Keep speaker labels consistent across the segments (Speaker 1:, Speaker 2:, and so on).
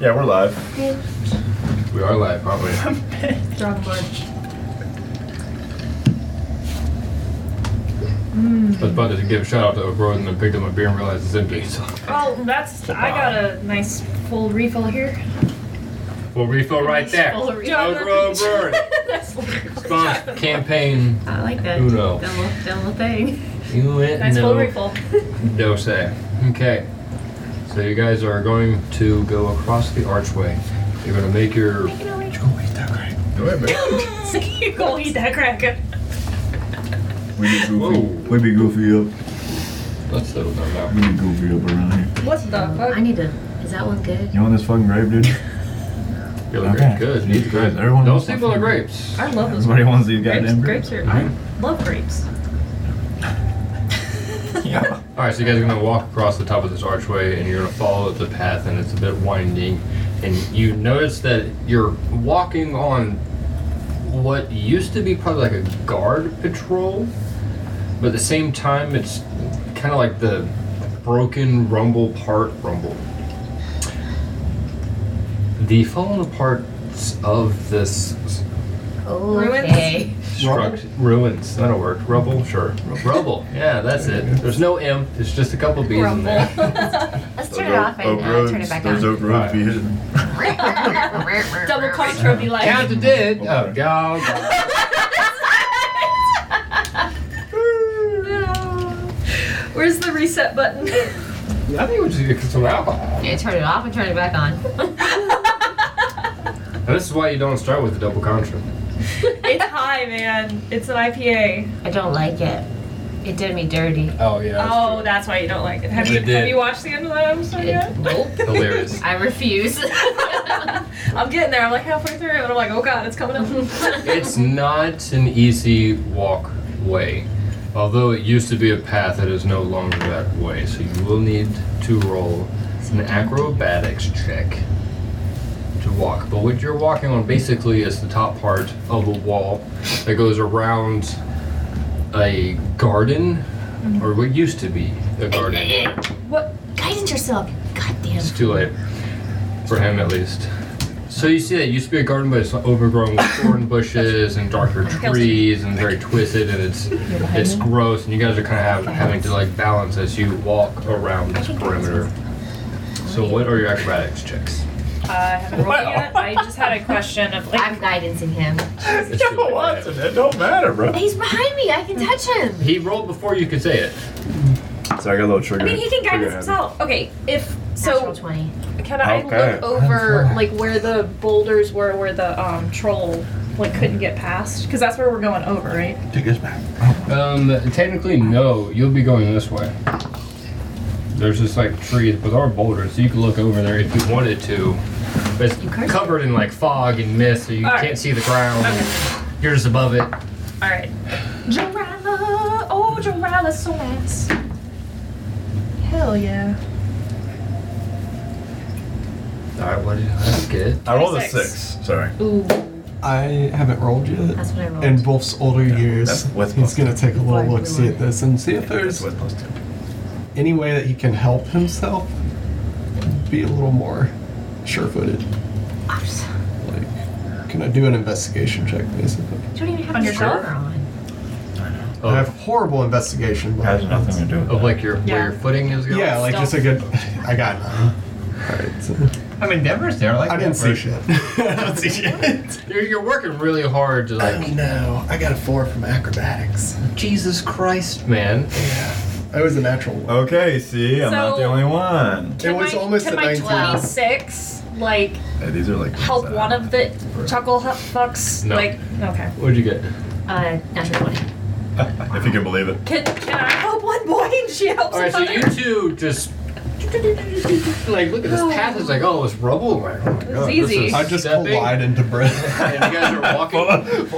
Speaker 1: Yeah, we're live.
Speaker 2: We are live, aren't we?
Speaker 3: Strong word. Mm.
Speaker 2: I was about to give a shout out to Oak Road and then picked up my beer and realized it's empty. So.
Speaker 3: Oh, that's. I got a nice full refill here.
Speaker 2: We'll refill right there.
Speaker 3: Full refill.
Speaker 2: Oak Road Brewery.
Speaker 3: That's
Speaker 2: Sponsor campaign.
Speaker 3: I like that.
Speaker 2: Uno.
Speaker 3: That little, that little thing.
Speaker 2: You went
Speaker 3: Nice full refill.
Speaker 2: no say. Okay. So you guys are going to go across the archway. You're gonna make your
Speaker 3: Make it
Speaker 1: We
Speaker 3: So you go eat that cracker.
Speaker 1: be goofy.
Speaker 2: Whoa.
Speaker 1: We be goofy up.
Speaker 2: let's settle down now.
Speaker 1: We be goofy up around here.
Speaker 3: What the
Speaker 4: I
Speaker 3: fuck?
Speaker 4: need to. Is that one good?
Speaker 1: You on this fucking grape, dude?
Speaker 2: You look
Speaker 1: Okay.
Speaker 2: good.
Speaker 1: These grapes, everyone
Speaker 2: Don't
Speaker 1: wants
Speaker 2: sleep on the
Speaker 1: fucking-
Speaker 2: grapes.
Speaker 3: I love those.
Speaker 1: Everybody wants these
Speaker 3: grapes.
Speaker 1: goddamn
Speaker 3: grapes.
Speaker 1: grapes.
Speaker 3: are. I love grapes.
Speaker 1: Yeah.
Speaker 2: All right, so you guys are gonna walk across the top of this archway, and you're gonna follow the path, and it's a bit winding, and you notice that you're walking on what used to be probably like a guard patrol, but at the same time, it's kind of like the broken rumble part rumble. The fallen apart of this
Speaker 4: Okay.
Speaker 2: Struct- ruins. That'll work. Rubble, sure. Rubble. Yeah, that's it. There's no M. It's just a couple B's in there.
Speaker 5: Oh,
Speaker 4: Let's turn it off and uh, turn it back
Speaker 1: Those
Speaker 4: on.
Speaker 1: oak roads be hidden.
Speaker 3: Double contra be like. Mm.
Speaker 2: Count to did. Oh, God.
Speaker 3: Where's the reset button?
Speaker 2: I think we just need to some alcohol.
Speaker 4: Yeah, turn it off and turn it back on.
Speaker 2: And this is why you don't start with a double contra.
Speaker 3: it's high, man. It's an IPA.
Speaker 4: I don't like it. It did me dirty.
Speaker 2: Oh, yeah.
Speaker 3: oh, that's why you don't like it. Have you
Speaker 2: It did.
Speaker 3: have you watched the end of that episode
Speaker 4: It,
Speaker 3: yet?
Speaker 4: nope.
Speaker 2: Hilarious.
Speaker 4: I refuse.
Speaker 3: I'm getting there. I'm like halfway through, and I'm like, oh god, it's coming up.
Speaker 2: It's not an easy walk way. Although it used to be a path, it is no longer that way. So you will need to roll an acrobatics check to walk. But what you're walking on basically is the top part of the wall that goes around a garden, or what used to be a garden.
Speaker 3: what?
Speaker 4: Guidance yourself. God damn.
Speaker 2: It's too late. For him, at least. So you see that it used to be a garden, but it's overgrown with thorn bushes and darker trees and very twisted, and it's it's gross. And you guys are kind of have, having to like balance as you walk around this perimeter. So what are your acrobatics checks?
Speaker 3: I haven't rolled yet. I just had a question of like.
Speaker 4: I'm guidancing him.
Speaker 2: It's too late.
Speaker 1: It don't matter, bro.
Speaker 4: He's behind me. I can touch him.
Speaker 2: He rolled before you could say it.
Speaker 1: So I got a little trigger.
Speaker 3: I mean, he can guide
Speaker 1: trigger
Speaker 3: us himself. Okay, if
Speaker 4: Natural
Speaker 3: so,
Speaker 4: 20.
Speaker 3: can I
Speaker 1: Okay.
Speaker 3: look over like where the boulders were, where the um troll like couldn't get past? Because that's where we're going over, right?
Speaker 1: happy. Take this back.
Speaker 2: Um, technically, no. You'll be going this way. There's just like trees, but there are boulders, so you can look over there if you wanted to. But it's
Speaker 4: You cursed.
Speaker 2: covered in like fog and mist, so you
Speaker 3: Alright.
Speaker 2: can't see the ground.
Speaker 3: Okay.
Speaker 2: You're just above it.
Speaker 3: All right. Jarala. Oh, Jarala's so nice. Hell yeah.
Speaker 2: All right, what did that's good?
Speaker 1: I rolled a
Speaker 3: 26.
Speaker 1: six. Sorry.
Speaker 3: Ooh.
Speaker 5: I haven't rolled yet.
Speaker 4: That's what I rolled.
Speaker 5: In Wolf's older years,
Speaker 1: that's with
Speaker 5: he's going to take a
Speaker 4: Before
Speaker 5: little
Speaker 4: we
Speaker 5: look, see at
Speaker 4: reload.
Speaker 5: this, and see if
Speaker 1: That's
Speaker 5: there's
Speaker 1: what it's supposed to.
Speaker 5: any way that he can help himself be a little more sure footed.
Speaker 4: Oops.
Speaker 5: Like, can I do an investigation check, basically?
Speaker 4: You don't even have
Speaker 3: On
Speaker 4: your
Speaker 3: yourself?
Speaker 4: shoulder on.
Speaker 5: I
Speaker 2: Of,
Speaker 5: have horrible investigation, but.
Speaker 1: Has nothing to do with
Speaker 2: of like your
Speaker 3: Yeah.
Speaker 2: where your footing is going.
Speaker 5: yeah, like just a good. I got nine. Alright, so.
Speaker 2: I mean, Denver's there. Like
Speaker 5: I didn't see shit. I don't see shit.
Speaker 2: You're, you're working really hard to like.
Speaker 5: no, I got a four from acrobatics.
Speaker 2: Jesus Christ, man!
Speaker 5: I was a natural one.
Speaker 1: Oh. Okay, see, I'm not the
Speaker 3: So-
Speaker 1: only one.
Speaker 3: Can
Speaker 5: was
Speaker 3: my,
Speaker 5: almost
Speaker 3: can
Speaker 5: a
Speaker 3: my
Speaker 5: 19.
Speaker 3: 26 like
Speaker 1: Hey, these are like.
Speaker 3: help one of the chuckle hu- fucks?
Speaker 2: No.
Speaker 3: Like okay.
Speaker 2: What'd you get?
Speaker 4: Uh, natural 20.
Speaker 1: If you can believe it.
Speaker 3: Can can I help one boy and she helps
Speaker 2: All right, so you
Speaker 3: another?
Speaker 2: two just like look at this path. It's like oh, it's rubble. Like, oh my god, this
Speaker 3: easy.
Speaker 2: is
Speaker 5: I just
Speaker 2: stepping.
Speaker 5: collide into breath.
Speaker 2: And you guys are walking.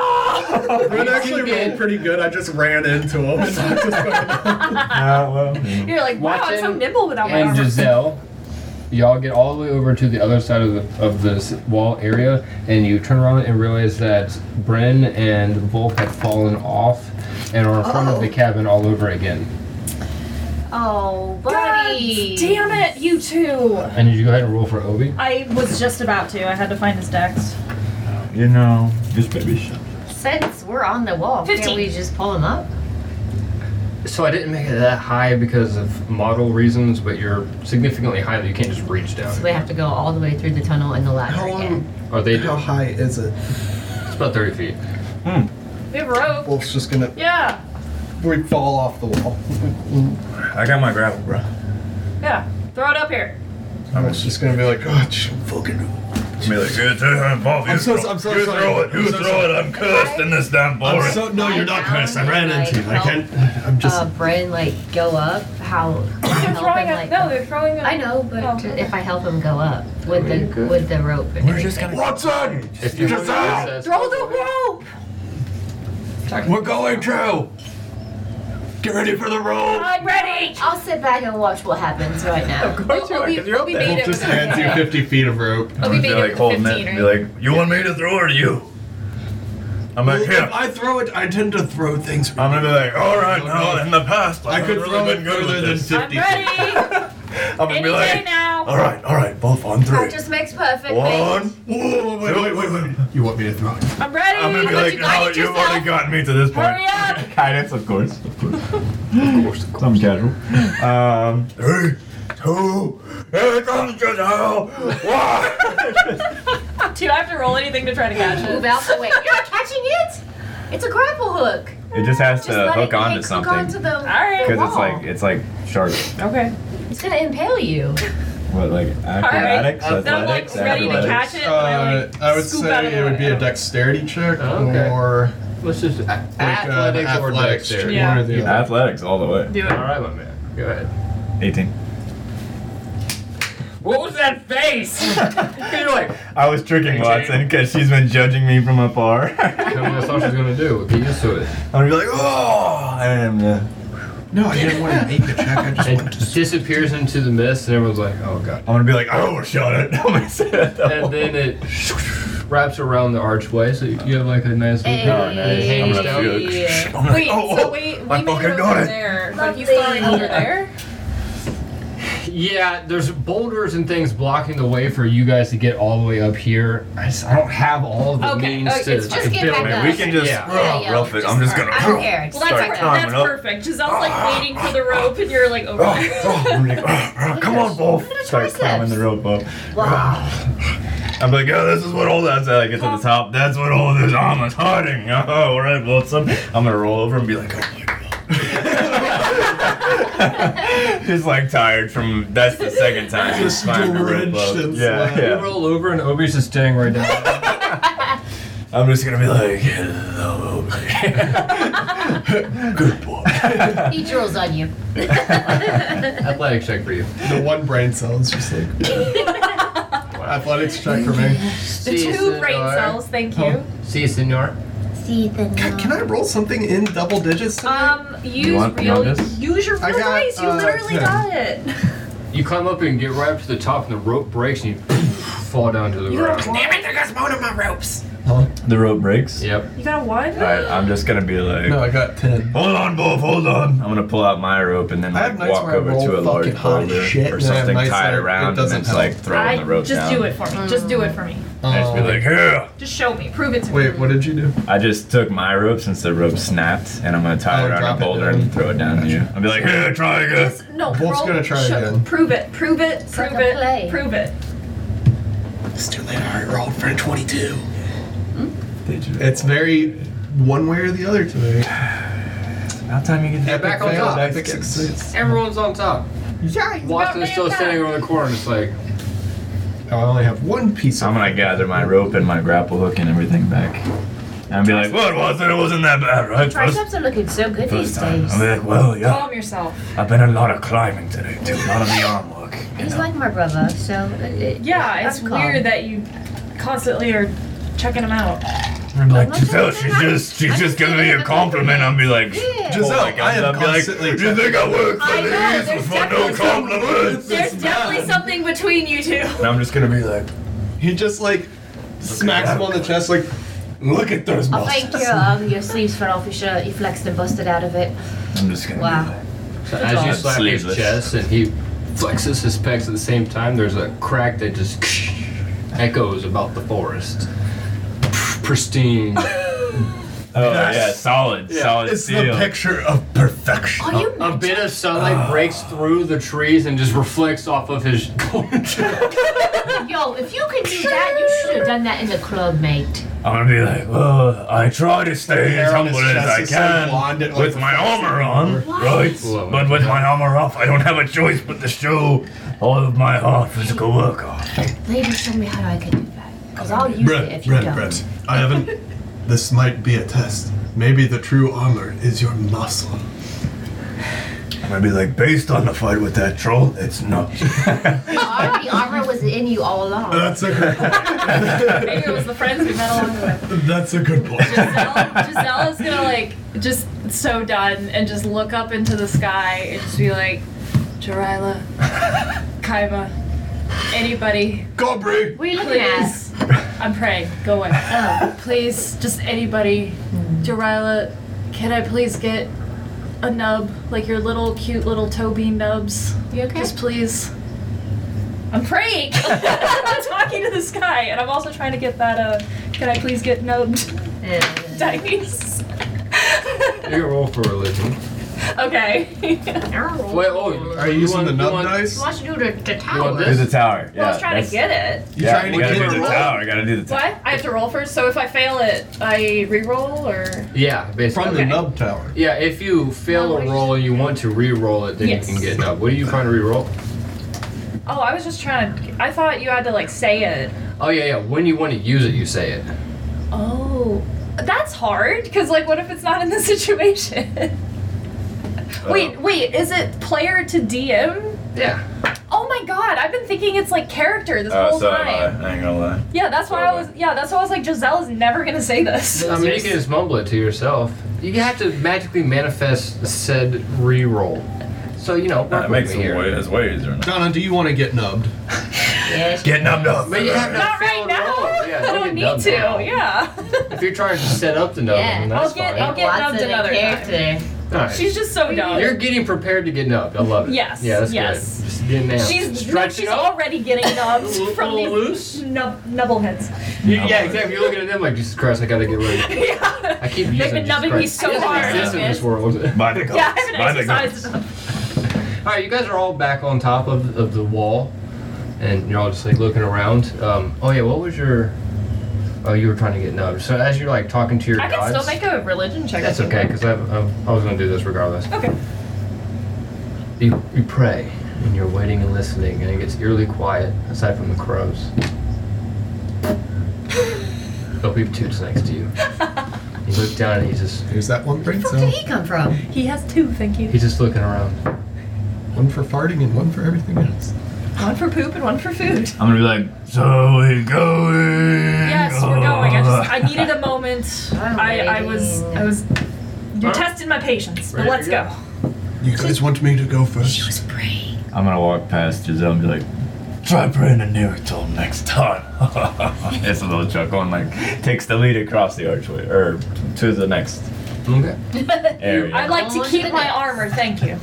Speaker 5: That actually rolled pretty good. I just ran into him. And I just fucking-
Speaker 1: Ah, well. you know.
Speaker 3: You're like wow, I'm so
Speaker 2: Watson
Speaker 3: nimble without my
Speaker 2: and
Speaker 3: armor.
Speaker 2: Giselle, y'all get all the way over to the other side of the of this wall area, and you turn around and realize that Bren and Volk had fallen off and are in front of the cabin all over again.
Speaker 4: Oh, buddy.
Speaker 3: God damn it, you two!
Speaker 2: And did you go ahead and roll for Obi?
Speaker 3: I was just about to. I had to find his dex.
Speaker 6: You know, this baby shit.
Speaker 4: Since we're on the wall, can't
Speaker 3: 15.
Speaker 4: we just pull him up?
Speaker 2: So I didn't make it that high because of model reasons, but you're significantly high that you can't just reach down.
Speaker 4: So we have to go all the way through the tunnel and the ladder
Speaker 5: How
Speaker 4: again.
Speaker 5: long?
Speaker 2: Or they do.
Speaker 5: How high is it?
Speaker 2: It's about 30 feet.
Speaker 6: Hmm.
Speaker 3: We have rope.
Speaker 5: Wolf's just gonna.
Speaker 3: Yeah,
Speaker 5: We fall off the wall.
Speaker 6: I got my gravel, bro.
Speaker 3: yeah. Throw it up here.
Speaker 5: I was just gonna be like, oh, sh- fucking.
Speaker 6: Be like, "Good, uh, Bob, you
Speaker 5: I'm so-
Speaker 6: throw-
Speaker 5: I'm so
Speaker 6: you
Speaker 5: sorry.
Speaker 6: throw it,
Speaker 5: I'm
Speaker 6: you
Speaker 5: so
Speaker 6: throw
Speaker 5: sorry.
Speaker 6: it. I'm cursed in this damn boring.
Speaker 5: I'm so no, you're not cursed. I ran into you. I can't. I'm just.
Speaker 4: Uh, Bryn, like, go up. How?
Speaker 3: They're
Speaker 4: help
Speaker 3: throwing
Speaker 4: him,
Speaker 3: it.
Speaker 4: like,
Speaker 3: No,
Speaker 4: go-
Speaker 3: they're throwing it.
Speaker 4: I know, but
Speaker 3: Oh,
Speaker 4: to-
Speaker 3: okay.
Speaker 4: if I help him go up with
Speaker 2: There you
Speaker 4: the
Speaker 2: go.
Speaker 4: with the rope, and
Speaker 6: We're just
Speaker 4: everything.
Speaker 6: gonna. Watson,
Speaker 2: If you
Speaker 6: Just
Speaker 2: wanna
Speaker 6: out!
Speaker 2: use that-
Speaker 3: Throw the rope.
Speaker 6: we're going through. Get ready for the roll.
Speaker 3: I'm ready.
Speaker 4: I'll sit back and watch what happens right now.
Speaker 6: course you are, 'cause you're up there.
Speaker 5: Wolf just hands you 50 feet of rope.
Speaker 6: I'm
Speaker 3: Obi
Speaker 6: gonna be
Speaker 3: made it
Speaker 6: like
Speaker 3: with
Speaker 6: holding
Speaker 3: 15,
Speaker 6: it and be
Speaker 3: right?
Speaker 6: like, you want me to throw it or you? I'm like,
Speaker 5: Well,
Speaker 6: here.
Speaker 5: If I throw it, I tend to throw things.
Speaker 6: I'm gonna be like, all right, now in the past,
Speaker 5: I
Speaker 6: I've
Speaker 5: could
Speaker 6: really
Speaker 5: throw it
Speaker 6: been good
Speaker 5: further
Speaker 6: with
Speaker 5: than
Speaker 6: this.
Speaker 5: 50
Speaker 3: I'm ready.
Speaker 6: I'm gonna
Speaker 3: Any
Speaker 6: be
Speaker 3: day
Speaker 6: like, "Oh, all
Speaker 3: now.
Speaker 6: right, all right, both on three.
Speaker 4: Practice makes perfect.
Speaker 6: One.
Speaker 4: mate.
Speaker 6: Whoa, wait, wait, wait, wait.
Speaker 5: You want me to throw it?
Speaker 3: I'm ready.
Speaker 6: I'm gonna be
Speaker 3: But
Speaker 6: like,
Speaker 3: you got
Speaker 1: "Oh,
Speaker 6: no,
Speaker 3: it
Speaker 6: you've already
Speaker 3: yourself.
Speaker 6: gotten me to this point.
Speaker 3: Hurry up.
Speaker 1: Guidance, of course. Of course. of course. Some casual. Um,
Speaker 6: Three, two, here comes Giselle. One.
Speaker 3: Do you have to roll anything to try to catch
Speaker 4: Move
Speaker 3: it?
Speaker 4: out the way. You're not catching it. It's a grapple hook.
Speaker 1: it just has
Speaker 4: Just
Speaker 1: to
Speaker 4: let
Speaker 1: hook
Speaker 4: it
Speaker 1: onto
Speaker 4: hook
Speaker 1: something
Speaker 4: onto the,
Speaker 3: right.
Speaker 4: the
Speaker 1: because it's
Speaker 4: wall.
Speaker 1: like it's like sharp.
Speaker 3: Okay.
Speaker 4: it's gonna impale you.
Speaker 1: What like acrobatics,
Speaker 2: All right.
Speaker 3: Then I'm like
Speaker 1: athletics,
Speaker 3: ready to
Speaker 1: acrobatics?
Speaker 3: catch it. and I,
Speaker 5: Uh,
Speaker 3: like,
Speaker 5: I would
Speaker 3: scoop out
Speaker 5: say
Speaker 3: of the
Speaker 5: it would
Speaker 3: way.
Speaker 5: be a dexterity check
Speaker 2: Oh, okay.
Speaker 5: or
Speaker 2: Let's just a-
Speaker 5: like uh,
Speaker 2: athletics or
Speaker 5: athletics
Speaker 2: dexterity.
Speaker 5: check, one or the other.
Speaker 1: Athletics all the way.
Speaker 3: Do
Speaker 2: All
Speaker 3: it.
Speaker 2: right, my man. Go ahead.
Speaker 1: 18.
Speaker 2: What was that face? You're like,
Speaker 1: I was tricking Watson because she's been judging me from afar.
Speaker 2: tell
Speaker 1: I'm
Speaker 2: me that's all she's gonna do. Get used to it.
Speaker 1: gonna be like, oh, and I'm,
Speaker 5: No, I didn't want to make the check. I just
Speaker 2: It
Speaker 5: wanted to.
Speaker 2: disappears into the mist, and everyone's like, oh god.
Speaker 1: I'm gonna be like, I overshot it. I'm gonna say that.
Speaker 2: And then it wraps around the archway, so you have like a nice little
Speaker 4: Hey.
Speaker 2: pattern, and it hangs
Speaker 1: I'm gonna
Speaker 2: down.
Speaker 1: feel it.
Speaker 4: Yeah.
Speaker 1: I'm like,
Speaker 3: Wait,
Speaker 1: oh,
Speaker 3: so
Speaker 1: oh,
Speaker 3: we, we
Speaker 1: I
Speaker 3: made
Speaker 1: fucking
Speaker 3: it
Speaker 1: got
Speaker 3: over
Speaker 1: it.
Speaker 3: there, but you
Speaker 4: Lovely.
Speaker 3: started over there?
Speaker 2: Yeah, there's boulders and things blocking the way for you guys to get all the way up here. I, just, I don't have all the
Speaker 3: Okay,
Speaker 2: means
Speaker 3: okay,
Speaker 2: to
Speaker 3: it's
Speaker 4: just get
Speaker 2: build
Speaker 4: back
Speaker 2: it.
Speaker 4: up.
Speaker 1: Man, we can just oh,
Speaker 2: Yeah.
Speaker 4: Yeah, yeah,
Speaker 1: rough it. I'm just gonna. oh,
Speaker 4: I don't care.
Speaker 3: Well, that's,
Speaker 1: Start climbing
Speaker 3: that's
Speaker 1: up.
Speaker 3: perfect. Giselle's like waiting for the rope, and you're like over
Speaker 1: Oh,
Speaker 3: there.
Speaker 1: oh, I'm like, oh, oh, come on, Wolf.
Speaker 4: at the
Speaker 1: Start climbing
Speaker 4: triceps.
Speaker 1: the rope up.
Speaker 4: Wow.
Speaker 1: I'm like, oh, this is what all that's at. I get to the top. That's what all this armor's hiding. Oh, all right, Watson. I'm gonna roll over and be like, oh my god. Just like tired from that's the second time she's
Speaker 5: Just
Speaker 1: climbed the rope
Speaker 5: drenched
Speaker 1: up.
Speaker 5: in
Speaker 1: Yeah,
Speaker 5: sweat.
Speaker 2: You
Speaker 1: yeah.
Speaker 2: roll over, and Obi's just standing right down.
Speaker 1: I'm just gonna be like, hello.
Speaker 5: Good boy.
Speaker 4: He drills on you.
Speaker 2: Athletic check for you.
Speaker 5: The one brain cell is just like. Athletics check for me.
Speaker 3: The two brain cells, thank you.
Speaker 5: Oh.
Speaker 2: See you, senor.
Speaker 4: See the.
Speaker 5: Can, can I roll something in double digits? tonight?
Speaker 3: Um, use
Speaker 1: want- you
Speaker 3: real,
Speaker 1: want this?
Speaker 3: use your
Speaker 5: I
Speaker 3: real
Speaker 5: got,
Speaker 3: dice. You
Speaker 5: uh,
Speaker 3: literally
Speaker 5: ten.
Speaker 3: got it.
Speaker 2: You climb up and get right up to the top, and the rope breaks, and you fall down to the
Speaker 3: You got a
Speaker 2: ground.
Speaker 3: one.
Speaker 1: The rope breaks.
Speaker 2: Yep.
Speaker 3: You got a one.
Speaker 1: Alright, I'm just gonna be like,
Speaker 5: no, I got ten.
Speaker 1: hold on, Wolf, hold on. I'm gonna pull out my rope and then
Speaker 5: I
Speaker 1: like
Speaker 5: have nights
Speaker 1: walk
Speaker 5: where I
Speaker 1: over to
Speaker 5: roll
Speaker 1: a large
Speaker 5: fucking hot
Speaker 1: boulder
Speaker 5: shit, and
Speaker 1: or
Speaker 5: then I have
Speaker 1: something
Speaker 5: nights
Speaker 1: tied
Speaker 5: that it
Speaker 1: around and
Speaker 5: doesn't
Speaker 1: then just
Speaker 5: help.
Speaker 1: like throwing the rope
Speaker 3: just
Speaker 1: down.
Speaker 3: do it for me. Just do it for me.
Speaker 1: I just be
Speaker 5: Um,
Speaker 1: like, here.
Speaker 3: Just show me. Prove it to me.
Speaker 5: Wait, what did you do?
Speaker 1: I just took my rope since the rope snapped, and I'm gonna tie
Speaker 5: Oh,
Speaker 1: it around a
Speaker 5: drop it
Speaker 1: boulder
Speaker 5: down.
Speaker 1: and throw it down to you. I'll be like, here, try again.
Speaker 3: Just, no,
Speaker 5: uh, Wolf's
Speaker 3: roll-
Speaker 5: gonna try
Speaker 3: show-
Speaker 5: again.
Speaker 3: Prove it. Prove it.
Speaker 4: like
Speaker 3: Prove
Speaker 4: a
Speaker 3: it.
Speaker 4: play.
Speaker 3: Prove it.
Speaker 5: It's too late. I rolled for a twenty-two.
Speaker 1: Did you?
Speaker 5: It's very one way or the other today.
Speaker 1: about time you get
Speaker 2: And back on
Speaker 5: Fail,
Speaker 2: top.
Speaker 5: Epic succeeds.
Speaker 2: Everyone's on top. Watson's
Speaker 3: about
Speaker 2: still
Speaker 3: damn
Speaker 2: standing
Speaker 3: time.
Speaker 2: over the corner, just like,
Speaker 5: Oh, I only have one piece
Speaker 1: I'm
Speaker 5: of
Speaker 1: gonna gather my rope and my grapple hook and everything back, and be like, what was it? It wasn't that bad, right? First,
Speaker 4: Triceps are looking so good
Speaker 1: first
Speaker 4: these
Speaker 1: time.
Speaker 4: days.
Speaker 1: I'll be like, well,
Speaker 5: Uh.
Speaker 1: yeah.
Speaker 3: Calm yourself.
Speaker 1: I've been a lot of climbing today, too. A lot of the arm work. You
Speaker 4: He's
Speaker 1: know.
Speaker 4: like my brother, so. uh, It, it,
Speaker 3: Yeah, it's
Speaker 4: I'm calm.
Speaker 3: weird that you constantly are checking them out.
Speaker 1: I'm like,
Speaker 4: I'm not
Speaker 1: Giselle,
Speaker 4: doing
Speaker 1: she's
Speaker 4: that.
Speaker 1: just, she's
Speaker 4: I'm
Speaker 1: just
Speaker 4: just
Speaker 1: giving me
Speaker 4: giving
Speaker 1: a
Speaker 4: him a
Speaker 1: compliment. I'll be like,
Speaker 4: Yeah.
Speaker 1: "Oh my
Speaker 5: Giselle,
Speaker 1: God,"
Speaker 5: I am
Speaker 1: I'll be like,
Speaker 5: constantly
Speaker 1: you think I work for
Speaker 3: I know,
Speaker 1: these
Speaker 3: there's
Speaker 1: for no
Speaker 3: definitely some-
Speaker 1: compliments?
Speaker 3: There's
Speaker 5: It's
Speaker 3: definitely
Speaker 5: bad.
Speaker 3: something between you two.
Speaker 1: And I'm just gonna be like,
Speaker 5: He just like smacks him on the chest, like,
Speaker 1: look at those
Speaker 4: Oh, thank
Speaker 1: muscles.
Speaker 4: you. Um, your sleeves fell off your shirt. You flexed and busted out of it.
Speaker 1: I'm just gonna
Speaker 4: Wow.
Speaker 1: be
Speaker 2: So as you
Speaker 7: awesome.
Speaker 2: slap his
Speaker 1: Sleeveless.
Speaker 2: chest and he flexes his pecs at the same time, there's a crack that just echoes about the forest. Pristine.
Speaker 1: Oh yeah, solid, solid
Speaker 8: It's
Speaker 1: steel.
Speaker 8: the picture of perfection.
Speaker 7: Are Oh, you
Speaker 2: A bit of sunlight breaks through the trees and just reflects off of his golden jacket.
Speaker 7: Yo, if you could do that, you should have done that in the club, mate.
Speaker 1: I'm gonna be like, well, I try to stay as
Speaker 9: hair on his
Speaker 1: humble as
Speaker 9: chest
Speaker 1: I
Speaker 9: is so
Speaker 1: can
Speaker 9: blonde it, like,
Speaker 1: with my
Speaker 9: reflects
Speaker 1: armor
Speaker 9: the
Speaker 1: on,
Speaker 9: armor.
Speaker 1: right?
Speaker 2: Whoa.
Speaker 1: But with my armor off, I don't have a choice but to show all of my hard physical work off.
Speaker 7: Later, show me how I can do that. Because I'll use it
Speaker 9: Brett,
Speaker 7: if you
Speaker 9: Brett,
Speaker 7: don't.
Speaker 9: Brett. I haven't. This might be a test. Maybe the true armor is your muscle.
Speaker 1: I'm gonna be like, based on the fight with that troll, it's not.
Speaker 7: Already, armor was in you all
Speaker 2: Uh,
Speaker 7: along.
Speaker 9: That's a good,
Speaker 3: Maybe it was the friends we met along the way.
Speaker 9: that's a good point.
Speaker 3: Giselle, Giselle is gonna like just so done and just look up into the sky and just be like, Jarila, Kaima, anybody,
Speaker 9: Cobra!
Speaker 7: What are you looking at?
Speaker 3: please. I'm praying. Go away.
Speaker 7: Oh,
Speaker 3: Please, just anybody. Jarila, can I please get a nub? Like your little cute little toe bean nubs.
Speaker 7: you okay?
Speaker 3: Just please. I'm praying. I'm talking to the sky, and I'm also trying to get that. Uh, can I please get nubbed
Speaker 7: Uh,
Speaker 3: dice?
Speaker 2: You can roll for religion.
Speaker 3: okay.
Speaker 2: Wait, oh,
Speaker 9: Are you using
Speaker 2: want-
Speaker 9: the nub
Speaker 2: want-
Speaker 9: dice?
Speaker 7: Wants to do the, the
Speaker 2: want
Speaker 7: tower.
Speaker 2: this?
Speaker 1: Do the tower. Yeah,
Speaker 3: well, I was trying to
Speaker 1: that's-
Speaker 3: get it.
Speaker 9: You
Speaker 1: yeah,
Speaker 9: trying
Speaker 1: you
Speaker 9: to
Speaker 1: gotta
Speaker 9: get
Speaker 1: do
Speaker 9: a
Speaker 1: the
Speaker 9: roll?
Speaker 1: tower. I gotta do the tower.
Speaker 3: What? I have to roll first, so if I fail it, I re-roll or
Speaker 2: Yeah, basically.
Speaker 9: From the
Speaker 3: Okay.
Speaker 9: nub tower.
Speaker 2: Yeah, if you fail
Speaker 3: Oh,
Speaker 2: a
Speaker 3: I
Speaker 2: roll and you want to re-roll it, then
Speaker 3: Yes.
Speaker 2: you can get up. What are you trying to re-roll?
Speaker 3: Oh, I was just trying to I thought you had to like say it.
Speaker 2: Oh yeah, yeah. When you want to use it, you say it.
Speaker 3: Oh. That's hard, because like what if it's not in the situation?
Speaker 1: Uh-huh.
Speaker 3: wait, wait, is it player to DM?
Speaker 2: Yeah.
Speaker 3: Oh my god, I've been thinking it's like character this
Speaker 1: Oh,
Speaker 3: whole
Speaker 1: so am
Speaker 3: time.
Speaker 1: I. I ain't gonna lie.
Speaker 3: Yeah, that's why I
Speaker 1: Totally.
Speaker 3: was yeah, that's why I was like, Giselle is never gonna say this.
Speaker 2: I mean, you can just mumble it to yourself. You have to magically manifest said re-roll. So you know,
Speaker 1: That
Speaker 2: work
Speaker 1: makes
Speaker 2: with
Speaker 1: it
Speaker 2: me here.
Speaker 1: way, it's way easier. now.
Speaker 9: Donna, do you want to get nubbed?
Speaker 7: Yes.
Speaker 1: Get numbed up.
Speaker 2: But you have to
Speaker 3: not right
Speaker 2: fail a
Speaker 3: now.
Speaker 2: roll. Yeah,
Speaker 3: I don't
Speaker 2: get
Speaker 3: need
Speaker 2: nubbed
Speaker 3: to.
Speaker 2: now.
Speaker 3: Yeah.
Speaker 2: If you're trying to set up the nub,
Speaker 7: Yeah.
Speaker 2: then that's
Speaker 3: I'll get-
Speaker 2: fine.
Speaker 3: I'll get
Speaker 7: Lots
Speaker 3: nubbed
Speaker 7: of the
Speaker 3: another time.
Speaker 7: character.
Speaker 2: All right.
Speaker 3: She's just so dumb.
Speaker 2: You're getting prepared to get nubbed. I love it.
Speaker 3: Yes,
Speaker 2: Yeah, that's
Speaker 3: yes.
Speaker 2: good. Just getting out.
Speaker 3: She's
Speaker 2: stretching
Speaker 3: she's
Speaker 2: Oh, up.
Speaker 3: already getting nubs
Speaker 2: A little-
Speaker 3: from these
Speaker 2: little loose?
Speaker 3: nub nubbleheads.
Speaker 2: You- yeah, exactly. You're looking at them like Jesus Christ. I gotta get ready.
Speaker 3: yeah.
Speaker 2: I keep using.
Speaker 3: They've been
Speaker 2: Jesus
Speaker 3: nubbing me
Speaker 2: Christ.
Speaker 3: so hard.
Speaker 2: Exist in this world.
Speaker 1: By the
Speaker 3: Yeah, I
Speaker 1: gods,
Speaker 3: haven't
Speaker 1: by the
Speaker 3: exercised
Speaker 1: gods.
Speaker 3: enough.
Speaker 2: All right, you guys are all back on top of, of the wall, and you're all just like looking around. Um, oh yeah, what was your? Oh, you were trying to get nubbed. So as you're like talking to your
Speaker 3: I can
Speaker 2: gods,
Speaker 3: still make a Oh. religion check.
Speaker 2: that's
Speaker 3: if you
Speaker 2: okay
Speaker 3: want.
Speaker 2: because I, I was gonna do this regardless.
Speaker 3: Okay.
Speaker 2: You, you pray and you're waiting and listening, and it gets eerily quiet aside from the crows. There'll be toots next to you. You look down and he's just
Speaker 9: Here's that one brain
Speaker 7: Where
Speaker 9: cell.
Speaker 7: did he come from?
Speaker 3: He has two. Thank you.
Speaker 2: he's just looking around.
Speaker 9: One for farting and one for everything else.
Speaker 3: One for poop and one for food.
Speaker 1: I'm gonna be like, so we going.
Speaker 3: Yes, we're going. I just I needed a moment.
Speaker 7: I'm
Speaker 3: I I was
Speaker 7: waiting.
Speaker 3: I was. You're
Speaker 2: Alright.
Speaker 3: testing my patience, but
Speaker 2: Ready to
Speaker 3: let's
Speaker 2: go?
Speaker 3: go.
Speaker 9: You guys want me to go
Speaker 7: He
Speaker 9: first?
Speaker 7: was praying.
Speaker 1: I'm gonna walk past Giselle and be like, try praying a Naruto next time. it's a little chuckle and like takes the lead across the archway or to the next
Speaker 2: Okay.
Speaker 1: area.
Speaker 3: I'd like to
Speaker 7: Almost
Speaker 3: keep
Speaker 7: did
Speaker 3: my
Speaker 7: it.
Speaker 3: armor. Thank you.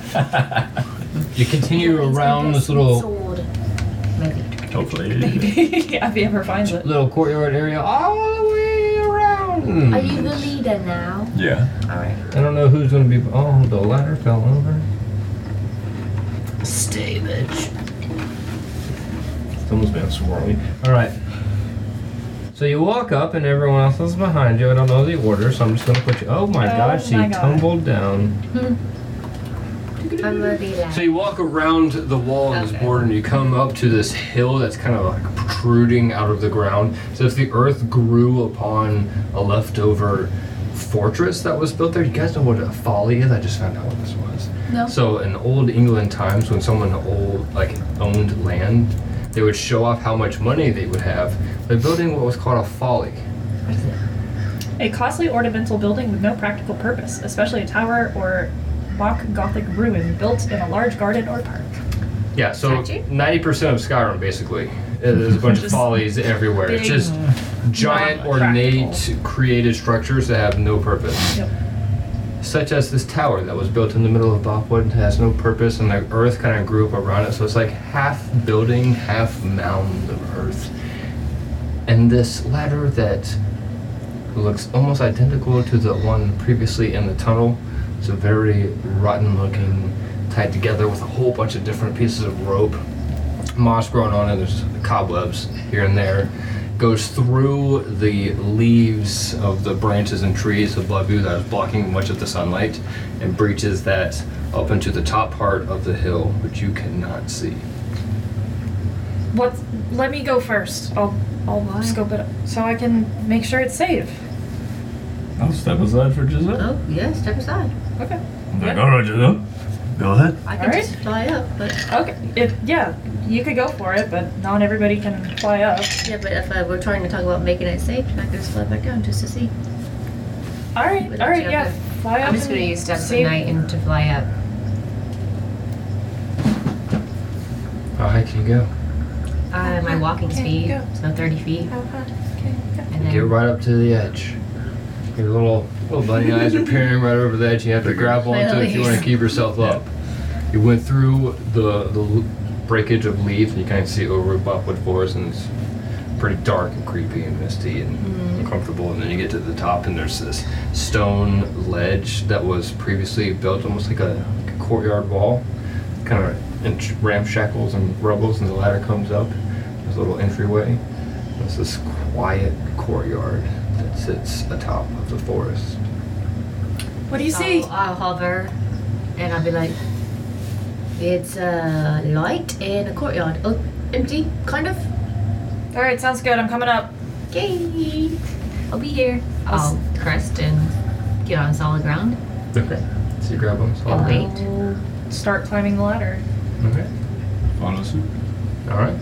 Speaker 2: You continue around this little
Speaker 7: Sword. Maybe.
Speaker 1: Hopefully.
Speaker 3: yeah, if he ever finds it.
Speaker 2: little courtyard area all the way around.
Speaker 7: Are you the leader now?
Speaker 1: Yeah.
Speaker 2: I don't know who's gonna be. Oh, the ladder fell over.
Speaker 7: Stay, bitch.
Speaker 2: Someone's been swirling. All right. So you walk up, and everyone else is behind you. I don't know the order, so I'm just gonna put you. Oh my
Speaker 3: Oh
Speaker 2: gosh,
Speaker 3: my
Speaker 2: she
Speaker 3: God.
Speaker 2: tumbled down.
Speaker 7: I'm gonna be like.
Speaker 2: So you walk around the wall and this
Speaker 7: Okay.
Speaker 2: border, and you come up to this hill that's kind of like protruding out of the ground. So if the earth grew upon a leftover fortress that was built there, you guys know what a folly is? I just found out what this was.
Speaker 3: No.
Speaker 2: So in old England times, when someone old like owned land, they would show off how much money they would have by building what was called a folly.
Speaker 3: A costly ornamental building with no practical purpose, especially a tower or mock Gothic ruin built in a large garden or park.
Speaker 2: Yeah, so
Speaker 7: Statue?
Speaker 2: ninety percent of Skyrim basically. There's a bunch of
Speaker 3: Just
Speaker 2: follies everywhere. It's
Speaker 3: big,
Speaker 2: just giant,
Speaker 3: non-practical.
Speaker 2: ornate, created structures that have no purpose.
Speaker 3: Yep.
Speaker 2: such as this tower that was built in the middle of Bopwood has no purpose, and the earth kind of grew up around it, so it's like half building, half mound of earth. And this ladder that looks almost identical to the one previously in the tunnel. It's a very rotten looking, tied together with a whole bunch of different pieces of rope, moss growing on it. There's cobwebs here and there. Goes through the leaves of the branches and trees above you that is blocking much of the sunlight, and breaches that up into the top part of the hill, which you cannot see.
Speaker 3: What? Let me go first. I'll I'll scope it up so I can make sure it's safe.
Speaker 1: I'll step aside for Giselle.
Speaker 7: Oh, yeah, step aside.
Speaker 3: Okay.
Speaker 1: I'm like,
Speaker 3: Yeah.
Speaker 1: all right, Giselle, go ahead.
Speaker 7: I can
Speaker 3: All right.
Speaker 7: just fly up, but
Speaker 3: Okay. It, yeah, you could go for it, but not everybody can fly up.
Speaker 7: yeah, but if uh, we're trying to talk about making it safe, I can just fly back down just to see.
Speaker 3: All right.
Speaker 7: Would
Speaker 3: All right.
Speaker 7: you
Speaker 3: Oh, Yeah.
Speaker 7: have
Speaker 3: Fly up.
Speaker 10: I'm just
Speaker 3: and
Speaker 10: gonna use steps
Speaker 3: see-
Speaker 10: at night and to fly up.
Speaker 2: How high can you go?
Speaker 10: Uh, my walking
Speaker 3: Okay,
Speaker 10: speed,
Speaker 3: go.
Speaker 10: so 30 feet,
Speaker 3: How high? Okay. yeah.
Speaker 10: and
Speaker 2: Get
Speaker 10: then
Speaker 2: right up to the edge. Your little little bunny eyes are peering right over the edge. You have to grab onto it if you want to keep yourself up. You went through the the l- breakage of leaves, and you kind of see over Buckwood Forest, and it's pretty dark and creepy and misty and
Speaker 10: Mm-hmm.
Speaker 2: uncomfortable. And then you get to the top, and there's this stone ledge that was previously built almost like a, like a courtyard wall, kind of in ramshackles and rubbles, and the ladder comes up. There's a little entryway. There's this quiet courtyard that sits atop of the forest.
Speaker 3: What do you see?
Speaker 10: I'll,
Speaker 3: All
Speaker 10: I'll hover.
Speaker 7: And I'll be like, it's a uh, light in a courtyard. Oh, empty, kind of.
Speaker 10: uh,
Speaker 3: right. Sounds good. I'm coming up.
Speaker 7: Yay! I'll be here.
Speaker 10: I'll crest and get on solid ground
Speaker 2: Okay. So you grab them.
Speaker 10: and wait.
Speaker 3: I'll Start climbing the ladder.
Speaker 2: Okay.
Speaker 1: Follow suit.
Speaker 2: All right.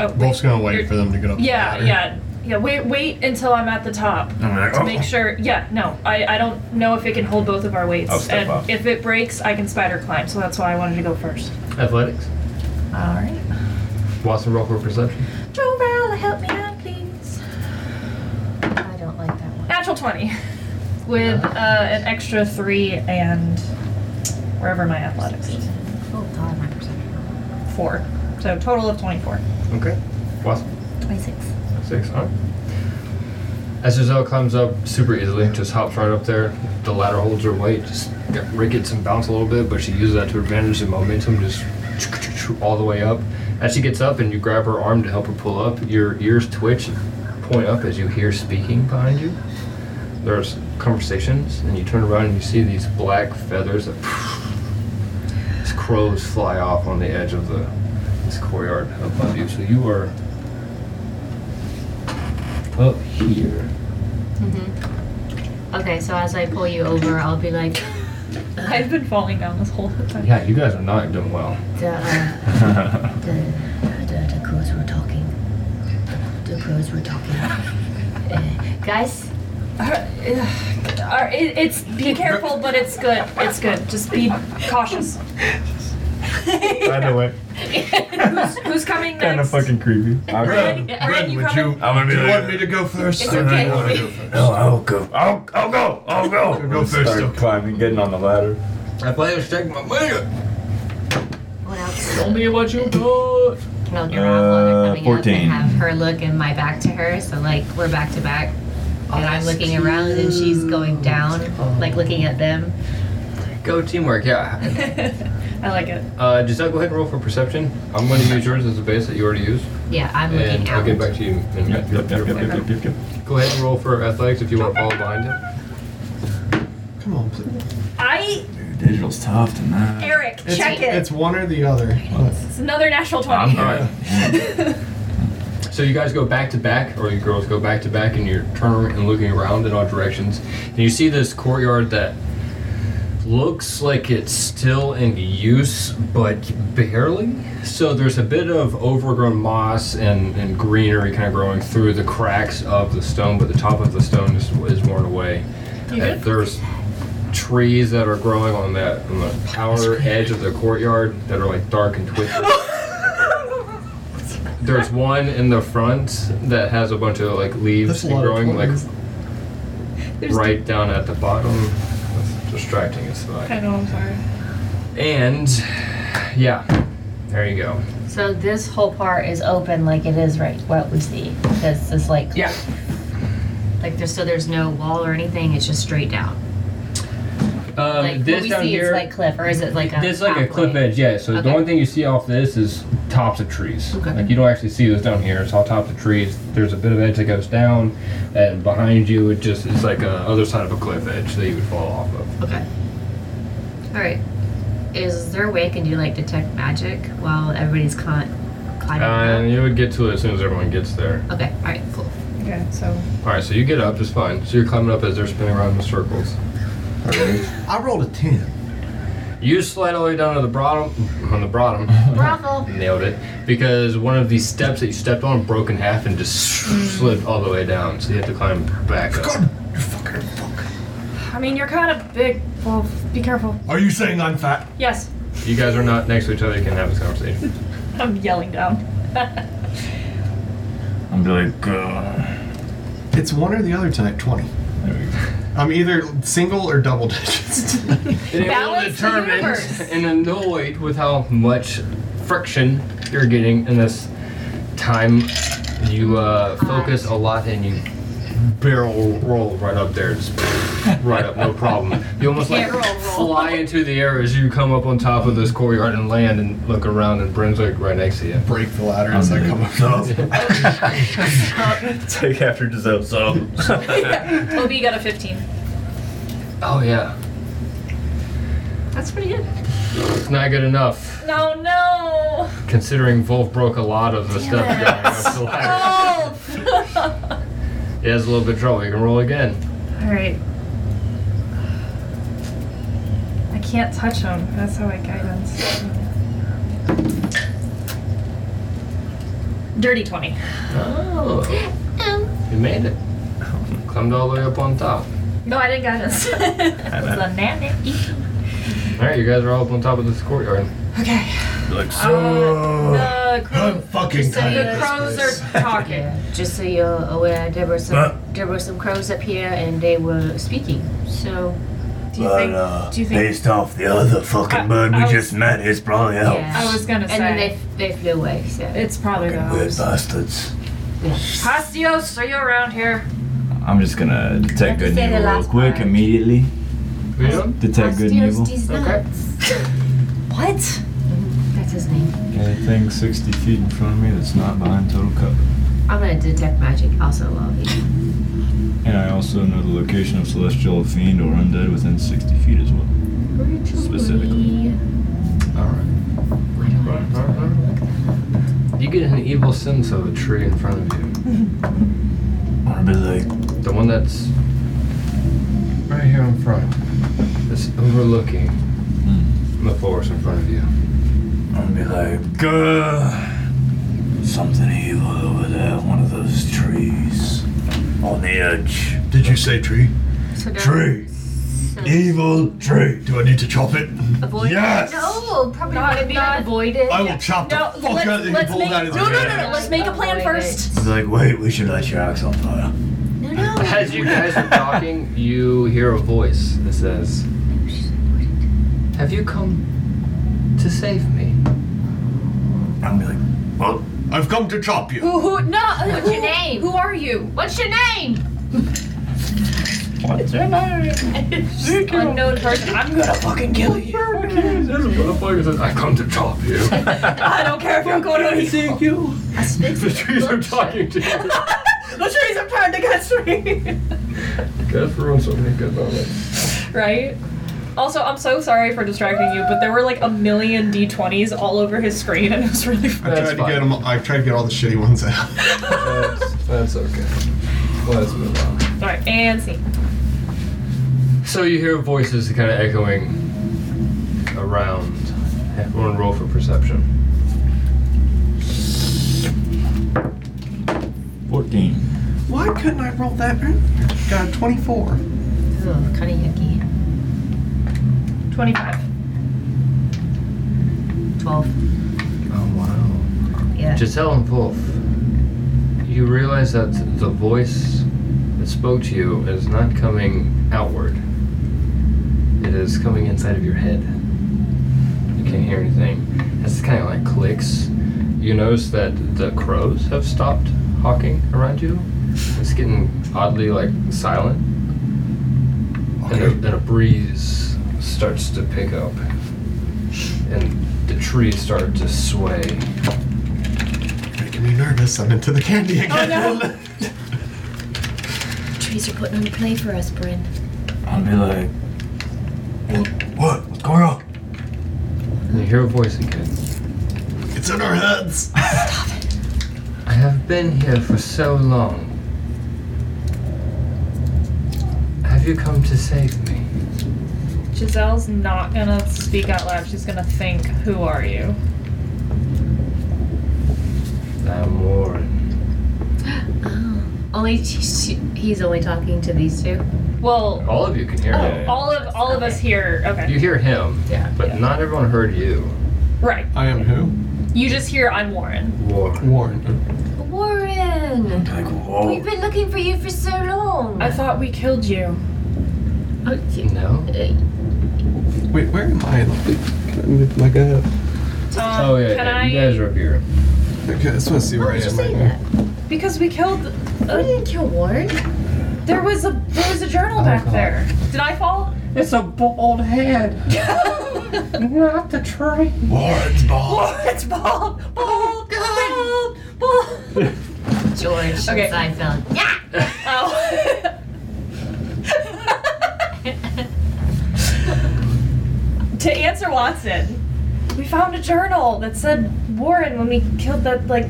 Speaker 3: Oh, wait.
Speaker 9: Wolf's gonna wait
Speaker 3: You're-
Speaker 9: for them to get up. the
Speaker 3: Yeah,
Speaker 9: ladder.
Speaker 3: yeah, yeah. Wait, wait until I'm at the top
Speaker 1: I'm like,
Speaker 3: to
Speaker 1: oh.
Speaker 3: make sure. Yeah, no, I, I don't know if it can hold both of our weights.
Speaker 1: I'll step
Speaker 3: and
Speaker 1: up.
Speaker 3: if it breaks, I can spider climb. So that's why I wanted to go first.
Speaker 2: Athletics.
Speaker 10: All right.
Speaker 2: Watson, roll for perception.
Speaker 7: Joe help me out, please. I don't like that one.
Speaker 3: Natural twenty, with uh, an extra three and wherever my athletics is.
Speaker 10: Oh god, my perception.
Speaker 3: Four. So total of twenty-four.
Speaker 2: Okay. Watson.
Speaker 10: 26.
Speaker 2: Six. All right. As Giselle climbs up super easily, just hops right up there. The ladder holds her weight, just got- rickets and bounce a little bit, but she uses that to advantage and momentum just all the way up. As she gets up and you grab her arm to help her pull up, your ears twitch, point up as you hear speaking behind you. There's conversations, and you turn around and you see these black feathers that as crows fly off on the edge of the this courtyard above you. So you are up here.
Speaker 10: Mm-hmm. Okay, so as I pull you over, I'll be like,
Speaker 3: I've been falling down this whole time.
Speaker 2: Yeah, you guys are not doing well.
Speaker 7: The, uh, the, the, the crows were talking. The crows were talking. Uh, guys,
Speaker 3: Alright, ugh, alright, uh, it- it's be careful, but it's good. It's good. Just be cautious.
Speaker 1: By the way,
Speaker 3: who's, who's coming next?
Speaker 1: kind of fucking creepy.
Speaker 8: Red,
Speaker 3: Yeah,
Speaker 8: Red,
Speaker 3: Red, you
Speaker 8: would
Speaker 3: coming?
Speaker 8: you?
Speaker 1: I'm gonna be
Speaker 8: Do you
Speaker 1: like,
Speaker 8: want me to go first?
Speaker 3: It's
Speaker 8: I
Speaker 3: okay.
Speaker 8: don't want to go first.
Speaker 1: No, I'll go. I'll, I'll go. I'll go.
Speaker 8: Go first,
Speaker 1: Start
Speaker 8: okay.
Speaker 1: climbing, getting on the ladder.
Speaker 2: Athletics check my man.
Speaker 10: what else?
Speaker 2: Tell me what you got.
Speaker 10: I'll get around while they're
Speaker 1: Uh,
Speaker 10: coming up
Speaker 1: 14.
Speaker 10: and have her look and my back to her. So like we're back to back. And
Speaker 7: Oh,
Speaker 10: I'm looking around and she's going down, like looking at them.
Speaker 2: Go teamwork, yeah.
Speaker 3: I like it.
Speaker 2: Uh, Giselle, go ahead and roll for perception. I'm going to use yours as a base that you already used,
Speaker 10: Yeah, I'm looking
Speaker 2: and I'll
Speaker 10: out.
Speaker 2: get back to you. In
Speaker 1: Yep, yep, yep, yep, yep, yep, yep.
Speaker 2: Go ahead and roll for athletics if you want to follow behind it.
Speaker 9: Come on, please.
Speaker 3: I,
Speaker 1: Dude, digital's tough tonight.
Speaker 3: Eric,
Speaker 9: It's,
Speaker 3: check it.
Speaker 9: It's one or the other.
Speaker 3: It's another natural 20.
Speaker 1: I'm
Speaker 2: Alright. So you guys go back to back, or you girls go back to back, and you're turning and looking around in all directions, and you see this courtyard that looks like it's still in use, but barely. So there's a bit of overgrown moss and, and greenery kind of growing through the cracks of the stone, but the top of the stone is, is worn away.
Speaker 3: You
Speaker 2: And
Speaker 3: good?
Speaker 2: There's trees that are growing on that on the outer edge of the courtyard that are like dark and twisted. There's one in the front that has a bunch of like leaves
Speaker 9: That's a lot of
Speaker 2: growing like
Speaker 9: corners.
Speaker 2: right down at the bottom. Let's distracting as fuck.
Speaker 3: I know, I'm sorry.
Speaker 2: And yeah, there you go.
Speaker 4: So this whole part is open like it is right what we see. This is like
Speaker 2: Yeah.
Speaker 4: like there's so there's no wall or anything. It's just straight down.
Speaker 2: Um,
Speaker 4: like
Speaker 2: this
Speaker 4: what we
Speaker 2: down
Speaker 4: see
Speaker 2: here,
Speaker 4: is like cliff or is it like a
Speaker 2: There's like a
Speaker 4: pathway?
Speaker 2: cliff edge, yeah. So the
Speaker 4: Okay.
Speaker 2: only thing you see off this is tops of trees.
Speaker 4: Okay.
Speaker 2: Like you don't actually see those down here. It's all tops of trees. There's a bit of edge that goes down, and behind you it just it's like a other side of a cliff edge that you would fall off of.
Speaker 4: Okay. All right. Is there a way I can do like detect magic while everybody's con- climbing?
Speaker 2: And
Speaker 4: up?
Speaker 2: you would get to it as soon as everyone gets there.
Speaker 4: Okay. All right. Cool.
Speaker 3: Okay, so
Speaker 2: All right, so you get up just fine. So you're climbing up as they're spinning around in circles.
Speaker 11: I rolled a 10.
Speaker 2: You slide all the way down to the bottom. On the bottom,
Speaker 4: Bravo.
Speaker 2: nailed it because one of the steps that you stepped on broke in half and just slid all the way down. So you had to climb back up.
Speaker 11: God, you fucking fuck.
Speaker 3: I mean, you're kind of big. Well, be careful.
Speaker 11: Are you saying I'm fat?
Speaker 3: Yes,
Speaker 2: You guys are not next to each other. You can have this conversation.
Speaker 3: I'm yelling down.
Speaker 1: I'm be like, "Ugh."
Speaker 5: It's one or the other tonight, 20.
Speaker 1: There we go.
Speaker 5: I'm either single or double digits.
Speaker 2: And everyone
Speaker 3: Balance the
Speaker 2: determined
Speaker 3: universe.
Speaker 2: and annoyed with how much friction you're getting in this time. You uh, focus a lot and you barrel roll right up there, just right up, no problem. You almost like
Speaker 3: Barrel roll.
Speaker 2: fly into the air as you come up on top of this courtyard and land and look around and Brim's like right next to you.
Speaker 5: Break the ladder as I come up.
Speaker 1: Take after Giselle, so.
Speaker 3: Toby got a 15.
Speaker 2: Oh yeah,
Speaker 4: That's pretty good.
Speaker 2: it's not good enough
Speaker 3: No, no.
Speaker 2: considering Wolf broke a lot of the stuff.
Speaker 3: it.
Speaker 2: down off the ladder.
Speaker 3: Oh.
Speaker 2: He has a little bit of trouble. You can roll again.
Speaker 3: All right. I can't touch him. That's how I guidance. Dirty 20.
Speaker 2: Oh,
Speaker 3: Um,
Speaker 2: you made it. Climbed all the way up on top.
Speaker 3: No, I didn't guidance. it's a nanny.
Speaker 2: All right, you guys are all up on top of this courtyard.
Speaker 3: Okay.
Speaker 1: like,
Speaker 3: Uh, the
Speaker 11: I'm
Speaker 3: crows,
Speaker 11: fucking
Speaker 4: so you
Speaker 11: tired.
Speaker 3: the crows are talking.
Speaker 4: Yeah. Just so you're aware, there were some
Speaker 1: Huh?
Speaker 4: there were some crows up here and they were speaking. So
Speaker 3: Do you
Speaker 11: uh,
Speaker 3: think? do you think?
Speaker 1: off the other fucking
Speaker 3: I- bird we I was- just
Speaker 1: met, it's probably out.
Speaker 4: yeah.
Speaker 3: Oh. I was gonna
Speaker 4: and
Speaker 3: say.
Speaker 4: then they they flew away. So
Speaker 3: It's probably those.
Speaker 1: bastards.
Speaker 3: Hastios, are you around here?
Speaker 1: I'm just gonna detect
Speaker 4: to
Speaker 1: good and
Speaker 4: say
Speaker 1: evil
Speaker 4: the
Speaker 1: real
Speaker 4: last
Speaker 1: quick
Speaker 4: part.
Speaker 1: immediately.
Speaker 2: Yeah.
Speaker 1: Detect good and evil.
Speaker 2: Okay.
Speaker 3: What?
Speaker 4: that's his name.
Speaker 1: Anything 60 feet in front of me that's not behind total cover.
Speaker 4: I'm gonna detect magic also while he.
Speaker 1: And I also know the location of celestial fiend or undead within 60 feet as well. Specifically.
Speaker 2: All right.
Speaker 4: Why do I have to look that up?
Speaker 2: You get an evil sense of a tree in front of you.
Speaker 1: I'm be like,
Speaker 2: The one that's right here in front. That's overlooking
Speaker 1: Hmm.
Speaker 2: the forest in front of you.
Speaker 1: I'm be like, Gah! something evil over there, one of those trees on the edge.
Speaker 11: Did you say tree?
Speaker 4: So don't-
Speaker 11: Tree.
Speaker 4: so-
Speaker 11: Evil tree. Do I need to chop it?
Speaker 4: Avoid
Speaker 11: Yes!
Speaker 4: No, probably
Speaker 3: Not-
Speaker 4: not,
Speaker 3: not-
Speaker 4: not avoid it.
Speaker 11: I will chop the
Speaker 3: No,
Speaker 11: fuck out
Speaker 3: let's,
Speaker 11: of you.
Speaker 3: let's
Speaker 11: Pull
Speaker 3: make,
Speaker 11: that
Speaker 3: no,
Speaker 11: in
Speaker 3: no,
Speaker 11: the
Speaker 3: no, no, let's make a plan
Speaker 4: Avoid it.
Speaker 3: first.
Speaker 1: He's like, wait, we should light your axe on fire.
Speaker 4: No, no.
Speaker 2: As you guys are talking, you hear a voice that says, "Have you come to save me?"
Speaker 1: I'm be like, well,
Speaker 11: I've come to chop you.
Speaker 3: Who, who, no, what's
Speaker 4: your name?
Speaker 3: Who are you?
Speaker 4: What's your name?
Speaker 1: what's your name?
Speaker 3: Unknown person. I'm gonna fucking kill you.
Speaker 2: There's a motherfucker says, "I come to chop you."
Speaker 3: I don't care if I'm going to eat.
Speaker 2: you. The trees are
Speaker 4: Look,
Speaker 2: talking to you.
Speaker 3: The trees are turned against me.
Speaker 2: Guys ruined so many good moments.
Speaker 3: right? Also, I'm so sorry for distracting you, but there were like a million D20s all over his screen, and it was really
Speaker 5: I
Speaker 2: That's
Speaker 5: tried to
Speaker 2: fine.
Speaker 5: get them. I tried to get all the shitty ones out.
Speaker 2: That's, that's okay. Let's move on.
Speaker 3: All right, and see.
Speaker 2: So you hear voices kind of echoing around. Everyone roll for perception.
Speaker 1: 14.
Speaker 5: Why couldn't I roll that? Got a 24.
Speaker 4: Ugh, kind of yucky.
Speaker 3: 25.
Speaker 4: Twelve.
Speaker 2: Oh wow.
Speaker 4: Yeah.
Speaker 2: Giselle and Wolf, you realize that the voice that spoke to you is not coming outward. It it is coming inside of your head. You can't hear anything. It's kind of like clicks. You notice that the crows have stopped hawking around you. It's getting oddly like silent, and, a, and a breeze starts to pick up, and the trees start to sway.
Speaker 5: Making me nervous. I'm into the candy again.
Speaker 12: Trees are putting on a play for us, Bryn.
Speaker 1: I'll be like, what? What? What's going on?
Speaker 2: And you hear a voice again.
Speaker 5: It's in our heads.
Speaker 2: I have been here for so long. Have you come to save me?
Speaker 3: Giselle's not gonna speak out loud. She's gonna think, "Who are you?"
Speaker 2: I'm Warren.
Speaker 4: Oh. Only she, she, he's only talking to these two.
Speaker 3: Well,
Speaker 2: All of you can hear
Speaker 3: oh,
Speaker 2: him.
Speaker 3: all of all of us here. Okay,
Speaker 2: You hear him,
Speaker 4: Yeah.
Speaker 2: but not everyone heard you.
Speaker 3: right.
Speaker 5: I am who?
Speaker 3: You just hear, "I'm Warren."
Speaker 2: Warren.
Speaker 5: Warren.
Speaker 4: Warren,
Speaker 1: Like, whoa.
Speaker 4: we've been looking for you for so long.
Speaker 3: I thought we killed you.
Speaker 4: Oh, you-
Speaker 2: No?
Speaker 4: uh,
Speaker 5: Wait, where am I? Can I move my guy up?
Speaker 3: Um,
Speaker 2: Oh, yeah,
Speaker 3: can
Speaker 2: yeah,
Speaker 3: I?
Speaker 2: you guys are up here.
Speaker 5: Okay, I just want to see where
Speaker 12: Why
Speaker 5: I
Speaker 12: did you
Speaker 5: am
Speaker 12: say
Speaker 5: right
Speaker 12: that?
Speaker 5: now.
Speaker 3: Because we killed.
Speaker 12: We didn't kill Warren.
Speaker 3: There was a there was a journal back
Speaker 2: God.
Speaker 3: there. Did I fall?
Speaker 2: It's a bald head, not the tree.
Speaker 1: Warren's ball.
Speaker 3: Warren's bald, bald, bald, bald.
Speaker 4: George
Speaker 3: Okay.
Speaker 4: Seinfeld. Yeah.
Speaker 3: Oh. to answer Watson, we found a journal that said Warren when we killed that like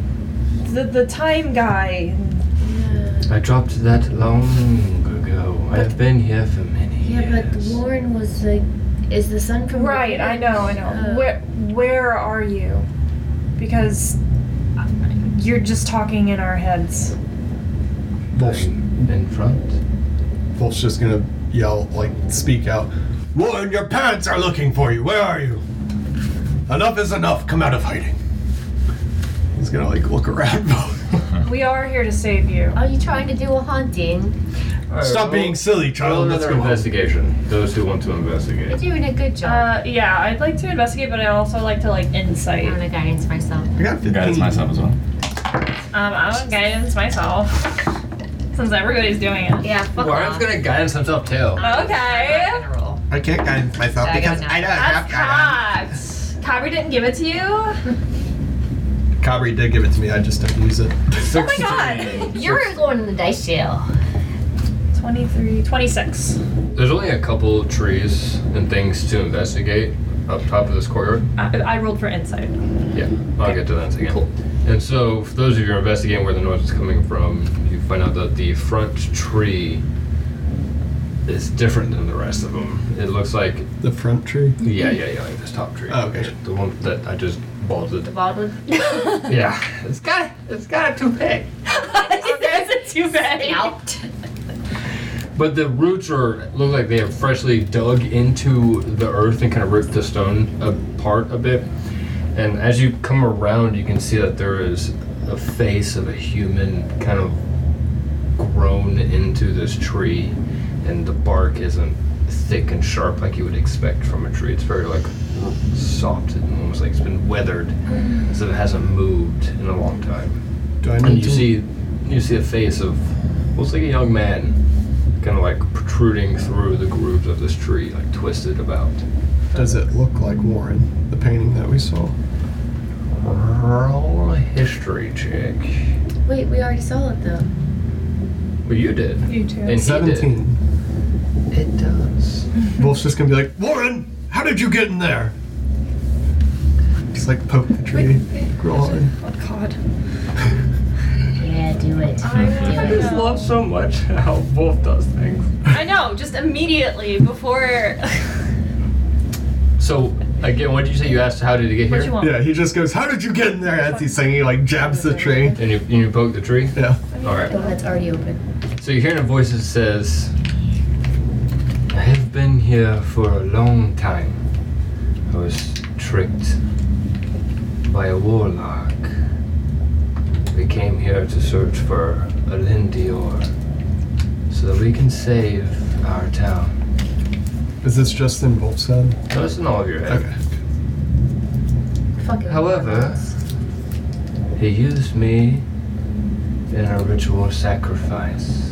Speaker 3: the the time guy.
Speaker 2: I dropped that long ago. I've been here for many
Speaker 12: Yeah, but
Speaker 2: years.
Speaker 12: Warren was like, is the sun from
Speaker 3: Right, I know, I know.
Speaker 4: Oh.
Speaker 12: Uh,
Speaker 3: Where where are you? Because you're just talking in our heads.
Speaker 5: Wolf's,
Speaker 2: I'm in front.
Speaker 5: Wolf's just gonna yell, like, speak out. Warren, your parents are looking for you. Where are you? Enough is enough. Come out of hiding. He's gonna, like, look around.
Speaker 3: We are here to save you.
Speaker 4: Are you trying to do a haunting?
Speaker 5: Stop being silly,
Speaker 2: Roll
Speaker 5: child. Let's
Speaker 2: another
Speaker 5: go. home.
Speaker 2: investigation. Those who want to
Speaker 4: You're
Speaker 2: investigate.
Speaker 4: doing a good job.
Speaker 3: Uh, yeah, I'd like to investigate, but I also like to like
Speaker 4: I'm
Speaker 3: insight.
Speaker 4: gonna guidance myself.
Speaker 5: I got 15.
Speaker 1: Guidance myself as well.
Speaker 3: Um, I want guidance myself, since everybody's doing it.
Speaker 4: Yeah. Fuck
Speaker 2: Warren's
Speaker 4: off.
Speaker 2: gonna guidance himself too.
Speaker 3: Okay.
Speaker 4: I'm not gonna roll.
Speaker 5: I can't guidance myself
Speaker 4: I got
Speaker 5: because
Speaker 4: nine.
Speaker 5: I don't
Speaker 3: That's
Speaker 5: have
Speaker 3: cocked. Kyrie didn't give it to you. Oh
Speaker 5: guidance. Cabri did give it to me. I just didn't use it.
Speaker 3: my god.
Speaker 4: You're going in the dice jail.
Speaker 3: 23, 26.
Speaker 2: There's only a couple trees and things to investigate up top of this courtyard.
Speaker 3: I, I rolled for insight.
Speaker 2: Yeah, I'll get to that in a second.
Speaker 3: Cool.
Speaker 2: And so, for those of you who are investigating where the noise is coming from, you find out that the front tree is different than the rest of them. It looks like,
Speaker 5: The front tree?
Speaker 2: yeah, yeah, yeah, like this top tree.
Speaker 5: Oh, okay.
Speaker 2: The one that I just
Speaker 4: The
Speaker 2: bolted.
Speaker 4: baldwin.
Speaker 2: Yeah, it's got it's got a toupee.
Speaker 3: That's a too bad.
Speaker 4: Out.
Speaker 2: But the roots are look like they have freshly dug into the earth and kind of ripped the stone apart a bit. And as you come around, you can see that there is a face of a human kind of grown into this tree, and the bark isn't thick and sharp like you would expect from a tree. It's very like soft and almost like it's been weathered, so it hasn't moved in a long time.
Speaker 5: Do I
Speaker 2: And
Speaker 5: need
Speaker 2: you
Speaker 5: to?
Speaker 2: see, you see a face of, looks like a young man, kind of like protruding through the grooves of this tree, like twisted about.
Speaker 5: Does it look like Warren, the painting that we saw?
Speaker 2: Roll a history check.
Speaker 12: Wait, we already saw it though.
Speaker 2: Well, you did.
Speaker 3: You too.
Speaker 2: And he
Speaker 5: 17.
Speaker 2: did. It does.
Speaker 5: Wolf's just gonna be like, Warren, how did you get in there? Just like poke the tree. Roll it.
Speaker 3: Oh god.
Speaker 12: Yeah, do it.
Speaker 3: I
Speaker 12: do it.
Speaker 3: know.
Speaker 2: so much how Wolf does things.
Speaker 3: I know, just immediately before.
Speaker 2: So, again, what did you say? You asked how did he get
Speaker 3: what
Speaker 2: here?
Speaker 3: you want?
Speaker 5: Yeah, he just goes, How did you get in there? As he's singing, he like jabs the tree.
Speaker 2: And you, and you poke the tree?
Speaker 5: Yeah.
Speaker 2: Alright.
Speaker 12: Oh, that's already open.
Speaker 2: So you're hearing a voice that says, I have been here for a long time. I was tricked by a warlock. We came here to search for a Lindior so that we can save our town.
Speaker 5: Is this just in Wolf's head?
Speaker 2: No, this is in all of your head.
Speaker 5: Okay.
Speaker 13: Fucking
Speaker 2: However, he used me in a ritual sacrifice.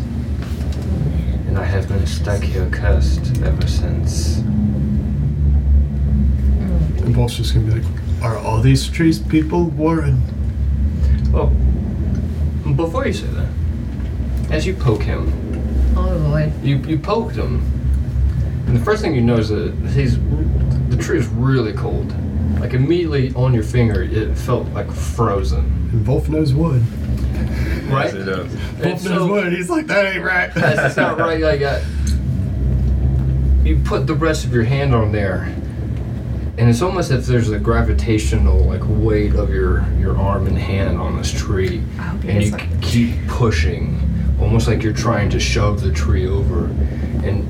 Speaker 2: And I have been stuck here cursed ever since.
Speaker 5: And Wolf's just gonna be like, are all these trees people, Warren?
Speaker 2: Well, before you say that, as you poke him,
Speaker 4: Oh boy.
Speaker 2: you, you poked him. And the first thing you know is that he's the tree is really cold. Like immediately on your finger, it felt like frozen.
Speaker 5: And Wolf knows wood.
Speaker 1: Yes,
Speaker 2: Right?
Speaker 1: it does.
Speaker 5: Wolf
Speaker 2: And
Speaker 5: knows
Speaker 2: so-
Speaker 5: wood. He's like, that ain't right.
Speaker 2: That's that's not right. Like, uh, you put the rest of your hand on there, and it's almost as if there's a gravitational like weight of your your arm and hand on this tree,
Speaker 3: I hope you
Speaker 2: and
Speaker 3: guys
Speaker 2: you
Speaker 3: like.
Speaker 2: keep pushing, almost like you're trying to shove the tree over, and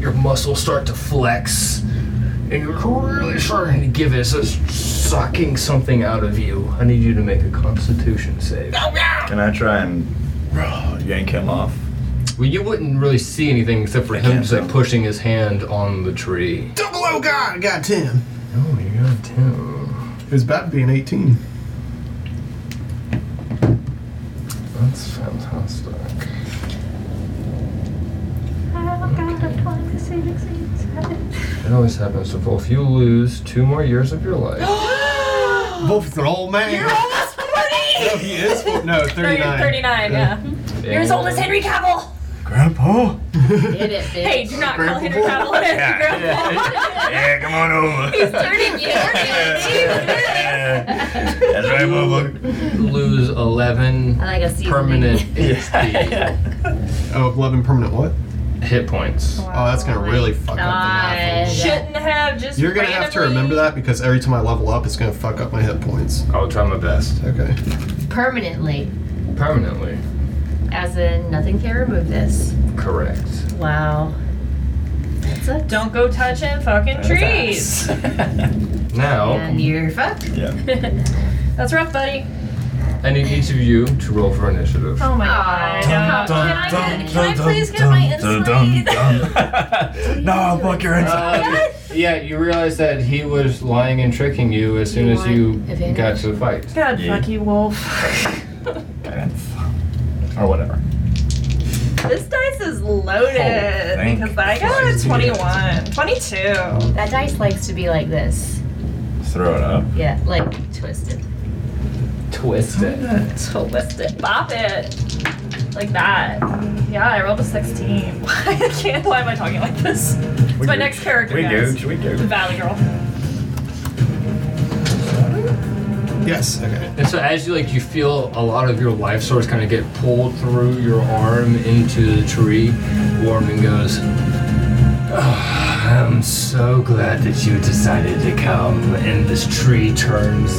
Speaker 2: your muscles start to flex, and you're really starting to give it. So it's sucking something out of you. I need you to make a Constitution save.
Speaker 1: Can I try and bro, yank him off?
Speaker 2: Well, you wouldn't really see anything except for him
Speaker 1: can't
Speaker 2: just like
Speaker 1: tell.
Speaker 2: pushing his hand on the tree.
Speaker 5: Double O God, got ten.
Speaker 2: Oh, you got ten.
Speaker 5: His bat being eighteen.
Speaker 2: That's fantastic. It always happens to Wolf. You lose two more years of your life.
Speaker 5: Wolf is an old man.
Speaker 3: You're almost 40!
Speaker 5: no, he is. four- No, thirty-nine.
Speaker 3: 39, yeah. You're as old as
Speaker 2: And-
Speaker 3: Henry Cavill!
Speaker 1: Grandpa?
Speaker 4: Did it, bitch.
Speaker 3: Hey, do not call
Speaker 5: Grandpa
Speaker 3: Henry
Speaker 5: Wolf.
Speaker 3: Cavill Henry Grandpa.
Speaker 1: Yeah, come on over.
Speaker 3: He's turning you.
Speaker 1: That's right, Bubba.
Speaker 2: You lose eleven
Speaker 4: I like a seasoning.
Speaker 2: permanent
Speaker 1: Yeah.
Speaker 5: Oh, 11 permanent what?
Speaker 2: hit points.
Speaker 5: Oh, that's gonna really fuck up the math.
Speaker 3: Shouldn't have just.
Speaker 5: You're gonna have to
Speaker 3: randomly-
Speaker 5: remember that because every time I level up, it's gonna fuck up my hit points.
Speaker 2: I'll try my best.
Speaker 5: Okay.
Speaker 4: Permanently.
Speaker 2: Permanently.
Speaker 4: As in, nothing can remove this.
Speaker 2: Correct.
Speaker 4: Wow. That's a
Speaker 3: Don't go touching fucking trees.
Speaker 2: Now
Speaker 4: And you're fucked.
Speaker 1: yeah.
Speaker 3: That's rough, buddy.
Speaker 2: I need each of you to roll for initiative.
Speaker 3: Oh my
Speaker 4: Aw.
Speaker 3: god. Can
Speaker 4: Dun,
Speaker 3: I get- can I please get my insight?
Speaker 1: no, fuck your insight.
Speaker 2: Uh, yeah, you realize that he was lying and tricking you as soon as you
Speaker 13: advantage?
Speaker 2: got to the fight.
Speaker 3: God
Speaker 1: Yeah.
Speaker 3: fuck you, Wolf. Oh,
Speaker 1: or whatever.
Speaker 3: This dice is
Speaker 1: Oh,
Speaker 3: loaded
Speaker 1: thank
Speaker 3: because I got a
Speaker 1: Christ.
Speaker 3: 21. 22.
Speaker 4: That dice likes to be like this.
Speaker 1: Throw it up.
Speaker 4: Yeah, like twisted.
Speaker 2: Twist it.
Speaker 4: Twisted.
Speaker 3: Bop it. Like that. Yeah, I rolled a 16. I can't. Why am I talking like this? It's my next character.
Speaker 1: We
Speaker 3: guys.
Speaker 1: do, we
Speaker 3: The
Speaker 1: do.
Speaker 3: Valley Girl.
Speaker 5: Yes, okay.
Speaker 2: And so as you like, you feel a lot of your life source kind of get pulled through your arm into the tree. Warman goes, "Ah, I'm so glad that you decided to come. And this tree turns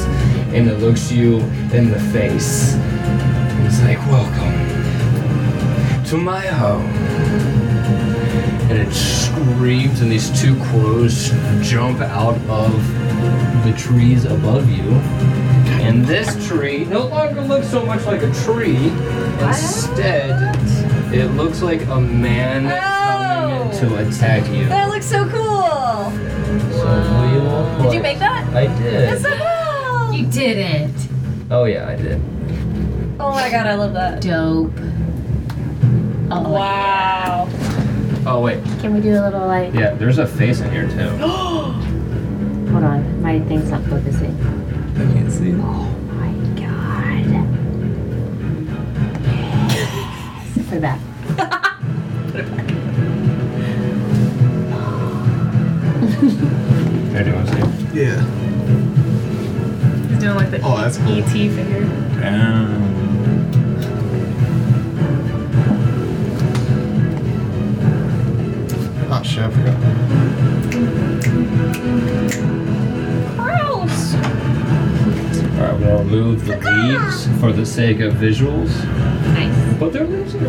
Speaker 2: and it looks you in the face. And It's like, welcome to my home. and it screams, and these two crows jump out of the trees above you. And this tree no longer looks so much like a tree. Instead, it looks like a man
Speaker 3: Oh.
Speaker 2: coming to attack you.
Speaker 3: That looks so cool.
Speaker 2: So we will
Speaker 3: Did you
Speaker 2: play.
Speaker 3: make that?
Speaker 2: I
Speaker 3: That's
Speaker 2: did.
Speaker 3: so cool.
Speaker 4: You didn't.
Speaker 2: Oh yeah, I did.
Speaker 3: Oh my god, I love that.
Speaker 4: Dope. Oh,
Speaker 3: Wow.
Speaker 2: Oh wait,
Speaker 13: Can we do a little like?
Speaker 2: yeah. There's a face in here too.
Speaker 13: Hold on, my thing's not focusing. Oh
Speaker 1: I can't see it.
Speaker 13: My God. Yes, for that.
Speaker 2: There, do you want to see?
Speaker 5: Yeah.
Speaker 3: He's doing like the E
Speaker 5: Oh, that's cool.
Speaker 3: ET figure.
Speaker 1: Damn.
Speaker 5: Oh shit, I forgot.
Speaker 3: Gross.
Speaker 2: All right, we'll remove the leaves for the sake of visuals.
Speaker 4: Nice.
Speaker 2: But there leaves here.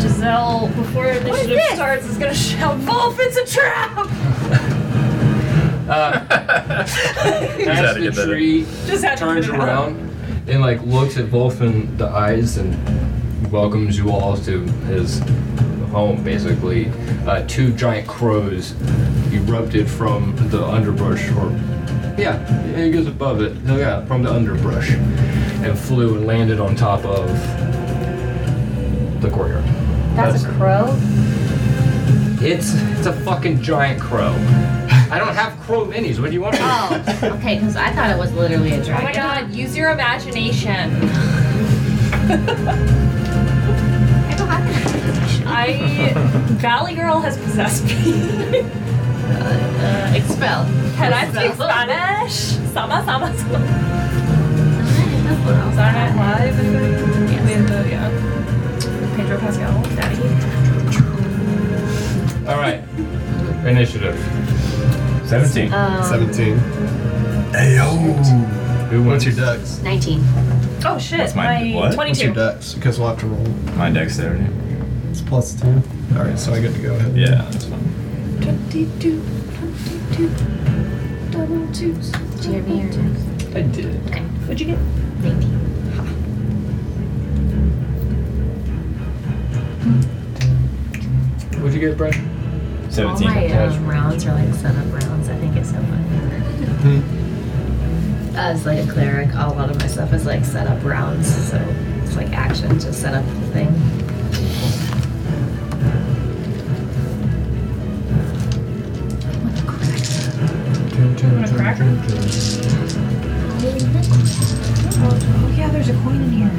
Speaker 3: Giselle, before initiative starts, is gonna shout, Wolf, it's a trap!
Speaker 1: Just had
Speaker 2: As
Speaker 1: to
Speaker 2: the
Speaker 1: get that in.
Speaker 2: tree
Speaker 3: Just had to
Speaker 2: turns
Speaker 3: put it out.
Speaker 2: around and like looks at Wolf in the eyes and welcomes you all to his home, basically. Uh, two giant crows erupted from the underbrush, or yeah, it goes above it. No, yeah, from the underbrush, and flew and landed on top of the courtyard.
Speaker 4: That's a crow?
Speaker 2: It's it's a fucking giant crow. I don't have crow minis. What do you want? From me?
Speaker 4: Oh,
Speaker 1: Um.
Speaker 4: okay, because I thought it was literally a
Speaker 3: Oh my
Speaker 4: dragon.
Speaker 3: god, use your imagination.
Speaker 4: I don't have an imagination.
Speaker 3: I. Valley Girl has possessed me.
Speaker 4: Uh, expel.
Speaker 3: Can I speak
Speaker 4: Expel.
Speaker 3: Spanish? Sama, sama, sama.
Speaker 4: That's what else.
Speaker 3: Saturday Night Live, I think. With, uh, yeah. Pedro Pascal, Daddy.
Speaker 2: All right, initiative.
Speaker 1: 17.
Speaker 4: Um,
Speaker 5: 17. Ayo!
Speaker 2: Who wants
Speaker 5: What's your dex?
Speaker 4: 19.
Speaker 3: Oh shit,
Speaker 1: What's
Speaker 3: my,
Speaker 1: mine? What?
Speaker 5: What's
Speaker 3: 22.
Speaker 5: your dex? Because we'll have to roll.
Speaker 1: My dexterity.
Speaker 5: It's plus two. Alright, so I get to go ahead.
Speaker 1: Yeah, that's fine.
Speaker 3: 22, 22, double twos.
Speaker 4: Did you hear me or
Speaker 2: I did.
Speaker 3: What'd you get?
Speaker 4: 19?
Speaker 2: What'd you get, Brent?
Speaker 3: Oh,
Speaker 1: 17.
Speaker 4: All my
Speaker 3: uh,
Speaker 4: um, rounds are like setup rounds. I think it's so fun. As like a cleric, a lot of my stuff is like setup rounds. So it's like action to set up the thing.
Speaker 3: You want a cracker? Oh, yeah, there's a coin in here.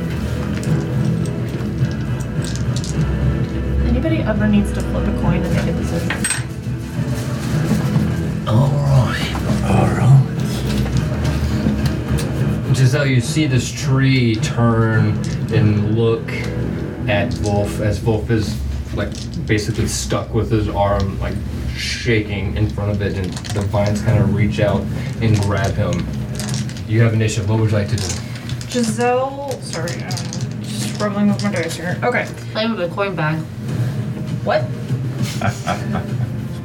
Speaker 3: Anybody ever needs to flip a coin and make a decision?
Speaker 2: Giselle, you see this tree turn and look at Wolf as Wolf is like basically stuck with his arm like shaking in front of it, and the vines kind of reach out and grab him. You have initiative. What would you like to do?
Speaker 3: Giselle, sorry, I'm just rumbling with my dice here. Okay.
Speaker 4: Play with a coin bag.
Speaker 3: What?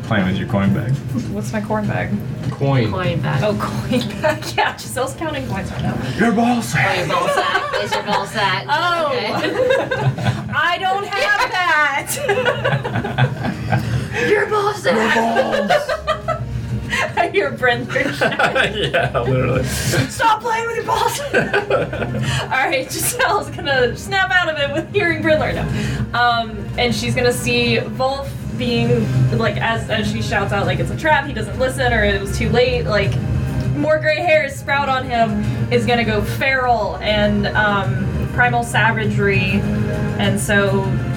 Speaker 1: Playing with your coin bag.
Speaker 3: What's my corn bag?
Speaker 2: Coin.
Speaker 4: Coin bag.
Speaker 3: Oh, coin bag. Yeah, Giselle's counting coins right now.
Speaker 1: Your balls.
Speaker 4: Oh, your ball sack. There's your ball sack.
Speaker 3: Oh!
Speaker 4: Okay.
Speaker 3: I don't have that!
Speaker 4: Your ball sack.
Speaker 3: I hear Brent
Speaker 1: yeah, literally.
Speaker 3: Stop playing with your balls! Alright, Giselle's gonna snap out of it with hearing Brindler now. Um, and she's gonna see Wolf being like as as she shouts out like it's a trap, he doesn't listen or it was too late, like more gray hairs sprout on him, is gonna go feral and um, primal savagery and so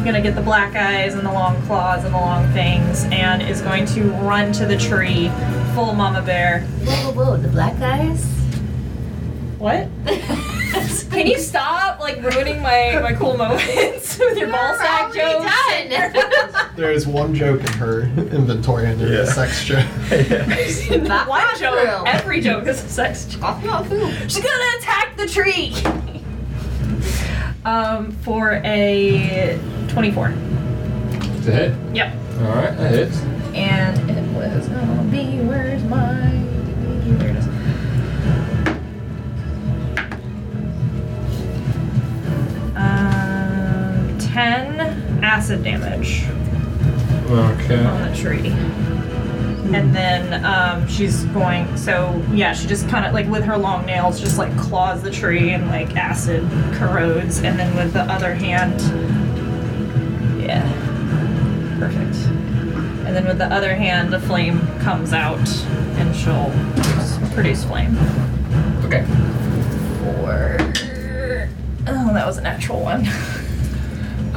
Speaker 3: gonna get the black eyes and the long claws and the long things and is going to run to the tree full mama bear.
Speaker 4: Whoa, whoa, whoa. The black guys?
Speaker 3: What? Can you stop like ruining my my cool moments with your ball sack jokes?
Speaker 5: There is one joke in her inventory and there's
Speaker 1: Yeah.
Speaker 5: a sex joke.
Speaker 4: That
Speaker 3: One
Speaker 4: was
Speaker 3: joke.
Speaker 4: real.
Speaker 3: Every joke is a sex joke. She's gonna attack the tree. um, for a twenty-four.
Speaker 2: It's a hit.
Speaker 3: Yep.
Speaker 2: All right, that hits.
Speaker 3: And it was gonna be where's my there it is. Um, ten acid damage.
Speaker 2: Okay.
Speaker 3: on the tree. And then um, she's going, so yeah, she just kind of like with her long nails just like claws the tree and like acid corrodes. And then with the other hand, yeah, perfect. And then with the other hand, the flame comes out and she'll produce flame.
Speaker 2: Okay.
Speaker 3: Or, oh, that was a natural one.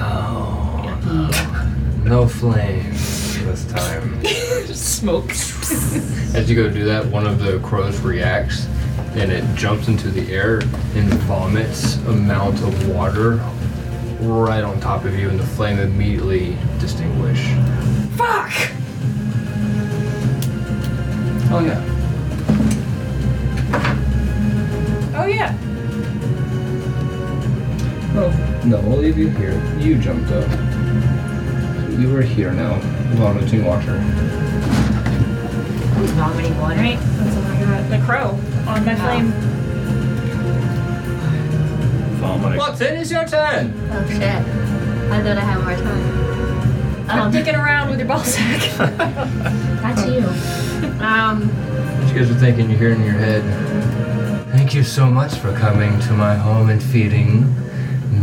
Speaker 2: Oh, no flames this time.
Speaker 3: just smokes.
Speaker 2: As you go to do that, one of the crows reacts and it jumps into the air and vomits a mount of water right on top of you, and the flame immediately distinguish.
Speaker 3: Fuck!
Speaker 2: Oh yeah.
Speaker 3: Oh yeah.
Speaker 2: Oh no, we'll leave you here. You jumped up. You were here now, vomiting water.
Speaker 4: Who's vomiting water?
Speaker 3: Alright, that's all I got. The crow on my flame.
Speaker 1: Vomiting.
Speaker 2: Watson, it's your turn.
Speaker 4: Oh shit. I thought I had more time.
Speaker 3: Quit Um, dicking around with your ball sack.
Speaker 4: That's you.
Speaker 3: Um,
Speaker 2: What you guys are thinking, you hear in your head. Thank you so much for coming to my home and feeding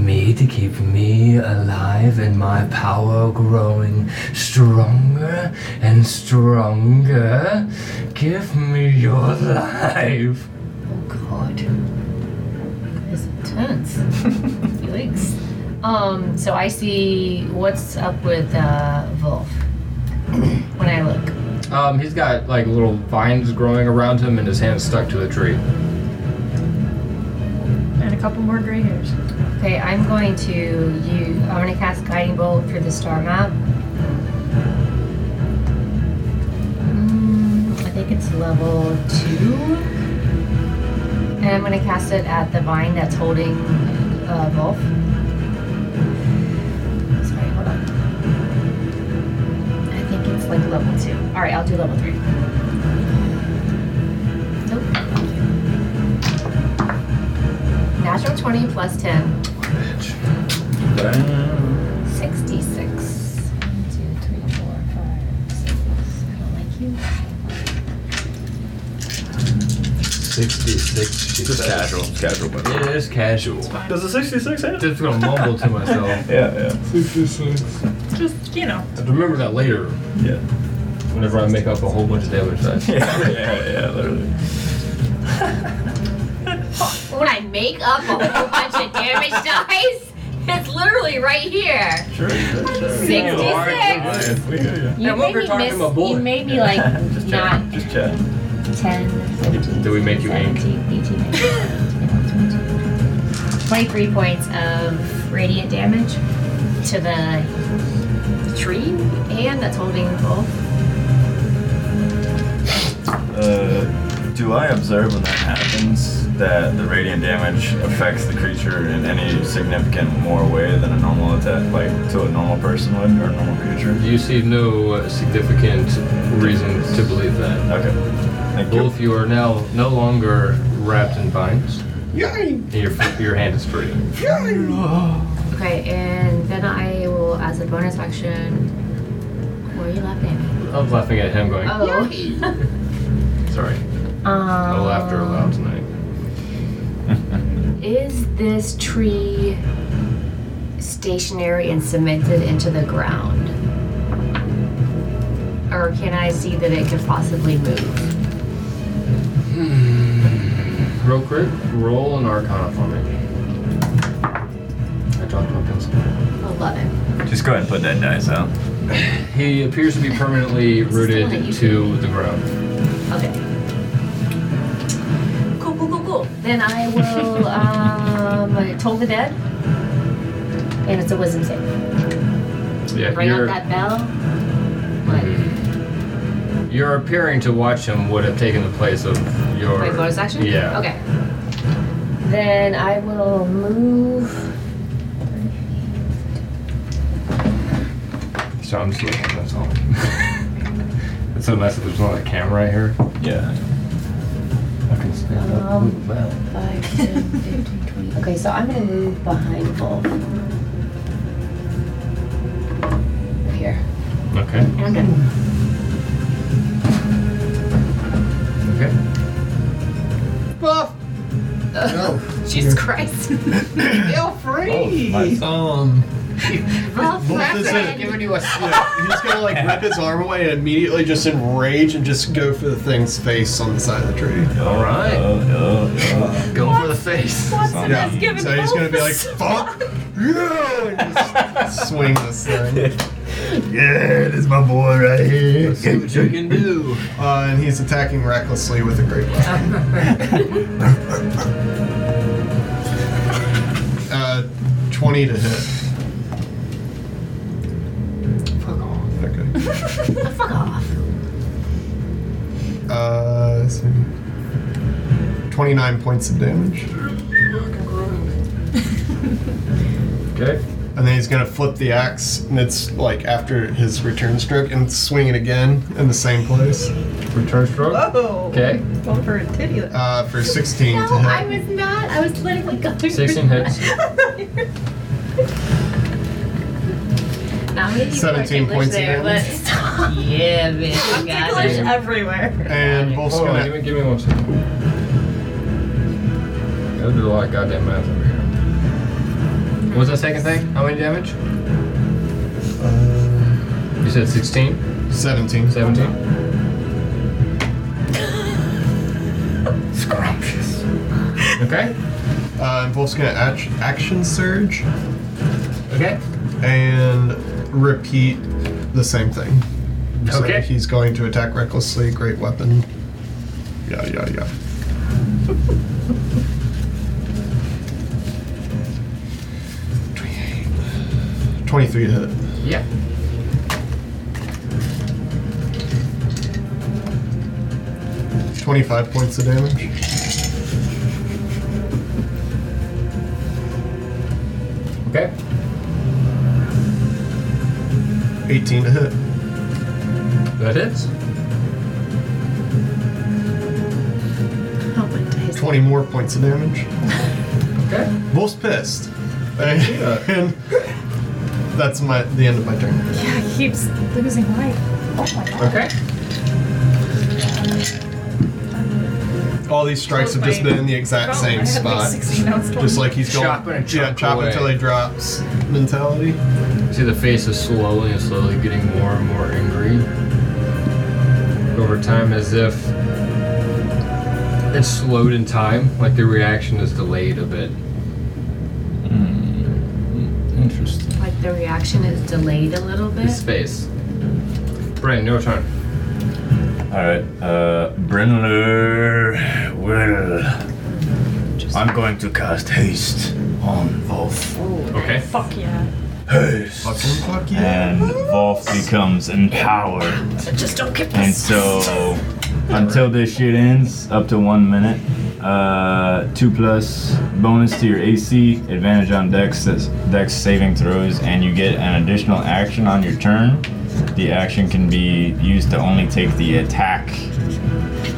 Speaker 2: me to keep me alive and my power growing stronger and stronger. Give me your life.
Speaker 4: Oh god. This is intense. Yikes. Um, so I see what's up with uh Wolf when I look.
Speaker 2: Um, he's got like little vines growing around him and his hand's stuck to a tree.
Speaker 3: and a couple more gray hairs.
Speaker 4: Okay, I'm going to use I'm gonna cast guiding bolt through the star map. Mm, I think it's level two. And I'm gonna cast it at the vine that's holding uh, Wolf. Sorry, hold on. I think it's like level two. All right, I'll do level three. Nope. Natural 20 plus 10. 66.
Speaker 14: One, two, three, four, five, six. I don't like you.
Speaker 2: 66.
Speaker 1: Just casual. It's casual, but.
Speaker 2: It is casual.
Speaker 1: Does the 66 hit?
Speaker 2: Just gonna mumble to myself.
Speaker 1: Yeah, yeah.
Speaker 3: Just, you know.
Speaker 2: I have to remember that later
Speaker 1: Yeah.
Speaker 2: whenever I make up a whole bunch of damage dice.
Speaker 1: Yeah, yeah, yeah, literally.
Speaker 4: When I make up a whole bunch of damage dice, it's literally right here.
Speaker 1: Sure.
Speaker 4: Sixty-six.
Speaker 1: We hear you.
Speaker 4: You
Speaker 2: And what
Speaker 4: made
Speaker 2: we're
Speaker 4: me
Speaker 2: talking
Speaker 4: miss.
Speaker 2: about bullet.
Speaker 4: You made me like
Speaker 1: just
Speaker 4: not
Speaker 1: chat. Just chat.
Speaker 14: 10, 15,
Speaker 2: Did we make you ink?
Speaker 14: 17, 18, 19, 20, 22.
Speaker 4: 23 points of radiant damage to the tree and that's holding both.
Speaker 1: Uh, do I observe when that happens that the radiant damage affects the creature in any significant more way than a normal attack, like to a normal person would or a normal creature?
Speaker 2: You see no uh, significant reason to believe that.
Speaker 1: Okay. Thank you.
Speaker 2: Both you are now no longer wrapped in vines. And Your, your hand is free.
Speaker 4: Okay, and then I will, as a bonus action, where are you laughing at me?
Speaker 2: I was laughing at him going,
Speaker 4: Oh. Um,
Speaker 2: sorry. No laughter allowed tonight.
Speaker 4: Is this tree stationary and cemented into the ground? Or can I see that it could possibly move?
Speaker 2: Real quick, roll an arcana for me. I dropped my pencil.
Speaker 4: Oh, 11.
Speaker 1: Just go ahead and put that dice out.
Speaker 2: He appears to be permanently
Speaker 4: Still
Speaker 2: rooted
Speaker 4: not
Speaker 2: to the ground.
Speaker 4: Okay. Cool, cool, cool, cool. Then I will um, toll the dead. And it's a wisdom save.
Speaker 2: Yeah,
Speaker 4: Bring out
Speaker 2: you're-
Speaker 4: that bell.
Speaker 5: Mm-hmm.
Speaker 4: What?
Speaker 2: Your Mm-hmm. appearing to watch him would have taken the place of your.
Speaker 4: My bonus action?
Speaker 2: Yeah.
Speaker 4: Okay. Then I will move.
Speaker 2: So I'm just looking. That's all. it's so nice that there's not a camera right here.
Speaker 1: Yeah.
Speaker 2: I can stand up.
Speaker 4: Um,
Speaker 2: move out.
Speaker 14: 5, 10, 15, 20.
Speaker 4: Okay, so I'm gonna move behind Wolf. Here.
Speaker 2: Okay.
Speaker 4: And I'm gonna
Speaker 5: Mm-hmm.
Speaker 2: Okay.
Speaker 4: Jesus Christ.
Speaker 15: Feel free. um,
Speaker 4: Well,
Speaker 5: Wolf is in. He's gonna like rip his arm away and immediately just enrage and just go for the thing's face on the side of the tree.
Speaker 2: All right.
Speaker 1: Oh, oh,
Speaker 2: Go for the face.
Speaker 3: What's
Speaker 1: Sounds-
Speaker 3: in this
Speaker 1: Yeah.
Speaker 3: given
Speaker 5: So he's gonna be like,
Speaker 3: pulse?
Speaker 5: fuck you! And just swing this thing.
Speaker 1: oh. Yeah, this my boy right here.
Speaker 2: See what you can do.
Speaker 5: Uh, and he's attacking recklessly with a great weapon. uh, 20 to hit.
Speaker 2: Fuck off.
Speaker 5: Okay.
Speaker 4: fuck off.
Speaker 5: Uh, let's see. 29 points of damage.
Speaker 2: Okay.
Speaker 5: And then he's gonna flip the axe, and it's like after his return stroke, and swing it again in the same place
Speaker 2: Return stroke.
Speaker 3: Oh.
Speaker 2: Okay.
Speaker 3: Going for a titty. then.
Speaker 5: uh, for 16
Speaker 4: No,
Speaker 5: to hit.
Speaker 4: I was not. I was
Speaker 1: Uh,
Speaker 4: literally going.
Speaker 2: 16 hits.
Speaker 4: Uh, I'm gonna use more
Speaker 5: 17
Speaker 4: ticklish
Speaker 5: points of
Speaker 4: there, but
Speaker 5: damage.
Speaker 4: stop. Yeah, bitch. You got
Speaker 3: Ticklish
Speaker 4: it.
Speaker 3: everywhere.
Speaker 5: And Wolf's
Speaker 2: Hold on, give
Speaker 5: gonna.
Speaker 2: me, give me one second. Gotta do a lot of goddamn math over here. What was that second thing? How many damage?
Speaker 5: Uh,
Speaker 2: You said 16?
Speaker 5: 17.
Speaker 2: 17?
Speaker 5: Scrumptious.
Speaker 2: Okay.
Speaker 5: Uh, and Wolf's gonna act- action surge
Speaker 2: Okay.
Speaker 5: and repeat the same thing.
Speaker 2: Okay.
Speaker 5: So he's going to attack recklessly, great weapon. Yeah, yeah, yeah. Twenty-three to hit.
Speaker 2: Yeah.
Speaker 5: Twenty-five points of damage.
Speaker 2: Okay.
Speaker 5: Eighteen to hit.
Speaker 2: That hits.
Speaker 4: Oh, my dice.
Speaker 5: Twenty more points of damage.
Speaker 2: Okay.
Speaker 5: Wolf's pissed. And that's my the end of my turn.
Speaker 3: Yeah, he keeps losing life.
Speaker 2: Okay.
Speaker 5: All these strikes have just been in the exact
Speaker 3: Oh, I had
Speaker 5: same
Speaker 3: Like
Speaker 5: spot.
Speaker 3: 16, now it's 20.
Speaker 5: Just like he's going,
Speaker 2: Chop and chunk
Speaker 5: yeah, chop
Speaker 2: away.
Speaker 5: until he drops mentality.
Speaker 2: See the face is slowly and slowly getting more and more angry over time as if it's slowed in time, like the reaction is delayed a bit.
Speaker 1: Hmm. Interesting.
Speaker 4: Like the reaction is delayed a little
Speaker 2: His
Speaker 4: bit.
Speaker 2: face. Brian, your turn.
Speaker 1: Alright, uh, Brindler will. I'm going to cast haste on Wolf.
Speaker 2: Okay.
Speaker 3: Fuck yeah.
Speaker 1: Haste!
Speaker 5: fuck
Speaker 1: And Wolf becomes empowered.
Speaker 3: Just don't get
Speaker 1: And
Speaker 3: this.
Speaker 1: so, until this shit ends, up to one minute, uh, two plus bonus to your AC, advantage on dex, dex saving throws, and you get an additional action on your turn. The action can be used to only take the attack,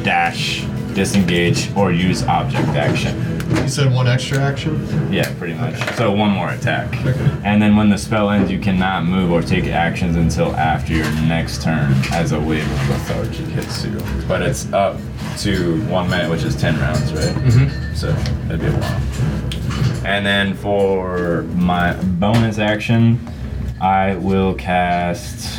Speaker 1: dash, disengage, or use object action.
Speaker 5: You said one extra action.
Speaker 1: Yeah, pretty much. So one more attack.
Speaker 5: Okay.
Speaker 1: And then when the spell ends, you cannot move or take actions until after your next turn as a wave of lethargy hits you. But it's up to one minute, which is 10 rounds, right? Mm-hmm. So that'd be a while. And then for my bonus action, I will cast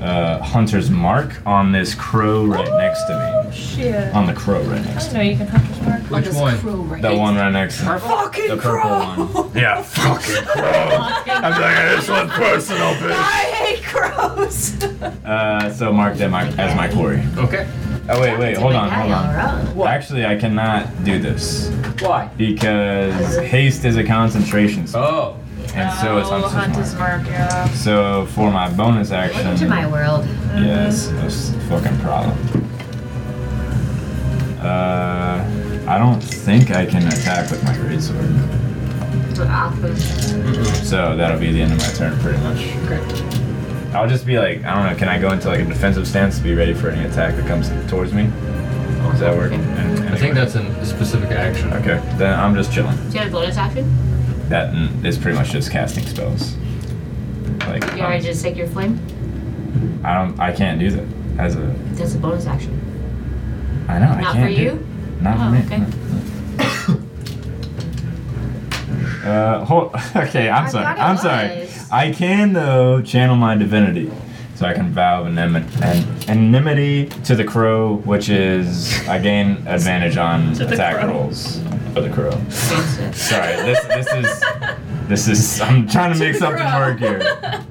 Speaker 1: uh, Hunter's Mark on this crow right next to me.
Speaker 3: Shit.
Speaker 1: On the crow right next to me.
Speaker 3: No, you can hunter's mark.
Speaker 2: Which one?
Speaker 1: The one right next to me.
Speaker 3: Fucking
Speaker 1: The purple one. Yeah, fucking crow. I'm like, this one personal, bitch.
Speaker 3: I hate crows.
Speaker 1: Uh, so mark that my, as my quarry.
Speaker 2: Okay.
Speaker 1: Oh, wait, wait, hold on,
Speaker 4: Now
Speaker 1: hold
Speaker 4: y'all
Speaker 1: on.
Speaker 4: are up.
Speaker 1: Actually, I cannot do this
Speaker 2: Why?
Speaker 1: because haste is a concentration spell,
Speaker 2: Oh.
Speaker 1: and so is
Speaker 3: oh,
Speaker 1: hunter's
Speaker 3: hunter's
Speaker 1: mark.
Speaker 3: mark. Yeah.
Speaker 1: So for my bonus
Speaker 4: Welcome to
Speaker 1: action,
Speaker 4: my world.
Speaker 1: yes, that's a fucking problem. Uh, I don't think I can attack with my greatsword.
Speaker 4: But Awesome.
Speaker 1: So that'll be the end of my turn, pretty much. I'll just be like, I don't know, can I go into like a defensive stance to be ready for any attack that comes towards me? Does that work?
Speaker 2: I think that's a specific action.
Speaker 1: Okay, then I'm just chilling.
Speaker 4: Do you have a bonus action?
Speaker 1: That mm, is pretty much just casting spells. Like, um,
Speaker 4: You already just take your flame?
Speaker 1: I don't, I can't do that as a.
Speaker 4: That's a bonus action.
Speaker 1: I know, I
Speaker 4: Not
Speaker 1: can't.
Speaker 4: for
Speaker 1: do
Speaker 4: you?
Speaker 1: it. Not
Speaker 4: Oh,
Speaker 1: for me.
Speaker 4: okay.
Speaker 1: no. Uh, hold, okay, I'm
Speaker 4: I
Speaker 1: sorry.
Speaker 4: thought it
Speaker 1: I'm sorry.
Speaker 4: was.
Speaker 1: I can though channel my divinity, so I can vow anim- an enmity to the crow, which is I gain advantage on attack rolls for the crow. Sorry, this this is this is I'm trying to, make
Speaker 3: the
Speaker 1: something
Speaker 3: crow.
Speaker 1: work here.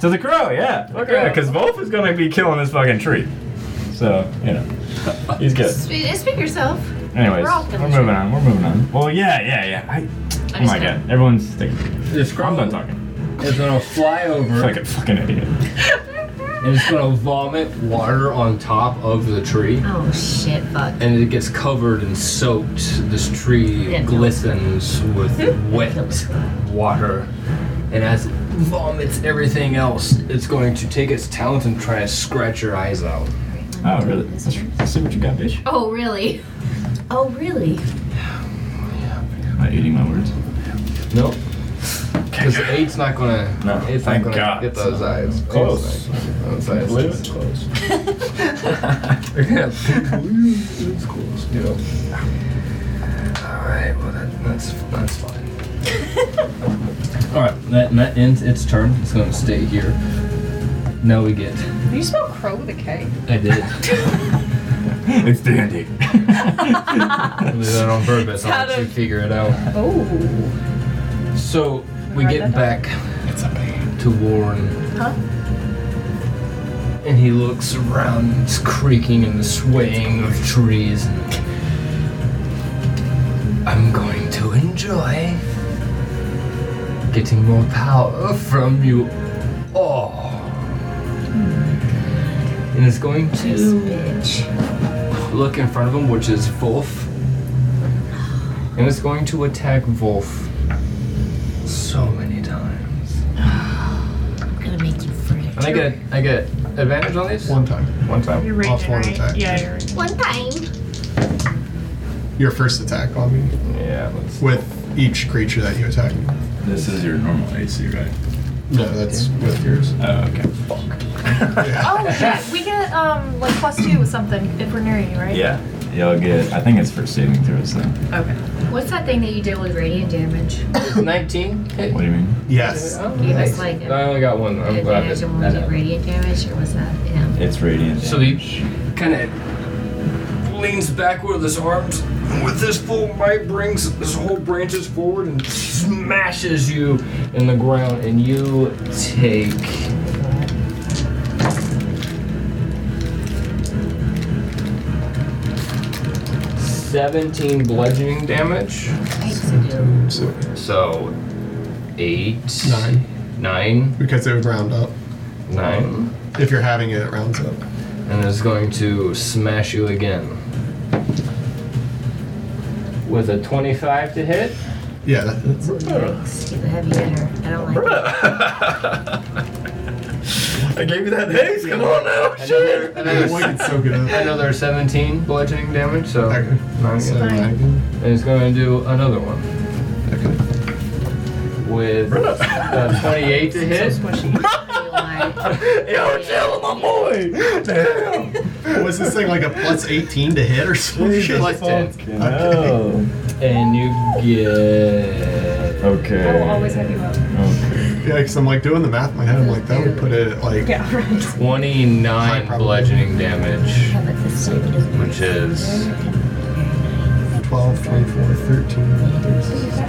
Speaker 1: to the crow, yeah.
Speaker 3: crow.
Speaker 1: Okay, because Wolf is gonna be killing this fucking tree. So you know, he's good.
Speaker 4: Speak, eh, speak yourself.
Speaker 1: Anyways,
Speaker 4: We're all
Speaker 1: we're,
Speaker 4: killing
Speaker 1: moving on. We're moving on. Well, yeah, yeah, yeah. I, oh
Speaker 4: just
Speaker 1: my
Speaker 4: kidding.
Speaker 1: god, everyone's thinking.
Speaker 2: This
Speaker 1: I'm
Speaker 2: crow
Speaker 1: done talking.
Speaker 2: is gonna fly over
Speaker 1: It's like a fucking idiot.
Speaker 2: and it's gonna vomit water on top of the tree.
Speaker 4: Oh shit, fuck.
Speaker 2: and it gets covered and soaked. This tree
Speaker 4: Yeah.
Speaker 2: glistens with wet water, and as it vomits everything else, it's going to take its talons and try to scratch your eyes out.
Speaker 1: Oh, really? Let's see what you got, bitch.
Speaker 4: Oh really? Oh really?
Speaker 1: Am I eating my words?
Speaker 2: Nope. Because eight's not gonna.
Speaker 1: No,
Speaker 2: eight's
Speaker 1: thank
Speaker 2: not gonna
Speaker 1: God.
Speaker 2: get those eyes.
Speaker 1: Close.
Speaker 2: Eight's not gonna get Those eyes.
Speaker 1: Believe it? Close.
Speaker 2: Yeah, it's close. You know. All right. Well, that, that's that's fine. All right. That that ends its turn. It's gonna stay here. Now we get.
Speaker 3: You spell crow with a K.
Speaker 2: I did.
Speaker 1: it's dandy.
Speaker 2: I did that on purpose. I'll
Speaker 3: How
Speaker 2: let you
Speaker 3: to-
Speaker 2: figure it out.
Speaker 3: Oh.
Speaker 2: So we
Speaker 3: Write
Speaker 2: get
Speaker 3: that down.
Speaker 2: back to Warren.
Speaker 3: Huh?
Speaker 2: and he looks around this creaking and the swaying of trees and i'm going to enjoy getting more power from you all and it's going to look in front of him which is wolf and it's going to attack wolf so many times
Speaker 16: I'm gonna make you
Speaker 2: and i
Speaker 16: free.
Speaker 2: get i get advantage on these
Speaker 5: One time.
Speaker 2: one time
Speaker 5: You're Off one attack.
Speaker 3: Yeah, you're right.
Speaker 16: One time.
Speaker 5: Your first attack on me
Speaker 1: Yeah, let's.
Speaker 5: with each creature that you attack.
Speaker 1: This is your normal AC, right?
Speaker 5: No, that's with yours.
Speaker 1: Oh, okay.
Speaker 3: Oh, shit. We get, um, like plus two with something if we're near you, right?
Speaker 1: Yeah. You'll get. I think it's for saving throws, though.
Speaker 3: Okay.
Speaker 4: What's that thing that you did with radiant damage?
Speaker 2: 19 hit.
Speaker 1: What do you mean?
Speaker 5: Yes.
Speaker 2: Oh,
Speaker 4: Gave
Speaker 2: nice.
Speaker 4: us like
Speaker 2: I
Speaker 4: an
Speaker 2: only got one. I'm glad I
Speaker 4: advantage
Speaker 2: did
Speaker 4: and we did
Speaker 2: that.
Speaker 4: radiant damage, or was that him?
Speaker 1: It's radiant.
Speaker 2: So he kind of leans backward with his arms. With his full might, brings his whole branches forward and smashes you in the ground, and you take. Seventeen bludgeoning damage.
Speaker 5: So,
Speaker 2: So, eight,
Speaker 5: Nine.
Speaker 2: nine,
Speaker 5: because it would round up.
Speaker 2: nine.
Speaker 5: If you're having it, it rounds up.
Speaker 2: and is going to smash you again. With a 25 to hit.
Speaker 5: Yeah, that, that's.
Speaker 4: Yikes, He's a heavy hitter. I don't like it.
Speaker 1: I gave you that haze. Come on now,
Speaker 2: Another,
Speaker 5: Boy,
Speaker 2: another,
Speaker 5: it's so good.
Speaker 2: another 17 bludgeoning damage, so.
Speaker 5: Okay.
Speaker 2: Nine,
Speaker 5: So,
Speaker 2: yeah.
Speaker 5: nine again.
Speaker 2: And it's going to do another one. With a 28 to hit.
Speaker 4: You are-
Speaker 1: Yo, chill, my boy. Damn.
Speaker 5: Was this thing like a plus 18 to hit or something?
Speaker 2: Plus 10.
Speaker 1: No.
Speaker 2: And you get.
Speaker 1: Okay.
Speaker 3: I will always have you up.
Speaker 1: Okay.
Speaker 5: Yeah, because I'm like doing the math in my head. I'm like, that would put it at like.
Speaker 3: Yeah, right.
Speaker 2: 29
Speaker 5: High probability.
Speaker 2: bludgeoning damage,
Speaker 16: But this time it doesn't work.
Speaker 2: which is
Speaker 5: 12, 24,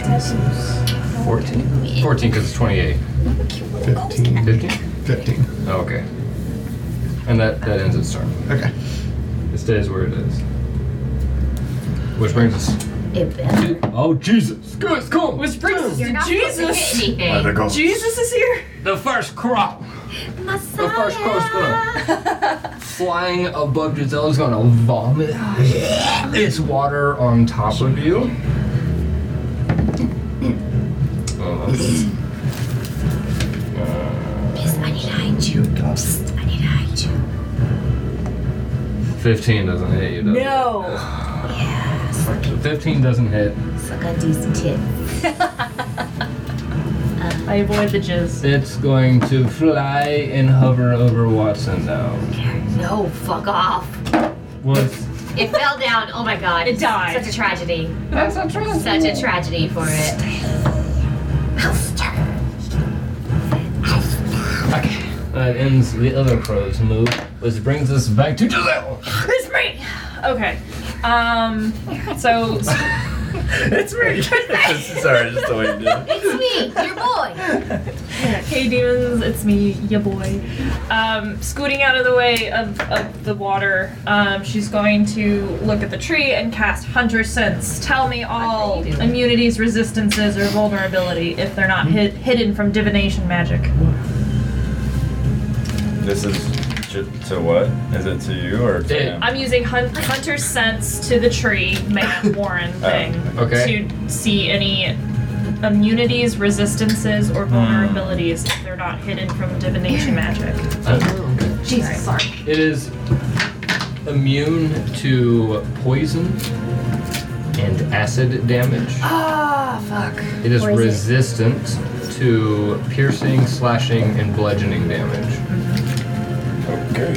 Speaker 5: 13,
Speaker 2: 14. 14 because it's 28.
Speaker 5: 15,
Speaker 2: 15?
Speaker 5: 15.
Speaker 2: Oh, okay. And that, that ends its turn.
Speaker 5: Okay.
Speaker 2: It stays where it is. Which brings us.
Speaker 16: It better.
Speaker 2: Oh, Jesus! Good, come
Speaker 3: Which brings us
Speaker 4: You're
Speaker 3: to
Speaker 4: not
Speaker 3: Jesus.
Speaker 4: supposed to hit anything.
Speaker 1: go.
Speaker 3: Jesus is here.
Speaker 2: The first crop! The first crow's gonna. flying above Giselle is gonna vomit its water on top of you. Oh, that's-
Speaker 16: Miss, I need to hide you. Psst, I need to hide you.
Speaker 2: 15 doesn't hit you, does it?
Speaker 3: No.
Speaker 16: Suck,
Speaker 2: 15 doesn't hit.
Speaker 16: suck a decent hit.
Speaker 3: I avoid the jizz.
Speaker 2: It's going to fly and hover over Watson now.
Speaker 4: No, fuck off.
Speaker 2: Was
Speaker 4: It fell down. Oh my god.
Speaker 3: It died.
Speaker 4: Such a tragedy.
Speaker 2: that's not true.
Speaker 4: Such a tragedy for it.
Speaker 2: Okay. That ends the other crow's move, which brings us back to Giselle.
Speaker 3: It's me. Okay. Um. So. it's me.
Speaker 1: Sorry, just the way you did it.
Speaker 4: It's me, your boy.
Speaker 3: hey demons, it's me, ya boy. Um, scooting out of the way of, of the water, um, she's going to look at the tree and cast Hunter Sense. Tell me all immunities, resistances, or vulnerability if they're not hid, hidden from divination magic.
Speaker 1: This is ju- to what? Is it to you or to
Speaker 2: It-
Speaker 1: him?
Speaker 3: I'm using hun- Hunter Sense to the tree, man, Warren
Speaker 5: Oh,
Speaker 3: thing,
Speaker 2: Okay.
Speaker 3: to see any immunities, resistances,
Speaker 5: Hmm.
Speaker 3: or vulnerabilities if they're not hidden from divination magic. Jesus, sorry.
Speaker 2: It is immune to poison and acid damage.
Speaker 4: Oh, fuck.
Speaker 2: It is
Speaker 4: Poison.
Speaker 2: resistant to piercing, slashing, and bludgeoning damage.
Speaker 1: Okay.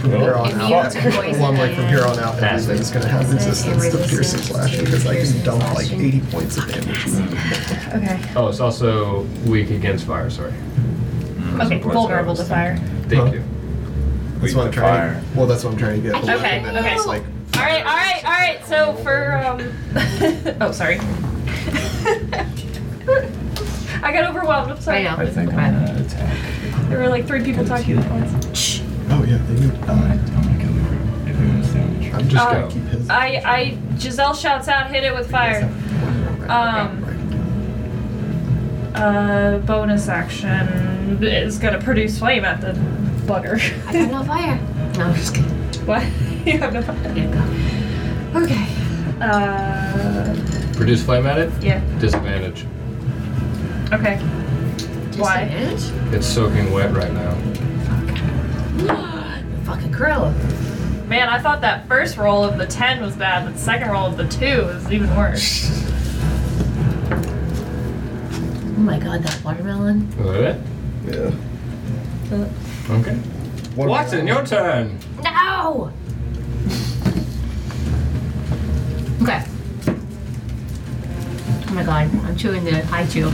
Speaker 5: From here on
Speaker 4: If you
Speaker 5: out,
Speaker 4: took poison
Speaker 5: one way from here on out,
Speaker 2: and-
Speaker 5: everything's gonna have resistance to piercing slash because I can dump like 80 points of damage.
Speaker 3: Okay.
Speaker 2: Oh, it's also weak against fire, sorry.
Speaker 1: Mm,
Speaker 3: Okay, vulnerable to fire.
Speaker 2: Thank
Speaker 5: Huh?
Speaker 2: you.
Speaker 5: That's what I'm
Speaker 1: to
Speaker 5: trying.
Speaker 1: fire.
Speaker 5: Well, that's what I'm trying to get. the
Speaker 3: Okay,
Speaker 5: weapon that
Speaker 3: okay.
Speaker 5: has, Like,
Speaker 3: All right, all right, all right. So for um, oh sorry, I got overwhelmed. I'm
Speaker 4: I
Speaker 3: sorry.
Speaker 4: know.
Speaker 1: I think I'm gonna attack.
Speaker 3: There were like three people talking at once.
Speaker 5: oh yeah, they need to die.
Speaker 1: I'm gonna kill the if it was damage.
Speaker 5: I'm just
Speaker 3: Uh,
Speaker 5: gonna keep his.
Speaker 3: I I Giselle shouts out, hit it with fire. Um, uh, bonus action is gonna produce flame at the bugger.
Speaker 4: I got no fire. No, I'm just kidding.
Speaker 3: what? you have no.
Speaker 4: Yeah, go.
Speaker 3: Okay. Uh,
Speaker 2: Produce flame at it,
Speaker 3: yeah.
Speaker 2: disadvantage.
Speaker 3: Okay. Why?
Speaker 4: Disadvantage?
Speaker 2: It's soaking wet right now.
Speaker 4: Fucking Cruella.
Speaker 3: Man, I thought that first roll of the 10 was bad, but the second roll of the 2 is even worse.
Speaker 4: Oh my god, that watermelon.
Speaker 2: What?
Speaker 5: yeah.
Speaker 2: Okay.
Speaker 5: What-
Speaker 2: Watson, your turn.
Speaker 4: No! Okay. Oh my god, I'm chewing the I chew.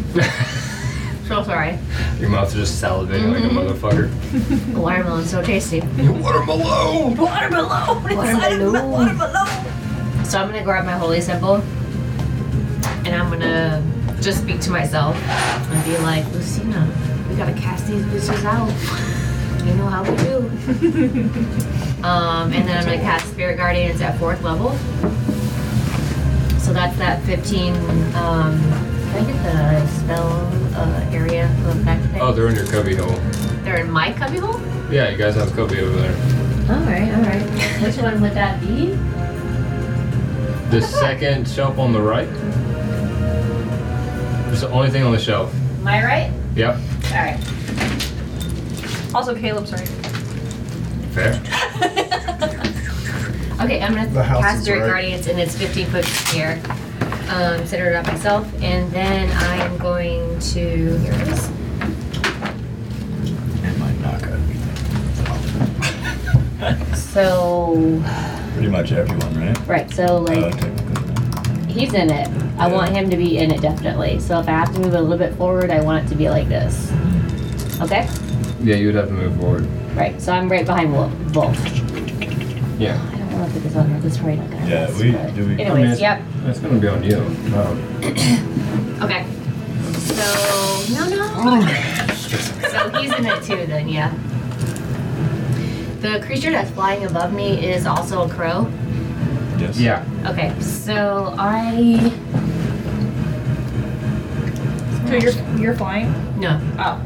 Speaker 4: So sorry.
Speaker 2: Your mouth's just salivating like a motherfucker.
Speaker 4: The watermelon's so tasty.
Speaker 2: You watermelon.
Speaker 3: Watermelon! Inside of my
Speaker 4: Watermelon.
Speaker 3: watermelon!
Speaker 4: So I'm gonna grab my holy symbol and I'm gonna just speak to myself and be like, Lucina, we gotta cast these bitches out. You know how we do. um, and then I'm gonna cast Spirit Guardians at fourth level. So that's that 15. Um, can I get the spell uh, area of effect thing?
Speaker 2: Oh, they're in your cubbyhole.
Speaker 4: They're in my cubbyhole?
Speaker 2: Yeah, you guys have a cubby over there.
Speaker 4: Alright, alright. Which one would that be?
Speaker 2: The second shelf on the right. It's the only thing on the shelf.
Speaker 4: Am I right?
Speaker 2: Yep.
Speaker 4: Alright.
Speaker 3: Also, Caleb's right.
Speaker 2: Fair.
Speaker 4: Okay, I'm gonna
Speaker 5: The house
Speaker 4: cast
Speaker 5: is
Speaker 4: Spirit
Speaker 5: right.
Speaker 4: Guardians and it's 15 foot here. Um, center it up myself, and then I am going to. Here it is.
Speaker 1: It might knock out.
Speaker 4: So,
Speaker 1: Pretty much everyone, right?
Speaker 17: Right, so
Speaker 1: Oh,
Speaker 17: like
Speaker 1: technically.
Speaker 17: he's in it. I
Speaker 1: Yeah.
Speaker 17: want him to be in it definitely. So if I have to move it a little bit forward, I want it to be like this. Okay?
Speaker 2: Yeah, you would have to move forward.
Speaker 17: Right, so I'm right behind Wolf. Wolf.
Speaker 2: Yeah.
Speaker 17: I don't want to put this on here. This is probably not gonna.
Speaker 1: Yeah,
Speaker 17: last,
Speaker 1: we
Speaker 17: but-
Speaker 1: do. We, I mean,
Speaker 17: Anyways,
Speaker 1: it's-
Speaker 17: yep.
Speaker 2: That's gonna be on you. Oh.
Speaker 4: okay. So, no, no. so he's in it too, then, yeah. The creature that's flying above me is also a crow.
Speaker 1: Yes.
Speaker 2: Yeah.
Speaker 4: Okay, so I.
Speaker 3: So you're, you're flying?
Speaker 4: No,
Speaker 3: Oh.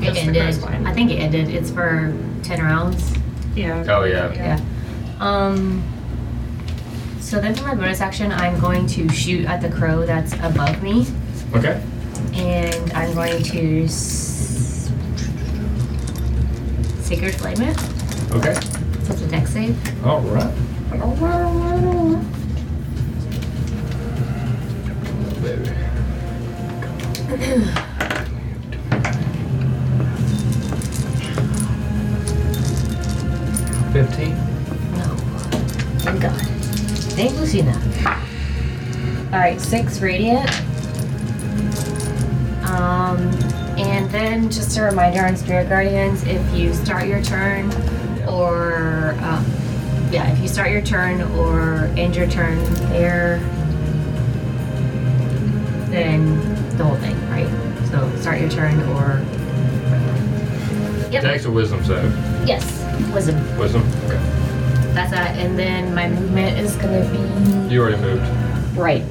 Speaker 4: it
Speaker 3: Just the
Speaker 4: ended.
Speaker 3: crow's flying.
Speaker 4: I think it ended. It's for 10 rounds.
Speaker 3: Yeah.
Speaker 2: Oh yeah.
Speaker 4: Yeah. Um. So then, for my bonus action, I'm going to shoot at the crow that's above me,
Speaker 2: Okay.
Speaker 4: and I'm going to s- sacred flame it.
Speaker 2: Okay.
Speaker 4: So it's a dex save.
Speaker 2: All right. Baby. Fifteen.
Speaker 4: No. Thank God. Thank Lucina. All right, six radiant. Um, and then just a reminder on Spirit Guardians: if you start your turn, or um, yeah, if you start your turn or end your turn there, then the whole thing, right? So start your turn or
Speaker 2: Dex or wisdom save.
Speaker 4: yes, wisdom.
Speaker 2: Wisdom. Okay.
Speaker 4: That's that. And then my movement is gonna be
Speaker 2: You already moved.
Speaker 17: Right.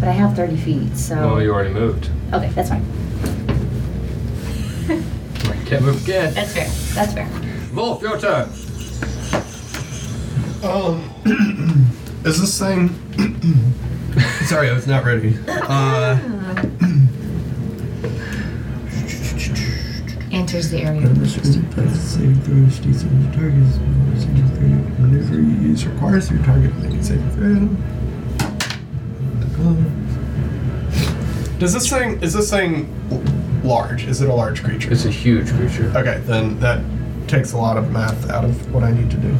Speaker 17: But I have 30 feet,
Speaker 2: Well,
Speaker 17: so.
Speaker 2: you already moved.
Speaker 17: Okay, that's fine.
Speaker 2: Can't move again.
Speaker 4: That's fair. That's fair.
Speaker 2: Wolf, your turn.
Speaker 5: Um, is this thing? Sorry, I was not ready. Uh,
Speaker 4: Enters the area.
Speaker 5: saving throws, DC on the target's saving throw. Maneuver you use requires your target to make a saving throw. Does this thing is this thing l- large? Is it a large creature?
Speaker 2: It's a huge creature.
Speaker 5: Okay, then that takes a lot of math out of what I need to do.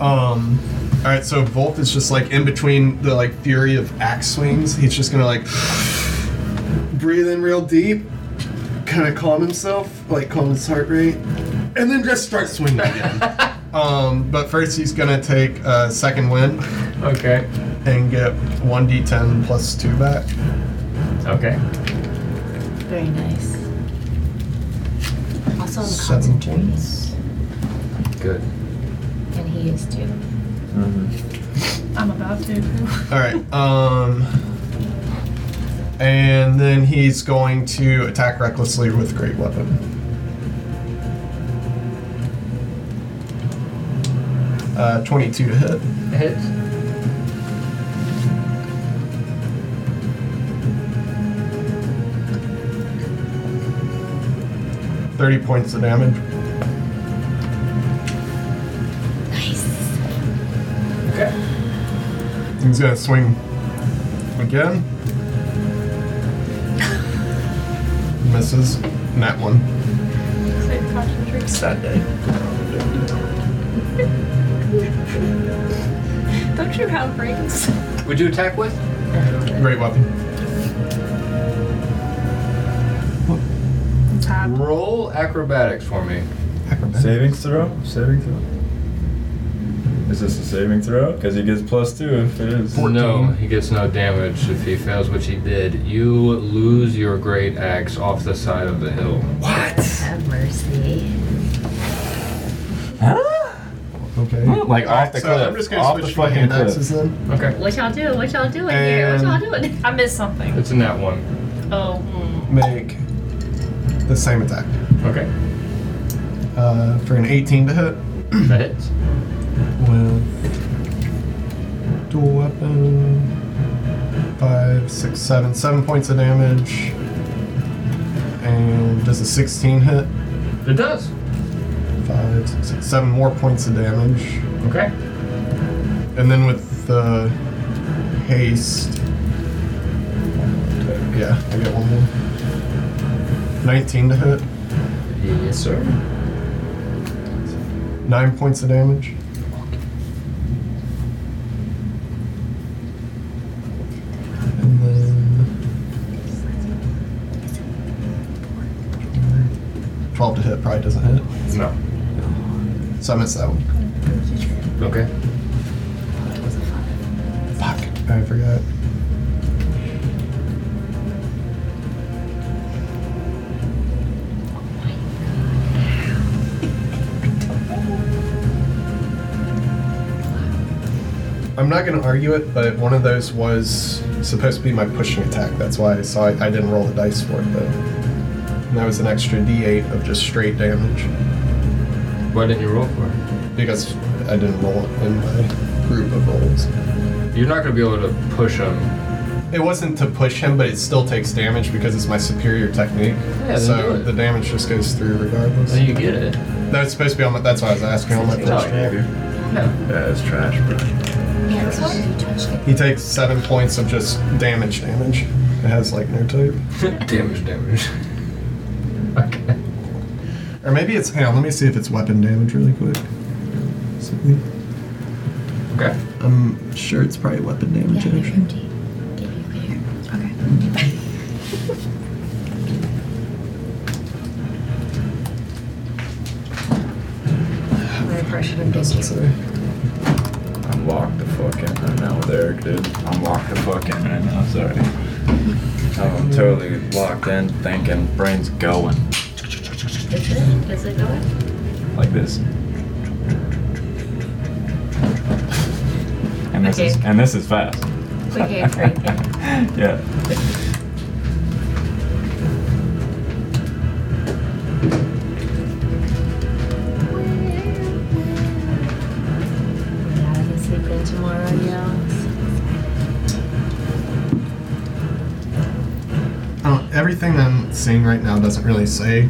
Speaker 5: um, all right, so Volt is just like in between the like fury of axe swings. He's just gonna like breathe in real deep, kind of calm himself, like calm his heart rate, and then just start swinging again. um, but first, he's gonna take a second wind
Speaker 2: Okay.
Speaker 5: and get one d10 plus two back.
Speaker 2: Okay.
Speaker 4: Very nice.
Speaker 10: Also, I'm
Speaker 5: Seven
Speaker 10: concentrating.
Speaker 2: Good.
Speaker 10: And he is too.
Speaker 3: I'm about to.
Speaker 5: All right. Um, and then he's going to attack recklessly with great weapon. Uh, 22 to hit.
Speaker 2: Hit.
Speaker 5: Thirty points of damage.
Speaker 2: Okay.
Speaker 5: He's gonna swing again. Misses. Nat one.
Speaker 3: Don't you have brains?
Speaker 2: Would you attack with?
Speaker 5: Great weapon.
Speaker 2: Roll acrobatics for me.
Speaker 1: Saving throw? Saving throw? Is this a saving throw? Because he gets plus two if it is.
Speaker 2: No, he gets no damage if he fails, which he did. You lose your great axe off the side of the hill.
Speaker 10: Have mercy.
Speaker 5: Okay.
Speaker 1: Like
Speaker 5: All right, so I'm just gonna switch my hand axes then.
Speaker 2: Okay.
Speaker 10: What y'all do? What y'all doing here? What
Speaker 5: And-
Speaker 10: y'all doing?
Speaker 3: I missed something.
Speaker 2: It's in that one.
Speaker 3: Oh.
Speaker 5: Make the same attack.
Speaker 2: Okay.
Speaker 5: Uh, for an 18 to hit.
Speaker 2: That hits.
Speaker 5: with dual weapon. Five, six, seven, seven points of damage. And does a 16 hit?
Speaker 2: It does.
Speaker 5: Five, six, six, seven more points of damage.
Speaker 2: Okay.
Speaker 5: And then with the haste. Yeah, I get one more. 19 to hit.
Speaker 2: Yes, sir.
Speaker 5: Nine points of damage. And then. 12 to hit probably doesn't hit.
Speaker 2: No.
Speaker 5: So I missed that one.
Speaker 2: Okay.
Speaker 5: Fuck. I forgot. I'm not going to argue it, but one of those was supposed to be my pushing attack. That's why I saw I didn't roll the dice for it, though. And that was an extra d8 of just straight damage
Speaker 2: Why didn't you roll for it?
Speaker 5: because I didn't roll it in my group of rolls.
Speaker 2: You're not going to be able to push him.
Speaker 5: It wasn't to push him, but it still takes damage because it's my superior technique.
Speaker 2: then do
Speaker 5: so
Speaker 2: it.
Speaker 5: the damage just goes through regardless.
Speaker 2: Then you get it.
Speaker 5: That's supposed to be on my. That's why I was asking on my
Speaker 2: Oh,
Speaker 5: first roll.
Speaker 1: Yeah,
Speaker 2: No.
Speaker 1: it's trash, bro.
Speaker 10: Yeah, this one.
Speaker 5: He takes seven points of just damage. Damage. It has like no type,
Speaker 2: damage, damage. okay.
Speaker 5: or maybe it's. Hang on, let me see if it's weapon damage really quick. See.
Speaker 2: Okay.
Speaker 5: I'm sure it's probably weapon damage. actually.
Speaker 10: My impression of
Speaker 5: Doesn't
Speaker 10: Dickie.
Speaker 5: say.
Speaker 1: Unlock the fuck in right now with Eric, dude. Unlock the fuck in right now, sorry. Oh, I'm totally locked in, thinking, brain's going.
Speaker 10: Is it? Is it going?
Speaker 1: Like this. And this is
Speaker 10: Okay.
Speaker 1: and this is fast.
Speaker 10: Quick hand, Frank.
Speaker 1: yeah.
Speaker 10: Yeah, I can sleep in tomorrow, y'all.
Speaker 5: Oh, everything I'm seeing right now doesn't really say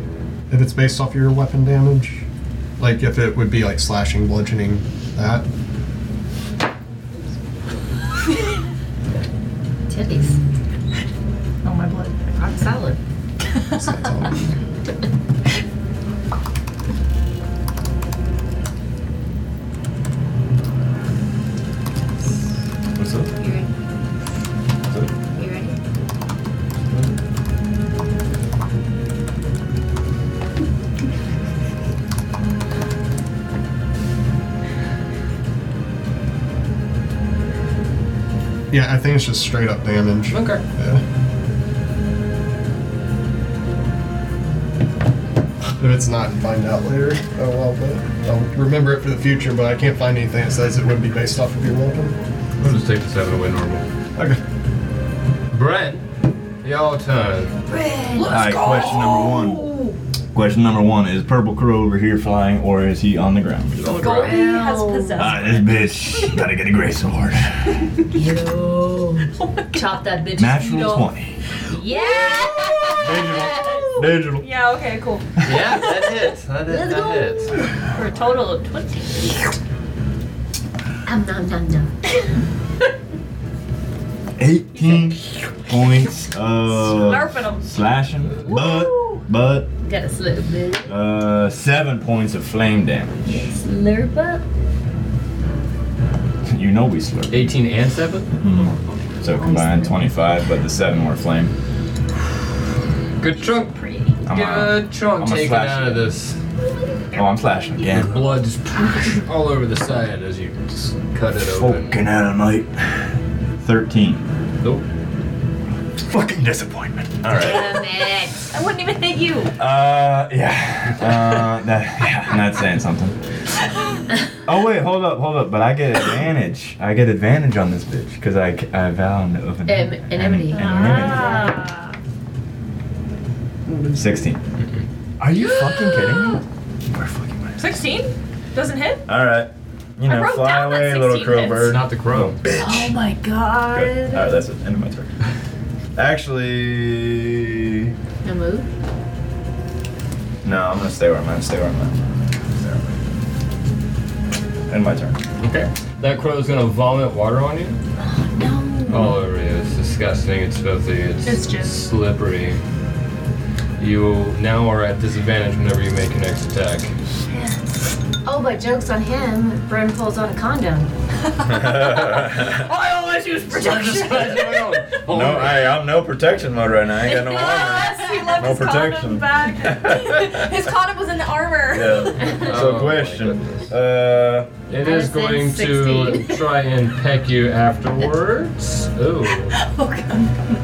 Speaker 5: if it's based off your weapon damage. Like if it would be like slashing, bludgeoning, that.
Speaker 10: Titties.
Speaker 3: Oh my
Speaker 10: solid.
Speaker 1: What's up?
Speaker 10: You ready?
Speaker 1: What's up?
Speaker 10: You ready?
Speaker 5: Yeah, I think it's just straight up damage.
Speaker 2: Okay.
Speaker 5: Yeah. If it's not, find out later. Oh well, but I'll remember it for the future. But I can't find anything that says it would be based off of your weapon.
Speaker 2: I'll just take the seven away normal.
Speaker 5: Okay.
Speaker 2: Brent, y'all turn.
Speaker 1: Alright, question number one. Question number one is Purple Crow over here flying or is he on the ground?
Speaker 2: Y'all
Speaker 3: Goldie
Speaker 2: drive.
Speaker 3: has possessed.
Speaker 1: Alright, this bitch gotta get a gray sword.
Speaker 10: Yo. Chop that bitch.
Speaker 1: Natural 20.
Speaker 10: Yeah.
Speaker 1: Digital. Digital.
Speaker 3: Yeah, okay, cool.
Speaker 2: Yeah, that hits. That, hit,
Speaker 10: Let's go.
Speaker 2: that hits.
Speaker 3: For a total of 20.
Speaker 7: Um, nom, nom, nom.
Speaker 1: 18 points of
Speaker 3: Snarfing 'em.
Speaker 1: slashing, but, but,
Speaker 10: Gotta slurp it.
Speaker 1: uh, 7 points of flame damage.
Speaker 10: Slurp up.
Speaker 1: You know we slurp. Hmm.
Speaker 2: 18 and 7?
Speaker 1: So combined 25, but the 7 were flame.
Speaker 2: Good chunk.
Speaker 1: I'm out.
Speaker 2: Good chunk
Speaker 1: I'ma
Speaker 2: taken
Speaker 1: slash
Speaker 2: out of
Speaker 1: you.
Speaker 2: this.
Speaker 1: Oh, I'm slashing
Speaker 2: Your
Speaker 1: again.
Speaker 2: blood just all over the side as you just cut it open.
Speaker 1: Fucking out of night. 13.
Speaker 2: Nope.
Speaker 1: Fucking disappointment. Alright.
Speaker 10: Damn it.
Speaker 3: I wouldn't even hit you.
Speaker 1: Uh, yeah. Uh, that, yeah, not saying something. Oh, wait, hold up, hold up. But I get advantage. I get advantage on this bitch because I, I vow an oath of
Speaker 10: Em- enmity.
Speaker 3: Ah.
Speaker 1: 16. Are you fucking kidding me? We're fucking right.
Speaker 3: 16? Doesn't hit?
Speaker 1: Alright. You
Speaker 3: I
Speaker 1: know,
Speaker 3: wrote
Speaker 1: fly
Speaker 3: down that
Speaker 1: away, little
Speaker 3: 16
Speaker 1: crow
Speaker 3: hits.
Speaker 1: bird.
Speaker 2: Not the crow.
Speaker 1: bitch.
Speaker 3: Oh my god.
Speaker 1: Good. Alright, that's it. End of my turn. Actually.
Speaker 10: No move.
Speaker 1: No, I'm gonna stay where I'm at. Stay where I'm at. Stay where I'm at. End my turn.
Speaker 2: Okay. That crow's gonna vomit water on you. All over you. It's disgusting. It's filthy. It's,
Speaker 3: It's just-
Speaker 2: slippery. You now are at disadvantage whenever you make your next attack.
Speaker 10: Oh, but joke's on him. Bren pulls out a condom.
Speaker 3: I always use protection.
Speaker 2: Oh,
Speaker 1: No, I, I'm no protection mode right now. I ain't got no armor.
Speaker 3: Yes, he left
Speaker 1: No
Speaker 3: his condom
Speaker 1: protection.
Speaker 3: back. his condom was in the armor.
Speaker 1: Yeah.
Speaker 2: Oh,
Speaker 1: So
Speaker 2: my
Speaker 1: question.
Speaker 2: goodness.
Speaker 1: Uh,
Speaker 2: It
Speaker 10: I
Speaker 2: is
Speaker 10: said
Speaker 2: going
Speaker 10: 16.
Speaker 2: to try and peck you afterwards. Ooh.
Speaker 3: Oh god.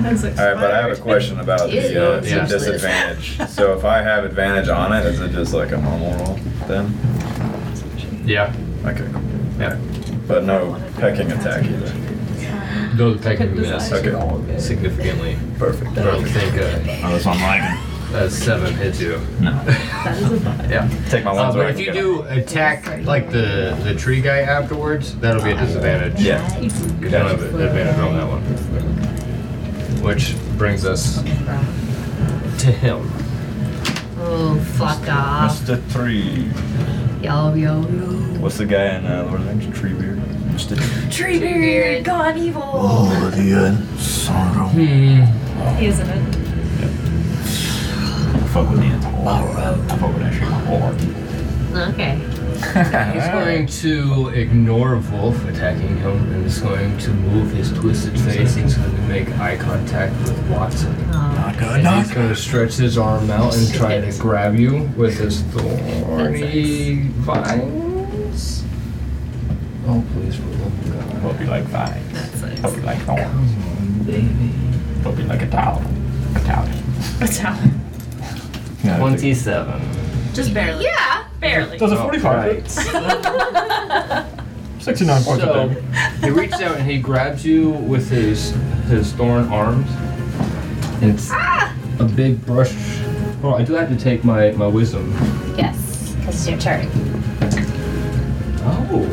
Speaker 3: That's like
Speaker 1: all right, but I have a question about
Speaker 10: Ew.
Speaker 1: the uh,
Speaker 2: Yeah.
Speaker 1: disadvantage. So if I have advantage on it, is it just like a normal roll then?
Speaker 2: Yeah.
Speaker 1: Okay. cool.
Speaker 2: Yeah.
Speaker 1: But no pecking attack either.
Speaker 2: Those pecking miss
Speaker 1: Okay.
Speaker 2: significantly.
Speaker 1: Perfect.
Speaker 2: I don't
Speaker 1: Perfect.
Speaker 2: think uh,
Speaker 1: Oh, that's what I'm
Speaker 2: a seven hits you.
Speaker 1: liking. No.
Speaker 10: That is a vibe.
Speaker 2: Yeah.
Speaker 1: Take my
Speaker 2: Uh,
Speaker 1: ones
Speaker 2: but
Speaker 1: where I
Speaker 2: if
Speaker 1: can
Speaker 2: you
Speaker 1: get
Speaker 2: do attack like the the tree guy afterwards, that'll be a disadvantage.
Speaker 1: them. Yeah.
Speaker 2: You don't have an advantage on that one. Which brings us to him.
Speaker 10: Oh, fuck off.
Speaker 1: Mr. Tree.
Speaker 10: Yo, yo, yo.
Speaker 1: What's the guy in uh, Lord of the Rings? Tree beard. Mr.
Speaker 3: Tree beard, gone evil.
Speaker 1: Oh, the sorrow.
Speaker 3: He isn't it.
Speaker 1: fuck with Nean's I fuck with that shit hard.
Speaker 10: Okay.
Speaker 2: He's going to ignore Wolf attacking him and is going to move his twisted face. He's going to make eye contact with Watson.
Speaker 10: Oh,
Speaker 1: Not good,
Speaker 2: And he's going to stretch his arm out and try to grab you with his thorny vines. Oh, please, for the love of God.
Speaker 1: Hope you like vines.
Speaker 10: that's nice.
Speaker 1: Hope you like thorns. Hope you like a towel. A towel.
Speaker 3: A towel.
Speaker 1: No,
Speaker 2: 27.
Speaker 10: Just barely.
Speaker 3: Yeah, barely.
Speaker 1: Does a 45 69 points
Speaker 2: So
Speaker 1: of damage.
Speaker 2: he reaches out and he grabs you with his his thorn arms. And it's a big brush. Oh, I do have to take my my wisdom.
Speaker 4: Yes, because it's your turn.
Speaker 2: Oh.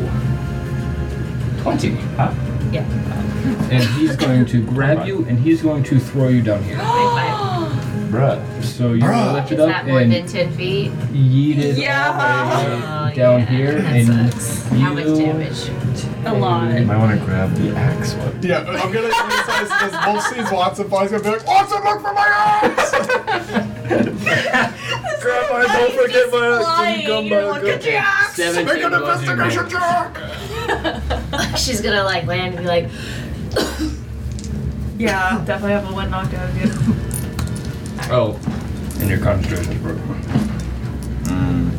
Speaker 2: 20.
Speaker 10: Yeah.
Speaker 2: And he's going to grab you and he's going to throw you down here.
Speaker 1: Bruh.
Speaker 2: So you're going to lift
Speaker 10: Is
Speaker 2: it
Speaker 10: that
Speaker 2: up
Speaker 10: more
Speaker 2: and
Speaker 10: than 10 feet?
Speaker 2: yeet it all the way
Speaker 3: Yeah.
Speaker 10: Oh,
Speaker 2: down
Speaker 10: yeah,
Speaker 2: here.
Speaker 10: That
Speaker 2: and
Speaker 10: sucks. How much
Speaker 2: you
Speaker 10: damage?
Speaker 3: a lot.
Speaker 1: You might want to grab the axe weapon.
Speaker 5: Yeah, I'm gonna emphasize this. Wolf sees Watson, Fly's gonna be like, Watson, look for my axe!
Speaker 1: Grab my, don't forget my axe. Come back.
Speaker 3: Good job.
Speaker 5: Make an investigation check!
Speaker 10: She's gonna like land and be like,
Speaker 3: Yeah, definitely have a one knocked out of you.
Speaker 2: Oh, and your concentration's broken.
Speaker 1: Mm,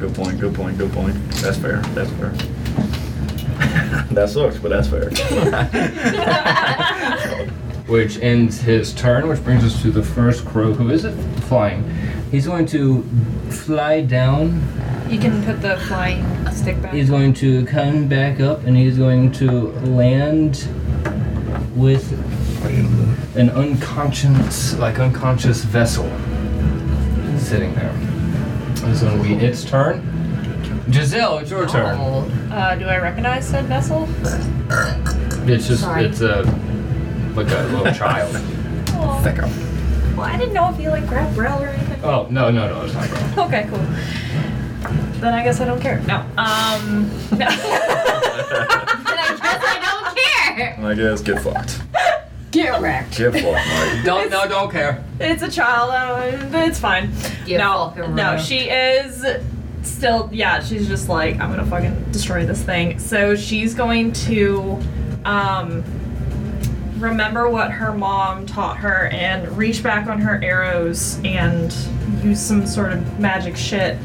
Speaker 1: good point. Good point. Good point. That's fair. That's fair. that sucks, but that's fair.
Speaker 2: which ends his turn, which brings us to the first crow who is flying. He's going to fly down,
Speaker 3: You can put the flying stick back.
Speaker 2: he's going to come back up, and he's going to land with an unconscious, like unconscious vessel sitting there. It's going to be its turn. Giselle, it's your turn.
Speaker 10: oh,
Speaker 3: Uh, do I recognize said vessel?
Speaker 2: It's just,
Speaker 10: Sorry.
Speaker 2: it's a, like a little child.
Speaker 3: Oh. Well, I didn't know if you like grabbed Brell or anything.
Speaker 2: Oh, no, no, no, it's not broken.
Speaker 3: Okay, cool. Then I guess I don't care. No. Um. No.
Speaker 10: then I guess I don't care.
Speaker 1: I guess get fucked.
Speaker 10: Get wrecked.
Speaker 1: Get fucked, Mike.
Speaker 2: Don't, no, don't care.
Speaker 3: it's a child. I don't, but it's fine.
Speaker 10: Get
Speaker 3: no,
Speaker 10: fucking
Speaker 3: no,
Speaker 10: rough.
Speaker 3: she is still. Yeah, she's just like I'm gonna fucking destroy this thing. So she's going to, um, remember what her mom taught her and reach back on her arrows and use some sort of magic shit.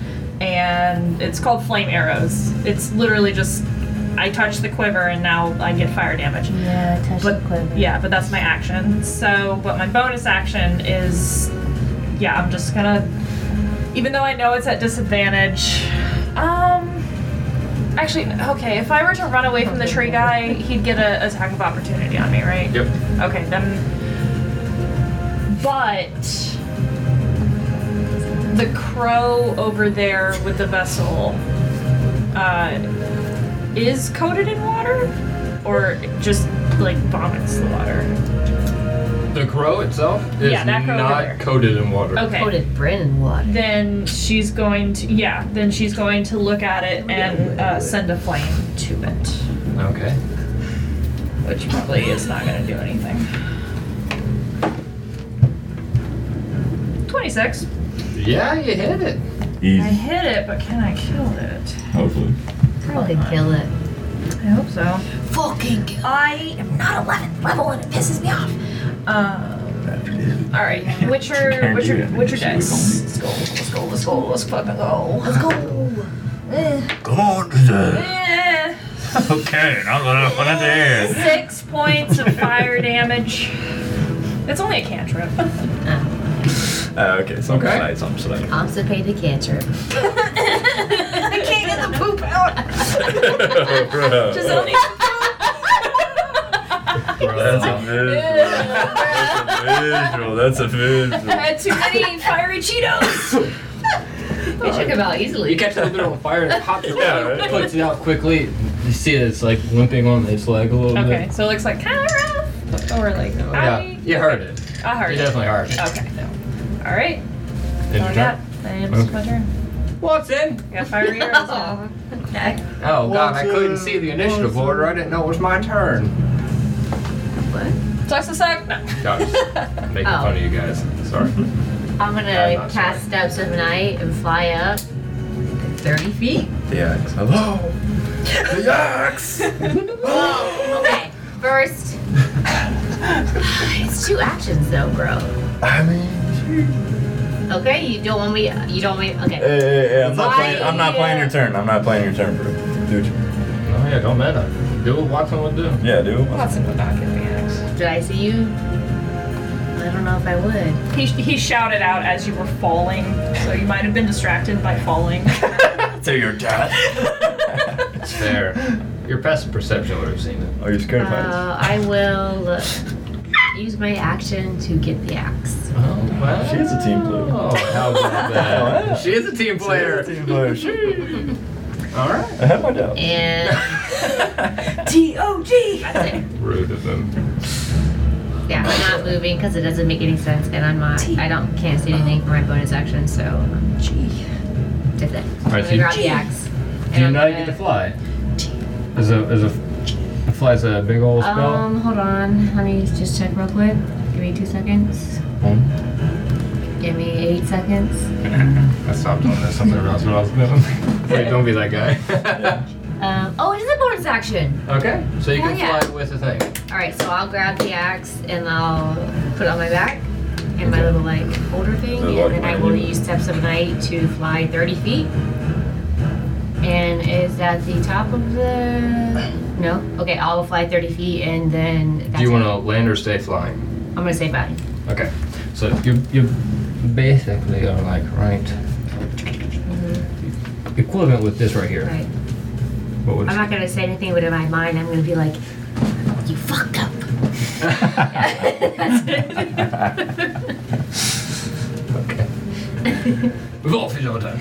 Speaker 3: And it's called flame arrows. It's literally just I touch the quiver and now I get fire damage.
Speaker 4: Yeah, touch
Speaker 3: But-
Speaker 4: the quiver.
Speaker 3: Yeah, but that's my action. So, but my bonus action is, yeah, I'm just gonna, even though I know it's at disadvantage, um, actually, okay, if I were to run away from the tree guy, he'd get a attack of opportunity on me, right?
Speaker 2: Yep.
Speaker 3: Okay, then, but the crow over there with the vessel, uh, is coated in water, or just like vomits the water.
Speaker 2: The crow itself is
Speaker 3: Yeah, that crow over there.
Speaker 2: not coated in water.
Speaker 3: Okay.
Speaker 10: Coated bread and water.
Speaker 3: Then she's going to yeah. Then she's going to look at it and uh, send a flame to it,
Speaker 2: Okay.
Speaker 3: which probably is not going to do anything. Twenty-six.
Speaker 2: Yeah, you hit it.
Speaker 3: I
Speaker 1: Easy.
Speaker 3: hit it, but can I kill it?
Speaker 1: Hopefully.
Speaker 10: Fucking kill it.
Speaker 3: I hope so.
Speaker 7: Fucking
Speaker 3: I am not 11th level and it pisses me off. Um, all right, Witcher,
Speaker 1: Can't do
Speaker 3: Witcher,
Speaker 1: that.
Speaker 3: Witcher
Speaker 1: She
Speaker 3: dice. Let's go, let's go, let's go, let's fucking go. Let's go.
Speaker 1: Come on, Giselle.
Speaker 3: Eh,
Speaker 1: Okay, not gonna put it there.
Speaker 3: six points of fire damage. It's only a cantrip.
Speaker 1: Uh, okay, so
Speaker 2: Okay.
Speaker 1: okay. I'm something slight.
Speaker 10: Constipated cancer.
Speaker 3: I can't get the poop out.
Speaker 1: Bro.
Speaker 3: Just only
Speaker 1: That's a visual. That's a visual. That's a visual.
Speaker 3: had too many fiery Cheetos.
Speaker 10: They took him out easily.
Speaker 2: You catch a little bit on fire and it pops it
Speaker 1: Yeah,
Speaker 2: out,
Speaker 1: right.
Speaker 2: puts it out quickly. You see it, it's like limping on its leg a little
Speaker 3: Okay,
Speaker 2: bit.
Speaker 3: so it looks like kind of rough, or like
Speaker 2: Yeah,
Speaker 3: I,
Speaker 2: you heard it.
Speaker 3: I heard
Speaker 2: You
Speaker 3: it.
Speaker 2: definitely heard it.
Speaker 3: Okay, no. All right.
Speaker 2: Did
Speaker 3: Oh,
Speaker 2: you
Speaker 3: yeah.
Speaker 2: turn?
Speaker 3: Then it's my turn.
Speaker 2: What's in?
Speaker 3: I got fiery arrows on.
Speaker 2: Oh god, I
Speaker 5: What's
Speaker 2: couldn't
Speaker 5: in?
Speaker 2: see the initiative order. I didn't know it was my turn.
Speaker 3: Sucks to suck. No.
Speaker 2: God, making
Speaker 10: Oh.
Speaker 2: fun of you guys. Sorry.
Speaker 10: I'm
Speaker 2: I'm
Speaker 10: gonna
Speaker 2: not
Speaker 10: cast Steps of Night and fly up 30 feet.
Speaker 1: The axe. Hello. The axe.
Speaker 10: Okay, first. it's two actions though, bro.
Speaker 1: I mean.
Speaker 10: Okay, you don't want me. You don't want me. Okay.
Speaker 1: Hey, hey, hey, I'm not
Speaker 10: Why-
Speaker 1: playing. I'm not playing your turn. I'm not playing your turn, bro. Dude.
Speaker 2: Oh yeah, don't matter. Do what Watson would do.
Speaker 1: Yeah, dude.
Speaker 3: Watson would not get the axe.
Speaker 10: Did I see you? I don't know if I would.
Speaker 3: He, he shouted out as you were falling, so you might have been distracted by falling.
Speaker 1: To your dad.
Speaker 2: It's fair. Your passive perception would have seen it.
Speaker 1: Are you Oh, scared of
Speaker 10: Uh, I will uh, use my action to get the axe.
Speaker 2: Oh wow.
Speaker 1: She is a team player.
Speaker 2: Oh, how about
Speaker 1: Wow.
Speaker 2: that? she is a team player. All right.
Speaker 1: I had my doubt.
Speaker 10: And
Speaker 3: T O G.
Speaker 10: that's it.
Speaker 2: Rude of them.
Speaker 10: Yeah, I'm not moving because it doesn't make any sense, and I'm not. I don't can't see anything for my bonus action, so um, did that. I'm
Speaker 2: Alright, so
Speaker 10: gonna
Speaker 2: you-
Speaker 10: grab the axe.
Speaker 2: Do you
Speaker 10: I'm
Speaker 2: not
Speaker 10: gonna-
Speaker 2: get to fly? As a as a flies a big old spell.
Speaker 4: Um, hold on. Let me just check real quick. Give me two seconds.
Speaker 2: Boom.
Speaker 4: Give me eight seconds.
Speaker 2: I stopped doing this. Something else what I was doing. Wait, don't be that guy.
Speaker 4: Um, oh, it is a bonus action.
Speaker 2: okay, so you
Speaker 4: Hell
Speaker 2: can
Speaker 4: yeah.
Speaker 2: fly with a thing.
Speaker 4: All right, so I'll grab the axe and I'll put it on my back and my little like holder thing,
Speaker 1: The
Speaker 4: and then I
Speaker 1: light
Speaker 4: will
Speaker 1: lightning.
Speaker 4: use steps of night to fly 30 feet. And is at the top of the no? Okay, I'll fly 30 feet and then. That's
Speaker 2: Do you want
Speaker 4: it.
Speaker 2: to land or stay flying?
Speaker 4: I'm gonna say bye.
Speaker 2: Okay, so you you basically are like right equivalent with this right here.
Speaker 4: Mm-hmm. Right. Uh-huh.
Speaker 2: What would
Speaker 4: I'm not gonna say anything, but in my mind, I'm gonna be like, "You fucked up." That's it.
Speaker 2: okay. We've all figured out time.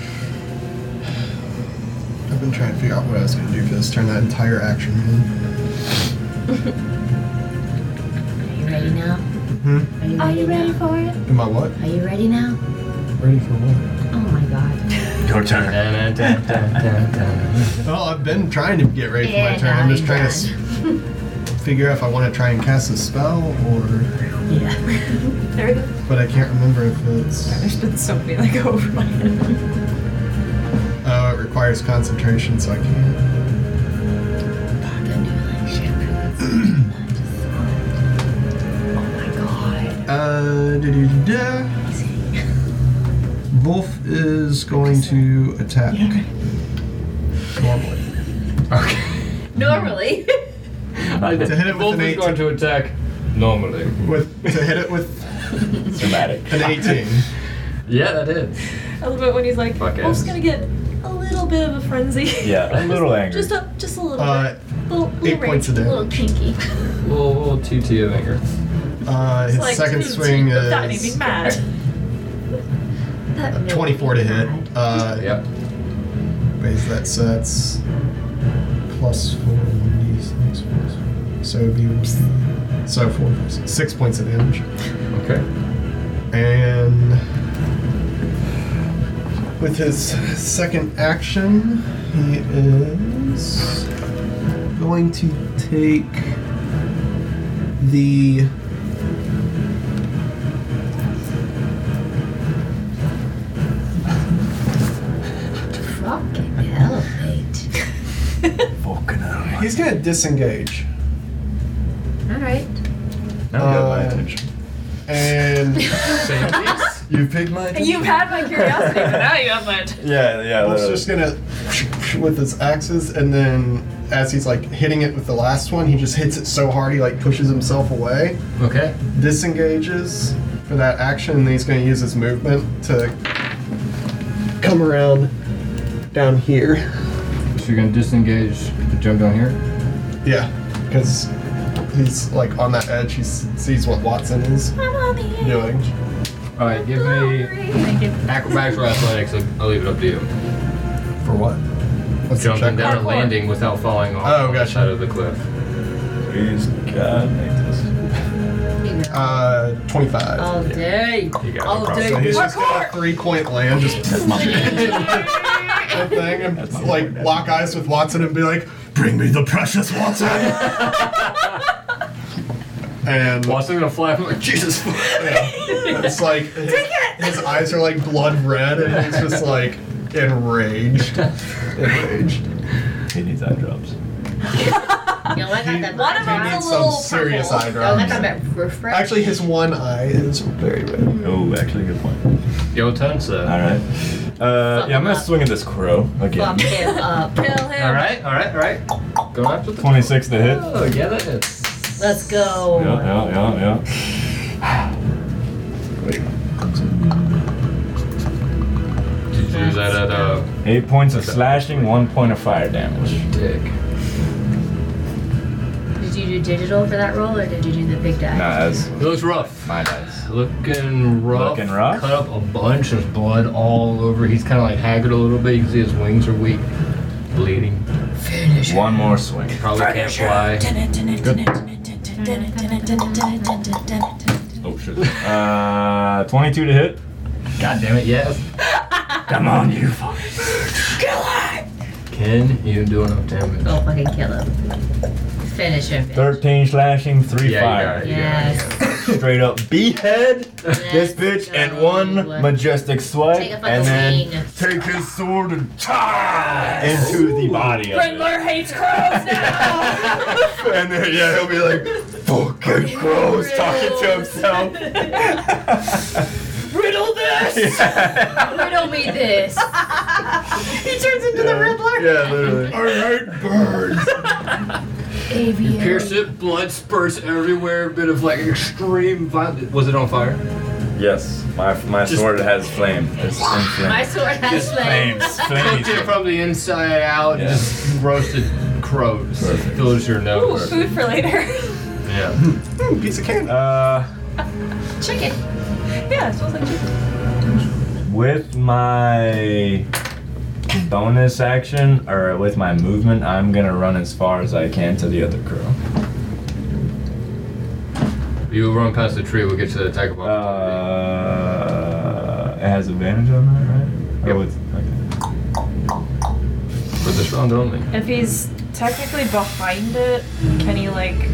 Speaker 5: I've been trying to figure out what I was gonna do for this turn. That entire action, man.
Speaker 7: Are you ready now?
Speaker 5: Hmm?
Speaker 7: Are you ready,
Speaker 4: Are you ready
Speaker 7: now?
Speaker 4: for it?
Speaker 5: Am I what?
Speaker 7: Are you ready now?
Speaker 5: Ready for what?
Speaker 4: Oh my god.
Speaker 1: Your turn.
Speaker 5: Well, I've been trying to get ready for my
Speaker 4: Yeah,
Speaker 5: turn. I'm just
Speaker 4: I'm
Speaker 5: trying to s- figure out if I want to try and cast a spell or.
Speaker 7: Yeah.
Speaker 3: There,
Speaker 5: But I can't remember if it's.
Speaker 3: there's been so many that go over my head.
Speaker 5: Oh, it requires concentration, so I can't.
Speaker 7: Fuck, I knew like shampoo.
Speaker 4: Oh
Speaker 5: Uh, da da da da. Wolf is going to attack. Normally.
Speaker 2: Okay.
Speaker 3: Normally.
Speaker 5: To hit it with
Speaker 2: Wolf
Speaker 5: an
Speaker 2: is
Speaker 5: eight.
Speaker 2: going to attack normally.
Speaker 5: With, to hit it with
Speaker 1: Dramatic.
Speaker 5: an 18.
Speaker 2: Yeah, that is.
Speaker 3: I love it when he's like,
Speaker 2: Fuck
Speaker 3: I'm just
Speaker 2: ass.
Speaker 3: gonna get a little bit of a frenzy.
Speaker 1: Yeah, a little angry.
Speaker 3: Just a, just a little
Speaker 5: Uh,
Speaker 3: bit. Little, little
Speaker 5: eight points of
Speaker 3: rage, little
Speaker 5: damage.
Speaker 3: kinky.
Speaker 2: Little, little TT of anger.
Speaker 5: uh, his
Speaker 3: It's like,
Speaker 5: second
Speaker 3: "Dude,
Speaker 5: swing
Speaker 3: That made me
Speaker 5: is
Speaker 3: mad.
Speaker 5: 24 to hit. Uh,
Speaker 2: Yep.
Speaker 5: Wait, that's that's plus four d6 plus four. So it'd be so four six points of damage,
Speaker 2: Okay.
Speaker 5: and with his second action, he is going to take the.
Speaker 7: Fucking hell, mate.
Speaker 5: He's gonna disengage.
Speaker 4: All right.
Speaker 1: Now you got my
Speaker 5: Uh,
Speaker 1: attention.
Speaker 5: And
Speaker 2: Same
Speaker 1: You picked my attention.
Speaker 3: You've had my curiosity, but now you have my attention.
Speaker 1: Yeah, yeah.
Speaker 5: Wolf's
Speaker 1: literally.
Speaker 5: just gonna with his axes, and then as he's like hitting it with the last one, he just hits it so hard he like pushes himself away,
Speaker 2: Okay.
Speaker 5: disengages for that action, and then he's gonna use his movement to come around down here.
Speaker 2: So you're gonna disengage, jump down here.
Speaker 5: Yeah, because he's like on that edge. He s- sees what Watson is
Speaker 3: I'm on the edge.
Speaker 5: doing.
Speaker 2: All right, give me
Speaker 4: Thank you.
Speaker 2: acrobatics or athletics. I'll- I'll leave it up to you.
Speaker 5: For what? What's the
Speaker 2: Jumping
Speaker 5: check?
Speaker 2: down and
Speaker 3: Parkour.
Speaker 2: landing without falling off
Speaker 5: Oh,
Speaker 2: on the
Speaker 5: gotcha.
Speaker 2: side of the cliff.
Speaker 1: Please, God, make this.
Speaker 5: Uh, twenty-five.
Speaker 4: All day.
Speaker 2: You got
Speaker 4: All
Speaker 2: no problem.
Speaker 4: day.
Speaker 5: So he's just got
Speaker 3: Parkour.
Speaker 5: a three-point land. Just the thing and
Speaker 1: my
Speaker 5: like
Speaker 1: point.
Speaker 5: lock eyes with Watson and be like, "Bring me the precious Watson." and
Speaker 2: Watson gonna fly. I'm like Jesus.
Speaker 5: it's like his, his eyes are like blood red, and he's just like enraged, enraged.
Speaker 1: He needs eye drops.
Speaker 4: Yo, I got that.
Speaker 3: One of
Speaker 5: He
Speaker 3: them-
Speaker 4: black
Speaker 5: needs
Speaker 3: a
Speaker 5: some
Speaker 3: little
Speaker 5: serious
Speaker 3: purple.
Speaker 4: eye.
Speaker 5: eye
Speaker 4: Yo, I got
Speaker 5: drops.
Speaker 4: that refresh.
Speaker 5: Actually, his one eye is very red.
Speaker 1: Oh, actually, good point.
Speaker 2: Yo, Tensa.
Speaker 1: All right. Uh, yeah, I'm gonna
Speaker 4: up.
Speaker 1: swing at this crow again.
Speaker 4: Bump him up.
Speaker 3: Kill him.
Speaker 2: All right. All right. All right. Go after the
Speaker 1: 26 to hit.
Speaker 2: Oh, yeah, that hits.
Speaker 4: Let's go.
Speaker 1: Yeah, yeah, yeah,
Speaker 2: Did you do that at uh,
Speaker 1: yeah. Eight points of slashing, one point of fire damage.
Speaker 2: dick?
Speaker 4: Did you do digital for that roll, or did you do the big die?
Speaker 1: Nah, that's
Speaker 2: It looks rough.
Speaker 1: my dice.
Speaker 2: Looking rough.
Speaker 1: Looking rough?
Speaker 2: Cut up a bunch of blood all over. He's kind of like haggard a little bit. You can see his wings are weak, bleeding.
Speaker 1: One more swing.
Speaker 2: Probably can't fly.
Speaker 1: Oh shit. Uh, 22 to hit.
Speaker 2: God damn it! Yes.
Speaker 1: Come on, you fucking.
Speaker 2: Ken, you doing up damage?
Speaker 4: Go fucking kill him. Finish him. bitch.
Speaker 1: 13 slashing, 3
Speaker 2: Yeah, you got
Speaker 1: fire.
Speaker 2: it.
Speaker 4: Yes.
Speaker 1: Straight up behead this bitch and one
Speaker 4: go.
Speaker 1: majestic swipe.
Speaker 4: Take a fucking
Speaker 1: and then
Speaker 4: wing.
Speaker 1: take his sword and chop into the body of it.
Speaker 3: Brindler hates crows now!
Speaker 1: And then, yeah, he'll be like, fucking crows talking to himself.
Speaker 3: Riddle this!
Speaker 4: Riddle me this.
Speaker 3: He turns into the Riddler.
Speaker 1: Yeah, literally.
Speaker 8: I hate birds.
Speaker 2: You pierce it, blood spurts everywhere, a bit of like extreme violence. Was it on fire?
Speaker 1: Yes, my, my
Speaker 2: Just-
Speaker 1: sword has flame. It's in flame.
Speaker 4: My sword has
Speaker 2: Just
Speaker 4: flames.
Speaker 2: Cooked it from the inside out,
Speaker 1: Yeah.
Speaker 2: just roasted crows.
Speaker 1: Perfect.
Speaker 2: Fills your
Speaker 3: Ooh,
Speaker 2: nose.
Speaker 3: food for later.
Speaker 2: Yeah.
Speaker 5: Hmm, piece of candy.
Speaker 1: Uh,
Speaker 3: chicken. Yeah, it smells like chicken.
Speaker 1: with my bonus action or with my movement, I'm gonna run as far as I can to the other crew.
Speaker 2: You run past the tree, we'll get to the attack of opportunity.
Speaker 1: Uh, it has advantage on that, right? Or
Speaker 2: Yep.
Speaker 1: with- okay.
Speaker 2: For this round only.
Speaker 3: If he's technically behind it, can he like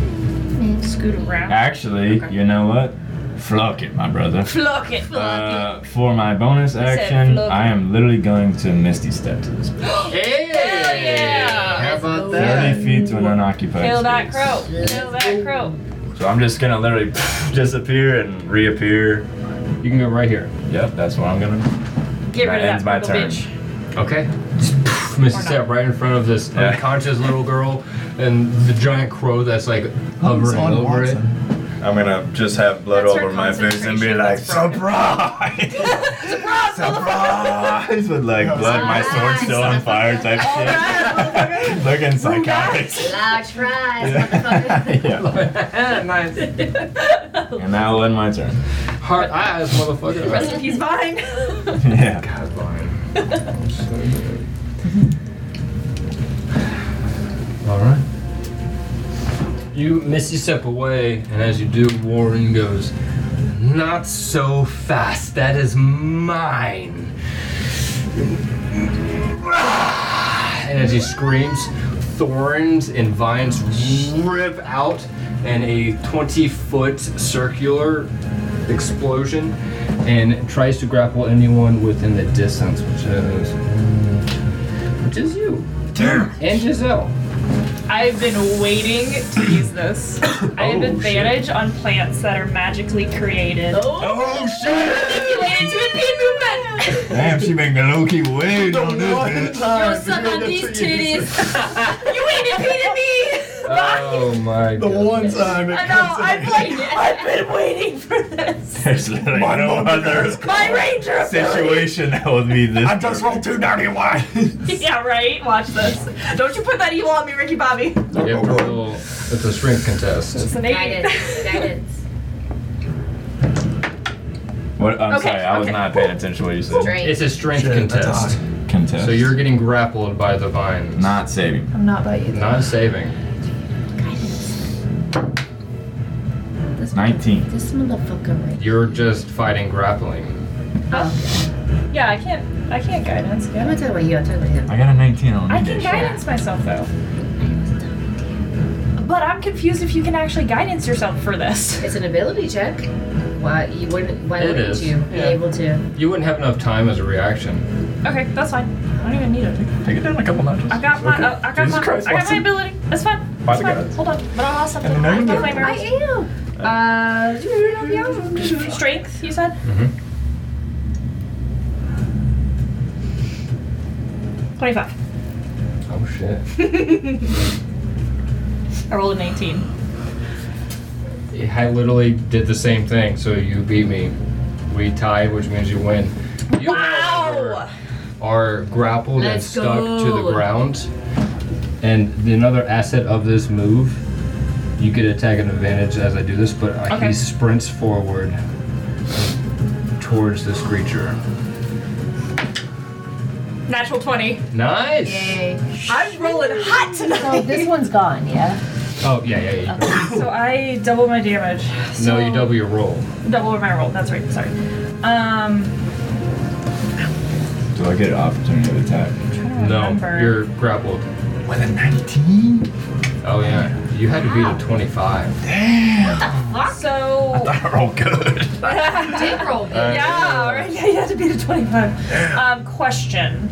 Speaker 3: scoot around?
Speaker 1: Actually, you know what? Fluck it, my brother.
Speaker 3: Pluck it.
Speaker 1: Uh, for my bonus action,
Speaker 3: fluck
Speaker 1: I am literally going to Misty Step to this. place.
Speaker 2: Hey!
Speaker 3: Hell yeah!
Speaker 2: How about that?
Speaker 1: Thirty feet to an unoccupied
Speaker 3: Kill that
Speaker 1: space.
Speaker 3: crow. Kill that crow.
Speaker 1: So I'm just gonna literally disappear and reappear.
Speaker 2: You can go right here.
Speaker 1: Yep, that's what I'm gonna.
Speaker 3: Get rid
Speaker 1: That ends
Speaker 3: of that
Speaker 1: my
Speaker 3: little
Speaker 1: turn.
Speaker 3: bitch.
Speaker 2: Okay. Just poof, Missy
Speaker 3: Or not.
Speaker 2: step right in front of this
Speaker 1: Yeah.
Speaker 2: unconscious little girl and the giant crow that's like
Speaker 3: Oh,
Speaker 2: hovering
Speaker 5: Someone
Speaker 2: over
Speaker 5: wants
Speaker 2: it.
Speaker 5: them.
Speaker 1: I'm gonna just have blood
Speaker 3: That's her
Speaker 1: over my face and be like,
Speaker 3: concentration
Speaker 1: surprise!
Speaker 3: Surprise,
Speaker 1: surprise! With like blood, my sword still on fire type
Speaker 3: motherfucker!
Speaker 1: shit. Looking psychotic.
Speaker 4: Large fries, motherfucker.
Speaker 1: yeah.
Speaker 3: nice.
Speaker 1: And that was my turn.
Speaker 2: Hard eyes, motherfucker.
Speaker 3: Rest in peace, Vine.
Speaker 1: Yeah.
Speaker 2: God, Vine. All right. You misty step away, and as you do, Warren goes, "Not so fast. That is mine." And as he screams, thorns and vines rip out, and a 20-foot circular explosion, and tries to grapple anyone within the distance, which is, mm, which is you
Speaker 8: Damn.
Speaker 2: and Giselle.
Speaker 3: I've been waiting to use this. I have
Speaker 2: Oh,
Speaker 3: advantage on plants that are magically created.
Speaker 1: Oh shit!
Speaker 3: Manipulated to impede movement.
Speaker 1: Damn, she been low key waiting on this bitch.
Speaker 4: Yo, suck on these titties.
Speaker 1: Oh.
Speaker 3: you ain't impeded me.
Speaker 2: Oh my
Speaker 5: The one time it
Speaker 3: I know.
Speaker 5: comes
Speaker 3: I'm like, I've been waiting for this.
Speaker 1: There's literally no other
Speaker 3: My ranger ability.
Speaker 1: situation that would be this.
Speaker 8: I just rolled two ninety one.
Speaker 3: Yeah, right. Watch this. Don't you put that evil on me, Ricky Bobby.
Speaker 2: You have to roll. It's a strength contest.
Speaker 3: It's an eight.
Speaker 4: Guidance, guidance.
Speaker 1: What, I'm
Speaker 3: Okay,
Speaker 1: sorry, I was
Speaker 3: okay.
Speaker 1: not paying attention to what you said.
Speaker 4: Drink.
Speaker 2: It's a strength
Speaker 5: Shit,
Speaker 2: contest.
Speaker 1: Contest.
Speaker 2: So you're getting grappled by the vines.
Speaker 1: not saving.
Speaker 10: I'm not by you.
Speaker 2: Not saving.
Speaker 7: This,
Speaker 1: 19.
Speaker 7: this motherfucker right
Speaker 2: You're just fighting grappling.
Speaker 4: Oh.
Speaker 3: Yeah, I can't. I can't guidance.
Speaker 10: I'm
Speaker 3: Can
Speaker 10: not
Speaker 3: I?
Speaker 10: talking about you. I'm talking about him.
Speaker 1: I got a 19 on
Speaker 3: I
Speaker 1: this
Speaker 3: can
Speaker 1: bitch.
Speaker 3: guidance myself though. But I'm confused if you can actually guidance yourself for this.
Speaker 10: It's an ability check. Why you wouldn't? Why
Speaker 2: It
Speaker 10: wouldn't
Speaker 2: is,
Speaker 10: you be
Speaker 2: yeah.
Speaker 10: able to?
Speaker 2: You wouldn't have enough time as a reaction.
Speaker 3: Okay, that's fine. I don't even need it.
Speaker 1: Take it down a couple notches.
Speaker 3: I got my.
Speaker 1: Okay.
Speaker 3: uh, I got
Speaker 1: Jesus
Speaker 3: my.
Speaker 1: Christ,
Speaker 3: I got my
Speaker 1: Watson.
Speaker 3: ability. That's fine.
Speaker 1: By
Speaker 3: That's
Speaker 1: the
Speaker 3: fine.
Speaker 1: gods.
Speaker 3: Hold on. But I lost something.
Speaker 1: And now you
Speaker 3: I
Speaker 1: get
Speaker 3: lost my
Speaker 1: it.
Speaker 3: mirrors.
Speaker 4: Uh,
Speaker 10: Uh,
Speaker 3: Strength, you said? Mm-hmm. 25.
Speaker 2: Oh shit.
Speaker 3: I rolled an 18.
Speaker 2: I literally did the same thing, so you beat me. We tied, which means you win. You however, are grappled and
Speaker 4: Let's
Speaker 2: stuck to the
Speaker 4: go.
Speaker 2: ground. And the- another asset of this move, you get attack and advantage as I do this, but uh,
Speaker 3: Okay.
Speaker 2: he sprints forward towards this creature.
Speaker 3: Natural 20.
Speaker 2: Nice!
Speaker 4: Yay.
Speaker 3: I'm rolling hot
Speaker 10: so this one's gone. Yeah.
Speaker 2: Oh, yeah, yeah, yeah.
Speaker 3: So I double my damage.
Speaker 2: No,
Speaker 3: So
Speaker 2: you double your roll.
Speaker 3: Double my roll. That's right. Sorry. Um,
Speaker 1: Do I get an opportunity to attack?
Speaker 3: I'm trying to
Speaker 2: No,
Speaker 3: remember.
Speaker 2: you're grappled.
Speaker 1: With a 19?
Speaker 2: Oh, yeah. You had to beat a 25.
Speaker 3: So
Speaker 9: I roll good.
Speaker 4: Did
Speaker 2: Uh,
Speaker 4: roll good.
Speaker 3: yeah, right. Yeah, you had to beat a twenty-five. Um, question.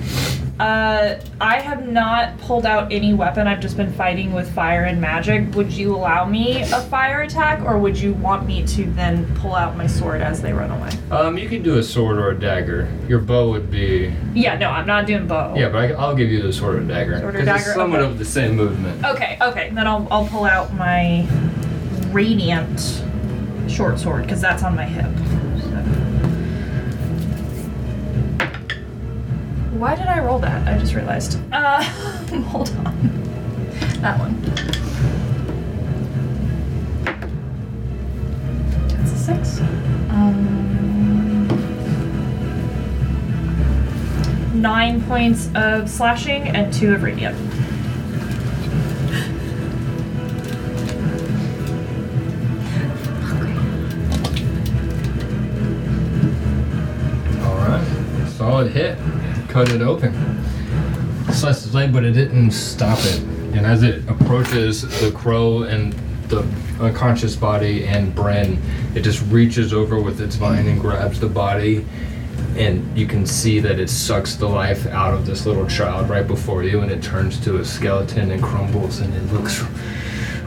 Speaker 3: Uh, I have not pulled out any weapon. I've just been fighting with fire and magic. Would you allow me a fire attack, or would you want me to then pull out my sword as they run away?
Speaker 2: Um, you can do a sword or a dagger. Your bow would be.
Speaker 3: Yeah, no, I'm not doing bow.
Speaker 2: Yeah, but I, I'll give you the sword or dagger.
Speaker 3: Sword or
Speaker 2: 'cause
Speaker 3: dagger,
Speaker 2: It's somewhat
Speaker 3: okay. Oh.
Speaker 2: of the same movement.
Speaker 3: Okay, okay. Then I'll, I'll pull out my radiant short sword because that's on my hip. So. Why did I roll that? I just realized. Uh, hold on. That one. That's a six. Um, nine points of slashing and two of radiant.
Speaker 2: Alright. Solid hit. Cut it open. Sliced his leg, but it didn't stop it. And as it approaches the crow and the unconscious body and Bren, it just reaches over with its vine and grabs the body. And you can see that it sucks the life out of this little child right before you, and it turns to a skeleton and crumbles, and it looks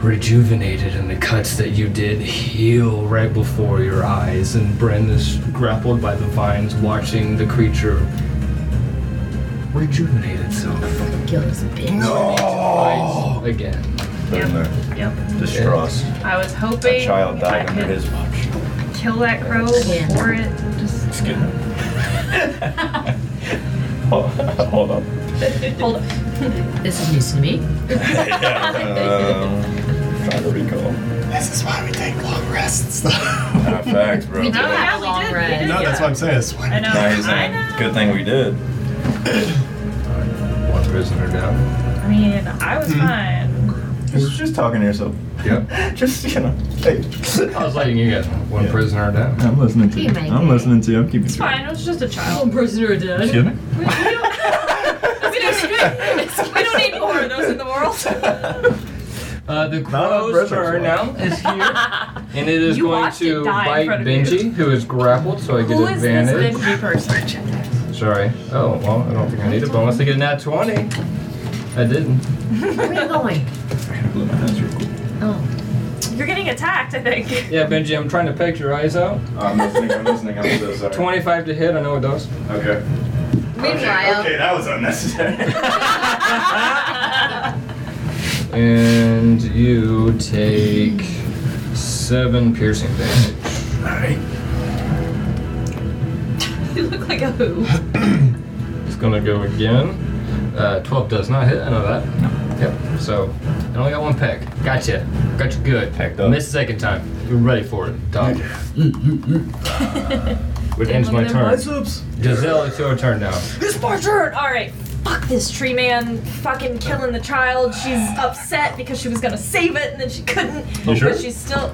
Speaker 2: rejuvenated and the cuts that you did heal right before your eyes and Bren is grappled by the vines watching the creature rejuvenate itself
Speaker 7: Kill this bitch.
Speaker 2: Fights again.
Speaker 1: Been there.
Speaker 3: Yep.
Speaker 1: Distrust.
Speaker 3: I was
Speaker 1: A
Speaker 3: hoping
Speaker 1: child
Speaker 3: I
Speaker 1: died under
Speaker 3: could
Speaker 1: his watch.
Speaker 3: kill that crow before it just
Speaker 1: It's good. Hold- Hold up.
Speaker 3: hold.
Speaker 7: This is news to me.
Speaker 1: Um, trying to recall.
Speaker 5: This is why we take long rests. though. Ah,
Speaker 1: Not facts, bro.
Speaker 4: We did.
Speaker 3: Oh, yeah, we
Speaker 4: Long
Speaker 3: did.
Speaker 4: red.
Speaker 3: We did
Speaker 5: no, that's
Speaker 3: yeah.
Speaker 5: what I'm saying. It's
Speaker 3: I
Speaker 5: why
Speaker 3: know.
Speaker 1: Now he's
Speaker 3: I
Speaker 1: saying,
Speaker 3: know.
Speaker 1: Good thing we did.
Speaker 2: One prisoner down.
Speaker 3: I mean, I
Speaker 5: Hmm.
Speaker 3: was fine.
Speaker 1: Just, just talking to yourself.
Speaker 2: Yep.
Speaker 1: Just you know. Hey.
Speaker 2: I was letting you guys know. One
Speaker 1: Yeah.
Speaker 2: prisoner down.
Speaker 1: I'm listening to you.
Speaker 4: Hey,
Speaker 1: I'm
Speaker 4: Mike.
Speaker 1: listening to you. I'm keeping
Speaker 3: It's fine. It was just a child.
Speaker 7: prisoner dead.
Speaker 1: Excuse me.
Speaker 3: we, don't, we don't need more of those in the world.
Speaker 2: Uh, the
Speaker 1: Not on
Speaker 2: crow's
Speaker 1: prisoner's
Speaker 2: turn now
Speaker 1: watch.
Speaker 2: is here. And it is
Speaker 3: You
Speaker 2: going
Speaker 3: watched it
Speaker 2: to
Speaker 3: die in
Speaker 2: bite
Speaker 3: front of you.
Speaker 2: Benji, who is grappled, so I get
Speaker 3: Who is this
Speaker 2: advantage.
Speaker 3: Benji person?
Speaker 2: Sorry. Oh, well, I don't think I need a bonus to get a nat 20. I didn't.
Speaker 7: Where are you going?
Speaker 1: Blew my nose real quick.
Speaker 7: Oh,
Speaker 3: You're getting attacked, I think.
Speaker 2: Yeah, Benji, I'm trying to peg your eyes out.
Speaker 1: I'm listening. I'm listening. I'm so sorry.
Speaker 2: 25 to hit, I know it does.
Speaker 1: Okay.
Speaker 4: Meanwhile,
Speaker 1: Okay, that was unnecessary.
Speaker 2: And you take seven piercing damage.
Speaker 1: Alright.
Speaker 3: You look like a who.
Speaker 2: It's gonna go again. Uh, 12 does not hit, I know that. Yep, so I only got one peg. Gotcha. Gotcha good.
Speaker 1: Pegged up.
Speaker 2: Missed second time. You're ready for it, Dom. Which ends my turn. Giselle, it's your turn now.
Speaker 3: It's my turn. All right. Fuck this tree man. Fucking killing the child. She's upset because she was gonna save it and then she couldn't.
Speaker 1: You sure?
Speaker 3: But she's still.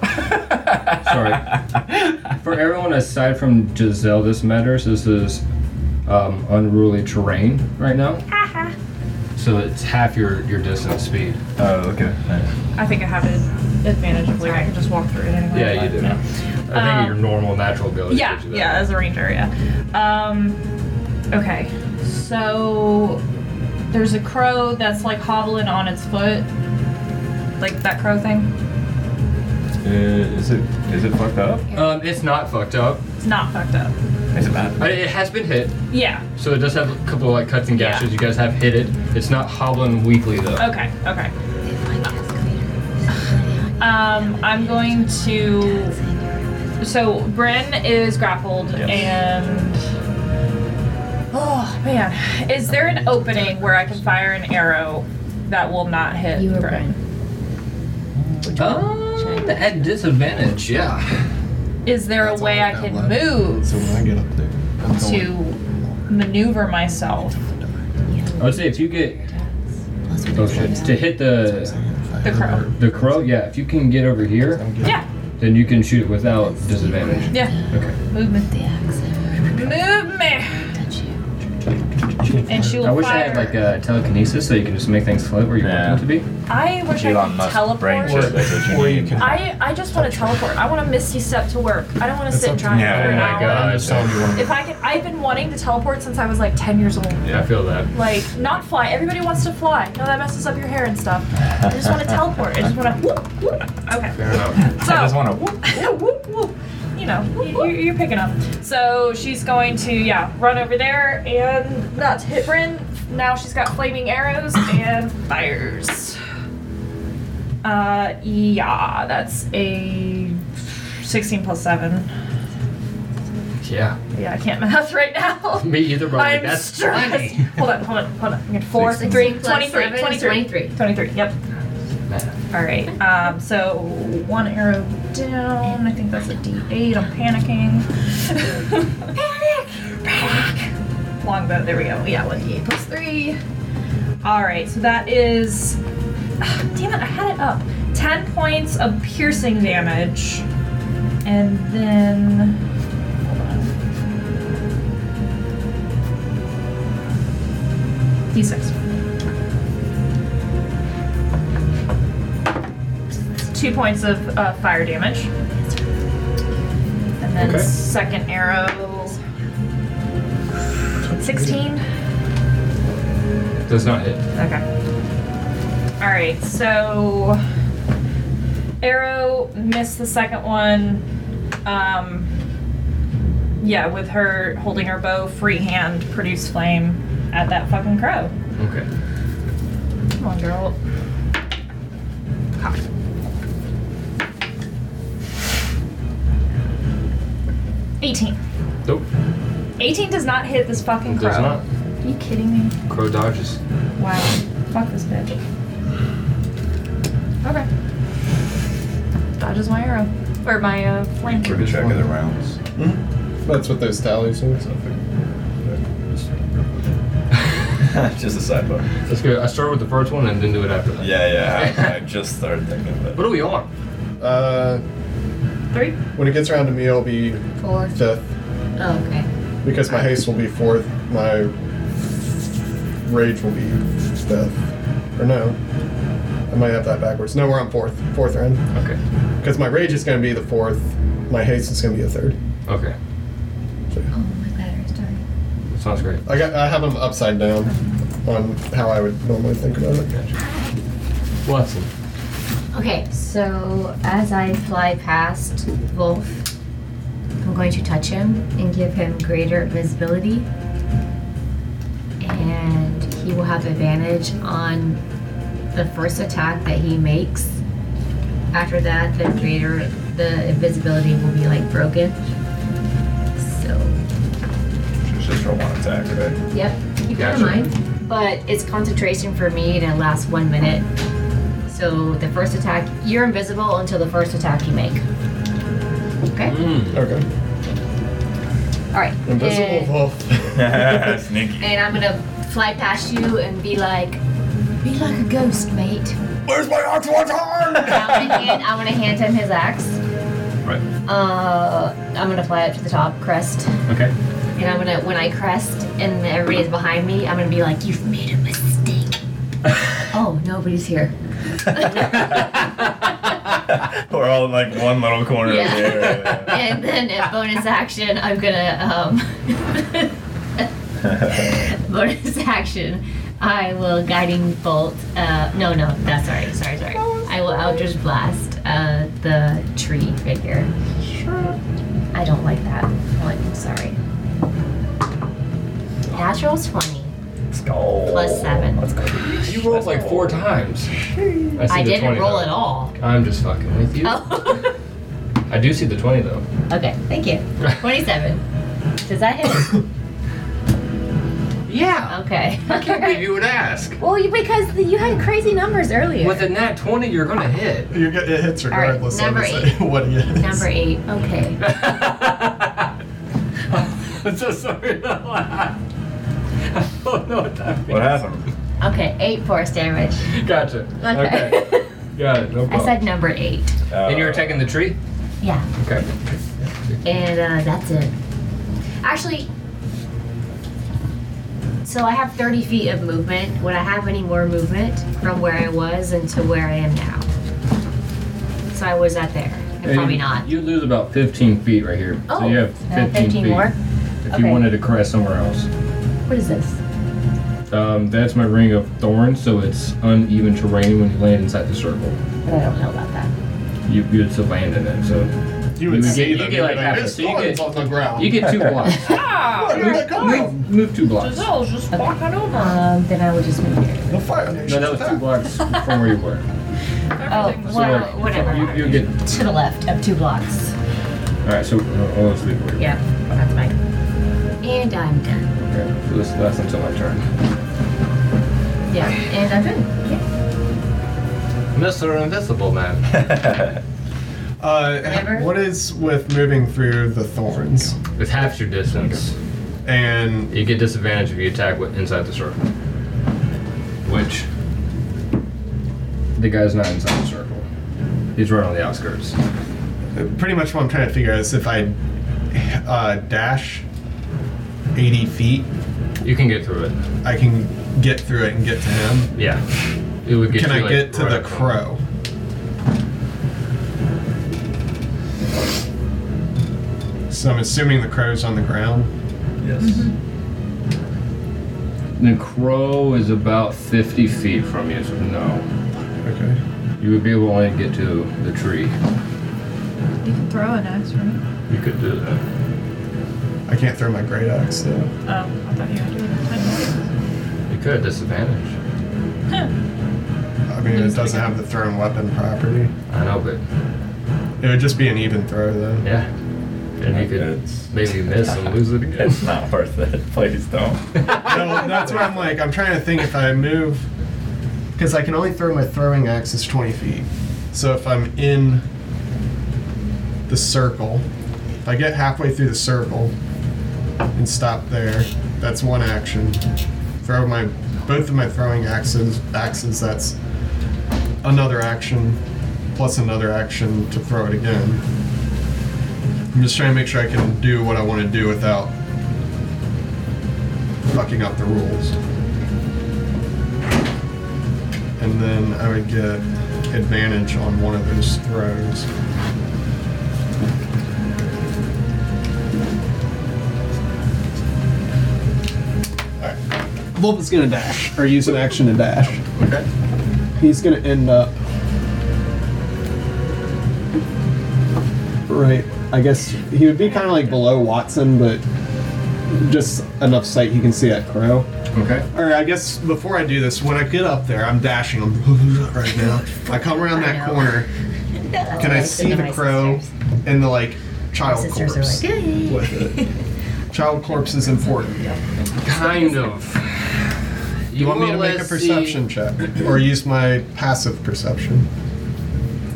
Speaker 2: Sorry. For everyone aside from Giselle, this matters. This is um, unruly terrain right now.
Speaker 3: Uh-huh.
Speaker 2: so it's half your, your distance speed.
Speaker 1: Oh, okay.
Speaker 3: I think I have it advantageably. I can just walk through it anyway.
Speaker 2: Oh, Yeah, you do. I think
Speaker 3: Um,
Speaker 2: your normal natural
Speaker 5: Oh,
Speaker 2: ability.
Speaker 3: Yeah,
Speaker 2: gives you that.
Speaker 3: yeah, as a ranger, yeah. Um, okay, so there's a crow that's like hobbling on its foot, like that crow thing.
Speaker 1: Uh, is it is it fucked up?
Speaker 2: Um, it's not fucked up.
Speaker 3: It's not fucked up.
Speaker 1: Is it bad?
Speaker 2: I- It has been hit,
Speaker 3: Yeah.
Speaker 2: so it does have a couple of like cuts and
Speaker 3: Yeah. Oh,
Speaker 2: gashes. You guys have hit it. It's not hobbling weakly though.
Speaker 3: Okay. Okay. Um, I'm going to. So Bryn is grappled
Speaker 1: Yes.
Speaker 3: and. Oh man, is there an opening where I can fire an arrow that will not hit
Speaker 7: you were
Speaker 3: Bryn?
Speaker 7: Brian.
Speaker 2: Um, at disadvantage, yeah.
Speaker 3: Is there
Speaker 5: That's
Speaker 3: a way
Speaker 5: all I
Speaker 3: I
Speaker 5: got
Speaker 3: can
Speaker 5: left.
Speaker 3: move
Speaker 5: So when I get up there, I'm
Speaker 3: to
Speaker 5: going.
Speaker 3: maneuver myself?
Speaker 2: I would say if you get
Speaker 7: Plus
Speaker 2: oh shit, to hit the
Speaker 3: The crow.
Speaker 2: the crow, yeah. If you can get over here,
Speaker 5: I'm good.
Speaker 3: Yeah,
Speaker 2: Then you can shoot it without disadvantage.
Speaker 3: yeah.
Speaker 2: Okay.
Speaker 3: Movement.
Speaker 7: The axe.
Speaker 3: Move me.
Speaker 7: Touch you.
Speaker 3: and she will
Speaker 2: I wish I
Speaker 3: fire.
Speaker 2: had like a telekinesis so you can just make things float where you
Speaker 1: Yeah.
Speaker 2: want them to be.
Speaker 3: I wish I
Speaker 1: Elon
Speaker 3: could
Speaker 1: Musk
Speaker 3: teleport.
Speaker 1: brain chip. That's what you
Speaker 9: Or you
Speaker 1: need.
Speaker 9: can-
Speaker 3: I, I just want to teleport. I want to misty step to work. I don't want to sit
Speaker 9: up to
Speaker 3: trying
Speaker 9: you.
Speaker 3: for
Speaker 2: Oh
Speaker 3: an
Speaker 2: my
Speaker 3: hour.
Speaker 2: God.
Speaker 9: I'm just telling you
Speaker 3: If I can, I've been wanting to teleport since I was like 10 years old.
Speaker 2: Yeah, I feel that.
Speaker 3: Like, not fly. Everybody wants to fly. No, that messes up your hair and stuff. I just want to teleport. I just want to whoop, whoop. Okay.
Speaker 2: Fair enough.
Speaker 3: So,
Speaker 1: I just want to whoop.
Speaker 3: whoop, whoop. You know, you're, you're picking up. So she's going to, yeah, run over there and not hit Bryn. Now she's got flaming arrows and fires. Uh, yeah, that's a 16 plus 7.
Speaker 2: Yeah.
Speaker 3: Yeah, I can't math right now.
Speaker 2: Me either, bro.
Speaker 3: I'm
Speaker 2: That's
Speaker 3: stressed.
Speaker 2: plenty.
Speaker 3: Hold on, hold on, hold on. I'm gonna- Four,
Speaker 2: Sixteen
Speaker 3: three,
Speaker 4: plus
Speaker 3: 23,
Speaker 4: seven is
Speaker 3: 23,
Speaker 4: 23.
Speaker 3: 23, yep.
Speaker 2: Man.
Speaker 3: All right, um, so one arrow down. I think that's a D8. I'm panicking. Panic! Panic! Longbow, there we go. Yeah, one D8 plus three. All right, so that is. ah, damn it, I had it up. 10 points of piercing damage. And then. Hold on. D6. Two points of uh, fire damage. And then
Speaker 2: Okay.
Speaker 3: second arrow. 16.
Speaker 2: Does not hit.
Speaker 3: Okay. All right. So arrow missed the second one. Um, yeah, with her holding her bow, free hand, produce flame at that fucking crow.
Speaker 2: Okay.
Speaker 3: Come on, girl. Cock. Eighteen.
Speaker 2: Nope.
Speaker 3: Eighteen does not hit this fucking
Speaker 2: It
Speaker 3: crow.
Speaker 2: does not.
Speaker 3: Are you kidding me?
Speaker 2: Crow dodges.
Speaker 3: Wow. Fuck this bitch. Okay. Dodges my arrow. Or my uh, flame.
Speaker 1: Keep a track of the rounds.
Speaker 5: That's what those tallies are. so I think-
Speaker 1: just a sidebar.
Speaker 2: Let's go. I started with the first one and then do it after that.
Speaker 1: Yeah, yeah. I, I just started thinking of
Speaker 2: What
Speaker 1: it.
Speaker 2: are we on?
Speaker 5: Uh,
Speaker 3: Three.
Speaker 5: when it gets around to me, I'll be
Speaker 4: Four.
Speaker 5: fifth
Speaker 4: Oh, okay.
Speaker 5: because my haste will be fourth. My rage will be fifth, or no? I might have that backwards. No, we're on fourth. Fourth round
Speaker 2: Okay.
Speaker 5: because my rage is going to be the fourth. My haste is going to be a third.
Speaker 2: Okay.
Speaker 4: Oh, my battery's dying.
Speaker 2: Sounds great.
Speaker 5: I got. I have them upside down on how I would normally think about it.
Speaker 2: Watson.
Speaker 4: Okay, so as I fly past Wolf, I'm going to touch him and give him greater visibility. And he will have advantage on the first attack that he makes. After that, the greater the invisibility will be like broken. So
Speaker 1: It's just for one attack, right?
Speaker 4: Yep, keep that
Speaker 2: Gotcha.
Speaker 4: in mind. But it's concentration for me and it lasts one minute. So the first attack, you're invisible until the first attack you make. Okay?
Speaker 2: Mm.
Speaker 5: Okay.
Speaker 2: Mm-hmm.
Speaker 4: Alright.
Speaker 5: Invisible
Speaker 4: And,
Speaker 5: wolf.
Speaker 1: Sneaky.
Speaker 4: and I'm gonna fly past you and be like, be like a ghost, mate.
Speaker 9: Where's my ox water?
Speaker 4: And I'm gonna hand, I'm gonna hand him his axe.
Speaker 2: Right.
Speaker 4: Uh, I'm gonna fly up to the top, crest.
Speaker 2: Okay.
Speaker 4: And I'm gonna, when I crest and everybody's behind me, I'm gonna be like, you've made a mistake. oh, nobody's here.
Speaker 1: We're all in like one little corner
Speaker 4: Yeah.
Speaker 1: of the area.
Speaker 4: and then a bonus action, I'm gonna um, bonus action. I will guiding bolt. Uh, no, no, that's sorry, sorry, sorry. I will Eldritch blast uh, the tree right here. Sure. I don't like that one. Sorry. Natural twenty.
Speaker 1: Let's go.
Speaker 4: Plus seven.
Speaker 1: Let's go.
Speaker 2: You rolled like four times. I, see
Speaker 4: I
Speaker 2: the
Speaker 4: didn't
Speaker 2: 20,
Speaker 4: roll
Speaker 2: though.
Speaker 4: at all.
Speaker 2: I'm just fucking with you.
Speaker 4: Oh.
Speaker 2: I do see the 20 though.
Speaker 4: okay. Thank you. Twenty-seven. Does that hit?
Speaker 2: Yeah.
Speaker 4: Okay.
Speaker 2: I can't believe you would ask.
Speaker 4: Well, you, because the, you had crazy numbers earlier.
Speaker 2: With a nat 20, you're gonna hit.
Speaker 5: You get it hits
Speaker 4: right,
Speaker 5: regardless
Speaker 4: number
Speaker 5: of it- what it is.
Speaker 4: Number eight. Okay.
Speaker 2: I'm so sorry. I don't know what that
Speaker 1: What
Speaker 2: means.
Speaker 1: happened?
Speaker 4: Okay, eight force damage.
Speaker 2: Gotcha.
Speaker 4: Okay.
Speaker 2: Got it. No problem.
Speaker 4: I said number eight.
Speaker 1: Uh,
Speaker 2: and you're attacking the tree?
Speaker 4: Yeah,
Speaker 2: Okay.
Speaker 4: and uh, that's it. Actually, So I have 30 feet of movement. Would I have any more movement from where I was and to where I am now? So I was at there.
Speaker 2: And
Speaker 4: Probably
Speaker 2: you-
Speaker 4: not.
Speaker 2: You lose about 15 feet right here. so
Speaker 4: Oh,
Speaker 2: you have
Speaker 4: uh,
Speaker 2: 15,
Speaker 4: 15
Speaker 2: feet.
Speaker 4: more?
Speaker 2: If you
Speaker 4: Okay.
Speaker 2: wanted to cry somewhere else.
Speaker 4: What is this?
Speaker 2: Um, that's my ring of thorns, so it's uneven terrain when you land inside the circle.
Speaker 4: But I don't know about that.
Speaker 2: You you to land in it, so
Speaker 5: You would
Speaker 2: You would
Speaker 5: see
Speaker 2: get- you
Speaker 5: them.
Speaker 2: get
Speaker 5: You'd
Speaker 2: like
Speaker 5: be
Speaker 2: half a
Speaker 5: "There's
Speaker 2: secret."
Speaker 5: thorns on the ground.
Speaker 2: you get two blocks.
Speaker 3: Ah,
Speaker 5: Where did that come from?
Speaker 2: move, move two blocks. No,
Speaker 3: Giselle's just walking over.
Speaker 4: Um, then I would just move here.
Speaker 5: The Fire Nation's
Speaker 2: that was two
Speaker 5: back.
Speaker 2: blocks from where you were.
Speaker 4: Oh,
Speaker 3: Everything was
Speaker 4: well,
Speaker 2: so
Speaker 4: whatever.
Speaker 2: You, you get all
Speaker 4: to the left of two blocks.
Speaker 2: right. So uh, I'll just leave it where you were.
Speaker 4: Yeah, that's fine. And I'm done.
Speaker 2: Okay, so this lasts until my turn.
Speaker 4: Yeah, and I'm done. Yeah.
Speaker 2: Mr. Invisible Man.
Speaker 5: Uh,
Speaker 4: Never?
Speaker 5: what is with moving through the thorns?
Speaker 2: With half your distance,
Speaker 5: And
Speaker 2: you get disadvantage if you attack with inside the circle. Which the guy's not inside the circle. He's right on the outskirts.
Speaker 5: pretty much what I'm trying to figure out is if I uh, dash 80 feet,
Speaker 2: You can get through it.
Speaker 5: I can get through it and get to him.
Speaker 2: Yeah. It would get
Speaker 5: Can
Speaker 2: you,
Speaker 5: I
Speaker 2: like,
Speaker 5: get to
Speaker 2: right
Speaker 5: the
Speaker 2: up front.
Speaker 5: crow? So I'm assuming the crow's on the ground.
Speaker 1: Yes.
Speaker 2: Mm-hmm. The crow is about 50 feet from you, so no.
Speaker 5: Okay.
Speaker 2: You would be able to only get to the tree.
Speaker 18: You can throw an axe, right?
Speaker 2: You could do that.
Speaker 5: I can't throw my great axe though.
Speaker 18: Oh, I thought you were doing it.
Speaker 2: You could, disadvantage.
Speaker 5: I mean, it doesn't have the thrown weapon property.
Speaker 2: I know, but
Speaker 5: It would just be an even throw though.
Speaker 2: yeah. And you could
Speaker 1: It's-
Speaker 2: maybe miss and lose it again.
Speaker 1: It's not worth it. Please don't.
Speaker 5: No, that's why I'm like, I'm trying to think if I move, because I can only throw my throwing axe is 20 feet. So if I'm in the circle, if I get halfway through the circle and stop there, that's one action. Throw my both of my throwing axes, axes that's another action plus another action to throw it again. I'm just trying to make sure I can do what I want to do without fucking up the rules. And then I would get advantage on one of those throws. Alright. Wolf is gonna dash, or use an action to dash.
Speaker 2: Okay.
Speaker 5: He's gonna end up. Right. I guess he would be kind of like below Watson, but just enough sight he can see that crow.
Speaker 2: Okay.
Speaker 5: All right, I guess before I do this, when I get up there, I'm dashing. I'm right now. I come around that corner. Can I see the crow and the like child
Speaker 10: sisters are
Speaker 5: corpse
Speaker 10: like,
Speaker 5: with it? Child corpse is important.
Speaker 2: Kind of. You,
Speaker 5: You want me to make a perception check or use my passive perception?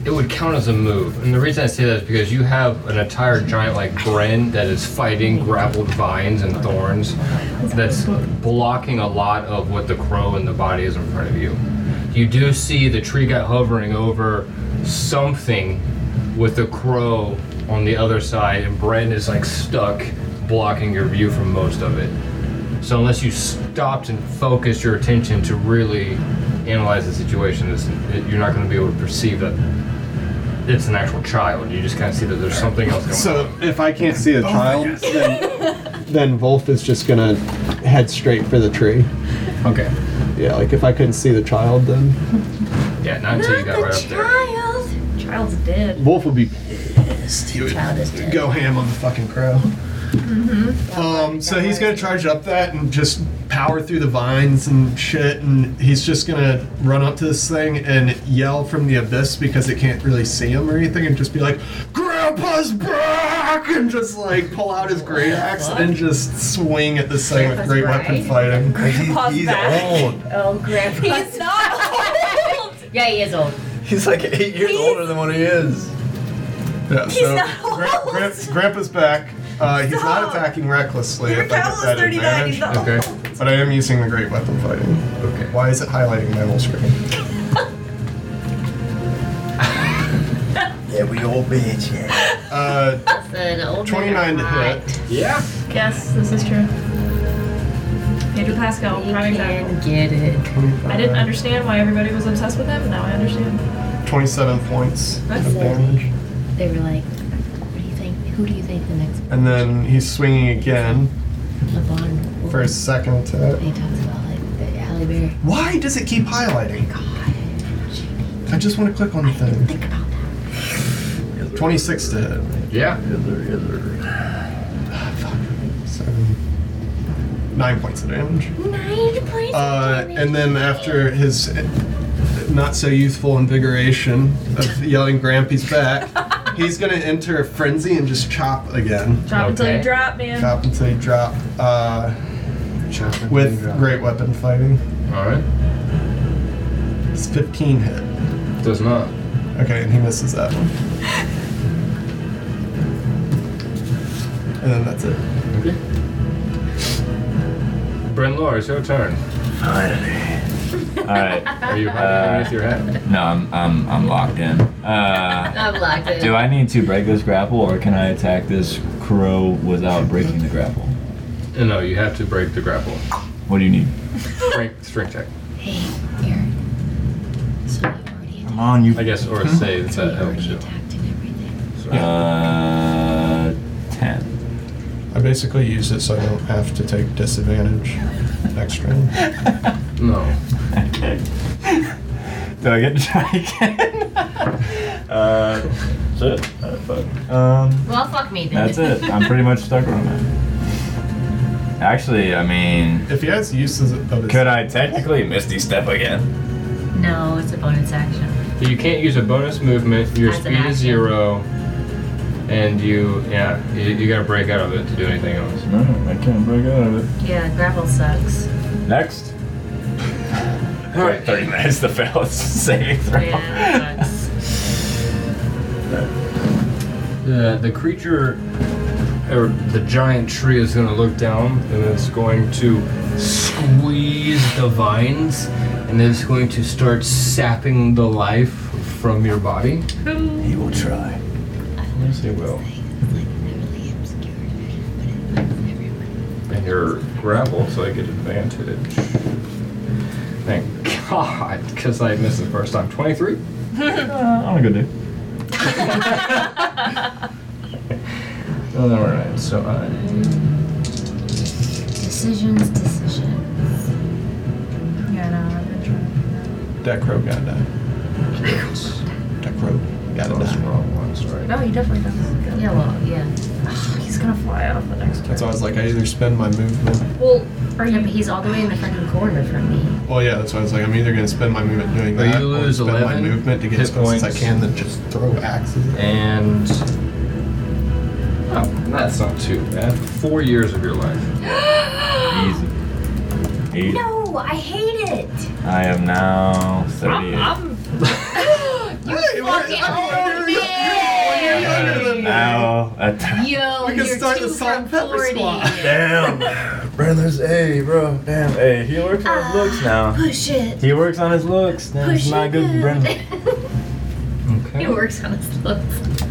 Speaker 2: It would count as a move. And the reason I say that is because you have an entire giant like Bren that is fighting grappled vines and thorns that's blocking a lot of what the crow and the body is in front of you. You do see the tree guy hovering over something with the crow on the other side, and Bren is like stuck blocking your view from most of it. So unless you stopped and focused your attention to really analyze the situation, it's, it, you're not going to be able to perceive that it's an actual child. You just kind of see that there's something else going on.
Speaker 5: So if I can't see the child, then, then Wolf is just gonna head straight for the tree.
Speaker 2: Okay.
Speaker 5: Yeah, like if I couldn't see the child, then
Speaker 2: Yeah, not until you got right up there.
Speaker 10: Child! Child's dead.
Speaker 5: Wolf would be
Speaker 10: Child is dead.
Speaker 5: go ham on the fucking crow.
Speaker 3: Mm-hmm.
Speaker 5: Um, so he's gonna charge up that and just power through the vines and shit, and he's just gonna run up to this thing and yell from the abyss because it can't really see him or anything, and just be like, "Grandpa's back!" and just like pull out his great axe and just swing at this thing
Speaker 10: Grandpa's
Speaker 5: with great
Speaker 10: back.
Speaker 5: weapon fighting.
Speaker 3: Paws
Speaker 1: he's
Speaker 3: back.
Speaker 1: old.
Speaker 4: Oh, grandpa.
Speaker 3: He's not old.
Speaker 4: yeah, he is old.
Speaker 1: He's like eight years
Speaker 3: He's-
Speaker 1: older than what he is.
Speaker 5: Yeah, so
Speaker 3: not
Speaker 5: Gra-
Speaker 3: old.
Speaker 5: Gra- Grandpa's back. Uh, he's not
Speaker 3: Stop.
Speaker 5: attacking recklessly.
Speaker 3: Your
Speaker 5: if I get
Speaker 3: child
Speaker 5: that
Speaker 3: is 39. He's
Speaker 5: advantage,
Speaker 3: not
Speaker 2: Okay.
Speaker 3: old.
Speaker 5: But I am using the great weapon fighting.
Speaker 2: Okay.
Speaker 5: Why is it highlighting my whole screen?
Speaker 1: Yeah, we old bitch. Yeah.
Speaker 5: Uh,
Speaker 4: That's an old man.
Speaker 5: 29 to
Speaker 4: Right.
Speaker 5: hit.
Speaker 2: Yeah.
Speaker 18: Yes, this is true. It Pedro Pascal,
Speaker 7: We
Speaker 18: prime
Speaker 7: can
Speaker 18: example.
Speaker 7: get it.
Speaker 18: I didn't understand why everybody was obsessed with him. Now I understand.
Speaker 5: 27 points
Speaker 18: That's
Speaker 5: of
Speaker 18: it.
Speaker 5: damage.
Speaker 4: They were like, "What do you think? Who do you think the next
Speaker 5: And then he's swinging again
Speaker 4: LeBron will
Speaker 5: for his second attack.
Speaker 4: be?" He talks about like the Halle Berry.
Speaker 5: Why does it keep highlighting? I just want to click on the thing.
Speaker 4: Think about that.
Speaker 5: 26 to hit.
Speaker 2: Yeah.
Speaker 5: Seven. Nine points of damage.
Speaker 4: Nine points.
Speaker 5: Uh, and then after his not so youthful invigoration of yelling Grampy's back, he's gonna enter a frenzy and just chop again.
Speaker 3: Drop until you
Speaker 2: Okay.
Speaker 3: drop, man.
Speaker 5: Chop until he drop. Uh,
Speaker 8: Chop
Speaker 5: with great weapon fighting,
Speaker 2: Alright.
Speaker 5: it's 15 hit.
Speaker 2: Does not.
Speaker 5: Okay, and he misses that one. And then that's it.
Speaker 2: Okay. Bryn Lore, it's your turn.
Speaker 1: Finally. All right.
Speaker 2: Are you hiding
Speaker 1: Uh,
Speaker 2: underneath your hat?
Speaker 1: No, I'm I'm I'm locked in. Uh,
Speaker 4: I'm locked in.
Speaker 1: do I need to break this grapple, or can I attack this crow without breaking the grapple?
Speaker 2: Uh, No, you have to break the grapple.
Speaker 1: What do you need?
Speaker 2: Strength, strength check.
Speaker 4: Hey, Eric. So you already
Speaker 1: Come on, you. Hmm?
Speaker 2: I guess, or a save if that helps
Speaker 4: already
Speaker 2: you.
Speaker 4: attacked and everything.
Speaker 1: Uh, ten.
Speaker 5: I basically use it so I don't have to take disadvantage next round.
Speaker 2: No.
Speaker 1: Okay. Do I get to try again? uh, that's it. Uh, fuck. Um,
Speaker 4: Well, fuck me then.
Speaker 1: that's it. I'm pretty much stuck on that. Actually, I mean,
Speaker 5: If he has uses of his
Speaker 1: could I technically Misty Step again?
Speaker 4: no, it's a bonus action.
Speaker 2: You can't use a bonus movement. Your
Speaker 4: As an
Speaker 2: speed
Speaker 4: action.
Speaker 2: is zero, and you yeah you, you gotta break out of it to do anything else.
Speaker 1: No, I can't break out of
Speaker 4: Yeah, gravel sucks.
Speaker 1: it. Next.
Speaker 2: All right.
Speaker 1: Thirty minutes to fail. It's saving throw.
Speaker 4: Yeah, that sucks.
Speaker 2: The the creature or the giant tree is gonna look down and it's going to squeeze the vines and it's going to start sapping the life from your body.
Speaker 1: He will try. Yes, he will.
Speaker 4: It's like really obscure, but it finds everyone.
Speaker 2: And you're gravel, so I get advantage. Thank God, because I missed the first time. Twenty-three.
Speaker 1: Uh, I'm a good dude.
Speaker 2: All right, so uh, I.
Speaker 4: Decisions, decision.
Speaker 18: Yeah, no, I've been trying.
Speaker 5: That crow gotta die. That crow gotta
Speaker 2: That's the
Speaker 5: die.
Speaker 2: wrong one, sorry.
Speaker 18: No, he definitely does.
Speaker 4: Yeah, well, yeah.
Speaker 18: He's gonna fly off the next turn.
Speaker 5: That's why I was like, I either spend my movement.
Speaker 4: Well, or yeah, but he's all the way in the fucking corner from me.
Speaker 5: Well, yeah, that's why I was like, I'm either gonna spend my movement doing
Speaker 2: Well,
Speaker 5: that,
Speaker 2: you lose
Speaker 5: or spend my
Speaker 2: 11
Speaker 5: movement to get as
Speaker 2: hit
Speaker 5: close as I
Speaker 2: points.
Speaker 5: can, then just throw axes.
Speaker 2: And. Oh, that's not too bad. Four years of your life.
Speaker 1: Easy. Eight.
Speaker 4: No, I hate it.
Speaker 1: I am now 38.
Speaker 5: Hey, we're- I'm one year- you're
Speaker 4: Yeah.
Speaker 5: younger than me.
Speaker 1: now at
Speaker 4: Yo,
Speaker 5: We can
Speaker 4: you're
Speaker 5: start
Speaker 4: two
Speaker 5: the salt and
Speaker 4: for
Speaker 5: pepper
Speaker 4: 40.
Speaker 5: squad.
Speaker 1: Damn. Brandler's A, bro. Damn. Hey, he works on his looks now.
Speaker 4: Ah, Push it.
Speaker 1: He works on his looks. Damn, it's
Speaker 4: Push
Speaker 1: not
Speaker 4: it.
Speaker 1: good for Brandler.
Speaker 4: he
Speaker 2: Okay.
Speaker 4: works on his looks.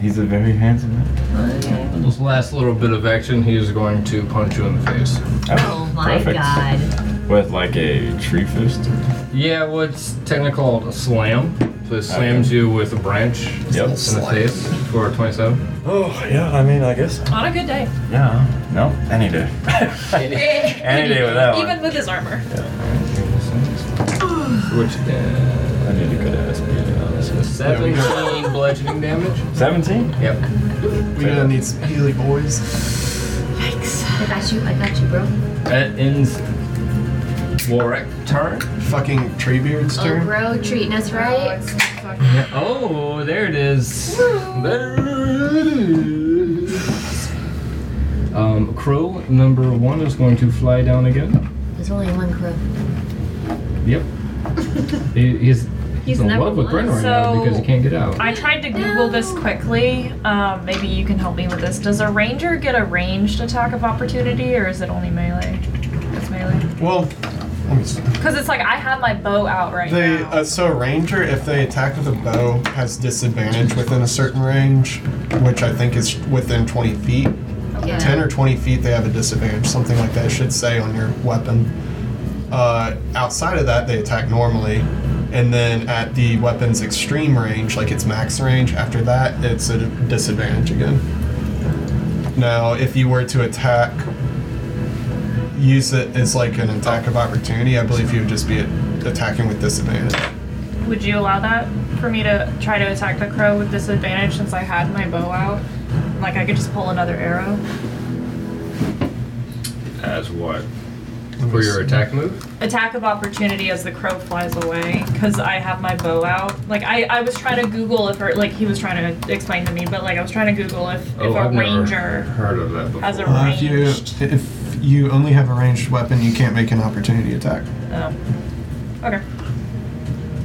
Speaker 1: He's a very handsome man.
Speaker 2: This last little bit of action, he is going to punch you in the face.
Speaker 4: Oh my
Speaker 1: perfect.
Speaker 4: god.
Speaker 1: With like a tree fist.
Speaker 2: Yeah, what's technically called a slam. So it slams you with a branch
Speaker 1: Yep.
Speaker 2: in the face for 27.
Speaker 1: Oh, yeah, I mean, I guess.
Speaker 3: On a good day.
Speaker 1: Yeah. No, any day. any day with that
Speaker 3: Even
Speaker 1: one.
Speaker 3: with his armor.
Speaker 2: Which uh,
Speaker 1: I need a good ass beating, honestly.
Speaker 2: 17 bludgeoning damage.
Speaker 1: 17?
Speaker 2: Yep.
Speaker 5: We're gonna need some Healy boys.
Speaker 4: I got you, I got you, bro.
Speaker 2: That ends Warwick turn.
Speaker 5: Fucking Treebeard's
Speaker 4: Oh,
Speaker 5: turn.
Speaker 4: bro, treating us right.
Speaker 2: Oh, there it is. There it is. Um, crow number one is going to fly down again.
Speaker 4: There's only one crow.
Speaker 2: Yep. he, he's
Speaker 4: He's
Speaker 2: in
Speaker 4: number
Speaker 2: love with
Speaker 4: one,
Speaker 2: Bren right
Speaker 3: so-
Speaker 2: now because he can't get out.
Speaker 3: I tried to Google this quickly. Um, maybe you can help me with this. Does a ranger get a ranged attack of opportunity, or is it only melee? It's melee.
Speaker 5: Well, let me see.
Speaker 3: Because it's like I have my bow out right
Speaker 5: They
Speaker 3: now.
Speaker 5: uh, so a ranger if they attack with a bow has disadvantage within a certain range, which I think is within 20 feet.
Speaker 19: Okay.
Speaker 5: 10 or 20 feet, they have a disadvantage, something like that, it should say on your weapon. Uh, outside of that, they attack normally. And then at the weapon's extreme range, like its max range, after that, it's a disadvantage again. Now, if you were to attack, use it as like an attack of opportunity, I believe you would just be attacking with disadvantage.
Speaker 3: Would you allow that for me to try to attack the crow with disadvantage since I had my bow out? Like I could just pull another arrow.
Speaker 2: As what? For your attack move?
Speaker 3: Attack of opportunity as the crow flies away because I have my bow out. Like I, I was trying to Google if, or like he was trying to explain to me, but like I was trying to Google if, if a
Speaker 2: Oh, I've never
Speaker 3: ranger
Speaker 2: heard of that before.
Speaker 3: has a
Speaker 5: Uh, if you
Speaker 3: ranged.
Speaker 5: if you only have a ranged weapon, you can't make an opportunity attack
Speaker 3: Oh. Okay.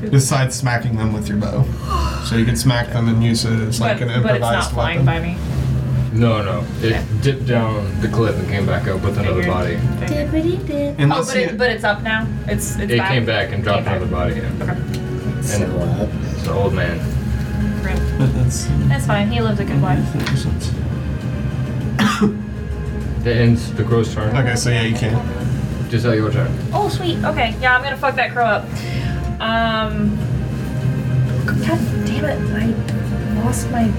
Speaker 5: besides smacking them with your bow. So you could smack them and use it as like
Speaker 3: but,
Speaker 5: an
Speaker 3: but it's not
Speaker 5: improvised
Speaker 3: flying
Speaker 5: weapon.
Speaker 3: by me.
Speaker 2: No, no. It
Speaker 3: Okay.
Speaker 2: dipped down the cliff and came back up with another
Speaker 3: Figured.
Speaker 2: body.
Speaker 3: Figured. Oh,
Speaker 5: Unless
Speaker 3: but,
Speaker 5: you-
Speaker 3: it, but it's up now. It's it's
Speaker 2: It
Speaker 3: back.
Speaker 2: came back and dropped another body in.
Speaker 3: Okay.
Speaker 20: So up.
Speaker 2: It's an old man.
Speaker 3: Rip.
Speaker 5: but that's
Speaker 3: That's fine. He lives a good life.
Speaker 2: It ends the crow's turn.
Speaker 5: Okay, so yeah, you can.
Speaker 2: Just out your turn.
Speaker 3: Oh sweet. Okay. Yeah, I'm gonna fuck that crow up. Um. God damn it! I lost my.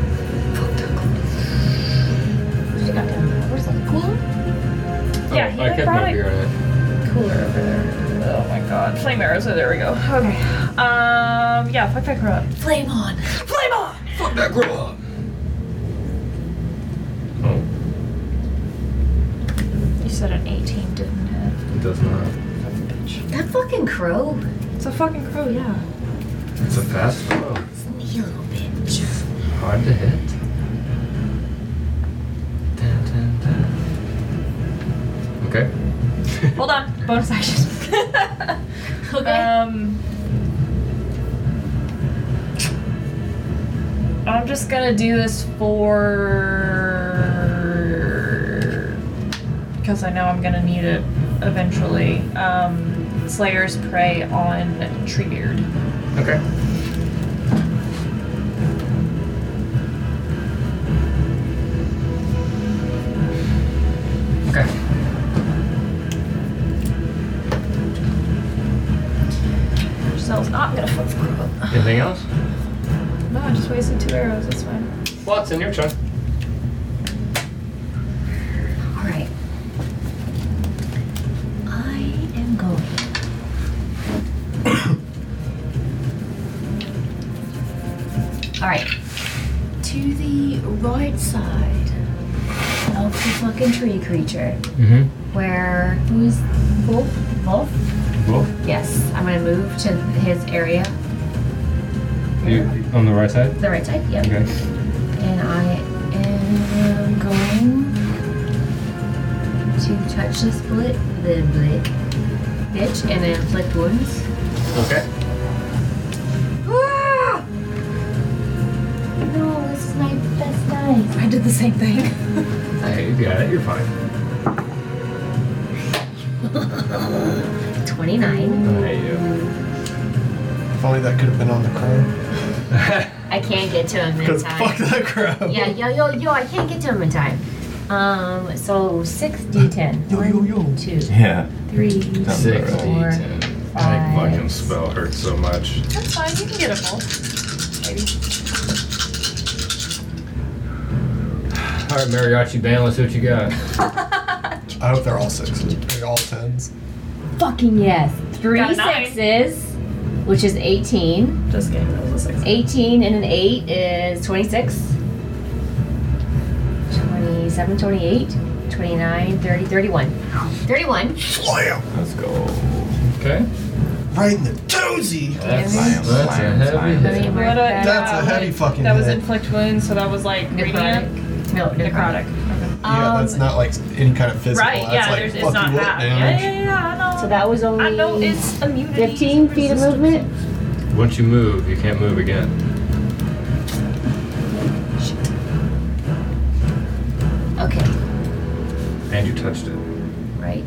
Speaker 4: Where's the cool?
Speaker 3: Yeah,
Speaker 2: oh, I
Speaker 3: he
Speaker 2: kept
Speaker 3: brought
Speaker 2: my
Speaker 3: it-
Speaker 2: beer in it.
Speaker 3: cooler over there. Oh my god. Flame arrows. Oh, there we go. Okay. Um. Yeah. Fuck that crow up.
Speaker 4: Flame on.
Speaker 3: Flame on.
Speaker 21: Fuck that girl up.
Speaker 2: Oh,
Speaker 3: You said an 18 didn't it?
Speaker 2: it does not.
Speaker 4: That fucking crow.
Speaker 3: It's a fucking crow. Yeah.
Speaker 2: It's a fast throw.
Speaker 4: You little bitch.
Speaker 2: Hard to hit. Dun, dun, dun. Okay.
Speaker 3: Hold on. Bonus action.
Speaker 19: Okay.
Speaker 3: Um. I'm just gonna do this for because I know I'm gonna need it eventually. Um, Slayer's prey on Treebeard.
Speaker 2: Okay. Okay.
Speaker 3: Giselle's not gonna fuck the crow up.
Speaker 2: Anything else?
Speaker 3: No, I just wasted two arrows. That's fine.
Speaker 2: Watson, your turn.
Speaker 4: All right.
Speaker 20: I am going.
Speaker 4: All right.
Speaker 20: to the right side of the fucking tree creature.
Speaker 2: Mm-hmm.
Speaker 4: Where who's Wolf? Wolf?
Speaker 2: Wolf,
Speaker 4: Yes. I'm gonna move to his area,
Speaker 2: you on the right side?
Speaker 4: the right side. Yep.
Speaker 2: Okay.
Speaker 4: And I am going to touch the split, the blick, bitch, and then inflict wounds.
Speaker 2: Okay.
Speaker 4: Ah!
Speaker 20: No, this is my best knife.
Speaker 4: I did the same thing.
Speaker 2: Hey, you got it. You're fine.
Speaker 4: 29.
Speaker 2: Hey, you.
Speaker 5: If only that could have been on the crow.
Speaker 4: I can't get to him in
Speaker 5: Because
Speaker 4: time.
Speaker 5: fuck that crow.
Speaker 4: Yeah, yo, yo, yo, I can't get to him in time. Um, so 6d10.
Speaker 5: Yo, yo, yo.
Speaker 4: One, two,
Speaker 1: Yeah.
Speaker 4: three,
Speaker 2: Six D
Speaker 4: four.
Speaker 2: ten. That
Speaker 4: five.
Speaker 2: fucking spell hurts so much.
Speaker 3: That's fine. You can get a full.
Speaker 2: All right, mariachi band, let's see what you got.
Speaker 5: I hope they're all sixes. They're all tens.
Speaker 19: Fucking yes. Three
Speaker 3: Got a nine.
Speaker 19: sixes, which is 18.
Speaker 3: Just kidding. That was a six.
Speaker 19: 18 and an 8 is 26.
Speaker 4: 27, 28, 29, 30, 31. 31.
Speaker 5: Slam!
Speaker 1: Let's go.
Speaker 2: Okay.
Speaker 5: Right in the doozy!
Speaker 1: Lion,
Speaker 2: That's, that's a
Speaker 1: lion,
Speaker 2: heavy
Speaker 1: lion.
Speaker 2: hit.
Speaker 4: Let me
Speaker 3: What
Speaker 4: mark
Speaker 3: a-
Speaker 4: that.
Speaker 5: That's
Speaker 3: uh, yeah,
Speaker 5: a heavy
Speaker 3: like,
Speaker 5: fucking
Speaker 3: That was
Speaker 5: hit.
Speaker 3: inflict wounds, so that was like radiant,
Speaker 4: Necrotic. No,
Speaker 3: necrotic.
Speaker 5: Yeah, that's
Speaker 4: Um,
Speaker 5: not like any kind of physical.
Speaker 3: Right?
Speaker 5: that's
Speaker 3: Yeah.
Speaker 5: like
Speaker 3: there's,
Speaker 5: fuck
Speaker 3: it's not
Speaker 5: you up,
Speaker 3: that. Yeah,
Speaker 5: damage.
Speaker 3: yeah, yeah. I know.
Speaker 19: So that was only
Speaker 3: I know it's immunity.
Speaker 19: 15 feet of
Speaker 3: resistance.
Speaker 19: movement.
Speaker 2: Once you move, you can't move again.
Speaker 4: Okay,
Speaker 2: And you touched it,
Speaker 4: right.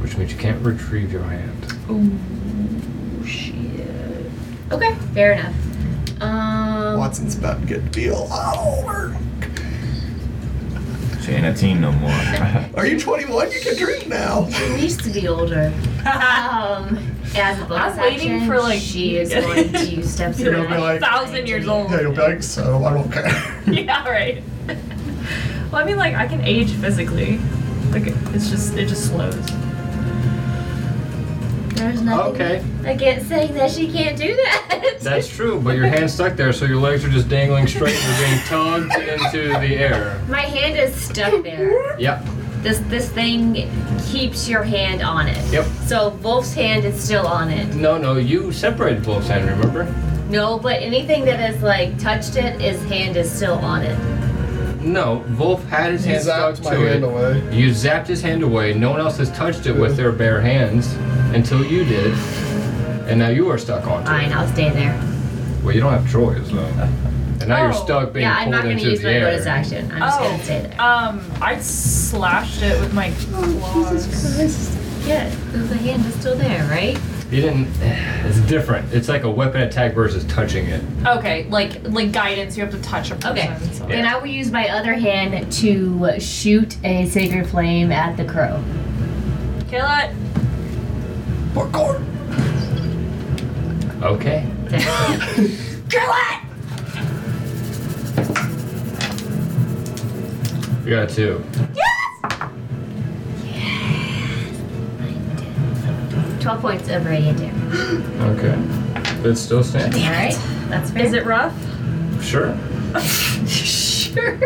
Speaker 2: which means you can't retrieve your hand.
Speaker 4: Shit. Okay, fair enough. Um,
Speaker 5: Watson's about to get to be all over.
Speaker 1: She ain't a teen no more.
Speaker 9: Are you 21? You can drink now.
Speaker 4: She needs to be older. um, as a bonus
Speaker 3: I'm waiting
Speaker 4: action,
Speaker 3: for, like-
Speaker 4: she is going to use steps
Speaker 5: You're
Speaker 4: around.
Speaker 5: gonna be like,
Speaker 3: Thousand years old.
Speaker 5: yeah, you'll be like, so I don't care.
Speaker 3: Yeah, right.
Speaker 18: Well, I mean, like I can age physically. Like it's just it just slows.
Speaker 4: There's nothing
Speaker 2: Okay.
Speaker 4: against saying that she can't do that.
Speaker 2: That's true, but your hand's stuck there, so your legs are just dangling straight. You're being tugged into the air.
Speaker 4: My hand is stuck there.
Speaker 2: Yep.
Speaker 4: This this thing keeps your hand on it.
Speaker 2: Yep.
Speaker 4: So Wolf's hand is still on it.
Speaker 2: No, no, you separated Wolf's hand, remember?
Speaker 4: No, but anything that has like touched it, his hand is still on it.
Speaker 2: No, Wolf had his
Speaker 5: He
Speaker 2: hand stuck
Speaker 5: zapped my
Speaker 2: to it.
Speaker 5: hand away.
Speaker 2: You zapped his hand away. No one else has touched it with their bare hands until you did, and now you are stuck onto
Speaker 4: Fine,
Speaker 2: it.
Speaker 4: I'll stay there.
Speaker 2: Well, you don't have choice though. And now you're
Speaker 3: Oh,
Speaker 2: stuck being
Speaker 4: yeah,
Speaker 2: pulled
Speaker 4: I'm not gonna
Speaker 2: into
Speaker 4: use
Speaker 2: the
Speaker 4: my
Speaker 2: air.
Speaker 4: bonus action. I'm just gonna stay there.
Speaker 18: Um, I slashed it with my
Speaker 3: Oh,
Speaker 18: claws.
Speaker 4: Yeah, the hand is still there, right?
Speaker 2: You didn't. It's different. It's like a weapon attack versus touching it.
Speaker 18: Okay, like like guidance. You have to touch a person.
Speaker 4: Okay.
Speaker 18: So.
Speaker 4: Then I will use my other hand to shoot a sacred flame at the crow.
Speaker 3: Kill it.
Speaker 2: Okay. You got two.
Speaker 4: Twelve points of radiant damage.
Speaker 2: Okay. It's still standing.
Speaker 4: All right, that's fair.
Speaker 3: Is it rough?
Speaker 2: Sure.
Speaker 3: sure.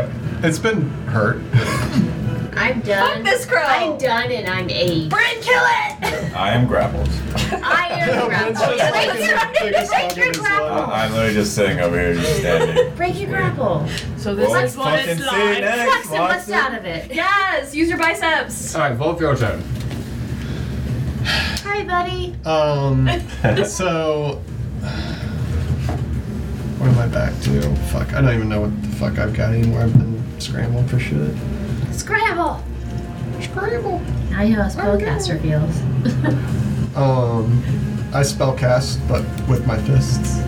Speaker 5: It's been hurt.
Speaker 4: I'm done.
Speaker 3: Fuck this crow.
Speaker 4: I'm done and I'm eight.
Speaker 3: Bryn, kill it.
Speaker 1: I am grappled.
Speaker 4: I am
Speaker 5: Brent's
Speaker 4: grappled.
Speaker 5: just
Speaker 4: Break
Speaker 5: fucking
Speaker 4: your-
Speaker 5: the
Speaker 4: break
Speaker 5: biggest hog
Speaker 4: your
Speaker 5: in his
Speaker 4: grapple.
Speaker 5: life.
Speaker 1: I- I'm literally just sitting over here, just standing.
Speaker 4: Break your grapple.
Speaker 18: So this
Speaker 1: Well,
Speaker 18: is what
Speaker 1: fucking
Speaker 18: it's
Speaker 1: see
Speaker 18: like.
Speaker 1: you
Speaker 4: Suck
Speaker 1: next,
Speaker 4: some bust
Speaker 1: Watson.
Speaker 4: out of it.
Speaker 3: Yes. Use your biceps.
Speaker 2: All right, Wolf, your turn.
Speaker 4: Hi, buddy.
Speaker 5: Um, so. What am I back to? Fuck, I don't even know what the fuck I've got anymore. I've been scrambling for shit.
Speaker 4: Scramble.
Speaker 5: Scramble!
Speaker 4: Now you know how spellcaster feels.
Speaker 5: Um, I spell cast, but with my fists.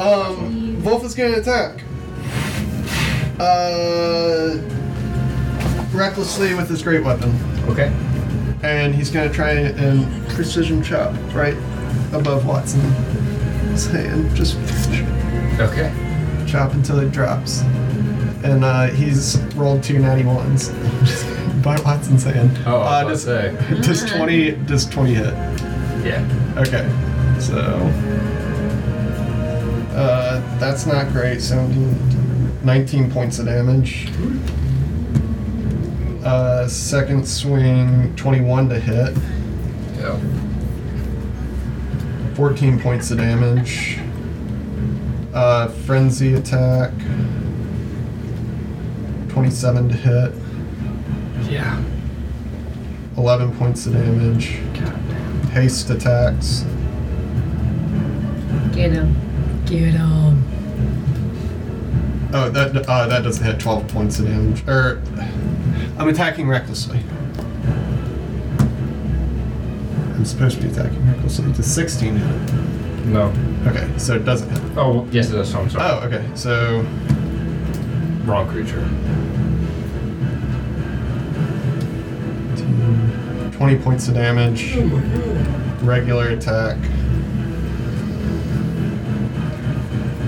Speaker 5: Um, Wolf is gonna attack. Uh, recklessly with his great weapon.
Speaker 2: Okay.
Speaker 5: and he's gonna try and precision chop right above Watson. So, and just
Speaker 2: Okay.
Speaker 5: chop until it drops. And uh, he's rolled two natty ones by Watson's hand.
Speaker 2: Oh, I
Speaker 5: uh,
Speaker 2: was
Speaker 5: does,
Speaker 2: about to
Speaker 5: does twenty does twenty hit?
Speaker 2: Yeah.
Speaker 5: Okay, so uh, that's not great. 17, 19 points of damage. Uh, second swing, 21 to hit.
Speaker 2: Yeah.
Speaker 5: 14 points of damage. Uh, frenzy attack. 27 to hit.
Speaker 2: Yeah.
Speaker 5: 11 points of damage.
Speaker 2: God damn.
Speaker 5: Haste attacks.
Speaker 4: Get him. Get him.
Speaker 5: Oh, that uh, that doesn't hit. 12 points of damage. Or, I'm attacking recklessly. I'm supposed to be attacking recklessly. Does 16 hit?
Speaker 2: No.
Speaker 5: Okay, so it doesn't hit.
Speaker 2: Oh, yes, it does. I'm sorry.
Speaker 5: Oh, okay. So Oh.
Speaker 2: Wrong creature.
Speaker 5: 20 points of damage. Regular attack.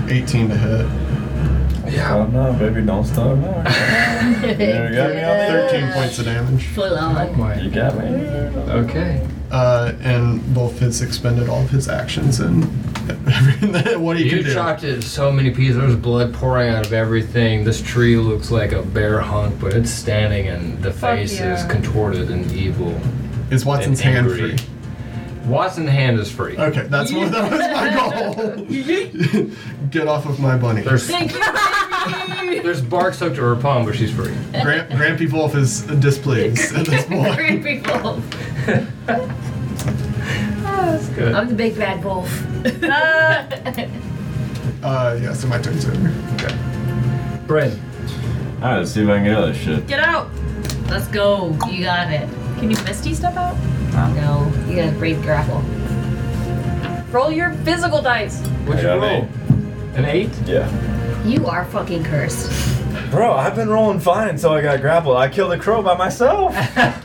Speaker 5: 18 to hit.
Speaker 1: Stop now, baby, don't stop now. There you got me out there.
Speaker 5: 13 points of damage.
Speaker 4: Full on.
Speaker 1: You got me.
Speaker 2: Okay.
Speaker 5: Uh, and both has expended all of his actions and what he
Speaker 2: You
Speaker 5: can do.
Speaker 2: chopped it in so many pieces. There's blood pouring out of everything. This tree looks like a bear hunk, but it's standing, and the
Speaker 18: Fuck
Speaker 2: face is
Speaker 18: yeah.
Speaker 2: contorted and evil.
Speaker 5: Is Watson's
Speaker 2: and
Speaker 5: hand
Speaker 2: angry.
Speaker 5: free?
Speaker 2: Watson's hand is free.
Speaker 5: Okay, that's what, that was my goal. Get off of my bunny.
Speaker 2: There's there's bark stuck to her palm, but she's free.
Speaker 5: Gramp, Grampy Wolf is displeased at this point.
Speaker 4: Grumpy wolf.
Speaker 2: That's good.
Speaker 4: I'm the big bad wolf.
Speaker 5: Uh, yeah, so my turn's over.
Speaker 2: Okay. Bryn.
Speaker 1: Alright, let's see if I can get out of this shit.
Speaker 18: Get out.
Speaker 4: Let's go. You got it.
Speaker 18: Can you misty step out?
Speaker 4: No, you gotta breathe grapple.
Speaker 3: Roll your physical dice.
Speaker 2: What'd you
Speaker 1: I got an
Speaker 2: roll? An eight?
Speaker 1: Yeah.
Speaker 10: You are fucking cursed.
Speaker 1: Bro, I've been rolling fine until I got grappled. I killed a crow by myself.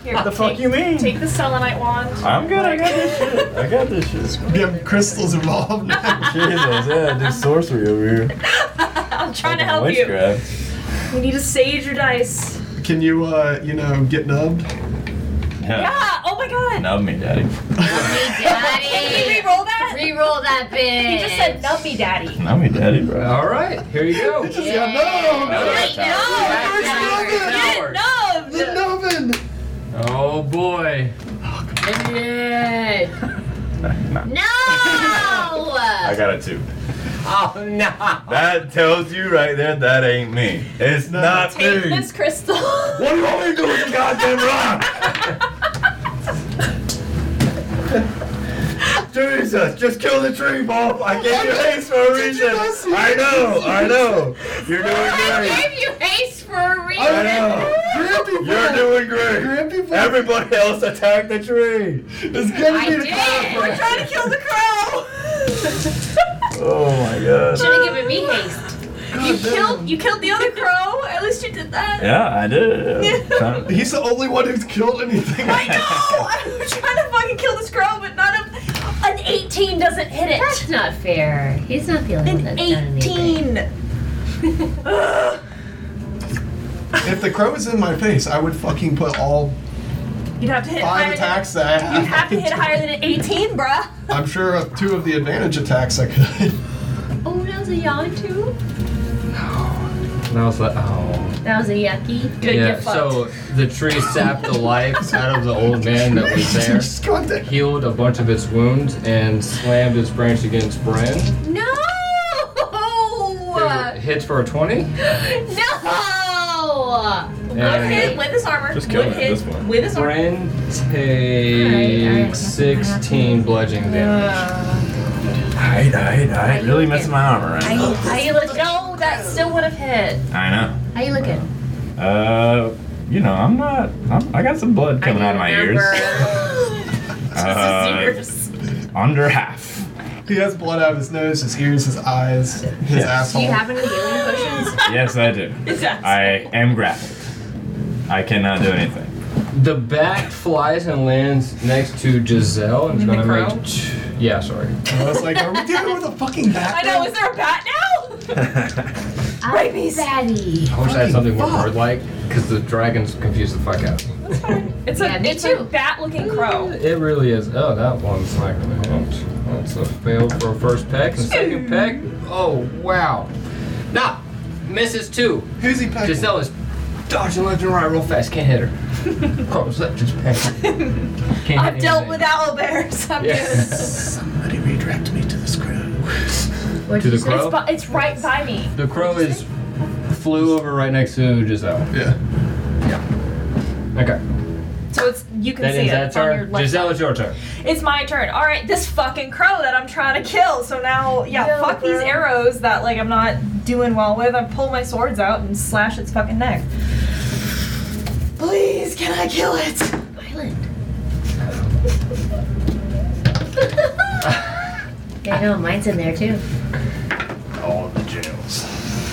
Speaker 3: Here,
Speaker 1: What the fuck you mean?
Speaker 3: Take the selenite wand.
Speaker 1: I'm good. I got this shit. I got this shit. Jesus,
Speaker 5: You have crystals involved now.
Speaker 1: yeah, do sorcery over here.
Speaker 3: I'm trying to help you.
Speaker 1: Witchcraft.
Speaker 3: We need to sage your dice.
Speaker 5: Can you, uh, you know, get nubbed?
Speaker 3: Yeah. Oh my god.
Speaker 1: Nub me, daddy.
Speaker 3: Can you
Speaker 4: Daddy,
Speaker 3: re-roll that?
Speaker 4: reroll that bitch.
Speaker 3: He just said nub me, daddy.
Speaker 1: Nub me, daddy, bro.
Speaker 2: All right, here you go.
Speaker 5: Just got nubbed!
Speaker 4: Wait, no,
Speaker 2: Back tower,
Speaker 4: no,
Speaker 3: Get
Speaker 2: tower.
Speaker 5: The
Speaker 3: nubbed.
Speaker 5: nubbin!
Speaker 2: Oh boy.
Speaker 4: no.
Speaker 1: I got a two.
Speaker 2: Oh no.
Speaker 1: That tells you right there that ain't me. It's not
Speaker 3: Take
Speaker 1: me.
Speaker 3: this crystal.
Speaker 1: What do you want me to do with the goddamn rock? Jesus, just kill the tree, Bob. I gave you haste for a reason. I know, I know. You're doing great.
Speaker 4: Gave you ace for a
Speaker 1: I
Speaker 4: reason.
Speaker 1: know.
Speaker 5: Grampy
Speaker 1: You're
Speaker 5: Bull!
Speaker 1: doing great.
Speaker 5: Grampy Bull!
Speaker 1: Everybody else attacked the tree.
Speaker 5: It's gonna
Speaker 4: I
Speaker 5: be the
Speaker 4: did.
Speaker 5: clown.
Speaker 3: Trying to kill the crow.
Speaker 1: Oh my god.
Speaker 4: Should have given me haste.
Speaker 3: You killed. You killed the other crow. At least you did that.
Speaker 1: Yeah, I did.
Speaker 5: He's the only one who's killed anything.
Speaker 3: I know. I'm trying to fucking kill this crow, but not a. An 18 doesn't hit it.
Speaker 4: That's not fair. He's not the only one
Speaker 3: An
Speaker 4: that's done anything.
Speaker 3: 18. Ugh.
Speaker 5: If the crow was in my face, I would fucking put all
Speaker 3: You'd have to hit
Speaker 5: five
Speaker 3: higher
Speaker 5: attacks that I
Speaker 3: than
Speaker 5: have.
Speaker 3: you'd have to hit higher than an 18, bruh.
Speaker 5: I'm sure of two of the advantage attacks I could.
Speaker 4: Oh, that was a yawn too.
Speaker 2: That was like, oh.
Speaker 4: That was a yucky.
Speaker 3: Good,
Speaker 2: yeah,
Speaker 3: get fucked.
Speaker 2: so the tree sapped the life out of the old man that was there,
Speaker 5: Just got that.
Speaker 2: healed a bunch of its wounds, and slammed its branch against Bran.
Speaker 4: No.
Speaker 2: It Hits for a 20.
Speaker 4: No.
Speaker 3: One hit
Speaker 2: And
Speaker 3: with his armor.
Speaker 1: Just kill
Speaker 3: One
Speaker 1: him at
Speaker 3: hit
Speaker 1: this point.
Speaker 3: With his armor.
Speaker 2: Bran takes 16 bludgeoning damage.
Speaker 3: Uh,
Speaker 1: Alright, alright, alright. Really missing my armor right now.
Speaker 4: How you look?
Speaker 3: No, that still would have hit.
Speaker 1: I know.
Speaker 4: How you looking?
Speaker 1: Uh, you know, I'm not. I'm, I got some blood coming out of my ears. Uh, under half.
Speaker 5: He has blood out of his nose, his ears, his eyes, his
Speaker 1: Yes.
Speaker 5: asshole.
Speaker 10: Do
Speaker 4: Oh.
Speaker 10: you have any healing
Speaker 1: Uh,
Speaker 10: potions?
Speaker 1: Yes, I do. I am grappled. I cannot do anything.
Speaker 2: The bat flies and lands next to Giselle and is
Speaker 18: the
Speaker 2: gonna
Speaker 18: crow?
Speaker 2: make. T- yeah, sorry.
Speaker 5: I was like, are we dealing with a fucking bat?
Speaker 3: I know, is there a bat now?
Speaker 4: Rabies. Daddy.
Speaker 2: I wish I had something more
Speaker 5: Fuck.
Speaker 2: bird like, because the dragons confuse the fuck out of me.
Speaker 3: It's
Speaker 4: Yeah,
Speaker 3: a,
Speaker 4: me
Speaker 3: it's
Speaker 4: too.
Speaker 3: a bat looking crow.
Speaker 2: It really is. Oh, that one's not gonna hit. That's a fail for first peck. And second peck. Oh, wow. Nah, misses two.
Speaker 5: Who's he packing?
Speaker 2: Giselle is dodging left and right real fast. Can't hit her. Crows that just peck. Can't
Speaker 3: I've
Speaker 2: hit
Speaker 3: dealt
Speaker 2: anything.
Speaker 3: with owl bears. I'm good.
Speaker 2: Yeah.
Speaker 5: Somebody redirect me to this crow.
Speaker 2: to the crow.
Speaker 3: It's, bu- it's right by me.
Speaker 2: The crow is flew over right next to Giselle.
Speaker 5: Yeah.
Speaker 2: Okay.
Speaker 3: So it's you can
Speaker 2: That
Speaker 3: see
Speaker 2: ends
Speaker 3: it.
Speaker 2: that
Speaker 3: It's on your
Speaker 2: turn.
Speaker 3: left
Speaker 2: Giselle, it's your turn.
Speaker 3: It's my turn. All right, this fucking crow that I'm trying to kill. So now, yeah,
Speaker 4: No,
Speaker 3: fuck these
Speaker 4: girl.
Speaker 3: arrows that like I'm not doing well with. I pull my swords out and slash its fucking neck. Please, can I kill it?
Speaker 4: Yeah, I know. Mine's in there too.
Speaker 2: All the jails.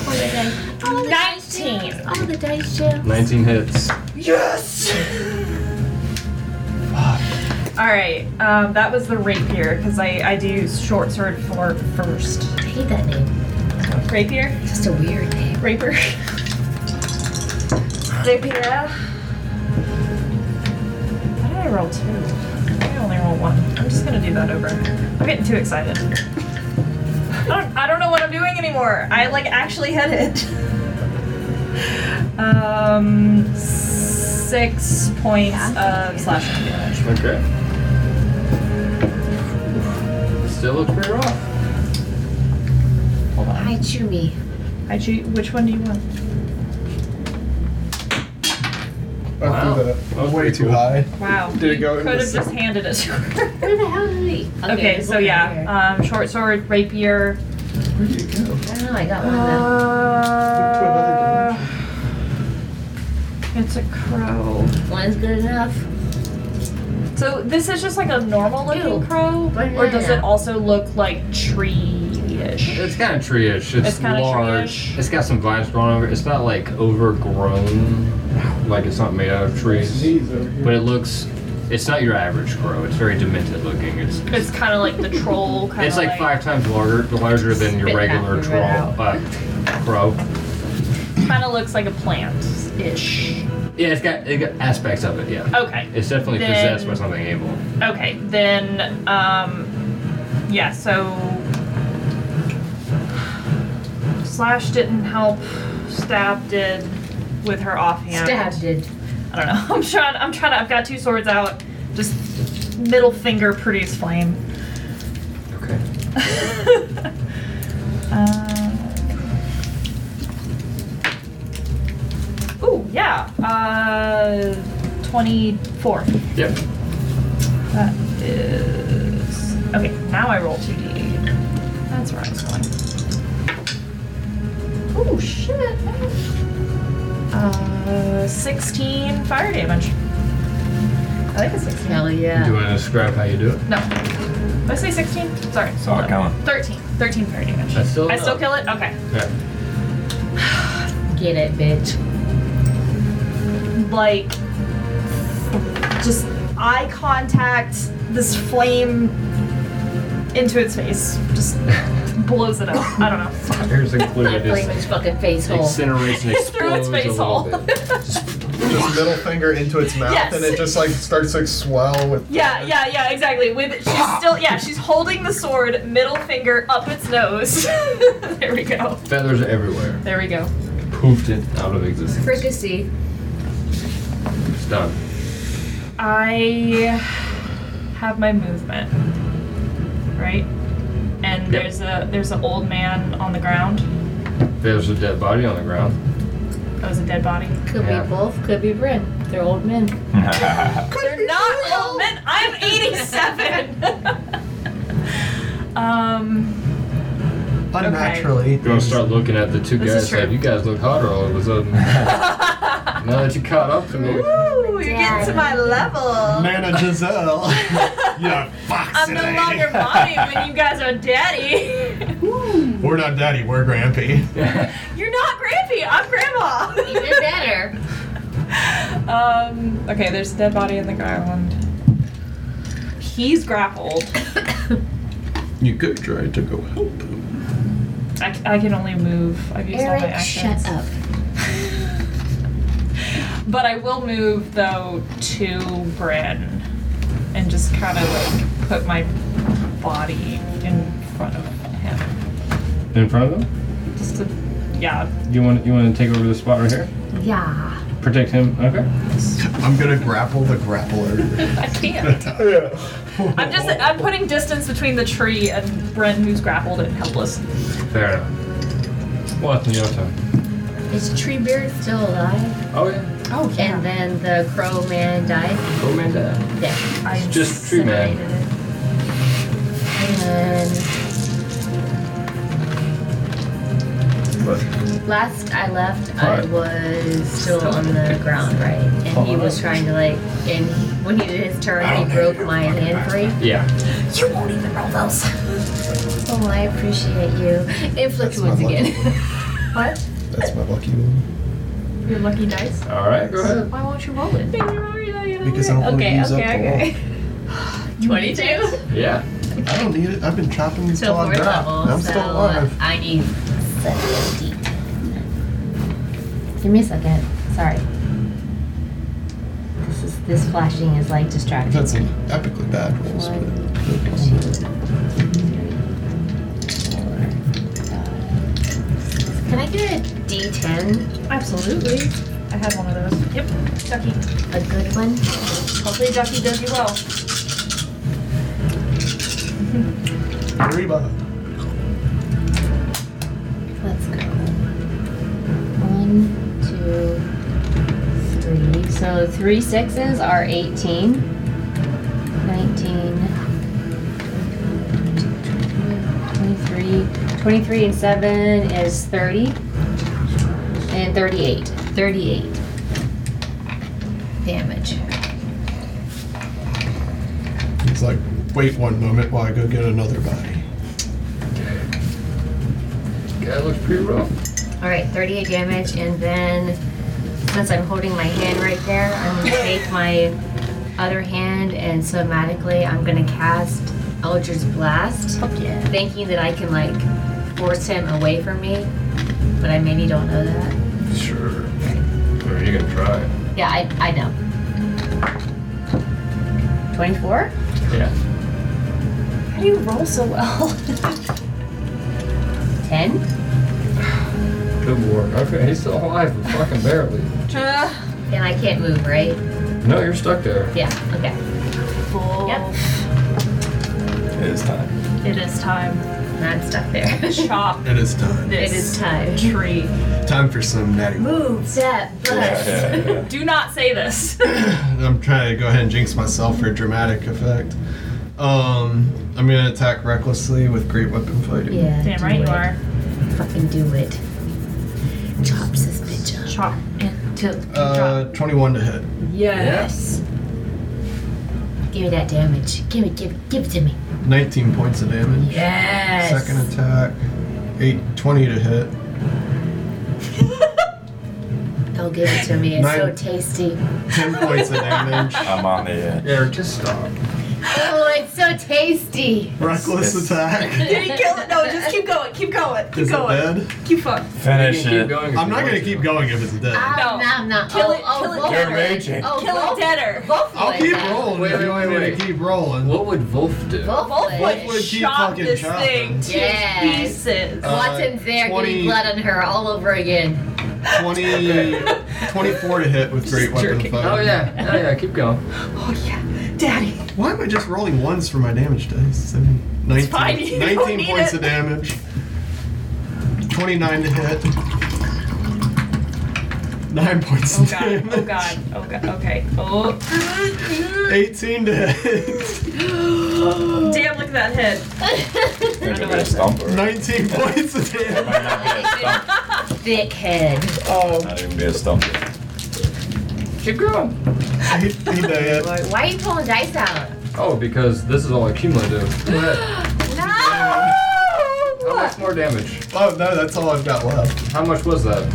Speaker 4: All the dice. All the dice
Speaker 3: Nineteen.
Speaker 4: jail. All the dice jail.
Speaker 2: 19 hits.
Speaker 3: Yes. All right, um, that was the rapier because I I do short sword for first.
Speaker 4: I hate that name.
Speaker 3: Rapier.
Speaker 4: It's just a weird name.
Speaker 3: Raper. Rapier. Why did I roll two? I only roll one. I'm just gonna do that over. I'm getting too excited. I don't, I don't know what I'm doing anymore. I like actually hit it. Um, six points of slashing damage.
Speaker 2: Okay. Still a clear off.
Speaker 4: I chew me.
Speaker 3: I choose. Which one do you want?
Speaker 5: I threw
Speaker 2: Wow.
Speaker 5: that way
Speaker 2: That's
Speaker 5: too
Speaker 2: pretty cool.
Speaker 5: high.
Speaker 3: Wow.
Speaker 5: Did it go in
Speaker 3: Could have
Speaker 5: this-
Speaker 3: just handed it to her.
Speaker 4: Where the hell did we?
Speaker 3: Okay, so
Speaker 4: look over
Speaker 3: yeah, um, short sword, rapier.
Speaker 5: Where did it go?
Speaker 4: here. I don't know. I got one of them.
Speaker 5: another
Speaker 3: Uh, it's a crow.
Speaker 4: One's good enough.
Speaker 3: So this is just like a normal looking
Speaker 4: Ew.
Speaker 3: crow,
Speaker 4: Banana.
Speaker 3: or does it also look like tree?
Speaker 2: It's, it's kind of tree-ish. It's,
Speaker 3: It's kinda
Speaker 2: large.
Speaker 3: tree-ish.
Speaker 2: It's got some vines growing over. it. It's not like overgrown, like it's not made out of trees. But it looks. It's not your average grow. It's very demented looking. It's it's,
Speaker 3: It's kind of like the troll kind of.
Speaker 2: it's like, five times larger larger than your
Speaker 3: Spit
Speaker 2: regular
Speaker 3: that
Speaker 2: troll
Speaker 3: right
Speaker 2: uh, grow.
Speaker 3: Kind of looks like a plant ish.
Speaker 2: Yeah, it's got it got aspects of it. Yeah,
Speaker 3: Okay.
Speaker 2: it's definitely
Speaker 3: Then-
Speaker 2: possessed by something evil.
Speaker 3: Okay, then, um, yeah, so. Slash didn't help. Stab did with her offhand.
Speaker 22: Stabbed it.
Speaker 3: I don't know. I'm trying. I'm trying to. I've got two swords out. Just middle finger, prettiest flame.
Speaker 2: Okay.
Speaker 3: uh, ooh, yeah. Uh, 24.
Speaker 2: Yep.
Speaker 3: That is. Okay, now I roll 2d8. That's where I was going. Oh, shit. Uh, 16 fire damage. I think it's 16.
Speaker 22: Hell
Speaker 2: Do you
Speaker 22: yeah.
Speaker 2: want to describe how you do it?
Speaker 3: No. Did I say 16? Sorry.
Speaker 1: Saw it coming.
Speaker 3: 13. 13 fire damage.
Speaker 2: That's still
Speaker 3: I still kill
Speaker 2: enough.
Speaker 3: it? Okay.
Speaker 2: Yeah.
Speaker 22: Get it, bitch.
Speaker 3: like just eye contact this flame into its face just blows it up i don't know
Speaker 2: Here's included.
Speaker 22: Flame
Speaker 2: Just
Speaker 22: his fucking face hole.
Speaker 2: incineration
Speaker 3: Through its
Speaker 2: explodes a
Speaker 3: face
Speaker 2: little
Speaker 3: hole.
Speaker 2: bit.
Speaker 5: Just middle finger into its mouth,
Speaker 3: Yes.
Speaker 5: and it just like starts like swell with.
Speaker 3: yeah yeah yeah exactly with she's still yeah she's holding the sword middle finger up its nose there we go
Speaker 2: Feathers everywhere.
Speaker 3: there we go
Speaker 2: Poofed it out of existence.
Speaker 22: Fricassee.
Speaker 2: It's done.
Speaker 3: i have my movement right and
Speaker 2: Yep.
Speaker 3: there's a there's an old man on the ground
Speaker 2: There's a dead body on the ground.
Speaker 3: that was a dead body
Speaker 4: Could
Speaker 2: Yeah.
Speaker 4: be Wolf, could be Bryn. They're old men.
Speaker 3: They're not old men. I'm 87. um,
Speaker 5: Unnaturally.
Speaker 2: You're gonna start looking at the two
Speaker 3: This is
Speaker 2: guys like
Speaker 3: true.
Speaker 2: you guys look hot all of a sudden. now that you caught up to me.
Speaker 3: ooh, you're getting to my level.
Speaker 5: Nana Giselle.
Speaker 23: Yeah,
Speaker 3: I'm no longer mommy when you guys are daddy.
Speaker 23: We're not daddy, we're grampy.
Speaker 3: You're not Grampy. I'm Grandma.
Speaker 4: Even better.
Speaker 3: um, okay, there's a dead body in the ground. He's grappled.
Speaker 23: You could try to go help him.
Speaker 3: I, c- I can only move. I've used all my
Speaker 22: Eric,
Speaker 3: actions.
Speaker 22: shut up.
Speaker 3: But I will move though to Bryn and just kind of like put my body in front of him.
Speaker 2: In front of them?
Speaker 3: Just to, yeah.
Speaker 2: You want you want to take over the spot right here?
Speaker 4: Yeah.
Speaker 2: Protect him. Okay.
Speaker 5: I'm gonna grapple the grappler.
Speaker 3: I can't. I'm just I'm putting distance between the tree and Bryn who's grappled and helpless.
Speaker 2: Fair enough. Well, it's your turn.
Speaker 4: Is Treebeard still alive?
Speaker 2: Oh yeah.
Speaker 4: Oh, And then the crow man died?
Speaker 2: Go man down.
Speaker 4: Yeah.
Speaker 2: It's just tree man.
Speaker 4: incinerated it. And
Speaker 1: But
Speaker 4: Last I left, I was still on the ground, right? And he was trying to like, and when he did his turn, he broke my hand free.
Speaker 2: Yeah.
Speaker 4: You won't even roll those. Oh, I appreciate you. Inflict
Speaker 5: my
Speaker 4: once
Speaker 5: lucky
Speaker 4: again.
Speaker 3: What?
Speaker 5: That's my lucky one.
Speaker 3: Your lucky dice?
Speaker 2: All right. Go ahead.
Speaker 4: Why won't you roll it?
Speaker 5: Because I don't want to
Speaker 4: Okay,
Speaker 5: use up
Speaker 4: okay, okay. Twenty-two.
Speaker 2: Yeah.
Speaker 5: all. I don't need it. I've been chopping
Speaker 4: So
Speaker 5: until I
Speaker 4: fourth
Speaker 5: drop.
Speaker 4: level.
Speaker 5: I'm
Speaker 4: so
Speaker 5: still alive.
Speaker 4: I need Give me a second. Sorry. This is this flashing is like distracting.
Speaker 5: That's an epically bad rolls, but
Speaker 4: Can I get a D10?
Speaker 3: Absolutely. I had one of those. Yep. Ducky.
Speaker 4: A good one?
Speaker 3: Hopefully Ducky does you well.
Speaker 5: Arriba.
Speaker 4: Let's go. One, two, three. So three sixes are 18. 19. 23. 23 and 7 is 30. And 38. 38 damage.
Speaker 5: It's like, wait one moment while I go get another body.
Speaker 2: guy looks pretty rough.
Speaker 4: All right, 38 damage, and then since I'm holding my hand right there, I'm gonna take my other hand and somatically I'm gonna cast Eldritch Blast,
Speaker 24: Fuck yeah.
Speaker 4: thinking that I can like force him away from me, but I maybe don't know that.
Speaker 2: Sure. Or you can try.
Speaker 4: Yeah, I, I know. 24?
Speaker 2: Yeah.
Speaker 24: How do you roll so well?
Speaker 4: 10?
Speaker 2: Good work. Okay, he's still alive, but fucking barely.
Speaker 24: Uh,
Speaker 4: And I can't move, right?
Speaker 2: No, you're stuck there.
Speaker 4: Yeah, okay.
Speaker 3: Full.
Speaker 4: Yep.
Speaker 1: It is time.
Speaker 3: It is time.
Speaker 4: I'm stuck there.
Speaker 3: Chop
Speaker 5: It is time.
Speaker 3: this
Speaker 4: it is time.
Speaker 3: tree.
Speaker 5: Time for some natty.
Speaker 4: Move that bus.
Speaker 1: Yeah, yeah, yeah.
Speaker 24: do not say this.
Speaker 5: I'm trying to go ahead and jinx myself for dramatic effect. Um, I'm gonna attack recklessly with great weapon fighting.
Speaker 25: Yeah.
Speaker 3: Damn
Speaker 25: do
Speaker 3: right you
Speaker 25: it.
Speaker 3: are.
Speaker 25: Fucking do it. Chops this bitch up.
Speaker 3: Chop and to
Speaker 5: Uh, 21 to hit.
Speaker 2: Yes.
Speaker 25: Give me that damage. Give it, give it, give it to me.
Speaker 5: 19 points of damage.
Speaker 25: Yes.
Speaker 5: Second attack, 820 to hit.
Speaker 25: They'll give it to me. It's so
Speaker 5: Nine.
Speaker 25: tasty.
Speaker 5: 10 points of damage.
Speaker 1: I'm on the edge.
Speaker 2: Yeah, just stop.
Speaker 25: Oh, it's so tasty.
Speaker 5: Reckless
Speaker 1: Yes.
Speaker 5: attack.
Speaker 24: Did he kill it? No, just keep going. Keep going. Keep
Speaker 5: Is it
Speaker 24: going.
Speaker 5: dead?
Speaker 24: Keep going.
Speaker 1: Finish it.
Speaker 2: going if
Speaker 5: I'm
Speaker 2: you
Speaker 5: not
Speaker 2: want
Speaker 5: gonna
Speaker 2: to.
Speaker 5: keep going if it's dead.
Speaker 24: No.
Speaker 4: Oh, no, no.
Speaker 24: Kill
Speaker 4: oh,
Speaker 24: it-
Speaker 4: oh,
Speaker 24: kill it
Speaker 4: roll
Speaker 24: dead.
Speaker 1: You're
Speaker 4: for
Speaker 1: raging.
Speaker 4: Oh,
Speaker 24: Kill
Speaker 4: roll-
Speaker 24: it deadder.
Speaker 4: roll for
Speaker 5: I'll
Speaker 4: it.
Speaker 5: keep rolling.
Speaker 2: Wait,
Speaker 5: if you
Speaker 2: wait,
Speaker 5: want me to
Speaker 2: wait.
Speaker 5: Keep rolling.
Speaker 2: What would Wolf do?
Speaker 4: Roll
Speaker 24: Wolf
Speaker 4: for
Speaker 24: would
Speaker 4: it.
Speaker 5: would keep
Speaker 24: chop
Speaker 5: fucking
Speaker 24: this
Speaker 5: chopping.
Speaker 24: thing to
Speaker 4: Yes.
Speaker 24: pieces.
Speaker 4: Oh,
Speaker 5: Uh,
Speaker 4: Watson's there
Speaker 5: 20.
Speaker 4: getting blood on her all over again.
Speaker 5: 20, 24 to hit with great weapon
Speaker 2: Jerking.
Speaker 5: fighting.
Speaker 2: Oh yeah, oh yeah, keep going.
Speaker 24: oh yeah, daddy.
Speaker 5: Why am I just rolling ones for my damage dice? Seven- 19,
Speaker 24: fine, you don't
Speaker 5: 19
Speaker 24: need
Speaker 5: points
Speaker 24: it.
Speaker 5: of damage. 29 to hit. 9 points
Speaker 3: Oh
Speaker 5: of
Speaker 3: god,
Speaker 5: damage.
Speaker 3: oh god, oh god, okay. Oh.
Speaker 5: 18 to hit.
Speaker 24: Damn, look at that hit.
Speaker 1: There's gonna be a stumper.
Speaker 5: 19 points of
Speaker 1: Might
Speaker 5: damage.
Speaker 1: not be a stump.
Speaker 4: Thick head.
Speaker 1: Not even be a stumper.
Speaker 2: Keep going.
Speaker 5: 18 to hit.
Speaker 4: Why are you pulling dice out?
Speaker 2: Oh, because this is all cumulative. Go ahead.
Speaker 4: No!
Speaker 2: How much more damage?
Speaker 5: Oh no, that's all I've got left.
Speaker 2: How much was that?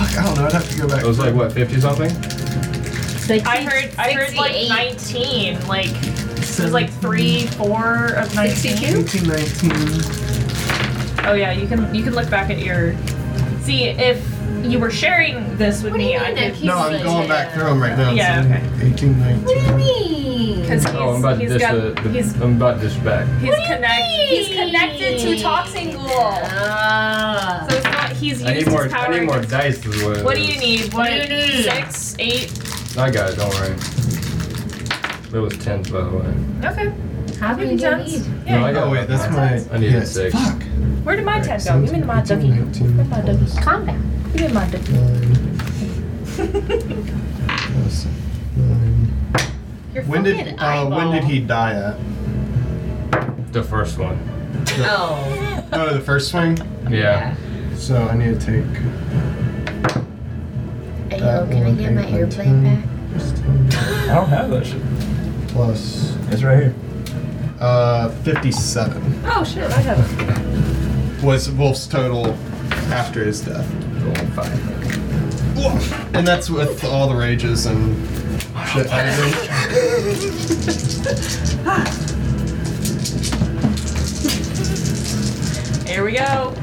Speaker 5: Fuck, I don't know. I'd have to go back.
Speaker 2: It was like what, fifty something?
Speaker 3: I heard, I heard like
Speaker 4: 68.
Speaker 3: 19, like, it was like 3, 4 of 19.
Speaker 5: 18, 19.
Speaker 3: Oh yeah, you can, you can look back at your, see, if you were sharing this with
Speaker 4: What do
Speaker 3: me,
Speaker 4: you
Speaker 3: I
Speaker 4: mean they're
Speaker 3: could,
Speaker 5: No, I'm going back through them right now.
Speaker 3: Yeah,
Speaker 5: so
Speaker 3: okay.
Speaker 5: 18, 19.
Speaker 4: What do you mean?
Speaker 3: because
Speaker 2: Oh, I'm about to
Speaker 3: he's,
Speaker 2: dish
Speaker 3: he's got,
Speaker 2: the, the
Speaker 3: he's,
Speaker 2: I'm about to dish back.
Speaker 3: he's connect, he's connected to Toxin Ghoul.
Speaker 4: Ah.
Speaker 3: So it's not, he's
Speaker 2: I
Speaker 3: used
Speaker 2: need more
Speaker 3: his
Speaker 2: I
Speaker 3: power.
Speaker 2: need more
Speaker 3: against-
Speaker 2: dice is what it
Speaker 3: What do
Speaker 2: is.
Speaker 3: you need? What, do you need? Six, eight?
Speaker 2: I got it, don't worry. It was tens by the way.
Speaker 3: Okay.
Speaker 4: How many do you need?
Speaker 3: Yeah.
Speaker 2: No, I got
Speaker 5: Oh wait, that's my.
Speaker 2: I needed
Speaker 5: yeah,
Speaker 2: six.
Speaker 5: Fuck.
Speaker 3: Where did my 10 go?
Speaker 5: Seventeen,
Speaker 3: Give me my ducky.
Speaker 5: 19,
Speaker 3: Where'd my ducky?
Speaker 4: Combat.
Speaker 3: Give me my ducky.
Speaker 5: Nine. Plus nine.
Speaker 4: Your
Speaker 5: When
Speaker 4: fucking
Speaker 5: did uh, when
Speaker 4: eyeball.
Speaker 5: did he die at?
Speaker 2: the first one.
Speaker 4: Oh.
Speaker 5: Oh, the first swing.
Speaker 2: Yeah.
Speaker 5: So I need to take.
Speaker 25: Ayo, can I get my airplane back?
Speaker 5: back?
Speaker 1: I don't have that shit.
Speaker 5: Plus
Speaker 1: It's right here.
Speaker 5: uh, 57
Speaker 3: Oh shit, I have it.
Speaker 5: was Wolf's total after his death,
Speaker 2: Roll five.
Speaker 5: and that's with all the rages and shit. I think.
Speaker 3: Here we go.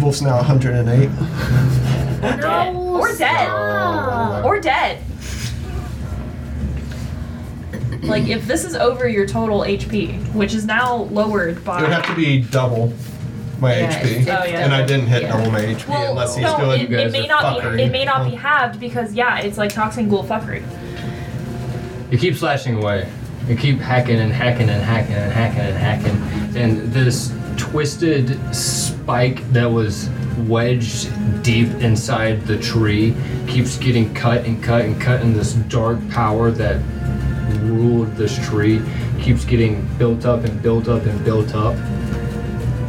Speaker 5: Wolf's now 108.
Speaker 3: Or dead. Or dead. Like if this is over your total HP, which is now lowered
Speaker 5: It would
Speaker 3: by
Speaker 5: have to be double my
Speaker 4: Yeah,
Speaker 5: HP,
Speaker 4: it's-
Speaker 3: it's
Speaker 5: and I didn't hit
Speaker 4: yeah.
Speaker 5: double my HP
Speaker 3: Oh, well,
Speaker 5: unless he's
Speaker 3: no,
Speaker 5: doing.
Speaker 3: it,
Speaker 2: You
Speaker 3: it
Speaker 2: guys
Speaker 3: may
Speaker 2: are
Speaker 3: not
Speaker 5: fuckery.
Speaker 3: be it may not be
Speaker 5: Oh.
Speaker 3: halved because yeah, it's like toxin ghoul fuckery.
Speaker 2: You keep slashing away. You keep hacking and hacking and hacking and hacking and hacking. And this twisted spike that was wedged deep inside the tree keeps getting cut and cut and cut. And this dark power that ruled this tree keeps getting built up and built up and built up.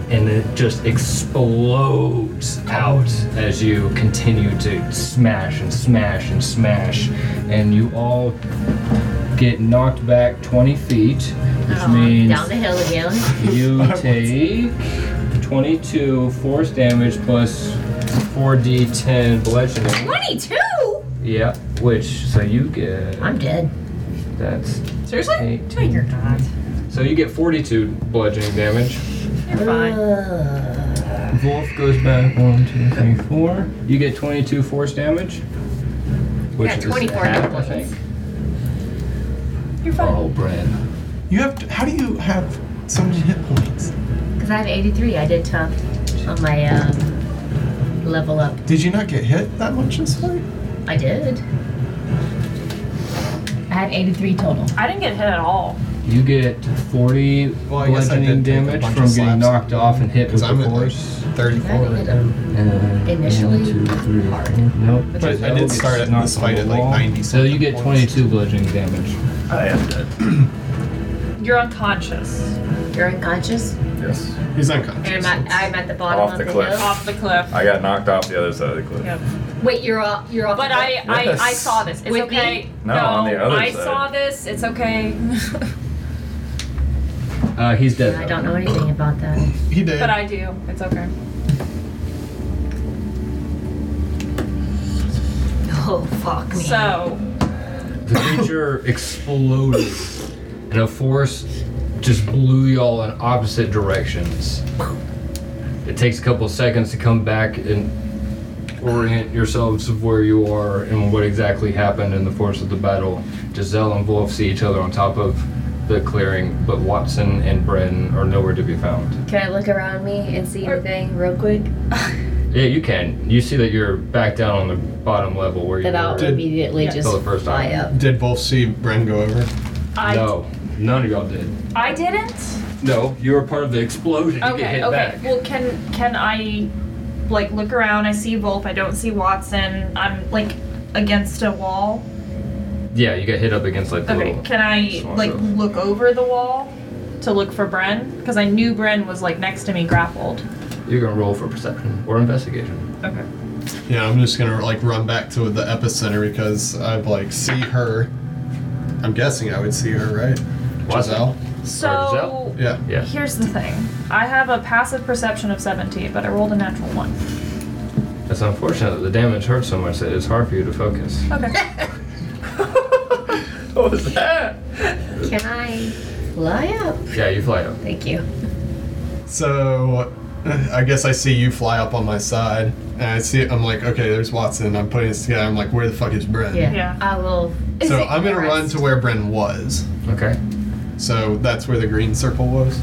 Speaker 2: And it just explodes out as you continue to smash and smash and smash. And you all get knocked back 20 feet, which
Speaker 4: Oh,
Speaker 2: means
Speaker 4: down the hill again.
Speaker 2: you take 22 force damage plus 4d10 bludgeoning.
Speaker 4: 22?
Speaker 2: Yeah, which, so you get.
Speaker 7: I'm dead.
Speaker 2: That's.
Speaker 3: Seriously?
Speaker 2: Eight.
Speaker 3: No, you're not.
Speaker 2: So you get 42 bludgeoning damage.
Speaker 3: You're fine.
Speaker 2: Wolf goes back one, two, three, four. You get 22 force damage. Which
Speaker 4: Yeah,
Speaker 2: is
Speaker 4: 24
Speaker 2: half, I
Speaker 4: points.
Speaker 2: think.
Speaker 3: You're fine.
Speaker 2: Oh, Brad.
Speaker 5: You have to, how do you have so many hit points?
Speaker 4: Because I have 83. I did top on my um, level up.
Speaker 5: Did you not get hit that much this fight?
Speaker 4: I did. I had 83 total.
Speaker 3: I didn't get hit at all.
Speaker 2: You get 40
Speaker 5: Well, I guess I
Speaker 2: bludgeoning
Speaker 5: did take a
Speaker 2: damage
Speaker 5: bunch
Speaker 2: from
Speaker 5: of
Speaker 2: getting
Speaker 5: slaps.
Speaker 2: knocked off and hit with
Speaker 5: Because
Speaker 2: the
Speaker 5: I'm at like
Speaker 2: force.
Speaker 5: 34
Speaker 4: I
Speaker 5: right
Speaker 4: hit
Speaker 5: now.
Speaker 4: him.
Speaker 2: And
Speaker 4: Initially
Speaker 2: one, two, three,
Speaker 4: hard.
Speaker 2: Nope.
Speaker 5: But I did start at this fight at like 90
Speaker 2: So you get
Speaker 5: points.
Speaker 2: 22 bludgeoning damage.
Speaker 1: I am dead.
Speaker 3: You're unconscious.
Speaker 4: You're unconscious?
Speaker 1: Yes.
Speaker 5: He's unconscious.
Speaker 4: And I'm at, I'm at the bottom
Speaker 1: Off
Speaker 4: of
Speaker 1: the
Speaker 4: the,
Speaker 1: cliff.
Speaker 4: hill.
Speaker 3: Off the cliff.
Speaker 1: I got knocked off the other side of the cliff.
Speaker 3: Yep.
Speaker 4: Wait, you're off. You're off.
Speaker 3: But
Speaker 4: the
Speaker 3: I,
Speaker 4: cliff.
Speaker 3: I, I
Speaker 1: Yes.
Speaker 3: saw this. It's
Speaker 4: With me?
Speaker 3: okay.
Speaker 1: No, on the other
Speaker 3: I
Speaker 1: side.
Speaker 3: saw this. It's okay.
Speaker 2: Uh, he's dead.
Speaker 4: Yeah, I
Speaker 2: though.
Speaker 4: don't know anything about that.
Speaker 5: He did.
Speaker 3: but I do. It's okay.
Speaker 4: Oh fuck me.
Speaker 3: So,
Speaker 2: The creature exploded, and a force just blew y'all in opposite directions. It takes a couple seconds to come back and orient yourselves of where you are and what exactly happened in the force of the battle. Giselle and Wolf see each other on top of the clearing, but Watson and Bren are nowhere to be found.
Speaker 10: Can I look around me and see anything real quick?
Speaker 2: Yeah, you can. You see that you're back down on the bottom level where you
Speaker 10: That I'll
Speaker 2: were
Speaker 10: immediately just
Speaker 2: for the first
Speaker 10: fly
Speaker 2: time.
Speaker 10: up.
Speaker 5: Did Wolf see Bren go over?
Speaker 3: I,
Speaker 2: No, none of y'all did.
Speaker 3: I didn't.
Speaker 2: No, you were part of the explosion. you get
Speaker 3: Okay,
Speaker 2: hit
Speaker 3: okay.
Speaker 2: back.
Speaker 3: Well, can can I like look around? I see Wolf. I don't see Watson. I'm like against a wall.
Speaker 2: Yeah, you get hit up against like the
Speaker 3: Okay,
Speaker 2: little.
Speaker 3: can I
Speaker 2: small
Speaker 3: like
Speaker 2: stuff.
Speaker 3: look over the wall to look for Bren? Because I knew Bren was like next to me grappled.
Speaker 2: You're gonna roll for perception or investigation.
Speaker 3: Okay.
Speaker 5: Yeah, I'm just gonna like run back to the epicenter because I've like see her. I'm guessing I would see her, right?
Speaker 2: Watson.
Speaker 5: Giselle?
Speaker 3: So
Speaker 5: Yeah.
Speaker 2: Yeah.
Speaker 3: here's the thing. I have a passive perception of 17, but I rolled a natural one.
Speaker 2: That's unfortunate that the damage hurts so much that it's hard for you to focus.
Speaker 3: Okay.
Speaker 1: What was that?
Speaker 10: Can I fly up?
Speaker 2: Yeah, you fly up.
Speaker 10: Thank you.
Speaker 5: So I guess I see you fly up on my side, and I see I'm like, okay, there's Watson. I'm putting this together. I'm like, where the fuck is Bren?
Speaker 10: Yeah.
Speaker 3: Yeah.
Speaker 10: I will.
Speaker 5: So I'm gonna run to where Bren was.
Speaker 2: Okay.
Speaker 5: So that's where the green circle was.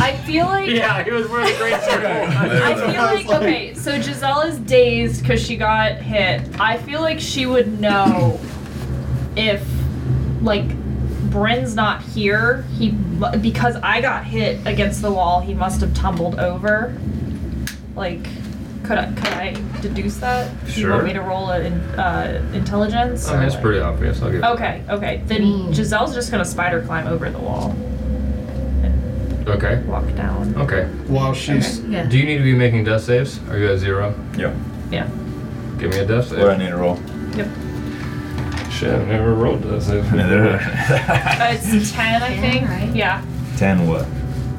Speaker 3: I feel like
Speaker 2: he was wearing a great
Speaker 3: I
Speaker 1: There,
Speaker 3: feel
Speaker 5: I was
Speaker 3: like
Speaker 5: like-
Speaker 3: okay, so Giselle is dazed because she got hit. I feel like she would know if like Bryn's not here. He mu- because I got hit against the wall. He must have tumbled over. Like, could I could I deduce that? Do you
Speaker 2: Sure.
Speaker 3: want me to roll an uh, intelligence?
Speaker 2: I mean, it's
Speaker 3: or,
Speaker 2: pretty obvious. I'll give.
Speaker 3: like- Okay, okay. Then Giselle's just gonna spider climb over the wall and
Speaker 2: Okay.
Speaker 3: walk down.
Speaker 2: Okay.
Speaker 5: While she's
Speaker 10: Yeah.
Speaker 2: Do you need to be making death saves? Are you at zero?
Speaker 1: Yep.
Speaker 2: Oh.
Speaker 3: Yeah.
Speaker 2: Give me a death
Speaker 1: What do I
Speaker 2: save.
Speaker 1: need to roll?
Speaker 3: Yep.
Speaker 2: Shit, I've never rolled death save.
Speaker 3: Uh, it's ten, I think.
Speaker 10: right?
Speaker 3: Yeah.
Speaker 1: Ten what?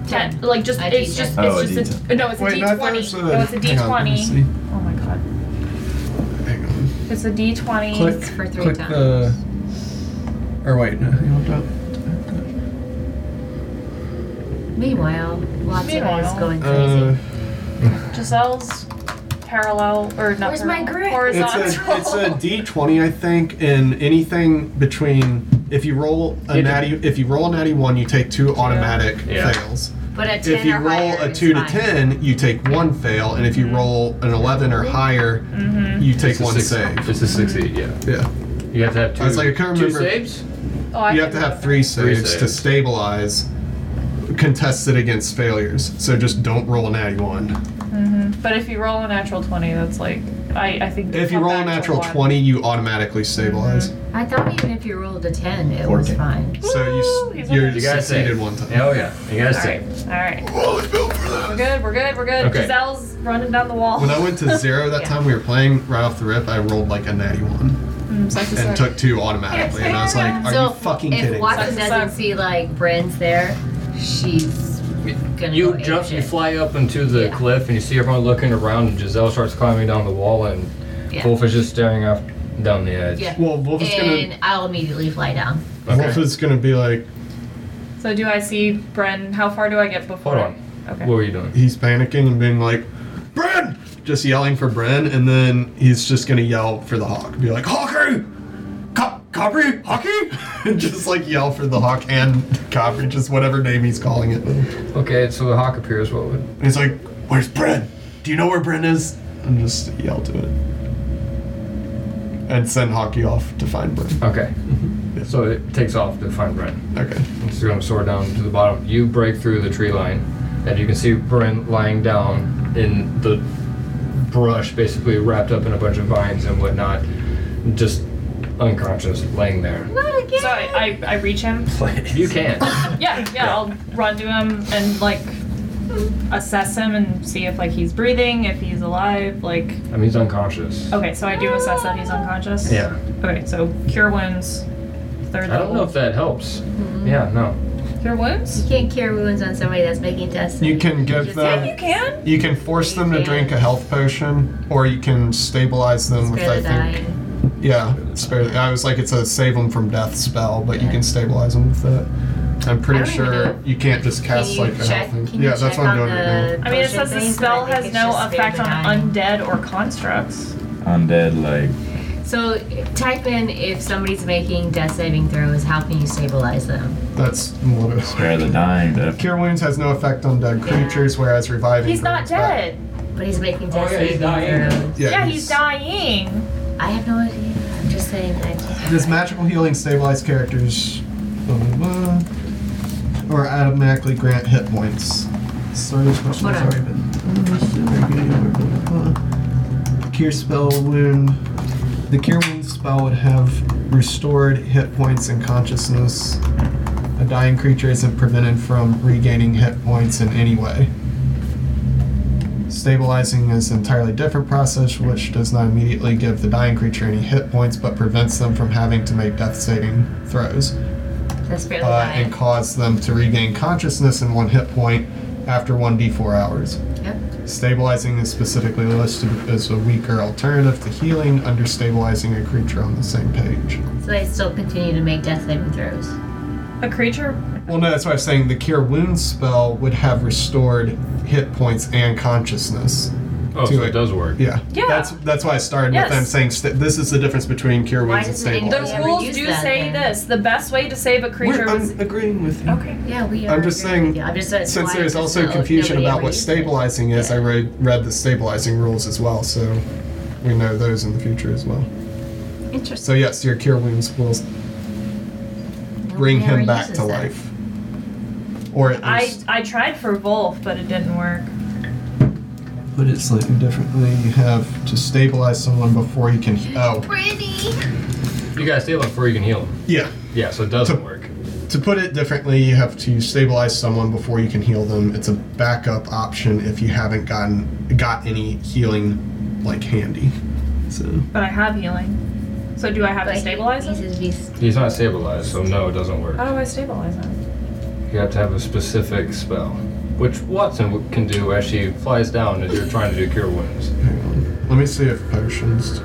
Speaker 3: Ten. Like just
Speaker 4: A
Speaker 3: it's
Speaker 4: D10.
Speaker 3: just
Speaker 1: Oh,
Speaker 3: it's
Speaker 1: a
Speaker 3: just a, no, it's a D
Speaker 5: Wait, no, I thought it
Speaker 3: twenty.
Speaker 5: was a-
Speaker 3: No, it's a D
Speaker 5: hang on, let me
Speaker 3: twenty.
Speaker 5: see.
Speaker 3: Oh my god.
Speaker 5: hang on.
Speaker 3: It's a D twenty.
Speaker 5: Click
Speaker 10: for three
Speaker 5: click
Speaker 10: times.
Speaker 5: the. Or wait, no, hang on, don't-
Speaker 4: Meanwhile, Watson is
Speaker 3: Meanwhile.
Speaker 4: going crazy.
Speaker 5: Uh,
Speaker 3: Giselle's parallel or not.
Speaker 4: Where's my
Speaker 3: parallel,
Speaker 4: grid?
Speaker 5: it's
Speaker 3: Horizontal.
Speaker 5: a it's a D twenty, I think, and anything between if you roll a
Speaker 2: It-
Speaker 5: natty if you roll a natty one, you take two automatic
Speaker 2: Yeah.
Speaker 5: fails.
Speaker 4: but a 10
Speaker 5: If you
Speaker 4: or
Speaker 5: roll
Speaker 4: higher
Speaker 5: a
Speaker 4: is
Speaker 5: two to
Speaker 4: fine.
Speaker 5: ten, you take one fail, and if you roll an eleven or higher, you take
Speaker 2: It's a
Speaker 5: one
Speaker 2: six-
Speaker 5: save.
Speaker 2: It's a succeed. Yeah.
Speaker 5: Yeah,
Speaker 2: You have to have two.
Speaker 5: I was like, I can't
Speaker 2: two
Speaker 5: remember.
Speaker 2: saves.
Speaker 3: oh, I
Speaker 5: you have to
Speaker 3: can-
Speaker 5: have three saves, to
Speaker 2: saves.
Speaker 5: stabilize contested against failures. So just don't roll a natty one.
Speaker 3: But if you roll a natural twenty, that's like I I think.
Speaker 5: If you
Speaker 3: come
Speaker 5: roll a
Speaker 3: back to
Speaker 5: natural
Speaker 3: one.
Speaker 5: twenty, you automatically stabilize.
Speaker 4: I thought even if you rolled a 10, it was
Speaker 1: 14.
Speaker 4: fine.
Speaker 5: So
Speaker 3: Woo,
Speaker 5: you
Speaker 3: he's
Speaker 5: s- you
Speaker 3: okay.
Speaker 2: You gotta
Speaker 5: succeeded
Speaker 2: save.
Speaker 5: one time.
Speaker 2: Oh yeah. You gotta
Speaker 3: All right.
Speaker 2: save.
Speaker 3: All right.
Speaker 5: Holy built for that.
Speaker 3: We're good. We're good. We're good.
Speaker 2: Okay.
Speaker 3: Giselle's running down the wall.
Speaker 5: When I went to zero that time we were playing, right off the rip, I rolled like a natty one
Speaker 3: Mm, so I have to
Speaker 5: and
Speaker 3: start.
Speaker 5: took two automatically, and I was like, "Are
Speaker 4: so
Speaker 5: you fucking
Speaker 4: if
Speaker 5: kidding?"
Speaker 4: Watson
Speaker 3: Sucks to
Speaker 4: doesn't
Speaker 3: suck.
Speaker 4: see like Bren's there, she's gonna
Speaker 2: you
Speaker 4: go
Speaker 2: jump, you
Speaker 4: apeshit.
Speaker 2: fly up into the
Speaker 4: Yeah.
Speaker 2: cliff, and you see everyone looking around, and Giselle starts climbing down the wall, and
Speaker 4: Yeah.
Speaker 2: Wolf is just staring off down the edge.
Speaker 4: Yeah.
Speaker 5: Well, Wolf is
Speaker 4: and
Speaker 5: gonna
Speaker 4: I'll immediately fly down.
Speaker 5: Wolf is gonna be like
Speaker 18: So do I see Bren? How far do I get before?
Speaker 2: Hold on.
Speaker 18: Okay.
Speaker 2: What were you doing?
Speaker 5: he's panicking and being like, Bren! Just yelling for Bren, and then he's just gonna yell for the hawk. Be like, Hawker! Co- Copper? Hockey? and just like yell for the hawk and Copper, just whatever name he's calling it. And
Speaker 2: Okay, so the hawk appears. What would?
Speaker 5: he's like, Where's Bren? Do you know where Bren is? And just yell to it. And send Hockey off to find Bren.
Speaker 2: Okay. So it takes off to find Brent.
Speaker 5: Okay.
Speaker 2: It's going to soar down to the bottom. You break through the tree line, and you can see Brent lying down in the brush, basically wrapped up in a bunch of vines and whatnot, just unconscious, laying there.
Speaker 4: Not again.
Speaker 18: So I, I, I reach him.
Speaker 2: You can't.
Speaker 18: Yeah, yeah, I'll run to him and like assess him and see if like he's breathing, if he's alive, like
Speaker 2: I mean, he's unconscious.
Speaker 18: okay, so I do assess that he's unconscious.
Speaker 2: Yeah.
Speaker 18: Okay, so cure wounds. Third
Speaker 2: I don't know if that helps.
Speaker 4: Mm-hmm.
Speaker 2: Yeah, no.
Speaker 18: cure wounds?
Speaker 4: You can't cure wounds on somebody that's making tests.
Speaker 5: You can give
Speaker 4: uh,
Speaker 18: You
Speaker 5: them.
Speaker 18: can?
Speaker 5: You can force them to drink a health potion, or you can stabilize them with,
Speaker 4: Spare
Speaker 5: I
Speaker 4: the
Speaker 5: think,
Speaker 4: dying.
Speaker 5: Yeah, spare. I was like, it's a save them from death spell, but you can stabilize them with that. I'm
Speaker 4: I
Speaker 5: pretty
Speaker 4: don't even
Speaker 5: sure
Speaker 4: know.
Speaker 5: you can't just
Speaker 4: Can
Speaker 5: cast
Speaker 4: you
Speaker 5: like a
Speaker 4: check?
Speaker 5: health thing.
Speaker 4: Can
Speaker 5: Yeah,
Speaker 4: you
Speaker 5: that's
Speaker 4: check
Speaker 5: what I'm
Speaker 4: on
Speaker 5: doing right
Speaker 4: the
Speaker 18: I mean it says
Speaker 4: potion thing?
Speaker 18: the
Speaker 4: 'Cause I
Speaker 18: spell
Speaker 4: think
Speaker 18: has
Speaker 4: it's
Speaker 18: no
Speaker 4: just spare
Speaker 18: effect
Speaker 4: the
Speaker 18: on
Speaker 4: dying.
Speaker 18: undead or constructs.
Speaker 1: Undead, like
Speaker 4: So type in if somebody's making death saving throws, how can you stabilize them?
Speaker 5: now. That's what it is.
Speaker 1: spare the dying. That
Speaker 5: Cure wounds has no effect on dead creatures, whereas reviving.
Speaker 18: He's not
Speaker 5: brings back-
Speaker 18: dead.
Speaker 4: But he's making death
Speaker 2: Uh, Oh, yeah, he's
Speaker 4: saving
Speaker 2: dying.
Speaker 4: throws.
Speaker 18: Yeah, he's dying.
Speaker 4: I have no idea. I'm just saying. I just,
Speaker 5: Does magical healing stabilize characters? Blah, blah, blah, or automatically grant hit points? Sorry, this question
Speaker 4: Hold
Speaker 5: has
Speaker 4: on.
Speaker 5: already been. Cure spell wound. The cure wound spell would have restored hit points and consciousness. A dying creature isn't prevented from regaining hit points in any way. Stabilizing is an entirely different process, which does not immediately give the dying creature any hit points, but prevents them from having to make death saving throws
Speaker 4: that's barely
Speaker 5: uh, and
Speaker 4: dying.
Speaker 5: cause them to regain consciousness and one hit point after 1d4 hours.
Speaker 4: Yep.
Speaker 5: Stabilizing is specifically listed as a weaker alternative to healing under stabilizing a creature on the same page.
Speaker 4: So they still continue to make death saving throws.
Speaker 18: A creature
Speaker 5: Well, no, that's why I was saying the Cure Wounds spell would have restored hit points and consciousness.
Speaker 2: Oh, so
Speaker 5: Do
Speaker 2: it
Speaker 5: it.
Speaker 2: does work.
Speaker 5: Yeah.
Speaker 18: Yeah.
Speaker 5: That's that's why I started
Speaker 18: Yes.
Speaker 5: with them saying st- this is the difference between Cure
Speaker 4: Why
Speaker 5: Wounds
Speaker 4: doesn't it
Speaker 5: and Stabilizing.
Speaker 18: The
Speaker 4: Never
Speaker 18: rules
Speaker 4: use
Speaker 18: do
Speaker 4: that
Speaker 18: say
Speaker 4: then.
Speaker 18: this: the best way to save a creature
Speaker 5: We're-
Speaker 18: was
Speaker 5: I'm agreeing with you.
Speaker 18: okay.
Speaker 4: Yeah, we are.
Speaker 5: I'm just
Speaker 4: agreeing with
Speaker 5: saying,
Speaker 4: you. I'm just that's
Speaker 5: Since
Speaker 4: why
Speaker 5: there's
Speaker 4: I just
Speaker 5: also
Speaker 4: know
Speaker 5: confusion
Speaker 4: nobody
Speaker 5: about
Speaker 4: ever
Speaker 5: what
Speaker 4: used it.
Speaker 5: stabilizing is, I read, read the stabilizing rules as well, so we know those in the future as well.
Speaker 4: Interesting.
Speaker 5: So yes, your cure wounds will
Speaker 4: Nobody
Speaker 5: bring him
Speaker 4: ever
Speaker 5: back to
Speaker 4: uses that.
Speaker 5: life, or at
Speaker 18: I
Speaker 5: least
Speaker 18: I tried for Wolf, but it didn't work.
Speaker 5: put it slightly differently. You have to stabilize someone before you can. Oh,
Speaker 4: Pretty.
Speaker 2: You gotta stay low before you can heal him.
Speaker 5: yeah.
Speaker 2: Yeah, so it doesn't
Speaker 5: So-
Speaker 2: work.
Speaker 5: To put it differently, you have to stabilize someone before you can heal them. It's a backup option if you haven't gotten got any healing like handy. So.
Speaker 18: But I have healing. So do I have to stabilize
Speaker 4: he,
Speaker 18: him?
Speaker 4: says he's-
Speaker 2: He's not stabilized, so no, it doesn't work.
Speaker 18: How
Speaker 4: Oh.
Speaker 18: do I stabilize him?
Speaker 2: You have to have a specific spell, which Watson w- can do as she flies down as you're trying to do cure wounds.
Speaker 5: Hang on. Let me see if potions.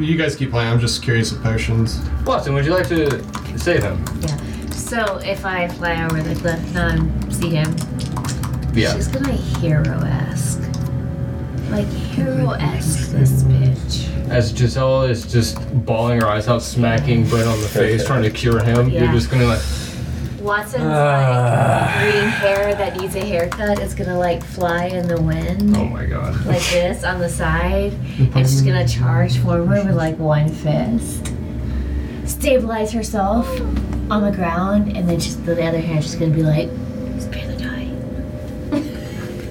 Speaker 5: You guys keep playing. I'm just curious if potions.
Speaker 2: Watson, would you like to save him?
Speaker 4: yeah. So if I fly over the cliff and I'm- see him,
Speaker 2: Yeah.
Speaker 4: she's gonna hero esque. Like hero esque this bitch.
Speaker 2: As Giselle is just bawling her eyes out, smacking Brent on the face, trying to cure him, you're
Speaker 4: Yeah.
Speaker 2: just gonna like,
Speaker 4: Watson's
Speaker 18: Ah.
Speaker 4: like green hair that needs a haircut is gonna like fly in the wind.
Speaker 2: oh my god.
Speaker 4: Like this on the side, and she's gonna charge forward with like one fist, stabilize herself on the ground, and then she's with the other hand. She's gonna be like, "Spare the guy."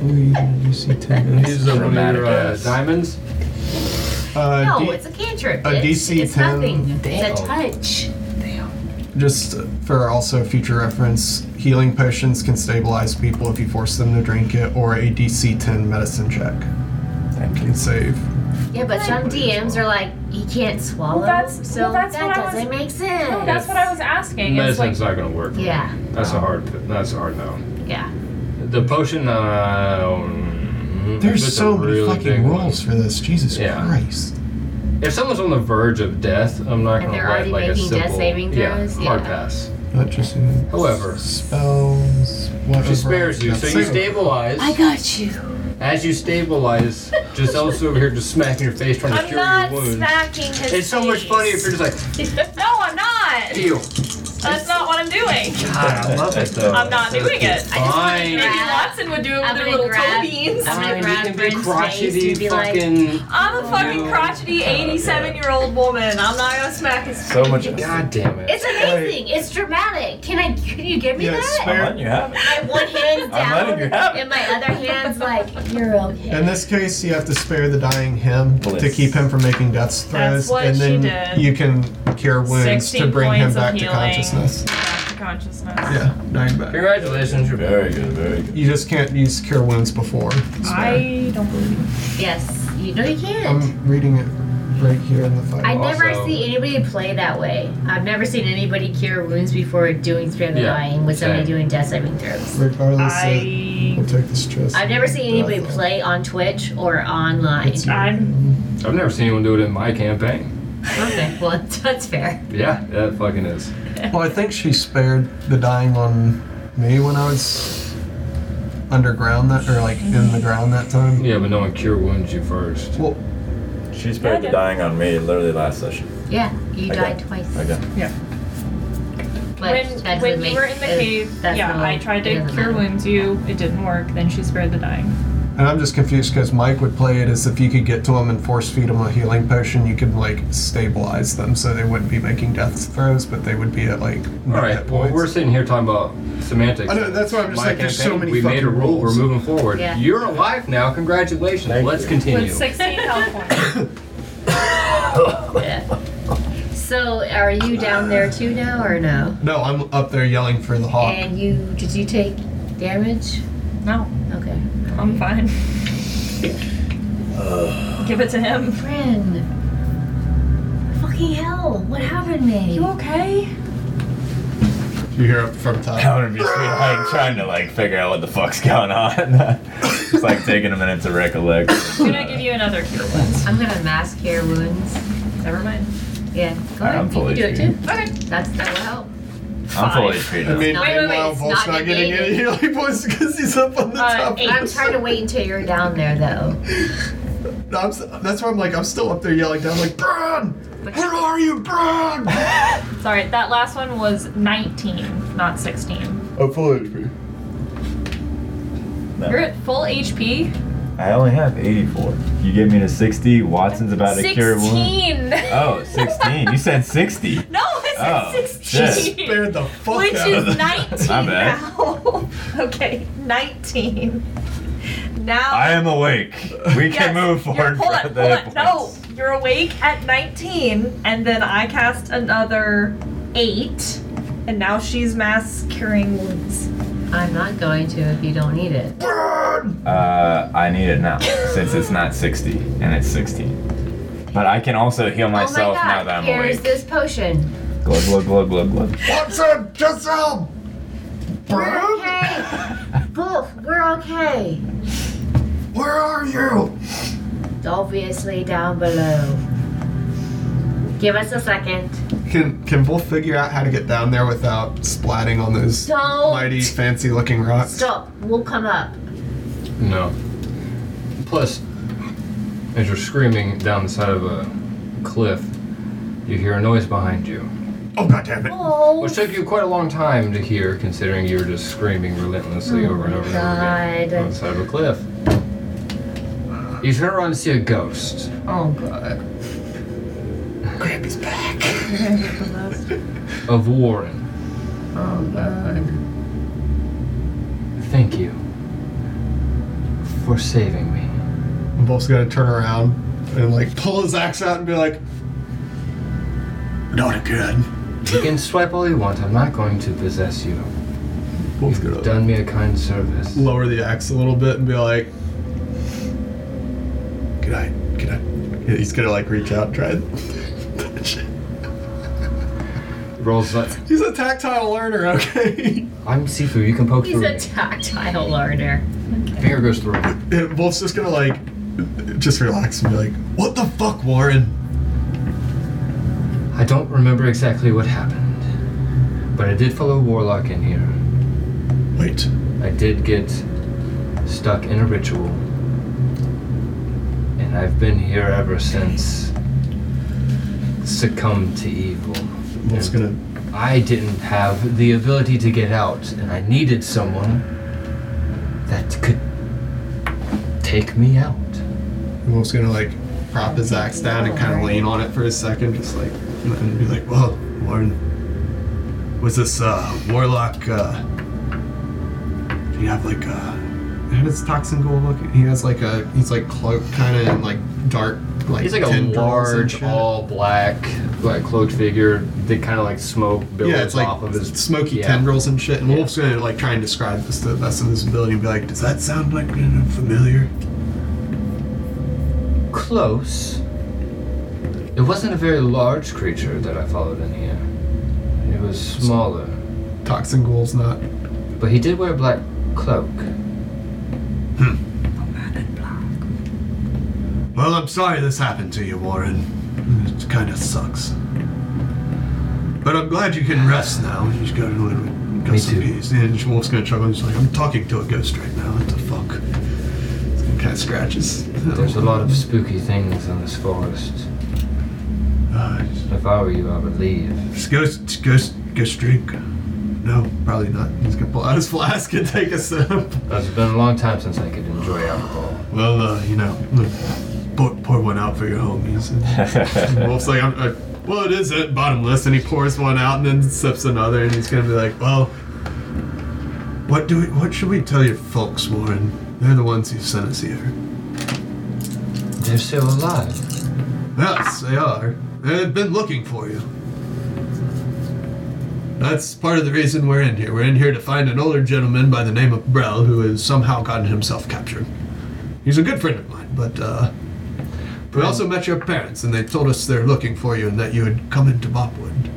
Speaker 5: Oh,
Speaker 2: These are one of your uh,
Speaker 1: Dramaticus.
Speaker 2: diamonds.
Speaker 5: Uh,
Speaker 4: No,
Speaker 5: D-
Speaker 4: it's a cantrip.
Speaker 5: a
Speaker 4: bitch.
Speaker 5: DC
Speaker 4: it's
Speaker 5: 10.
Speaker 4: nothing.
Speaker 2: Damn.
Speaker 4: It's a touch.
Speaker 5: just for also future reference, healing potions can stabilize people if you force them to drink it, or a DC 10 medicine check. Thank you. Can save.
Speaker 4: Yeah, but some DMs are like, "You can't swallow."
Speaker 18: that's-
Speaker 4: so
Speaker 18: well, that's
Speaker 4: that
Speaker 18: what I was-
Speaker 4: doesn't make sense.
Speaker 18: No, that's what I was asking. It's like
Speaker 2: Medicine's not gonna work.
Speaker 4: Yeah.
Speaker 2: That's a hard. That's a hard no.
Speaker 4: Yeah.
Speaker 2: the potion. Uh, mm,
Speaker 5: There's
Speaker 2: it's a
Speaker 5: so many
Speaker 2: really big
Speaker 5: fucking
Speaker 2: one.
Speaker 5: rules for this. Jesus
Speaker 2: Yeah.
Speaker 5: Christ.
Speaker 2: If someone's on the verge of death, I'm not going
Speaker 4: And
Speaker 2: to
Speaker 4: they're
Speaker 2: let
Speaker 4: already
Speaker 2: like a
Speaker 4: making
Speaker 2: simple
Speaker 4: death saving throws?
Speaker 2: Yeah, hard
Speaker 4: Yeah.
Speaker 2: pass.
Speaker 5: Not just in
Speaker 2: However,
Speaker 5: spells. Whatever.
Speaker 2: She spares you, so you
Speaker 5: Same.
Speaker 2: stabilize. I got you. As you stabilize, Giselle's over here just smacking your face trying to
Speaker 3: I'm
Speaker 2: cure
Speaker 3: not
Speaker 2: your wound.
Speaker 3: smacking his
Speaker 2: it's so much
Speaker 3: face.
Speaker 2: funnier if you're just like,
Speaker 3: No, I'm not.
Speaker 2: ew.
Speaker 3: That's not what I'm doing.
Speaker 2: God, I love it though.
Speaker 3: I'm not
Speaker 2: That's
Speaker 3: doing it.
Speaker 2: just
Speaker 3: I just wanted
Speaker 2: Fine.
Speaker 3: to- Maybe
Speaker 4: grab-
Speaker 3: Watson would do it
Speaker 4: I'm
Speaker 3: with her
Speaker 4: gonna
Speaker 3: little toe
Speaker 4: grab-
Speaker 3: beans.
Speaker 4: I'm gonna
Speaker 2: Fine,
Speaker 4: grab
Speaker 2: you can be
Speaker 4: Bryn's face
Speaker 2: crotchety
Speaker 4: and be like,
Speaker 2: fucking.
Speaker 3: I'm a fucking
Speaker 2: You-
Speaker 3: crotchety 87 year old woman. I'm not gonna smack his
Speaker 1: So much.
Speaker 2: God damn it.
Speaker 4: It's amazing. It's dramatic. Can I? Can you give me
Speaker 5: Yeah,
Speaker 4: that?
Speaker 5: spare-
Speaker 1: I'm letting you have it.
Speaker 4: my one hand's
Speaker 1: I'm
Speaker 4: down,
Speaker 1: letting you have it.
Speaker 4: and my other hand's like, you're okay.
Speaker 5: In this case, you have to spare the dying him to
Speaker 1: Bliss.
Speaker 5: keep him from making death
Speaker 18: That's
Speaker 5: throws,
Speaker 18: what
Speaker 5: and then
Speaker 18: she did.
Speaker 5: you can cure wounds to
Speaker 18: 16
Speaker 5: bring him
Speaker 18: points of
Speaker 5: back to
Speaker 18: healing.
Speaker 5: consciousness.
Speaker 18: Back to consciousness.
Speaker 5: Yeah, now you're back.
Speaker 2: Congratulations, you're back.
Speaker 1: Very good, very good.
Speaker 5: You just can't use cure wounds before.
Speaker 18: I don't believe
Speaker 4: yes. You know you can't.
Speaker 5: I'm reading it right here in the file.
Speaker 4: I never
Speaker 2: Um, Also-
Speaker 4: see anybody play that way. I've never seen anybody cure wounds before doing three of the
Speaker 2: Yeah,
Speaker 4: dying with somebody
Speaker 2: same.
Speaker 4: doing death saving throws.
Speaker 5: Regardless, of,
Speaker 18: I
Speaker 5: we'll take this chest.
Speaker 4: I've never seen anybody
Speaker 5: Yeah.
Speaker 4: play on Twitch or online.
Speaker 5: It's-
Speaker 18: I'm
Speaker 2: I've never seen anyone do it in my campaign.
Speaker 4: Okay, well that's fair.
Speaker 2: Yeah, that fucking is.
Speaker 5: Well, I think she spared the dying on me when I was underground that, or like in the ground that time.
Speaker 2: Yeah, but no one cure wounds you first.
Speaker 5: Well,
Speaker 1: She spared the dying on me literally last session.
Speaker 4: Yeah, you
Speaker 1: I
Speaker 4: died
Speaker 1: got-
Speaker 4: twice.
Speaker 1: I got
Speaker 4: But
Speaker 18: When-
Speaker 4: that doesn't
Speaker 18: when
Speaker 4: make-
Speaker 18: you were in the
Speaker 4: it-
Speaker 18: cave,
Speaker 4: that's
Speaker 18: yeah,
Speaker 4: not-
Speaker 18: I tried
Speaker 4: it
Speaker 18: to
Speaker 4: doesn't
Speaker 18: cure
Speaker 4: matter.
Speaker 18: wounds you. It didn't work. Then she spared the dying.
Speaker 5: and I'm just confused because Mike would play it as if you could get to them and force feed them a healing potion. You could like stabilize them so they wouldn't be making death throws, but they would be at like no
Speaker 2: All right.
Speaker 5: hit
Speaker 2: Well,
Speaker 5: points.
Speaker 2: we're sitting here talking about semantics.
Speaker 5: I know, that's why I'm just
Speaker 2: My
Speaker 5: like, there's so
Speaker 2: campaign,
Speaker 5: many
Speaker 2: We made a
Speaker 5: fucking
Speaker 2: rule. We're
Speaker 5: rules.
Speaker 2: moving forward.
Speaker 4: Yeah.
Speaker 2: You're alive now. Congratulations.
Speaker 1: Thank
Speaker 2: Let's
Speaker 1: you.
Speaker 2: continue.
Speaker 3: With 16 health points.
Speaker 4: So are you down there too now or no?
Speaker 5: no, I'm up there yelling for the
Speaker 2: Uh,
Speaker 5: hawk.
Speaker 4: And you did you take damage?
Speaker 18: No,
Speaker 4: Okay.
Speaker 18: I'm fine. Give it to him.
Speaker 4: Friend. Fucking hell. What happened, man?
Speaker 18: You okay?
Speaker 5: You hear up from top.
Speaker 1: I'm just been, like trying to like figure out what the fuck's going on. it's like taking a minute to recollect.
Speaker 18: I'm gonna give you another cure wounds.
Speaker 4: I'm gonna mask hair wounds.
Speaker 18: Never mind.
Speaker 4: Yeah. Go
Speaker 1: I'm
Speaker 4: ahead. You
Speaker 1: fully
Speaker 4: can do it too.
Speaker 1: treated.
Speaker 18: Okay.
Speaker 4: That's that will help.
Speaker 1: I'm fully treated.
Speaker 5: I mean,
Speaker 4: Wait, wait, wait,
Speaker 5: meanwhile,
Speaker 4: it's
Speaker 5: Volt's
Speaker 4: not
Speaker 5: not getting any
Speaker 4: negated.
Speaker 5: healing points because he's up on the
Speaker 3: Uh,
Speaker 5: top.
Speaker 3: eight.
Speaker 4: I'm trying to wait until you're down there though.
Speaker 5: No, I'm, s- that's why I'm like, I'm still up there yelling down, like, Bron! Where are you, Bron?
Speaker 18: Sorry, that last one was 19, not 16.
Speaker 5: I'm full HP.
Speaker 1: No.
Speaker 3: You're at full HP.
Speaker 1: I only have 84. You get me to 60. Watson's about to cure wound.
Speaker 3: 16.
Speaker 1: Oh, 16. You said 60.
Speaker 3: No, I said
Speaker 1: Oh,
Speaker 3: 16.
Speaker 5: Spared the fuck
Speaker 3: Which
Speaker 5: out of
Speaker 3: is
Speaker 1: that.
Speaker 3: 19
Speaker 1: My bad.
Speaker 3: now. okay, 19. Now.
Speaker 1: I am awake. We can
Speaker 3: Uh, Yes,
Speaker 1: move
Speaker 3: you're-
Speaker 1: forward.
Speaker 3: Hold
Speaker 1: for
Speaker 3: on,
Speaker 1: the
Speaker 3: hold on. No,
Speaker 1: points.
Speaker 3: you're awake at 19, and then I cast another 8, and now she's mass curing wounds.
Speaker 4: I'm not going to if you don't need it.
Speaker 1: Uh, I need it now since it's not 60 and it's 16. But I can also heal myself
Speaker 4: oh my god,
Speaker 1: now that I'm
Speaker 4: here's
Speaker 1: awake.
Speaker 4: this potion.
Speaker 1: Glug, glug, glug, glug, glug.
Speaker 5: Watson, Giselle! Bron?
Speaker 4: Okay. Wolf, we're okay.
Speaker 5: Where are you?
Speaker 4: It's obviously down below. Give us a second.
Speaker 5: Can can both figure out how to get down there without splatting on those
Speaker 4: Don't
Speaker 5: mighty fancy looking rocks?
Speaker 4: stop. We'll come up.
Speaker 2: No. Plus, as you're screaming down the side of a cliff, you hear a noise behind you,
Speaker 5: Oh god damn it.
Speaker 4: Oh
Speaker 2: which took you quite a long time to hear, considering you were just screaming relentlessly over and over and over again
Speaker 4: Oh, God.
Speaker 2: on the side of a cliff. You turn around to see a ghost.
Speaker 4: Oh god.
Speaker 5: Grampy's back.
Speaker 2: of Warren.
Speaker 4: Oh god.
Speaker 2: Thank you for saving me.
Speaker 5: Both's gonna turn around and like pull his axe out and be like, Not again.
Speaker 2: You can swipe all you want. I'm not going to possess you.
Speaker 5: Both's
Speaker 2: You've done me a kind service.
Speaker 5: lower the axe a little bit and be like, "Can I? Can I?" He's gonna like reach out, and try. and touch it.
Speaker 2: Rolls like,
Speaker 5: He's a tactile learner, okay?
Speaker 2: I'm see-through. You can poke
Speaker 4: He's
Speaker 2: through.
Speaker 4: a tactile learner.
Speaker 2: Finger goes through.
Speaker 5: And Wolf's just gonna like just relax and be like, "What the fuck, Warren?"
Speaker 2: I don't remember exactly what happened, but I did follow Warlock in here.
Speaker 5: Wait,
Speaker 2: I did get stuck in a ritual, and I've been here ever since. Succumbed to evil.
Speaker 5: Wolf's
Speaker 2: And
Speaker 5: gonna
Speaker 2: I didn't have the ability to get out, and I needed someone that could take me out.
Speaker 5: Wolf's gonna like prop his axe down and kind of lean on it for a second, just like and then be like, "Well, Warren, was this uh, warlock? Uh, do you have like a how does Toxin go look? He has like a he's like cloak kind of and like dark like
Speaker 2: He's like a
Speaker 5: tendrils and
Speaker 2: large, uh,
Speaker 5: shit.
Speaker 2: all black, like cloaked figure that kind of like smoke builds
Speaker 5: yeah, it's like
Speaker 2: off of his
Speaker 5: smoky
Speaker 2: yeah.
Speaker 5: tendrils and shit. And Wolf's gonna like try and describe this to the best of his ability and be like, "Does that sound like you know, familiar?"
Speaker 2: Close. It wasn't a very large creature that I followed in here. It was smaller,
Speaker 5: Toxin Ghoul's not.
Speaker 2: but he did wear a black cloak.
Speaker 5: Well, I'm sorry this happened to you, Warren. It kind of sucks. But I'm glad you can rest now. You just got a little bit. Got
Speaker 2: Me
Speaker 5: some
Speaker 2: too.
Speaker 5: peace. And Wolf's gonna chuckle and he's like, I'm talking to a ghost right now. What the fuck? He's gonna kind of scratches.
Speaker 2: There's a lot of spooky things in this forest.
Speaker 5: Uh,
Speaker 2: If I were you, I would leave.
Speaker 5: just ghost, just ghost, ghost drink. No, probably not. He's gonna pull out his flask and take a sip.
Speaker 2: It's been a long time since I could enjoy alcohol.
Speaker 5: Well, uh, you know, look, pour, pour one out for your homies. And Wolf's like, I'm, uh, well, it isn't bottomless, and he pours one out and then sips another, and he's gonna be like, well, what do we, what should we tell your folks, Warren? They're the ones who sent us here.
Speaker 2: They're still alive.
Speaker 5: Yes, they are. They've been looking for you. That's part of the reason we're in here. We're in here to find an older gentleman by the name of Brell who has somehow gotten himself captured. He's a good friend of mine, but uh, we also met your parents, and they told us they're looking for you and that you had come into Bopwood.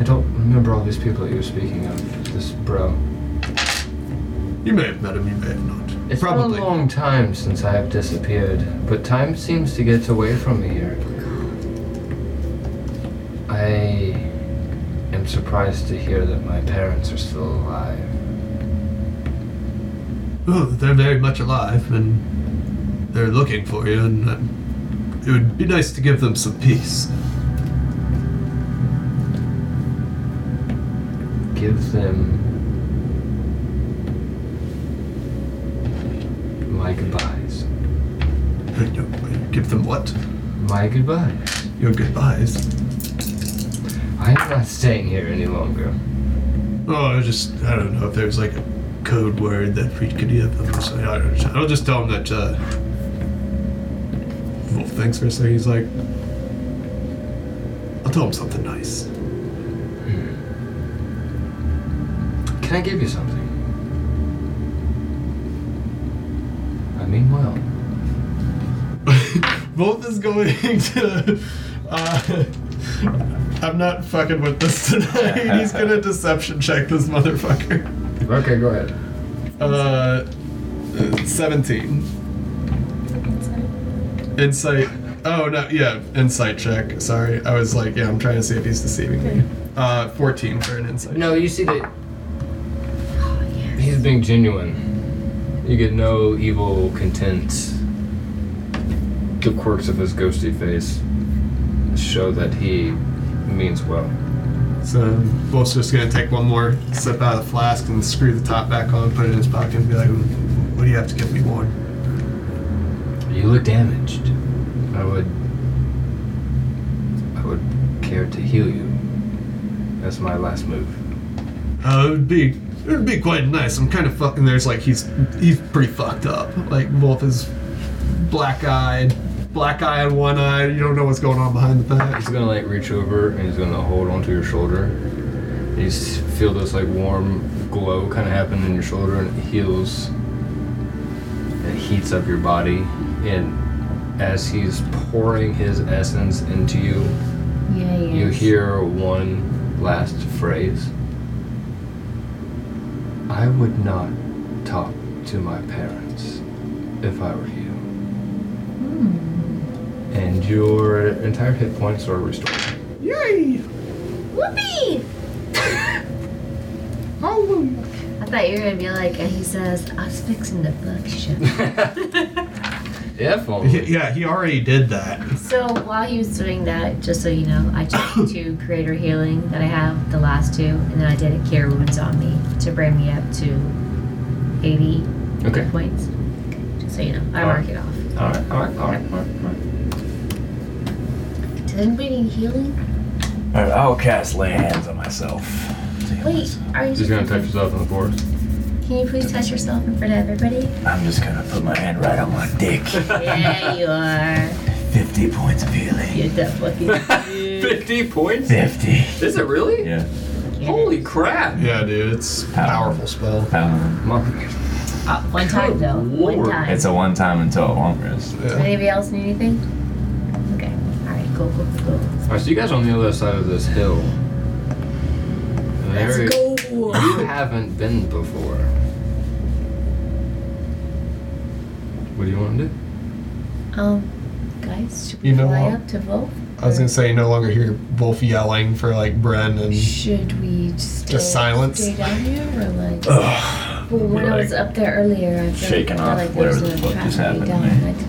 Speaker 2: I don't remember all these people that you're speaking of. This bro.
Speaker 5: You may have met him, you may have not.
Speaker 2: It's been a long time since I have disappeared, but time seems to get away from me here. I am surprised to hear that my parents are still alive.
Speaker 5: Oh, they're very much alive, and they're looking for you, and uh, it would be nice to give them some peace.
Speaker 2: Give them my goodbyes.
Speaker 5: Give them what?
Speaker 2: My goodbyes.
Speaker 5: Your goodbyes.
Speaker 2: I am not staying here any longer.
Speaker 5: Oh, I was just, I don't know if there's like a code word that we could give them. or something. I don't know. I'll just tell him that, uh. Wolf thinks for a second. He's like, I'll tell him something nice.
Speaker 2: Can I give you something? I mean well.
Speaker 5: Wolf is going to. Uh, I'm not fucking with this tonight. He's gonna deception check this motherfucker.
Speaker 2: Okay, go ahead.
Speaker 5: Uh. 17. Insight. Oh no, yeah, insight check. Sorry, I was like, yeah, I'm trying to see if he's deceiving me. Uh, 14 for an insight.
Speaker 2: No, you see that he's being genuine. You get no evil content. The quirks of his ghosty face show that he means well.
Speaker 5: So Wolf's just gonna take one more sip out of the flask and screw the top back on, put it in his pocket, and be like, "What do you have to give me, Warren?"
Speaker 2: You look damaged. I would I would care to heal you. That's my last move.
Speaker 5: Uh, it would be, it would be quite nice. I'm kind of fucking. There's like he's he's pretty fucked up. Like Wolf is black eyed, black eye on one eye. You don't know what's going on behind the back.
Speaker 2: He's gonna like reach over and he's gonna hold onto your shoulder. And you s- feel this like warm glow kind of happen in your shoulder and it heals. It heats up your body. And as he's pouring his essence into you,
Speaker 4: Yeah, yeah.
Speaker 2: You hear one last phrase. I would not talk to my parents if I were you. And your entire hit points are restored.
Speaker 4: Whoopee!
Speaker 2: Oh.
Speaker 4: I thought you were gonna be like, and he says, I was fixing the buckshot.
Speaker 2: If
Speaker 5: He-
Speaker 2: only.
Speaker 5: yeah, he already did that.
Speaker 4: so while he was doing that, just so you know, I took two creator healing that I have, the last two, and then I did a cure wounds on me to bring me up to 80
Speaker 2: Okay.
Speaker 4: points. Just so you know, I mark it off.
Speaker 2: All right. All right. All right. All right.
Speaker 4: Does anybody need healing?
Speaker 1: Alright, I'll cast lay hands on myself. To heal
Speaker 4: Wait,
Speaker 1: myself.
Speaker 4: are you
Speaker 2: Just gonna touch yourself on the forest.
Speaker 4: Can you please touch yourself in front of everybody?
Speaker 1: I'm just gonna put my hand right on my dick.
Speaker 4: yeah, you are.
Speaker 1: 50 points of healing.
Speaker 4: You're that fucking.
Speaker 2: 50 points?
Speaker 1: 50.
Speaker 2: Is it really?
Speaker 1: Yeah.
Speaker 2: Holy crap!
Speaker 5: Yeah, dude, it's a powerful spell.
Speaker 1: Um,
Speaker 4: Uh, one time though. One
Speaker 2: Lord.
Speaker 4: time.
Speaker 1: it's a one time until a long rest.
Speaker 5: Yeah.
Speaker 4: Anybody else need anything? Okay. All right. Go. Go. Go.
Speaker 2: Alright, so you guys are on the other side of this hill. An area You haven't been before. What do you want to do?
Speaker 4: Um, guys, should we
Speaker 5: You know
Speaker 4: fly
Speaker 5: what?
Speaker 4: up to Volk?
Speaker 5: I was gonna say you no longer hear Wolf yelling for like Bren and
Speaker 4: Should we just
Speaker 5: Just silence?
Speaker 4: Stay down here, or like?
Speaker 1: Ugh.
Speaker 4: well, when I was up there earlier, I felt
Speaker 1: shaking
Speaker 4: I felt
Speaker 1: off
Speaker 4: like there
Speaker 1: whatever
Speaker 4: was
Speaker 1: the fuck
Speaker 4: a trap
Speaker 1: just
Speaker 4: to be
Speaker 1: happened to
Speaker 4: done,
Speaker 1: me.
Speaker 4: but-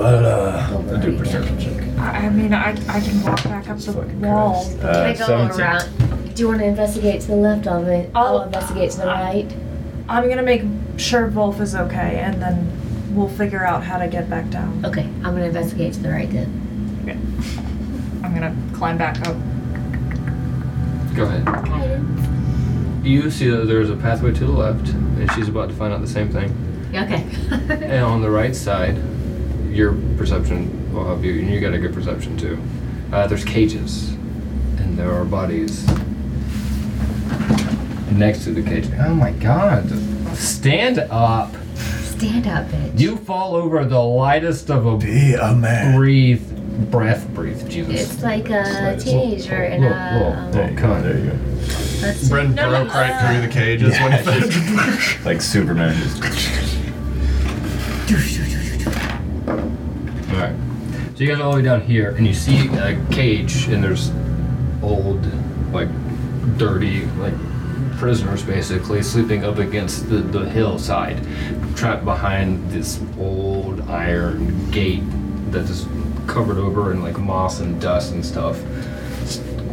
Speaker 1: But, uh, I do perception check.
Speaker 18: I I mean, I, I can walk back up the
Speaker 1: Fucking
Speaker 18: wall.
Speaker 1: Christ.
Speaker 4: Can I
Speaker 1: Uh,
Speaker 4: go
Speaker 1: 17.
Speaker 4: around? Oh. Do you want to investigate to the left? I'll, I'll,
Speaker 18: I'll-
Speaker 4: investigate to the right.
Speaker 18: I'm gonna make sure Wolf is okay, and then we'll figure out how to get back down.
Speaker 4: Okay, I'm gonna investigate to the right then.
Speaker 18: I'm gonna climb back up.
Speaker 2: Go ahead. You see that there's a pathway to the left, and she's about to find out the same thing.
Speaker 4: Yeah, okay.
Speaker 2: And on the right side, your perception will help you, and you got a good perception too. Uh, there's cages, and there are bodies next to the cage. Oh my god! Stand up!
Speaker 4: Stand up, bitch.
Speaker 2: You fall over the lightest of a
Speaker 1: Be a man.
Speaker 2: breathe, breath, breathe, Jesus.
Speaker 4: It's like a
Speaker 1: Slightest.
Speaker 4: teenager in
Speaker 2: Whoa,
Speaker 4: a.
Speaker 2: whoa,
Speaker 4: um,
Speaker 1: There you go.
Speaker 2: Come.
Speaker 1: There you go.
Speaker 4: let's-
Speaker 5: Bren
Speaker 3: No, no,
Speaker 5: broke right
Speaker 3: uh,
Speaker 5: through the cages when he
Speaker 1: Yeah,
Speaker 5: fell.
Speaker 1: Like Superman just.
Speaker 2: Alright. So you guys are all the way down here, and you see a cage, and there's old, like, dirty, like, prisoners basically sleeping up against the, the hillside, trapped behind this old iron gate that is covered over in, like, moss and dust and stuff.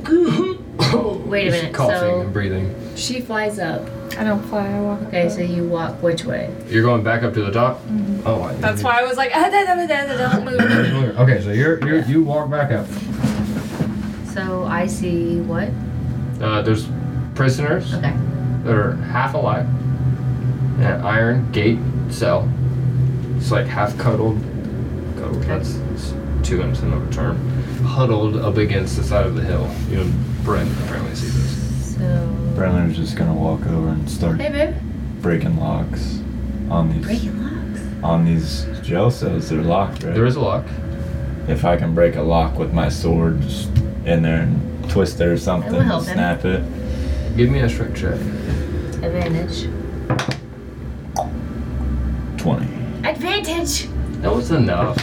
Speaker 4: Wait a minute,
Speaker 2: Coughing
Speaker 4: so-
Speaker 2: and breathing.
Speaker 4: She flies up.
Speaker 18: I don't fly, I walk.
Speaker 4: Okay, so you walk which way?
Speaker 2: You're going back up to the top?
Speaker 4: Mm-hmm.
Speaker 2: Oh, I
Speaker 3: That's why I was like, ah, da, da, da, da, da, don't move.
Speaker 2: Okay, so you're, you're you walk back up.
Speaker 4: So I see what?
Speaker 2: Uh, there's prisoners
Speaker 4: Okay.
Speaker 2: that are half alive in an iron gate cell. It's like half cuddled. Cuddled, that's, that's two M's in of a term. Huddled up against the side of the hill. You and Brent apparently see this.
Speaker 4: So.
Speaker 1: Brenner's just gonna walk over and start
Speaker 4: Hey, babe.
Speaker 1: breaking locks on these
Speaker 4: Breaking locks.
Speaker 1: on these jail cells. They're locked, right?
Speaker 2: There is a lock.
Speaker 1: if I can break a lock with my sword, just in there and twist it or something,
Speaker 4: That will help
Speaker 1: and snap it.
Speaker 2: Give me a strength check.
Speaker 4: Advantage.
Speaker 1: Twenty.
Speaker 4: Advantage!
Speaker 2: That was enough.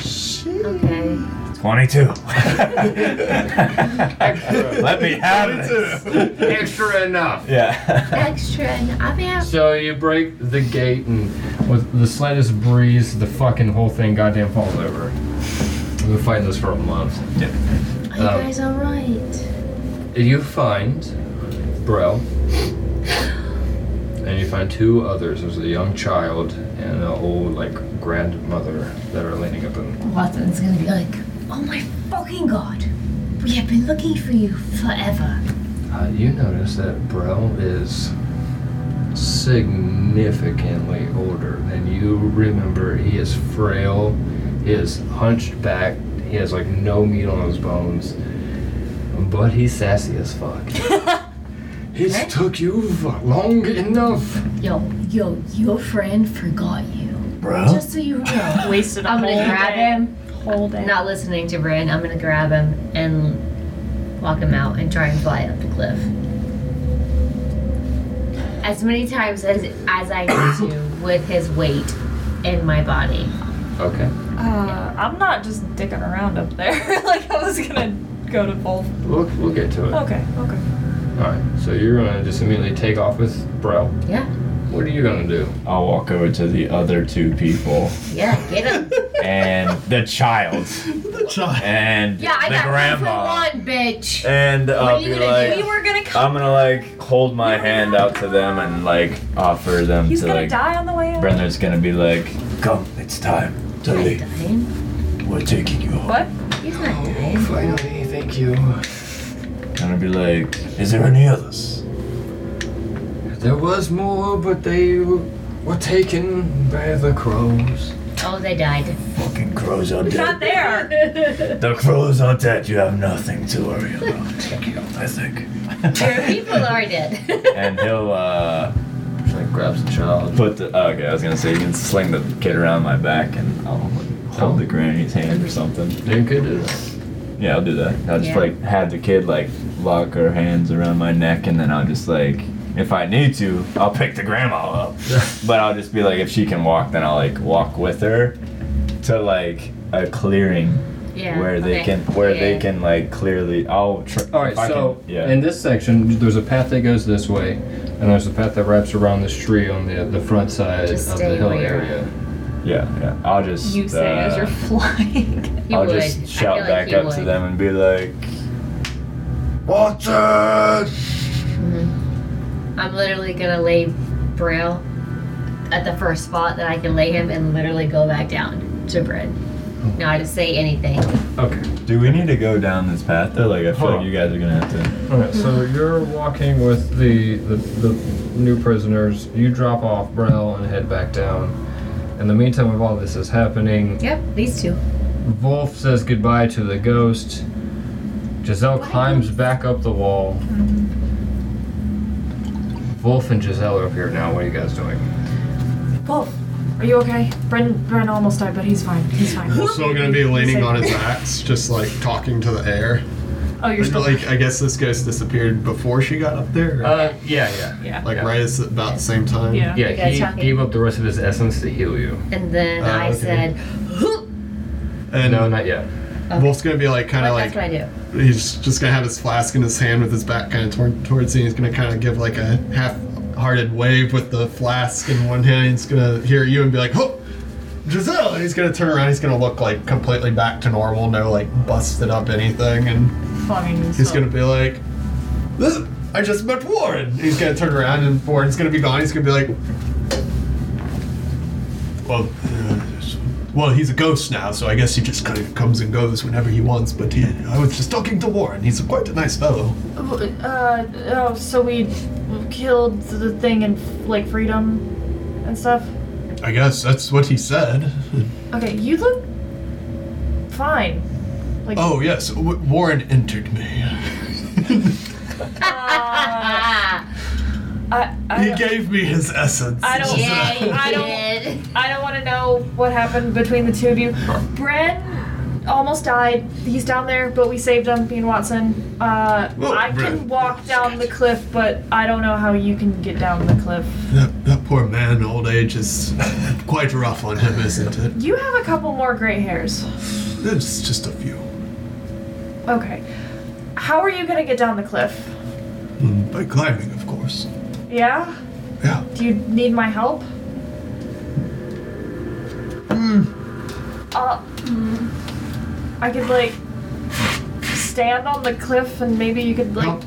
Speaker 4: Okay.
Speaker 1: Twenty-two. Let me have this.
Speaker 2: Extra enough.
Speaker 1: yeah.
Speaker 4: Extra and I'm out.
Speaker 2: So you break the gate, and with the slightest breeze, the fucking whole thing goddamn falls over. We've been fighting this for a month.
Speaker 4: Are you
Speaker 2: Um,
Speaker 4: guys alright?
Speaker 2: You find Brel, and you find two others. There's a young child and an old, like, grandmother that are leaning up in.
Speaker 7: Watson's gonna be like,
Speaker 4: Oh my fucking god. We have been looking for you forever.
Speaker 2: Uh, you notice that Brel is significantly older than you remember. He is frail, he is hunched back, he has, like, no meat on his bones, but he's sassy as fuck. It's took you long enough.
Speaker 4: Yo, yo, your friend forgot you.
Speaker 1: Bro.
Speaker 4: Just so you know.
Speaker 18: Wasted a
Speaker 4: I'm gonna
Speaker 18: whole
Speaker 4: grab
Speaker 18: day.
Speaker 4: him.
Speaker 18: Whole day.
Speaker 4: Not listening to Bryn. I'm gonna grab him and walk him out, and try and fly up the cliff. As many times as, as I need to with his weight in my body.
Speaker 2: Okay.
Speaker 3: Uh, I'm not just dicking around up there. like I was gonna go to both.
Speaker 2: We'll, we'll get to it.
Speaker 3: Okay, okay.
Speaker 2: Alright, so you're gonna just immediately take off with Brell.
Speaker 4: Yeah,
Speaker 2: What are you gonna do?
Speaker 1: I'll walk over to the other two people
Speaker 4: yeah, get him.
Speaker 1: and the child
Speaker 5: The child.
Speaker 1: and
Speaker 4: yeah, I
Speaker 1: the
Speaker 4: got
Speaker 1: grandma.
Speaker 4: room for one, bitch.
Speaker 1: And
Speaker 4: are
Speaker 1: I'll
Speaker 4: you
Speaker 1: be
Speaker 4: gonna
Speaker 1: like,
Speaker 4: do?
Speaker 26: We were gonna come.
Speaker 1: I'm gonna like hold my hand out to them and like offer them
Speaker 3: He's
Speaker 1: to
Speaker 3: gonna
Speaker 1: like.
Speaker 3: die on the way out.
Speaker 1: Brenner's gonna be like, come, it's time to
Speaker 4: He's
Speaker 1: leave.
Speaker 4: not dying.
Speaker 1: We're taking you home.
Speaker 3: What?
Speaker 4: He's not
Speaker 2: Oh,
Speaker 4: dying.
Speaker 1: Finally, thank you. And I'd be like, is there any others?
Speaker 2: There was more, but they were taken by the crows.
Speaker 4: Oh, they died.
Speaker 1: Fucking crows are
Speaker 26: Not
Speaker 1: dead.
Speaker 26: there.
Speaker 1: The crows are dead. You have nothing to worry about. I think.
Speaker 4: Your people are dead.
Speaker 1: and he'll uh,
Speaker 2: Like grabs the child.
Speaker 1: put the. Oh, okay, I was gonna say you can sling the kid around my back and I'll like, hold the granny's hand or something.
Speaker 2: You could do that.
Speaker 1: Yeah, I'll do that. I'll just
Speaker 4: Yeah.
Speaker 1: like have the kid like lock her hands around my neck and then I'll just like. If I need to, I'll pick the grandma up. but I'll just be like, if she can walk, then I'll like walk with her to like a clearing
Speaker 4: yeah.
Speaker 1: where they
Speaker 4: okay.
Speaker 1: can where they
Speaker 4: Yeah.
Speaker 1: can like clearly I'll tr-
Speaker 2: All right,
Speaker 1: if I
Speaker 2: so
Speaker 1: can- yeah
Speaker 2: in this section, there's a path that goes this way, and there's a path that wraps around this tree on the the front side
Speaker 4: Just
Speaker 2: of
Speaker 4: stay
Speaker 2: the hill
Speaker 4: where you're
Speaker 2: area.
Speaker 1: yeah yeah I'll just
Speaker 3: You say as
Speaker 1: uh,
Speaker 3: you're flying.
Speaker 4: He
Speaker 1: I'll
Speaker 4: would. I
Speaker 1: just
Speaker 4: feel
Speaker 1: shout
Speaker 4: like
Speaker 1: back
Speaker 4: he
Speaker 1: up to
Speaker 4: would.
Speaker 1: them and be like Watson
Speaker 4: Mm-hmm. I'm literally gonna lay Braille at the first spot that I can lay him and literally go back down to Brid.
Speaker 5: Oh.
Speaker 4: Not to say anything.
Speaker 2: Okay.
Speaker 1: do we need to go down this path though like I feel
Speaker 2: Hold
Speaker 1: like
Speaker 2: on.
Speaker 1: you guys are gonna have to
Speaker 2: All right. So you're walking with the the, the new prisoners. You drop off Brell and head back down. In the meantime, of all this is happening,
Speaker 4: Yep, these two.
Speaker 2: Wolf says goodbye to the ghost. Giselle climbs back up the wall.
Speaker 3: Mm-hmm.
Speaker 2: Wolf and Giselle are up here now. What are you guys doing?
Speaker 3: Wolf, are you okay? Bren, Bren almost died, but he's fine. He's fine.
Speaker 5: We're still gonna be leaning on his axe, just like talking to the air.
Speaker 3: Oh, you're still.
Speaker 5: Like I guess this ghost disappeared before she got up there. or-
Speaker 2: Uh, yeah, yeah.
Speaker 3: yeah.
Speaker 5: like right at about the same time.
Speaker 3: Yeah.
Speaker 2: Yeah,
Speaker 4: You guys
Speaker 2: he
Speaker 4: talking?
Speaker 2: gave up the rest of his essence to heal you.
Speaker 4: And then
Speaker 5: Oh,
Speaker 4: I
Speaker 5: okay.
Speaker 4: said, "Hoop."
Speaker 5: And
Speaker 2: No, not yet.
Speaker 5: Wolf's gonna be like kind
Speaker 4: But
Speaker 5: of
Speaker 4: that's what I
Speaker 5: like
Speaker 4: do.
Speaker 5: he's just gonna have his flask in his hand with his back kind of toward, towards you. He's gonna kind of give like a half-hearted wave with the flask in one hand. He's gonna hear you and be like, "Oh, Giselle!" And he's gonna turn around. He's gonna look like completely back to normal, no like busted up anything, and
Speaker 3: Fucking
Speaker 5: he's
Speaker 3: so-
Speaker 5: gonna be like, "This." I just met Warren. And He's gonna turn around and Warren's gonna be gone. He's gonna be like, Well, uh, well, he's a ghost now, so I guess he just kind of comes and goes whenever he wants. But he, I was just talking to Warren. He's quite a nice fellow.
Speaker 3: Uh, oh, so we killed the thing in like freedom and stuff.
Speaker 5: I guess that's what he said.
Speaker 3: Okay, you look fine. Like,
Speaker 5: Oh yes, w- Warren entered me.
Speaker 3: uh,
Speaker 4: Ah,
Speaker 3: I, I,
Speaker 5: he
Speaker 3: don't,
Speaker 5: gave me his essence.
Speaker 3: I don't-
Speaker 4: yeah, you
Speaker 3: I don't-
Speaker 4: did.
Speaker 3: I don't want to know what happened between the two of you. Bren almost died. He's down there, but we saved him, me and Watson. Uh,
Speaker 5: Well,
Speaker 3: I
Speaker 5: Bren-
Speaker 3: can walk down the cliff, but I don't know how you can get down the cliff.
Speaker 5: That, that poor man. Old age is quite rough on him, isn't it?
Speaker 3: You have a couple more gray hairs.
Speaker 5: It's just a few.
Speaker 3: Okay. How are you gonna get down the cliff?
Speaker 5: Mm, By climbing, of course.
Speaker 3: Yeah?
Speaker 5: Yeah.
Speaker 3: Do you need my help? Uh, I could like stand on the cliff and maybe you could like.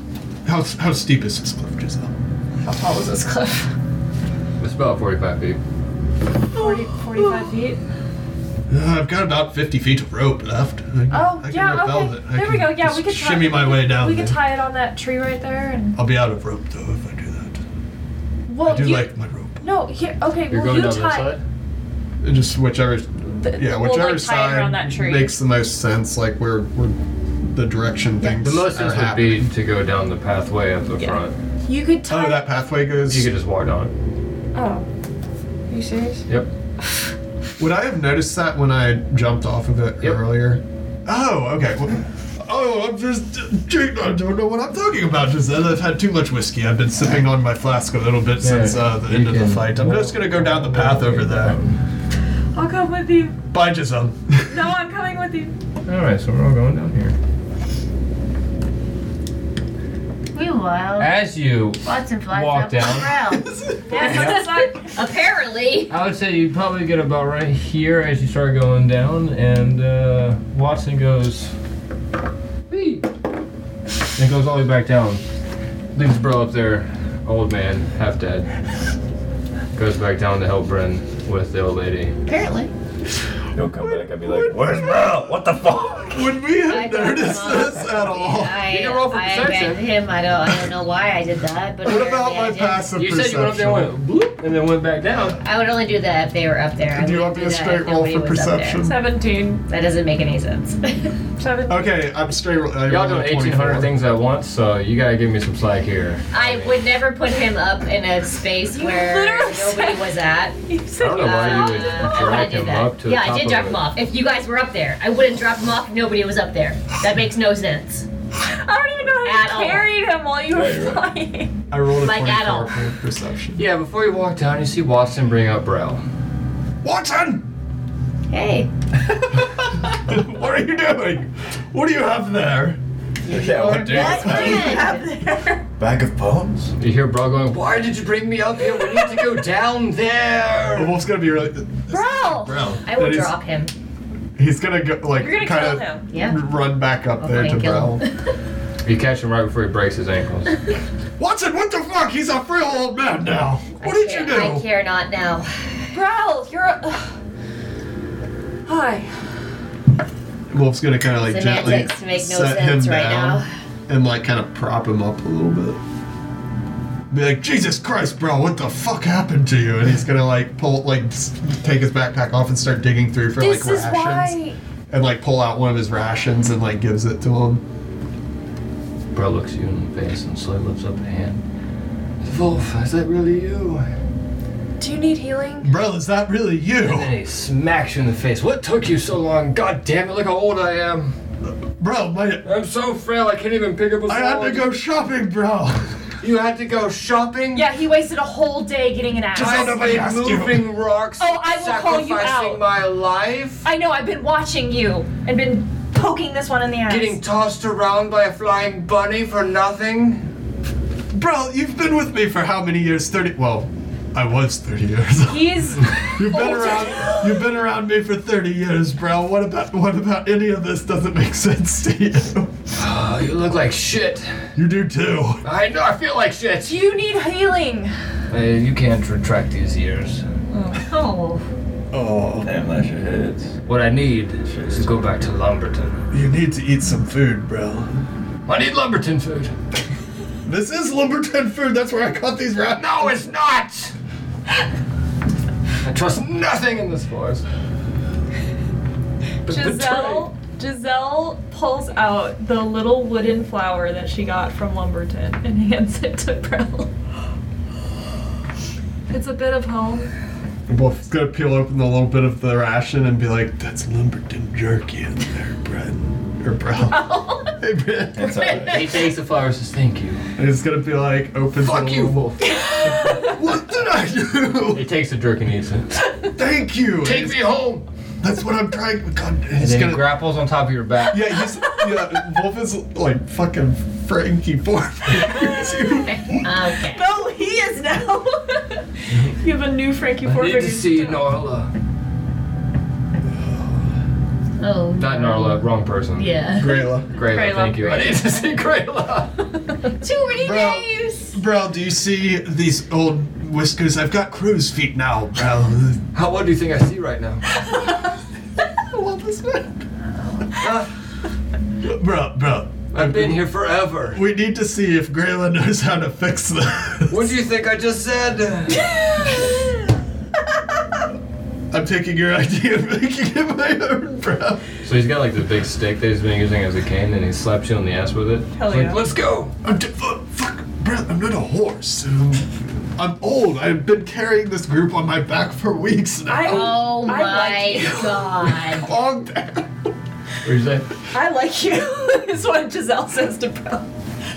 Speaker 5: How, how, how steep is this cliff, Giselle?
Speaker 3: How tall is this cliff?
Speaker 2: It's about 45 feet.
Speaker 3: 40, 45 feet?
Speaker 5: Uh, I've got about 50 feet of rope left. I can,
Speaker 3: Oh,
Speaker 5: I can
Speaker 3: yeah,
Speaker 5: repel
Speaker 3: okay.
Speaker 5: it. I
Speaker 3: There we
Speaker 5: can
Speaker 3: go. Yeah,
Speaker 5: just
Speaker 3: we could tie,
Speaker 5: shimmy my
Speaker 3: we
Speaker 5: way
Speaker 3: could-
Speaker 5: down
Speaker 3: We
Speaker 5: there.
Speaker 3: could tie it on that tree right there and.
Speaker 5: I'll be out of rope, though, if I do that.
Speaker 3: Well,
Speaker 5: I do
Speaker 3: you.
Speaker 5: like my rope.
Speaker 3: no, here, okay,
Speaker 2: You're
Speaker 3: well,
Speaker 2: going
Speaker 3: you
Speaker 2: down
Speaker 3: tie.
Speaker 2: this side?
Speaker 5: Just whichever,
Speaker 3: The-
Speaker 5: yeah,
Speaker 3: we'll, like,
Speaker 5: whichever
Speaker 3: tie it around that
Speaker 5: side
Speaker 3: tree.
Speaker 5: makes the most sense. Like we're, we're the direction things
Speaker 2: The most
Speaker 5: are
Speaker 2: sense would
Speaker 5: happening.
Speaker 2: be to go down the pathway up the
Speaker 3: Yeah.
Speaker 2: front.
Speaker 3: You could tie.
Speaker 5: Oh, that pathway goes.
Speaker 2: You could just walk on
Speaker 3: Oh. Are you serious?
Speaker 2: it. Yep.
Speaker 5: Would I have noticed that when I jumped off of it
Speaker 2: Yep.
Speaker 5: earlier? Oh, okay. Well, Oh, I'm just. I don't know what I'm talking about just then. I've had too much whiskey. I've been sipping on my flask a little bit since uh, the
Speaker 2: you
Speaker 5: end of the
Speaker 2: can-
Speaker 5: fight. I'm just gonna go down the path over there.
Speaker 3: I'll come with you.
Speaker 5: Bye, Giselle.
Speaker 3: No, I'm coming with you.
Speaker 2: Alright, so we're all going down here.
Speaker 4: Meanwhile,
Speaker 2: As you
Speaker 4: Watson flies
Speaker 2: Walk
Speaker 4: up
Speaker 2: down.
Speaker 4: the ground.
Speaker 3: Yeah, so it's not-
Speaker 4: Apparently.
Speaker 2: I would say you probably get about right here as you start going down, and uh, Watson goes, "Wee," and goes all the way back down. Leaves Bro up there, old man, half dead. Goes back down to help Bren with the old lady.
Speaker 4: Apparently.
Speaker 1: He'll come back and be like, "Where's Mel? What the fuck?"
Speaker 5: Would we
Speaker 4: I
Speaker 5: have
Speaker 4: don't
Speaker 5: noticed
Speaker 4: know.
Speaker 5: this at all?
Speaker 4: I,
Speaker 2: can roll for
Speaker 4: I
Speaker 2: perception.
Speaker 4: grabbed him. I don't, I don't know why I did that, but
Speaker 5: What about
Speaker 4: apparently I
Speaker 5: my
Speaker 4: did.
Speaker 5: passive
Speaker 2: You said you went up there,
Speaker 5: perception?
Speaker 2: and went bloop, and then went back down.
Speaker 4: I would only do that if they were up there. I
Speaker 5: Do you
Speaker 4: wouldn't
Speaker 5: want me
Speaker 4: do
Speaker 5: to
Speaker 4: that
Speaker 5: straight
Speaker 4: if
Speaker 5: roll
Speaker 4: nobody
Speaker 5: for
Speaker 4: was up there.
Speaker 5: perception?
Speaker 3: 17.
Speaker 4: That doesn't make any sense.
Speaker 3: 17.
Speaker 5: Okay, I'm straight. I
Speaker 2: Y'all
Speaker 5: rolled
Speaker 2: doing
Speaker 5: a
Speaker 2: 1,800
Speaker 5: 24.
Speaker 2: things at once, so you gotta give me some slack here.
Speaker 4: I would never put him up in a space where
Speaker 3: literally
Speaker 4: nobody
Speaker 3: said-
Speaker 4: was at.
Speaker 3: You
Speaker 2: I
Speaker 3: said
Speaker 2: don't know
Speaker 3: you
Speaker 2: why
Speaker 4: Uh,
Speaker 2: you would
Speaker 4: I
Speaker 2: drag
Speaker 4: wouldn't do
Speaker 2: him
Speaker 4: that.
Speaker 2: up to
Speaker 4: yeah,
Speaker 2: the top
Speaker 4: I did drop
Speaker 2: of
Speaker 4: him
Speaker 2: it.
Speaker 4: off. If you guys were up there, I wouldn't drop him off if nobody was up there. That makes no sense.
Speaker 3: I don't even know
Speaker 4: At
Speaker 3: how
Speaker 4: all.
Speaker 3: you carried him while you were
Speaker 1: Yeah, you're right.
Speaker 3: flying.
Speaker 5: I rolled a
Speaker 4: Like, at all.
Speaker 5: 24 for perception.
Speaker 2: Yeah, before you walk down, you see Watson bring up Bro.
Speaker 5: Watson,
Speaker 4: Hey,
Speaker 5: what are you doing? What do you have there?
Speaker 1: Yeah, what
Speaker 4: friend.
Speaker 1: Bag of bones.
Speaker 2: You hear Bro going, Why did you bring me up here? We need to go down there!
Speaker 5: Wolf's gonna be really.
Speaker 4: bro.
Speaker 5: Bro.
Speaker 4: Oh, I will
Speaker 5: That is-
Speaker 4: drop him.
Speaker 5: He's gonna go like
Speaker 3: You're gonna
Speaker 5: kind
Speaker 3: kill
Speaker 5: of
Speaker 3: him.
Speaker 4: Yeah.
Speaker 5: run back up there
Speaker 4: Hopefully
Speaker 5: to
Speaker 4: I kill
Speaker 5: Brow.
Speaker 4: him.
Speaker 2: You catch him right before he breaks his ankles.
Speaker 5: Watson, what the fuck? He's a real old man now. What did you do?
Speaker 4: I care not now.
Speaker 3: Growl, you're a. Hi.
Speaker 5: Wolf's gonna kind of like gently
Speaker 4: Semantics make no
Speaker 5: set
Speaker 4: sense
Speaker 5: him
Speaker 4: right
Speaker 5: down
Speaker 4: now.
Speaker 5: and like kind of prop him up a little bit. Be like, Jesus Christ, bro, what the fuck happened to you? And he's gonna like pull, like, s- take his backpack off and start digging through for
Speaker 3: This
Speaker 5: like
Speaker 3: is
Speaker 5: rations,
Speaker 3: why.
Speaker 5: and like pull out one of his rations and like gives it to him.
Speaker 2: Bro looks you in the face and slowly lifts up a hand. Wolf, is that really you?
Speaker 3: Do you need healing?
Speaker 5: Bro, is that really you,
Speaker 2: And he smacks you in the face. What took you so long? God damn it, look how old I am.
Speaker 5: bro? My,
Speaker 2: I'm so frail, I can't even pick up a
Speaker 5: I had to
Speaker 2: phone.
Speaker 5: go shopping, bro.
Speaker 2: You had to go shopping?
Speaker 3: Yeah, he wasted a whole day getting an axe.
Speaker 5: Just-
Speaker 2: I've
Speaker 5: Nobody
Speaker 2: been
Speaker 5: asked you.
Speaker 2: moving rocks,
Speaker 3: Oh, I will call you
Speaker 2: sacrificing
Speaker 3: out.
Speaker 2: my life,
Speaker 3: I know, I've been watching you and been poking this one in the ass.
Speaker 2: getting tossed around by a flying bunny for nothing.
Speaker 5: Bro, you've been with me for how many years? Thirty. Well, I was thirty years. old.
Speaker 3: He's.
Speaker 5: You've been
Speaker 3: older.
Speaker 5: around. You've been around me for thirty years, bro. What about what about any of this doesn't make sense to you?
Speaker 2: Oh, you look like shit.
Speaker 5: You do too.
Speaker 2: I know, I feel like shit. Uh,
Speaker 3: You need healing.
Speaker 2: you can't retract these ears.
Speaker 4: Oh.
Speaker 5: Oh,
Speaker 1: Damn, that shit hits.
Speaker 2: What I need is to go back to Lumberton.
Speaker 5: you need to eat some food, bro.
Speaker 2: I need Lumberton food.
Speaker 5: This is Lumberton food. That's where I caught these rats.
Speaker 2: No, it's not! I trust nothing in this forest. But
Speaker 18: Giselle Giselle pulls out the little wooden flower that she got from Lumberton and hands it to Brell. It's a bit of home.
Speaker 5: Wolf's gonna peel open a little bit of the ration and be like, "That's Lumberton jerky in there, bread or bro." hey, Brad.
Speaker 1: It's alright.
Speaker 2: betrayed- He takes the flowers says thank you.
Speaker 5: And it's gonna be like, "Open."
Speaker 2: Fuck you, Wolf.
Speaker 5: What did I do?
Speaker 2: He takes the jerk and eats it.
Speaker 5: Thank you.
Speaker 2: Take me home!
Speaker 5: That's what I'm trying. God,
Speaker 2: And
Speaker 5: he's
Speaker 2: then
Speaker 5: gonna.
Speaker 2: he grapples on top of your back.
Speaker 5: yeah, he's yeah. Wolf is like fucking Frankie Four Fingers.
Speaker 4: Okay.
Speaker 18: No, he is now. you have a new Frankie
Speaker 2: I
Speaker 18: Four
Speaker 2: need to see Narla.
Speaker 4: Oh.
Speaker 2: Not Narla, wrong person.
Speaker 4: Yeah.
Speaker 5: Grayla,
Speaker 2: Grayla,
Speaker 18: Grayla.
Speaker 2: thank you. I need to see Grayla.
Speaker 4: Too many
Speaker 5: Bro.
Speaker 4: names.
Speaker 5: bro, do you see these old whiskers? I've got crow's feet now, bro.
Speaker 2: How what do you think I see right now?
Speaker 5: Wolf is Bro, bro,
Speaker 2: I've been here forever.
Speaker 5: we need to see if Grayla knows how to fix this.
Speaker 2: What do you think I just said?
Speaker 5: I'm taking your idea and making it my own, bro.
Speaker 2: So he's got like the big stick that he's been using as a cane, and he slaps you on the ass with it.
Speaker 18: Hell
Speaker 2: He's like,
Speaker 18: yeah.
Speaker 2: Let's go.
Speaker 5: I'm d- fuck, fuck, bro, I'm not a horse. Um, I'm old. I've been carrying this group on my back for weeks now.
Speaker 3: I-
Speaker 4: Oh
Speaker 3: I like
Speaker 4: my god.
Speaker 5: Long time.
Speaker 2: What you say?
Speaker 3: I like you, is what Giselle says to Bro.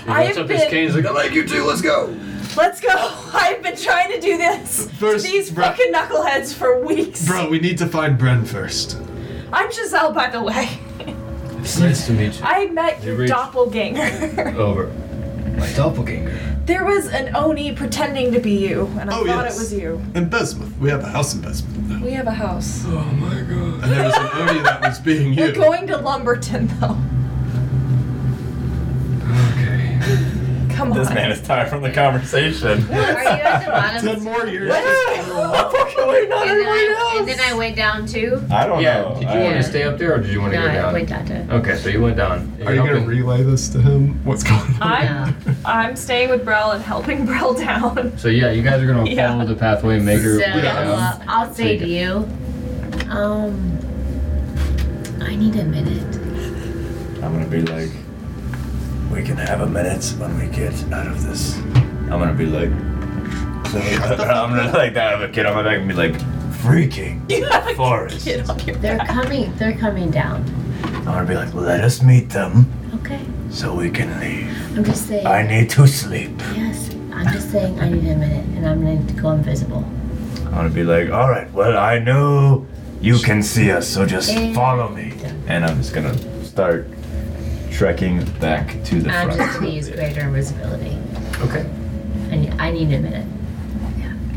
Speaker 2: He
Speaker 3: I
Speaker 2: lifts
Speaker 3: have
Speaker 2: up his cane.
Speaker 3: been.
Speaker 2: He's like, I like you too. Let's go.
Speaker 3: Let's go. I've been trying to do this
Speaker 5: First,
Speaker 3: to these
Speaker 5: Bro-
Speaker 3: fucking knuckleheads for weeks.
Speaker 5: Bro, we need to find Bren first.
Speaker 3: I'm Giselle, by the way.
Speaker 2: Nice to meet you.
Speaker 3: I met
Speaker 2: You
Speaker 3: your
Speaker 2: reached-
Speaker 3: doppelganger.
Speaker 2: Over. My doppelganger.
Speaker 3: there was an Oni pretending to be you, and I
Speaker 5: Oh,
Speaker 3: thought
Speaker 5: yes.
Speaker 3: it was you.
Speaker 5: In Besmouth. We have a house in Besmouth now.
Speaker 3: We have a house.
Speaker 2: Oh my god.
Speaker 5: And there was an Odie that was being
Speaker 3: We're
Speaker 5: you.
Speaker 3: going to Lumberton, though.
Speaker 2: Okay.
Speaker 3: Come
Speaker 1: This
Speaker 3: on.
Speaker 1: man is tired from the conversation.
Speaker 4: Are you at the bottom?
Speaker 5: Ten more years.
Speaker 3: What the fuck are we not
Speaker 4: And then, I,
Speaker 3: everyone
Speaker 4: and then I
Speaker 3: else?
Speaker 4: went down too.
Speaker 1: I don't
Speaker 2: Yeah.
Speaker 1: know.
Speaker 2: Did you
Speaker 1: I-
Speaker 2: want to stay up there or did you want to
Speaker 4: No,
Speaker 2: go
Speaker 4: I
Speaker 2: down?
Speaker 4: went down to.
Speaker 2: Okay, so you went down.
Speaker 5: Are you gonna
Speaker 2: helping-
Speaker 5: relay this to him? What's going on?
Speaker 3: I'm, I'm staying with Brel and helping Brel down.
Speaker 2: So yeah, you guys are gonna
Speaker 3: Yeah.
Speaker 2: follow the pathway and make
Speaker 4: So
Speaker 2: your way
Speaker 4: uh,
Speaker 2: down.
Speaker 4: I'll say
Speaker 2: So
Speaker 4: to you, um, I need a minute.
Speaker 1: I'm gonna be like, we can have a minute when we get out of this. I'm gonna be like, I'm gonna like that. I'm gonna get on my back and be like, freaking forest.
Speaker 3: Get on your
Speaker 4: They're
Speaker 3: back.
Speaker 4: coming. They're coming down.
Speaker 1: I'm gonna be like, let us meet them
Speaker 4: Okay.
Speaker 1: so we can leave.
Speaker 4: I'm just saying.
Speaker 1: I need to sleep.
Speaker 4: yes. I'm just saying. I need a minute, and I'm going to go invisible.
Speaker 1: I'm gonna be like, all right, well, I know you can see us, so just follow me. And I'm just gonna start trekking back to the
Speaker 4: I'm
Speaker 1: front.
Speaker 4: just going to use greater invisibility,
Speaker 2: Okay.
Speaker 4: and I need a minute.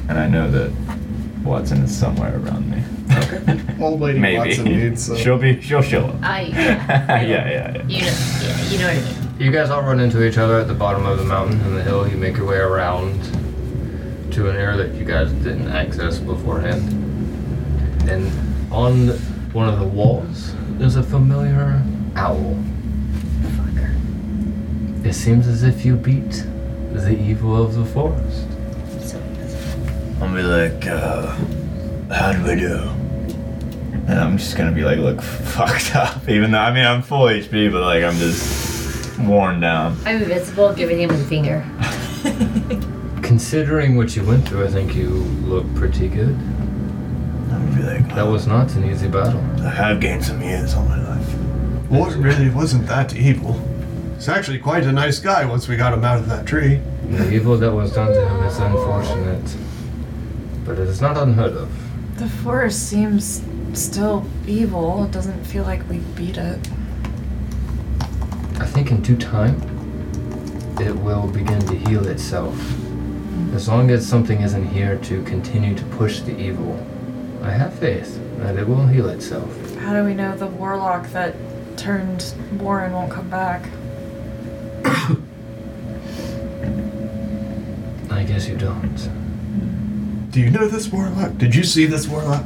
Speaker 1: And I know that Watson is somewhere around me.
Speaker 5: Old lady
Speaker 1: Maybe.
Speaker 5: Watson needs. uh,
Speaker 1: She'll be. She'll show up.
Speaker 4: I.
Speaker 1: yeah,
Speaker 4: Yeah.
Speaker 1: yeah, yeah.
Speaker 4: You know. Yeah. You know what I mean.
Speaker 2: You guys all run into each other at the bottom of the mountain and the hill. You make your way around to an area that you guys didn't access beforehand. And on one of the walls, there's a familiar owl. It seems as if you beat the evil of the forest.
Speaker 4: So
Speaker 1: I'll be like, uh, how do we do? And I'm just gonna be like, look, fucked up. Even though I mean I'm full HP, but like I'm just worn down.
Speaker 4: I'm invisible, giving him the finger.
Speaker 2: Considering what you went through, I think you look pretty good.
Speaker 1: I'm gonna be like,
Speaker 2: That was not an easy battle.
Speaker 1: I have gained some years on my life.
Speaker 5: Well, it really wasn't that evil. He's actually quite a nice guy once we got him out of that tree.
Speaker 2: The evil that was done to him is unfortunate, but it is not unheard of.
Speaker 18: The forest seems still evil. It doesn't feel like we beat it.
Speaker 2: I think in due time, it will begin to heal itself. As long as something isn't here to continue to push the evil, I have faith that it will heal itself.
Speaker 18: How do we know the warlock that turned Warren won't come back?
Speaker 2: I guess you don't.
Speaker 5: Do you know this warlock? Did you see this warlock?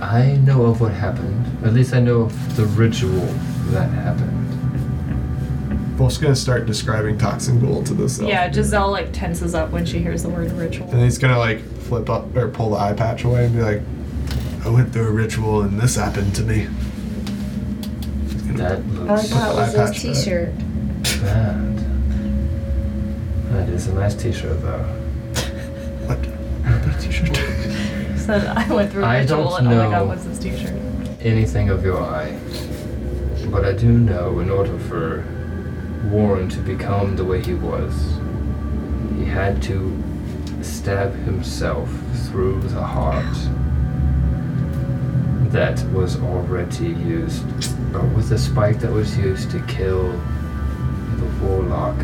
Speaker 2: I know of what happened. At least I know of the ritual that happened.
Speaker 5: Volk's gonna start describing Toxin Ghoul to this elf.
Speaker 18: Yeah, Giselle like tenses up when she hears the word ritual.
Speaker 5: And he's gonna like flip up or pull the eye patch away and be like, I went through a ritual and this happened to me. He's gonna
Speaker 2: That
Speaker 4: All I
Speaker 2: looks
Speaker 4: got was this
Speaker 5: Eye patch, right?
Speaker 4: T-shirt.
Speaker 2: bad. That is a nice t-shirt though.
Speaker 5: What? T-shirt.
Speaker 18: So I went through a
Speaker 2: I
Speaker 18: ritual
Speaker 2: don't
Speaker 18: and all I got
Speaker 2: know.
Speaker 18: was this t-shirt.
Speaker 2: anything of your eye. But I do know in order for Warren to become the way he was, he had to stab himself through the heart that was already used, or with a spike that was used to kill the warlock.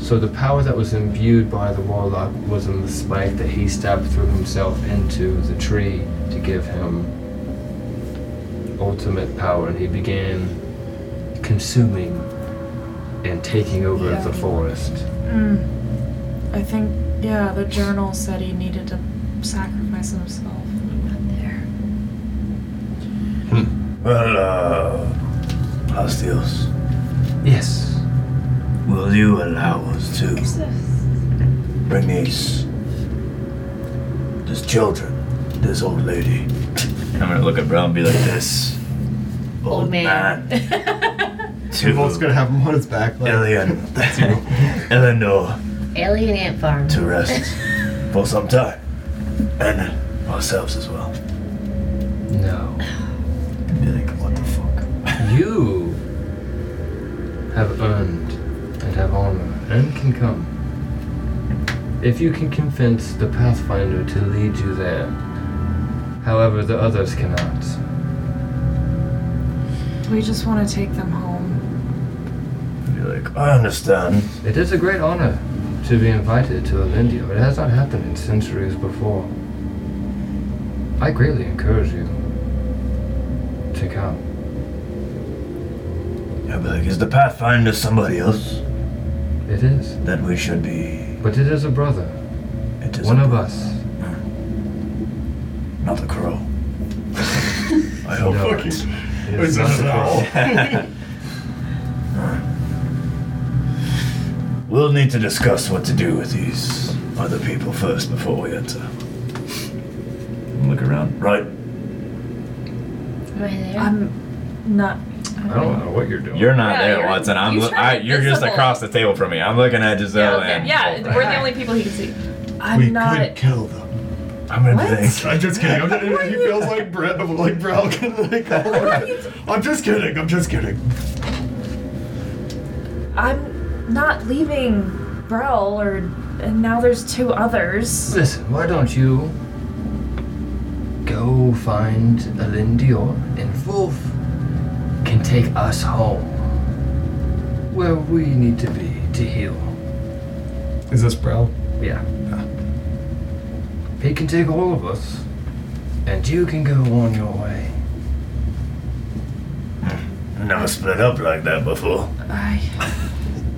Speaker 2: So the power that was imbued by the warlock was in the spike that he stabbed through himself into the tree to give him ultimate power and he began consuming and taking over
Speaker 18: Yeah.
Speaker 2: the forest.
Speaker 18: Mm. I think yeah, the journal said he needed to sacrifice himself.
Speaker 2: Hmm.
Speaker 1: Well, uh, Hostios,
Speaker 2: Yes.
Speaker 1: will you allow us to bring these, this children, this old lady? I'm gonna look at Brown and be like, this
Speaker 4: Old man."
Speaker 1: to
Speaker 5: Volk's gonna have him on his back. Like,
Speaker 1: Alien, Eleanor
Speaker 4: Alien ant farm.
Speaker 1: to rest for some time, and ourselves as well.
Speaker 2: No.
Speaker 1: Be like, what the fuck?
Speaker 2: You have earned and have honor and can come. If you can convince the Pathfinder to lead you there, however, the others cannot.
Speaker 3: We just want to take them home.
Speaker 8: Be like, I understand.
Speaker 2: It is a great honor to be invited to Alindia. It has not happened in centuries before. I greatly encourage you to come.
Speaker 8: I'd be like, is the Pathfinder somebody else
Speaker 2: It is.
Speaker 8: that we should be?
Speaker 2: But it is a brother,
Speaker 8: It
Speaker 2: one of us.
Speaker 8: not a crow. I hope.
Speaker 2: No.
Speaker 8: not.
Speaker 2: It is not a crow.
Speaker 8: We'll need to discuss what to do with these other people first before we enter. Look around. Right.
Speaker 4: Right there.
Speaker 3: I'm not.
Speaker 2: I don't know what you're doing.
Speaker 8: You're not
Speaker 1: Yeah,
Speaker 8: there,
Speaker 1: you're-
Speaker 8: Watson. I'm.
Speaker 1: you
Speaker 8: Lo-
Speaker 1: turned
Speaker 8: I, you're just
Speaker 1: invisible.
Speaker 8: across the table from me. I'm looking at
Speaker 1: Yeah,
Speaker 8: Giselle
Speaker 1: okay.
Speaker 8: and.
Speaker 1: yeah
Speaker 8: Wolfram.
Speaker 1: we're the only people he can see.
Speaker 3: I'm
Speaker 5: we
Speaker 3: not.
Speaker 5: could kill them.
Speaker 8: I'm gonna
Speaker 3: What?
Speaker 8: think.
Speaker 5: I'm just kidding. I'm just, he feels like Brett, like Bralkin. Like, I'm just kidding. I'm just kidding.
Speaker 3: I'm not leaving Brel or. And now there's two others.
Speaker 2: Listen, why don't you go find Alindior and Wolf can take us home where we need to be to heal.
Speaker 27: Is this Brel?
Speaker 2: Yeah. He can take all of us, and you can go on your way.
Speaker 8: Never split up like that before.
Speaker 3: I,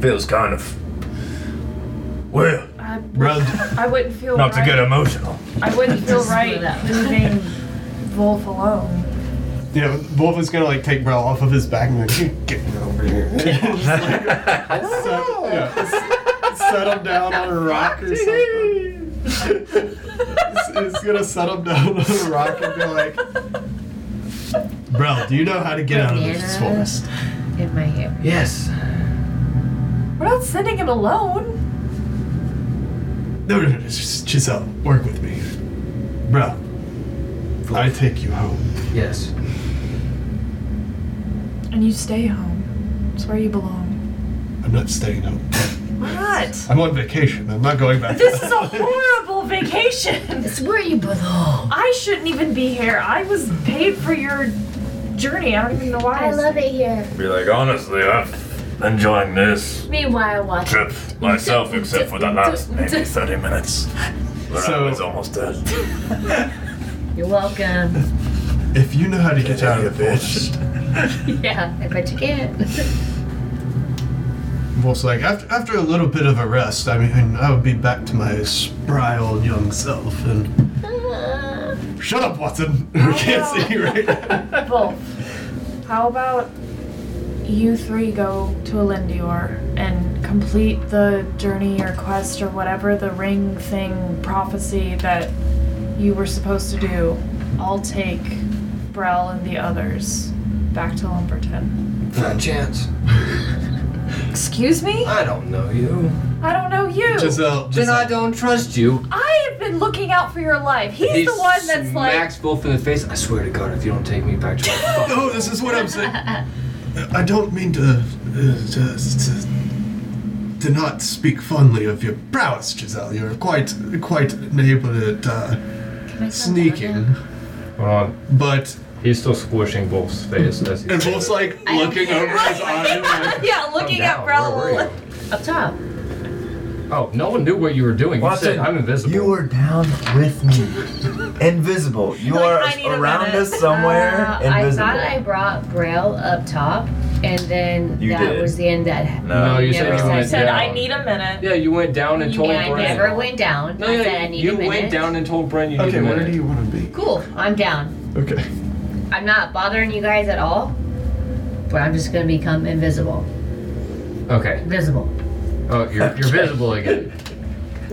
Speaker 8: Feels kind of weird.
Speaker 3: I,
Speaker 5: Brad,
Speaker 3: I wouldn't feel
Speaker 8: Not to
Speaker 3: right.
Speaker 8: get emotional.
Speaker 3: I wouldn't feel
Speaker 4: Just
Speaker 3: right
Speaker 4: split up.
Speaker 3: leaving Wolf alone.
Speaker 5: yeah, Wolf is gonna like take Brel off of his back and like, you get over here. Just, like, set, yeah, s- set him down on a rock or something. he's, he's gonna set him down on a rock and be like, Brel, do you know how to get out of this
Speaker 4: Banana.
Speaker 5: forest?
Speaker 4: In my hair.
Speaker 2: Yes.
Speaker 3: We're not sending him alone.
Speaker 5: No, no, no, no, Gis- Giselle, work with me. Bro, I take you home.
Speaker 2: Yes.
Speaker 3: And you stay home. It's where you belong.
Speaker 5: I'm not staying home.
Speaker 3: Why not?
Speaker 5: I'm on vacation. I'm not going back.
Speaker 3: This is a horrible vacation.
Speaker 28: It's where you belong.
Speaker 3: I shouldn't even be here. I was paid for your journey. I don't even know why.
Speaker 4: I love it here.
Speaker 8: Be like, honestly, I'm enjoying this
Speaker 4: Meanwhile, watch.
Speaker 8: trip myself, except for the last maybe 30 minutes. Where
Speaker 5: So-
Speaker 8: I was almost dead.
Speaker 4: You're welcome.
Speaker 5: if you know how to get, out
Speaker 8: out
Speaker 5: of
Speaker 8: of
Speaker 5: the forest,
Speaker 4: yeah, I bet you can.
Speaker 5: Wolf's like, after, after a little bit of a rest, I mean, I would be back to my spry old young self. And shut up, Watson.
Speaker 3: Oh,
Speaker 5: We can't see you right now.
Speaker 3: Both. How about you three go to Elendior and complete the journey or quest or whatever the ring thing prophecy that you were supposed to do? I'll take Brel and the others back to Lumberton.
Speaker 2: Not a chance.
Speaker 3: Excuse me?
Speaker 2: I don't know you.
Speaker 3: I don't know you.
Speaker 5: Giselle,
Speaker 2: Then I
Speaker 5: Giselle,
Speaker 2: don't trust you.
Speaker 3: I have been looking out for your life. He's
Speaker 2: He
Speaker 3: the one that's like,
Speaker 2: smacks Wolf in the face. I swear to God, if you don't take me back to our
Speaker 5: no, this is what I'm saying. I don't mean to, uh, to, to, to not speak fondly of your prowess, Giselle. You're quite, quite enabled at uh, sneaking,
Speaker 2: Hold on.
Speaker 5: but
Speaker 2: He's still squishing Wolf's face as
Speaker 5: and Wolf's like looking over his eye. like,
Speaker 1: yeah, looking at Brel.
Speaker 4: Up top.
Speaker 2: Oh, no one knew what you were doing. You said
Speaker 8: Watson,
Speaker 2: I'm invisible.
Speaker 8: You were down with me. invisible. You
Speaker 1: I need a
Speaker 8: are around
Speaker 1: minute.
Speaker 8: us somewhere.
Speaker 4: Uh, I
Speaker 8: invisible.
Speaker 4: thought I brought Braille up top, and then
Speaker 8: You
Speaker 4: that
Speaker 8: did.
Speaker 4: was the end. That
Speaker 2: No, you
Speaker 4: never
Speaker 2: said you
Speaker 4: said
Speaker 2: went
Speaker 4: so.
Speaker 1: Said,
Speaker 2: down.
Speaker 1: I need a minute.
Speaker 2: Yeah, you went down and
Speaker 4: You-
Speaker 2: told
Speaker 4: I
Speaker 2: Bren.
Speaker 4: never went down.
Speaker 2: No,
Speaker 4: I
Speaker 2: yeah,
Speaker 4: said I need
Speaker 2: you
Speaker 4: a minute.
Speaker 2: went down and told Bren you
Speaker 5: Okay,
Speaker 2: need a
Speaker 5: where
Speaker 2: minute.
Speaker 5: do you want to be?
Speaker 4: Cool. I'm down.
Speaker 5: Okay.
Speaker 4: I'm not bothering you guys at all. But I'm just gonna become invisible.
Speaker 2: Okay.
Speaker 4: Visible.
Speaker 2: Oh, you're, you're visible again.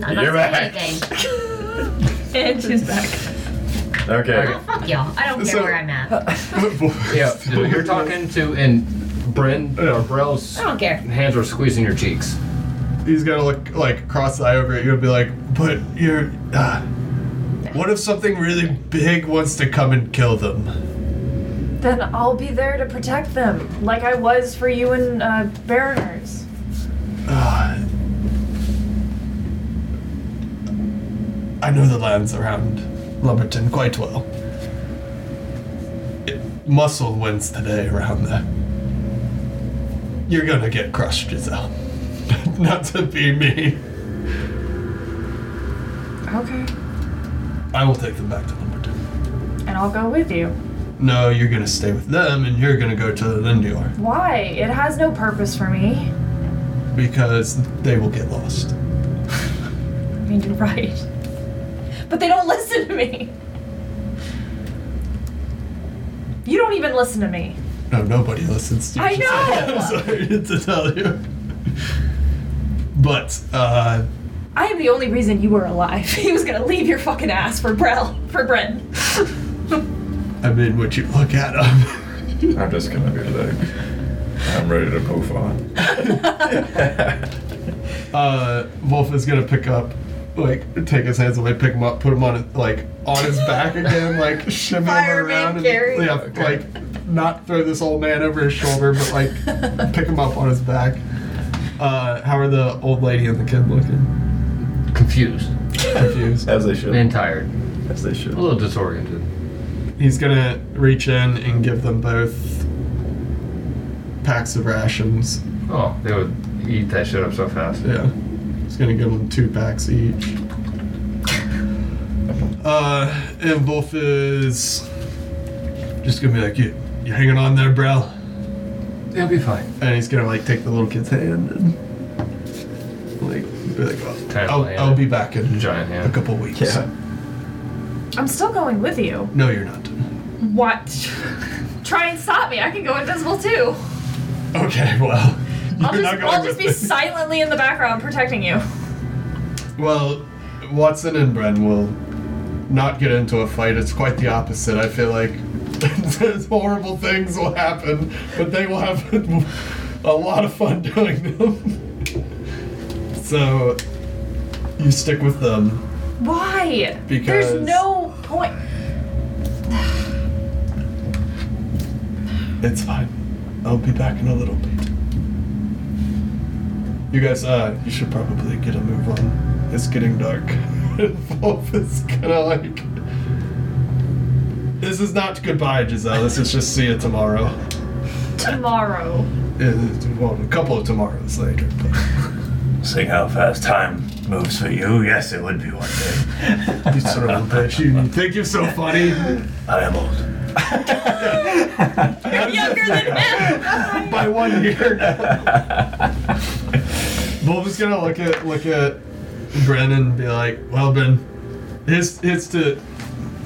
Speaker 4: I'm not
Speaker 8: You're
Speaker 4: saying
Speaker 8: back.
Speaker 4: anything.
Speaker 1: And she's back.
Speaker 8: Okay.
Speaker 4: Fuck y'all. I don't care
Speaker 5: So-
Speaker 4: where I'm at.
Speaker 2: Yeah, so you're talking to and Bren or Brell's
Speaker 4: I don't care.
Speaker 2: hands are squeezing your cheeks.
Speaker 5: He's gonna look like cross eye over at you and be like, "But you're. Uh, what if something really big wants to come and kill them?
Speaker 3: then I'll be there to protect them, like I was for you and uh, Baroners.
Speaker 5: Uh, I know the lands around Lumberton quite well. It, muscle wins today around there. You're gonna get crushed, Giselle. Not to be me.
Speaker 3: Okay,
Speaker 5: I will take them back to Lumberton.
Speaker 3: and I'll go with you.
Speaker 5: No, you're gonna stay with them, and you're gonna go to Lindior
Speaker 3: Why? It has no purpose for me.
Speaker 5: because they will get lost.
Speaker 3: I mean, you're right. But they don't listen to me. You don't even listen to me.
Speaker 5: No, nobody listens to you.
Speaker 3: I know!
Speaker 5: I'm sorry to tell you. But, uh,
Speaker 3: I am the only reason you were alive. He was gonna leave your fucking ass for Brel, for Brent.
Speaker 5: I mean, would you look at him?
Speaker 8: I'm just gonna be like, I'm ready to poof on.
Speaker 5: Uh, Wolf is gonna pick up, like, take his hands away, pick him up, put him on, his- like, on his back again, like, shimmy him
Speaker 29: Fireman
Speaker 5: around. and-
Speaker 29: carry.
Speaker 5: yeah, like, not throw this old man over his shoulder, but, like, pick him up on his back. Uh, how are the old lady and the kid looking?
Speaker 2: Confused
Speaker 5: Confused.
Speaker 8: As they should.
Speaker 2: and tired,
Speaker 8: As they should.
Speaker 2: a little disoriented.
Speaker 5: He's gonna reach in and give them both packs of rations.
Speaker 2: Oh, they would eat that shit up so fast.
Speaker 5: Yeah. He's gonna give them two packs each. Uh, and Wolf is just gonna be like, you, you hanging on there, bro?
Speaker 2: They'll be fine.
Speaker 5: And he's gonna like take the little kid's hand and like be like, "Oh,
Speaker 2: Tap
Speaker 5: I'll,
Speaker 2: my hand.
Speaker 5: I'll be back in
Speaker 2: Giant hand.
Speaker 5: a couple weeks.
Speaker 8: Yeah.
Speaker 3: I'm still going with you.
Speaker 5: No, you're not.
Speaker 3: What? Try and stop me. I can go invisible too.
Speaker 5: Okay, well.
Speaker 3: I'll just,
Speaker 5: you're not going
Speaker 3: I'll just
Speaker 5: with
Speaker 3: be
Speaker 5: me.
Speaker 3: silently in the background protecting you.
Speaker 5: Well, Watson and Bren will not get into a fight. It's quite the opposite. I feel like there's horrible things will happen, but they will have a lot of fun doing them. so you stick with them.
Speaker 3: Why?
Speaker 5: Because-
Speaker 3: There's no point.
Speaker 5: It's fine. I'll be back in a little bit. You guys, uh, you should probably get a move on. It's getting dark. Wolf is gonna like. This is not goodbye, Giselle. This is just see you tomorrow.
Speaker 3: Tomorrow.
Speaker 5: Uh, well, a couple of tomorrows later.
Speaker 8: Seeing how fast time moves for you, yes, it would be one day.
Speaker 5: But you sort of a bitch. You think you're so funny.
Speaker 8: I am old.
Speaker 29: You're younger than him.
Speaker 5: By one year now. Wolf is gonna look at look at Brennan and be like, "Well, Ben, here's here's to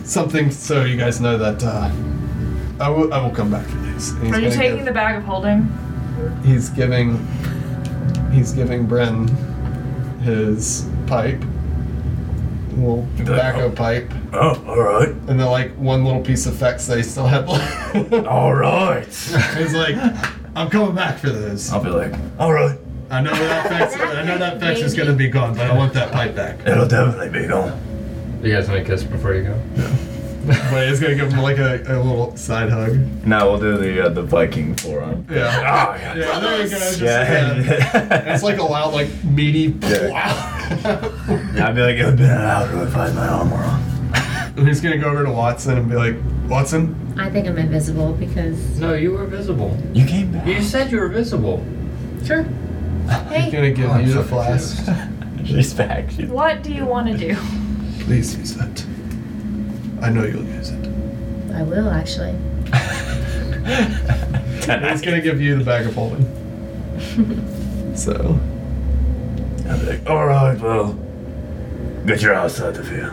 Speaker 5: something so you guys know that uh, I will I will come back for these." And he's
Speaker 3: Are you
Speaker 5: gonna
Speaker 3: taking
Speaker 5: give-
Speaker 3: the bag of holding?
Speaker 5: He's giving he's giving Bren his pipe, little tobacco pipe,
Speaker 8: Oh, alright.
Speaker 5: and then like one little piece of fex they still have
Speaker 8: Oh.
Speaker 5: left.
Speaker 8: Alright.
Speaker 5: he's like, "I'm coming back for those."
Speaker 8: I'll be like, alright.
Speaker 5: I know that fax. I know that fax is gonna be gone, but I want that pipe back.
Speaker 8: It'll definitely be gone.
Speaker 2: You guys want to kiss before you go?
Speaker 5: But it's gonna give him like a, a little side hug.
Speaker 8: Now we'll do the uh, the Viking forearm.
Speaker 5: Yeah.
Speaker 8: Oh,
Speaker 5: Yeah, there you go. Just, yeah.
Speaker 8: yeah.
Speaker 5: It's like a loud, like meaty.
Speaker 8: Yeah. I'd be like, it would have been an hour if I had my armor on.
Speaker 5: He's gonna go over to Watson and be like, Watson,
Speaker 4: I think I'm invisible because
Speaker 2: No, you were visible.
Speaker 8: You came back.
Speaker 2: You said you were visible.
Speaker 4: sure.
Speaker 5: he's gonna give
Speaker 2: I'm
Speaker 5: you
Speaker 2: so
Speaker 5: the flask.
Speaker 8: She's back. She's
Speaker 3: What do you want to do?
Speaker 5: Please use that. I know you'll use it.
Speaker 4: I will actually.
Speaker 5: And he's gonna give you the bag of holding. so,
Speaker 8: I'd be like, all right, well, get your ass out of here.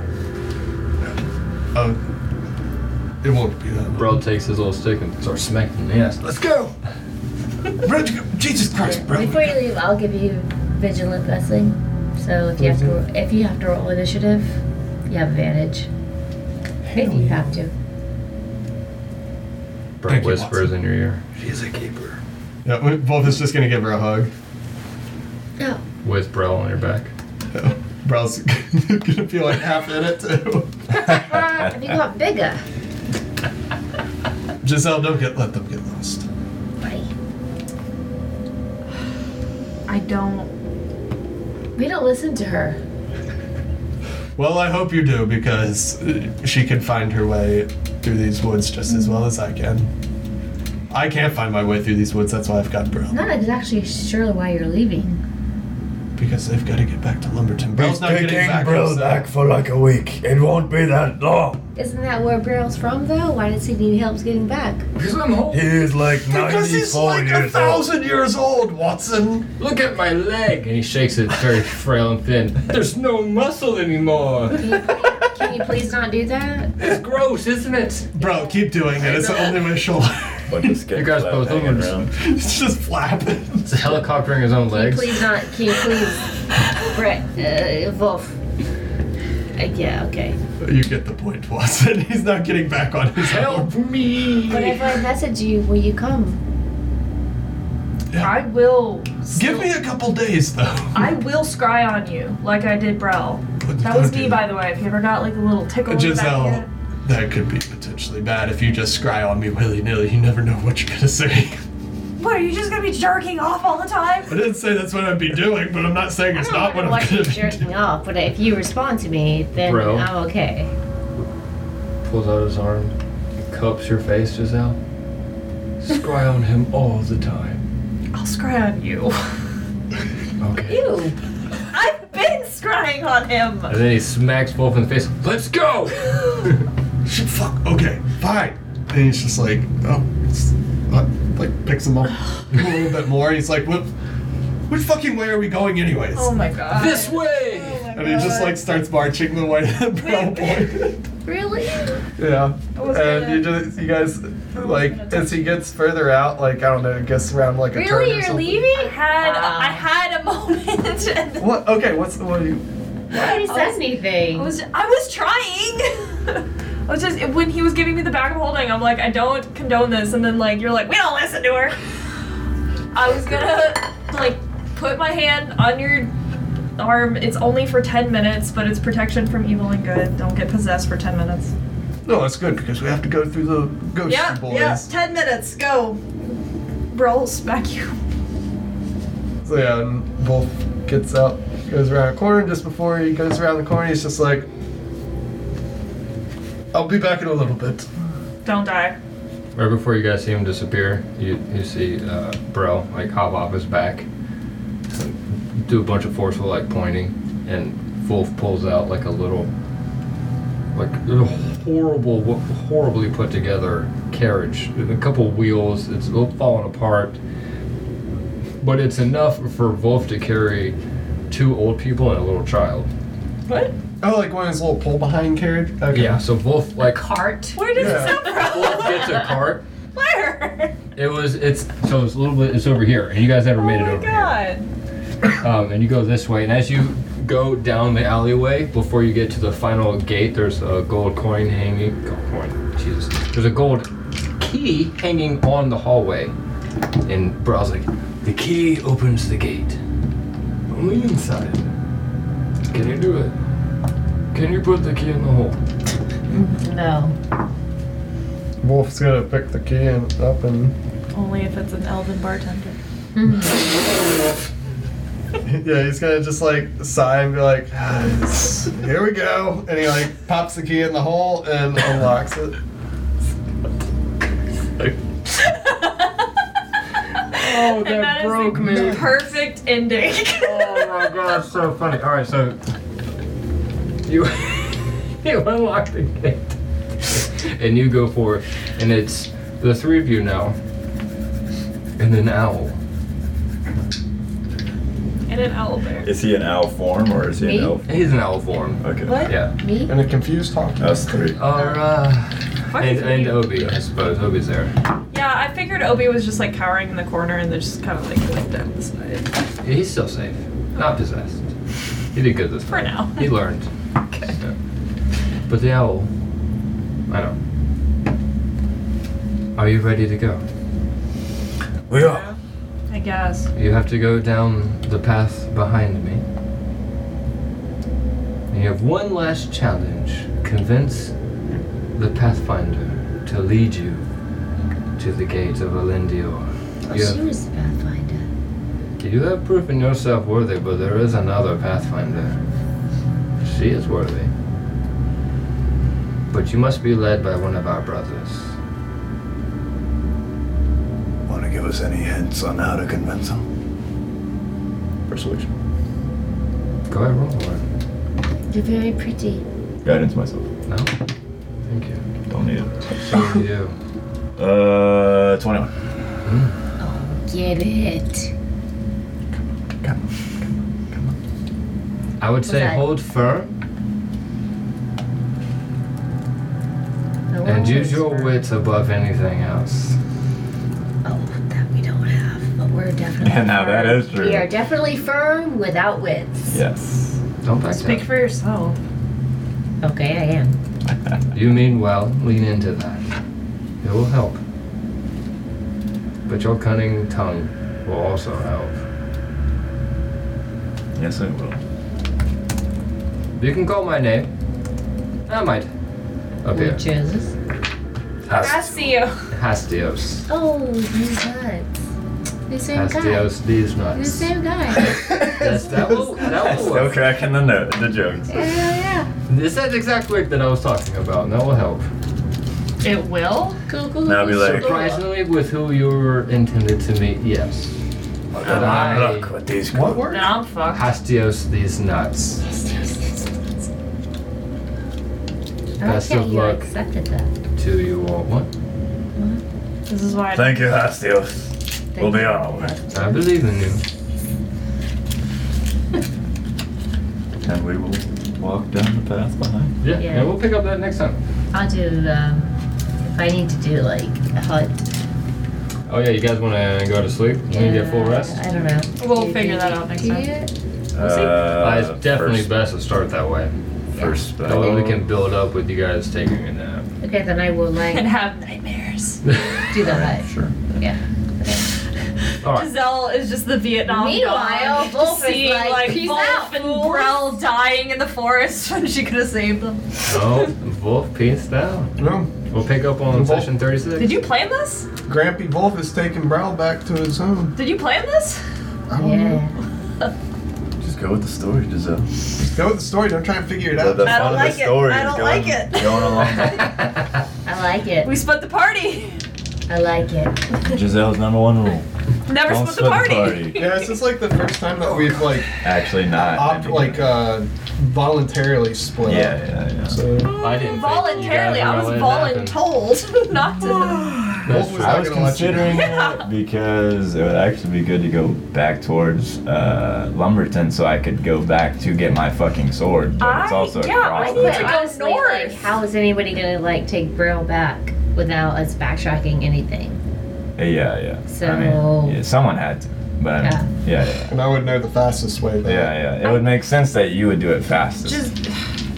Speaker 5: um, it won't be that.
Speaker 2: Bro takes his little stick and starts smacking him in the ass.
Speaker 5: Let's go. Where did you go? Jesus Christ, bro.
Speaker 4: Before you leave, I'll give you vigilant blessing. So if you have to, if you have to roll initiative, you have advantage. If you have to.
Speaker 2: Bro
Speaker 5: Thank you,
Speaker 2: whispers
Speaker 5: Watson.
Speaker 2: in your ear.
Speaker 30: She's a keeper.
Speaker 5: Yeah, we- Wolf is just gonna give her a hug.
Speaker 4: No.
Speaker 2: With Brell on your back.
Speaker 5: Brow's gonna be like half in it too.
Speaker 4: Have you got bigger?
Speaker 5: Giselle, don't get let them get lost.
Speaker 31: Bye.
Speaker 3: I don't.
Speaker 4: We don't listen to her.
Speaker 5: Well, I hope you do because uh, she can find her way through these woods just as well as I can. I can't find my way through these woods. That's why I've got Brell
Speaker 32: Not exactly sure why you're leaving.
Speaker 5: because they've got to get back to Lumberton. Brell's
Speaker 8: He's
Speaker 5: not getting
Speaker 8: taking
Speaker 5: back.
Speaker 8: Brill
Speaker 5: so-
Speaker 8: back for like a week. It won't be that long.
Speaker 4: Isn't that where Beryl's from, though? Why does he need help getting back?
Speaker 2: Because I'm home.
Speaker 8: He is like
Speaker 5: Because he's
Speaker 8: 94
Speaker 5: like a
Speaker 8: years old.
Speaker 5: thousand years old, Watson.
Speaker 2: Look at my leg. And he shakes it very frail and thin. There's no muscle anymore.
Speaker 4: Can you please not do that?
Speaker 2: It's gross, isn't it?
Speaker 5: Bro, keep doing it. It's the only way she'll.
Speaker 1: But just get
Speaker 2: You guys
Speaker 1: left
Speaker 2: both
Speaker 1: hanging
Speaker 2: owners.
Speaker 1: around.
Speaker 5: it's just flapping.
Speaker 2: It's helicoptering his own legs.
Speaker 4: Please not. Can you please, Brett, uh, Wolf? Uh, yeah, okay.
Speaker 5: You get the point, Watson. He's not getting back on his own.
Speaker 2: Help me!
Speaker 4: But if I message you, will you come?
Speaker 5: Yeah.
Speaker 3: I will.
Speaker 5: Give me a couple days, though.
Speaker 3: I will scry on you like I did Brell. That was me, by the way. If you ever got like a little tickle in the back of
Speaker 5: Giselle, that could be potentially bad if you just scry on me willy nilly. You never know what you're gonna say.
Speaker 3: your- what are you just gonna be jerking off all the time?
Speaker 5: I didn't say that's what I'd be doing, but I'm not saying it's not
Speaker 4: I
Speaker 5: what
Speaker 4: don't
Speaker 5: I'm
Speaker 4: want you
Speaker 5: gonna be doing.
Speaker 4: jerking off, but if you respond to me, then
Speaker 2: Bro.
Speaker 4: I'm okay.
Speaker 2: Pulls out his arm, cups your face, Giselle. Scry on him all the time.
Speaker 3: I'll scry on you.
Speaker 2: Okay.
Speaker 4: Ew.
Speaker 3: I've been scrying on him.
Speaker 2: And then he smacks Wolf in the face. Let's go!
Speaker 5: Shit, fuck. Okay, fine. And he's just like, oh, it's, uh, like picks him up a little bit more. He's like, what? Which fucking way are we going, anyways?
Speaker 3: Oh my god.
Speaker 2: this way!
Speaker 5: and he just like starts marching the way to the brown boy.
Speaker 4: Really?
Speaker 5: Yeah.
Speaker 3: was
Speaker 5: And
Speaker 3: gonna-
Speaker 5: you just you guys like as he gets further out, like I don't know, gets around like a turn.
Speaker 4: Really?
Speaker 5: or
Speaker 4: You're
Speaker 5: something.
Speaker 4: leaving?
Speaker 3: I had
Speaker 32: Wow.
Speaker 5: Ah.
Speaker 3: I had a moment and
Speaker 5: What okay, what's what do you
Speaker 32: Nobody says
Speaker 3: I
Speaker 32: anything.
Speaker 3: was I was trying. I was just when he was giving me the back of holding, I'm like, I don't condone this, and then like you're like, we don't listen to her. I was gonna like put my hand on your arm. It's only for ten minutes, but it's protection from evil and good. Don't get possessed for ten minutes.
Speaker 5: No, that's good because we have to go through the ghost
Speaker 3: Yeah,
Speaker 5: boys.
Speaker 3: yeah, ten minutes. Go. Roll, smack you.
Speaker 5: So yeah, and Wolf gets out, goes around a corner, and just before he goes around the corner, he's just like I'll be back in a little bit.
Speaker 3: Don't die.
Speaker 2: Right before you guys see him disappear, you, you see uh, Bro like hop off his back, do a bunch of forceful like pointing, and Wolf pulls out like a little, like a horrible, horribly put together carriage, a couple wheels. It's all falling apart, but it's enough for Wolf to carry two old people and a little child.
Speaker 3: What?
Speaker 5: Oh, like one of his little pull behind carriage? Okay.
Speaker 2: Yeah, so Wolf like
Speaker 32: Cart.
Speaker 3: Where does
Speaker 5: Yeah.
Speaker 3: it come from?
Speaker 2: Wolf gets a cart.
Speaker 3: Where?
Speaker 2: It was it's so it's a little bit it's over here, and you guys never
Speaker 3: Oh
Speaker 2: made it
Speaker 3: my
Speaker 2: over here.
Speaker 3: god.
Speaker 2: um, and you go this way. And as you go down the alleyway, before you get to the final gate, there's a gold coin hanging. Gold coin, Jesus. There's a gold key hanging on the hallway. And Brow's like, the key opens the gate. Only inside. Can you do it? Can you put the key in the hole?
Speaker 4: No.
Speaker 5: Wolf's gonna pick the key and up and
Speaker 3: Only if it's an elven bartender.
Speaker 5: Yeah, he's gonna just like sigh and be like, "Ah, it's- "Here we go," and he like pops the key in the hole and unlocks it.
Speaker 2: Oh,
Speaker 3: And that is the Perfect ending.
Speaker 2: Oh my god, that's so funny. All right, so you you unlock the gate, and you go for it, and it's the three of you now, and an owl.
Speaker 3: and an owl bear.
Speaker 1: Is he an owl form or is he
Speaker 4: Me?
Speaker 1: an elf?
Speaker 2: He's an owl form.
Speaker 1: Okay.
Speaker 3: What?
Speaker 2: Yeah.
Speaker 4: Me?
Speaker 5: And a confused hockey.
Speaker 1: Us three.
Speaker 2: All right.
Speaker 3: Fuck
Speaker 2: And,
Speaker 3: is
Speaker 2: and
Speaker 3: me.
Speaker 2: Obi, I suppose. Obi's there.
Speaker 3: Yeah, I figured Obi was just like cowering in the corner and then just kind of like went down the side.
Speaker 2: Yeah, he's still safe. Not possessed. He did good this
Speaker 3: For
Speaker 2: time.
Speaker 3: now.
Speaker 2: He learned. Yeah. But the owl. I know. Are you ready to go?
Speaker 8: We are.
Speaker 3: I guess.
Speaker 2: You have to go down the path behind me. And you have one last challenge. Convince the Pathfinder to lead you to the gate of Elendior. You
Speaker 7: Oh, She
Speaker 2: have,
Speaker 7: was the Pathfinder.
Speaker 2: you have proven yourself worthy, but there is another Pathfinder. She is worthy. But you must be led by one of our brothers.
Speaker 8: Want to give us any hints on how to convince him?
Speaker 1: Persuasion.
Speaker 2: Go ahead, roll one.
Speaker 7: You're very pretty.
Speaker 1: Guidance myself.
Speaker 2: No? Thank you.
Speaker 1: Don't need it.
Speaker 2: So do you.
Speaker 1: Uh, 21.
Speaker 7: Oh, get it.
Speaker 2: I would say
Speaker 4: that?
Speaker 2: hold firm
Speaker 4: The
Speaker 2: and
Speaker 4: walls
Speaker 2: use your
Speaker 4: were-
Speaker 2: wits above anything else.
Speaker 7: Oh, that we don't have, but we're definitely.
Speaker 1: Yeah, now that is true.
Speaker 4: We are definitely firm without wits.
Speaker 1: Yes.
Speaker 2: Don't back
Speaker 18: Speak
Speaker 2: down.
Speaker 18: for yourself.
Speaker 4: Okay, I am.
Speaker 2: You mean well. Lean into that. It will help. But your cunning tongue will also help.
Speaker 1: Yes, I will.
Speaker 2: You can call my name. I might. Up here.
Speaker 4: Which is.
Speaker 2: Hast-
Speaker 3: Gracio.
Speaker 2: Hastios.
Speaker 4: Oh, these nuts. The same guy.
Speaker 2: Hastios these
Speaker 4: The
Speaker 2: nuts.
Speaker 4: same guy.
Speaker 2: That's, that will, that will
Speaker 1: Still
Speaker 2: work.
Speaker 1: cracking the note, the jokes.
Speaker 4: yeah, Oh, yeah.
Speaker 2: It's that exact wig that I was talking about, and that will help.
Speaker 18: It will?
Speaker 4: Cool, cool.
Speaker 1: Now be like-
Speaker 2: Surprisingly, with who you're intended to meet, yes.
Speaker 8: Look
Speaker 2: at my luck
Speaker 8: with these
Speaker 9: What word?
Speaker 18: Then I'm fucked.
Speaker 2: Hastios these nuts. Best
Speaker 4: okay,
Speaker 2: of
Speaker 4: you
Speaker 2: luck
Speaker 4: accepted that.
Speaker 2: to you all. What?
Speaker 18: This is why I
Speaker 1: Thank you, Hastios. We'll be on our way.
Speaker 2: I believe in you.
Speaker 1: And we will walk down the path behind.
Speaker 2: Yeah,
Speaker 4: Yeah.
Speaker 2: and we'll pick up that next time.
Speaker 4: I'll do, um, if I need to do like a hunt.
Speaker 2: Oh yeah, you guys want to go to sleep? You wanna get full
Speaker 4: uh,
Speaker 2: rest?
Speaker 4: I don't know.
Speaker 18: We'll
Speaker 4: Do-
Speaker 18: figure
Speaker 4: do-
Speaker 18: that out next
Speaker 4: do
Speaker 18: time.
Speaker 4: you-
Speaker 2: Uh,
Speaker 1: Uh,
Speaker 2: it's definitely
Speaker 1: first, Oh.
Speaker 2: best to start that way.
Speaker 1: First
Speaker 2: That way
Speaker 1: spell.
Speaker 2: we can build up with you guys taking a nap.
Speaker 4: Okay, then I will
Speaker 3: And
Speaker 4: like
Speaker 3: have nightmares.
Speaker 4: do the hunt.
Speaker 1: Sure.
Speaker 4: Yeah.
Speaker 2: All right.
Speaker 3: Giselle is just the Vietnam.
Speaker 4: Meanwhile,
Speaker 3: dog,
Speaker 4: Wolf is
Speaker 3: seeing
Speaker 4: like,
Speaker 3: like
Speaker 4: "Peace
Speaker 3: Wolf
Speaker 4: out,
Speaker 3: and
Speaker 4: fools."
Speaker 3: Brel dying in the forest when she could have saved them.
Speaker 2: So, Wolf, peace down.
Speaker 5: No.
Speaker 2: We'll pick up on
Speaker 5: Wolf.
Speaker 2: session 36.
Speaker 3: Did you plan this?
Speaker 5: Grampy Wolf is taking Browl back to his home.
Speaker 3: Did you plan this?
Speaker 5: I don't know.
Speaker 4: Yeah.
Speaker 1: Just go with the story, Giselle.
Speaker 5: Just go with the story. Don't try and figure it out.
Speaker 1: The
Speaker 3: I
Speaker 1: fun
Speaker 3: don't
Speaker 1: of
Speaker 3: like
Speaker 1: the
Speaker 3: it.
Speaker 1: story
Speaker 3: I
Speaker 1: is
Speaker 3: don't
Speaker 1: going-
Speaker 3: like it.
Speaker 1: Going along.
Speaker 4: I like it.
Speaker 3: We split the party.
Speaker 4: I like it.
Speaker 1: Giselle's number one rule.
Speaker 3: Never
Speaker 1: Don't
Speaker 3: split the party.
Speaker 5: Yeah, this is like the first time that we've like
Speaker 1: Actually, not.
Speaker 5: opt
Speaker 1: I mean,
Speaker 5: like uh voluntarily split.
Speaker 1: yeah,
Speaker 5: up.
Speaker 1: yeah, yeah.
Speaker 5: So
Speaker 2: I didn't.
Speaker 3: Voluntarily, I was voluntold not to.
Speaker 5: Wolf was
Speaker 1: I
Speaker 5: not
Speaker 1: was
Speaker 5: gonna let you know.
Speaker 1: considering it because it would actually be good to go back towards uh, Lumberton so I could go back to get my fucking sword. But it's
Speaker 3: I-
Speaker 1: also
Speaker 3: yeah, I
Speaker 1: across
Speaker 3: need
Speaker 1: the
Speaker 3: to- go
Speaker 4: honestly, like,
Speaker 3: north.
Speaker 4: how is anybody gonna like take Braille back without us backtracking anything?
Speaker 1: Uh, Yeah, yeah. I
Speaker 4: So-
Speaker 1: mean, yeah, someone had to. But I
Speaker 4: Yeah.
Speaker 1: mean, yeah, yeah.
Speaker 5: And I would know the fastest way.
Speaker 1: Yeah,
Speaker 5: Though.
Speaker 1: yeah. It would make sense that you would do it fastest.
Speaker 3: Gis-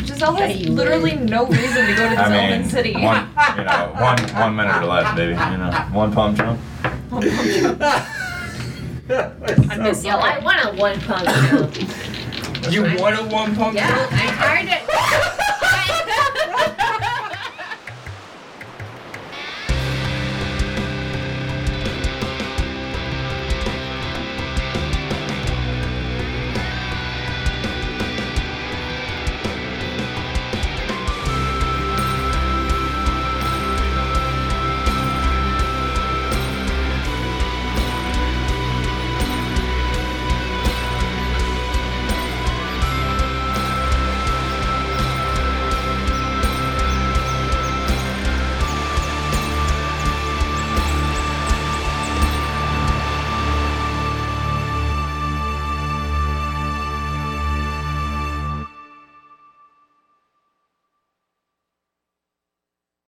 Speaker 3: Giselle has
Speaker 4: Hey,
Speaker 3: literally no reason to go to this
Speaker 1: I
Speaker 3: elven
Speaker 1: mean,
Speaker 3: city.
Speaker 1: one, you know, one, one minute or less, baby. You know, one palm trunk.
Speaker 3: I miss
Speaker 4: Yo, I want a one pump.
Speaker 8: Oh, You want a one pump?
Speaker 4: yeah, I heard it.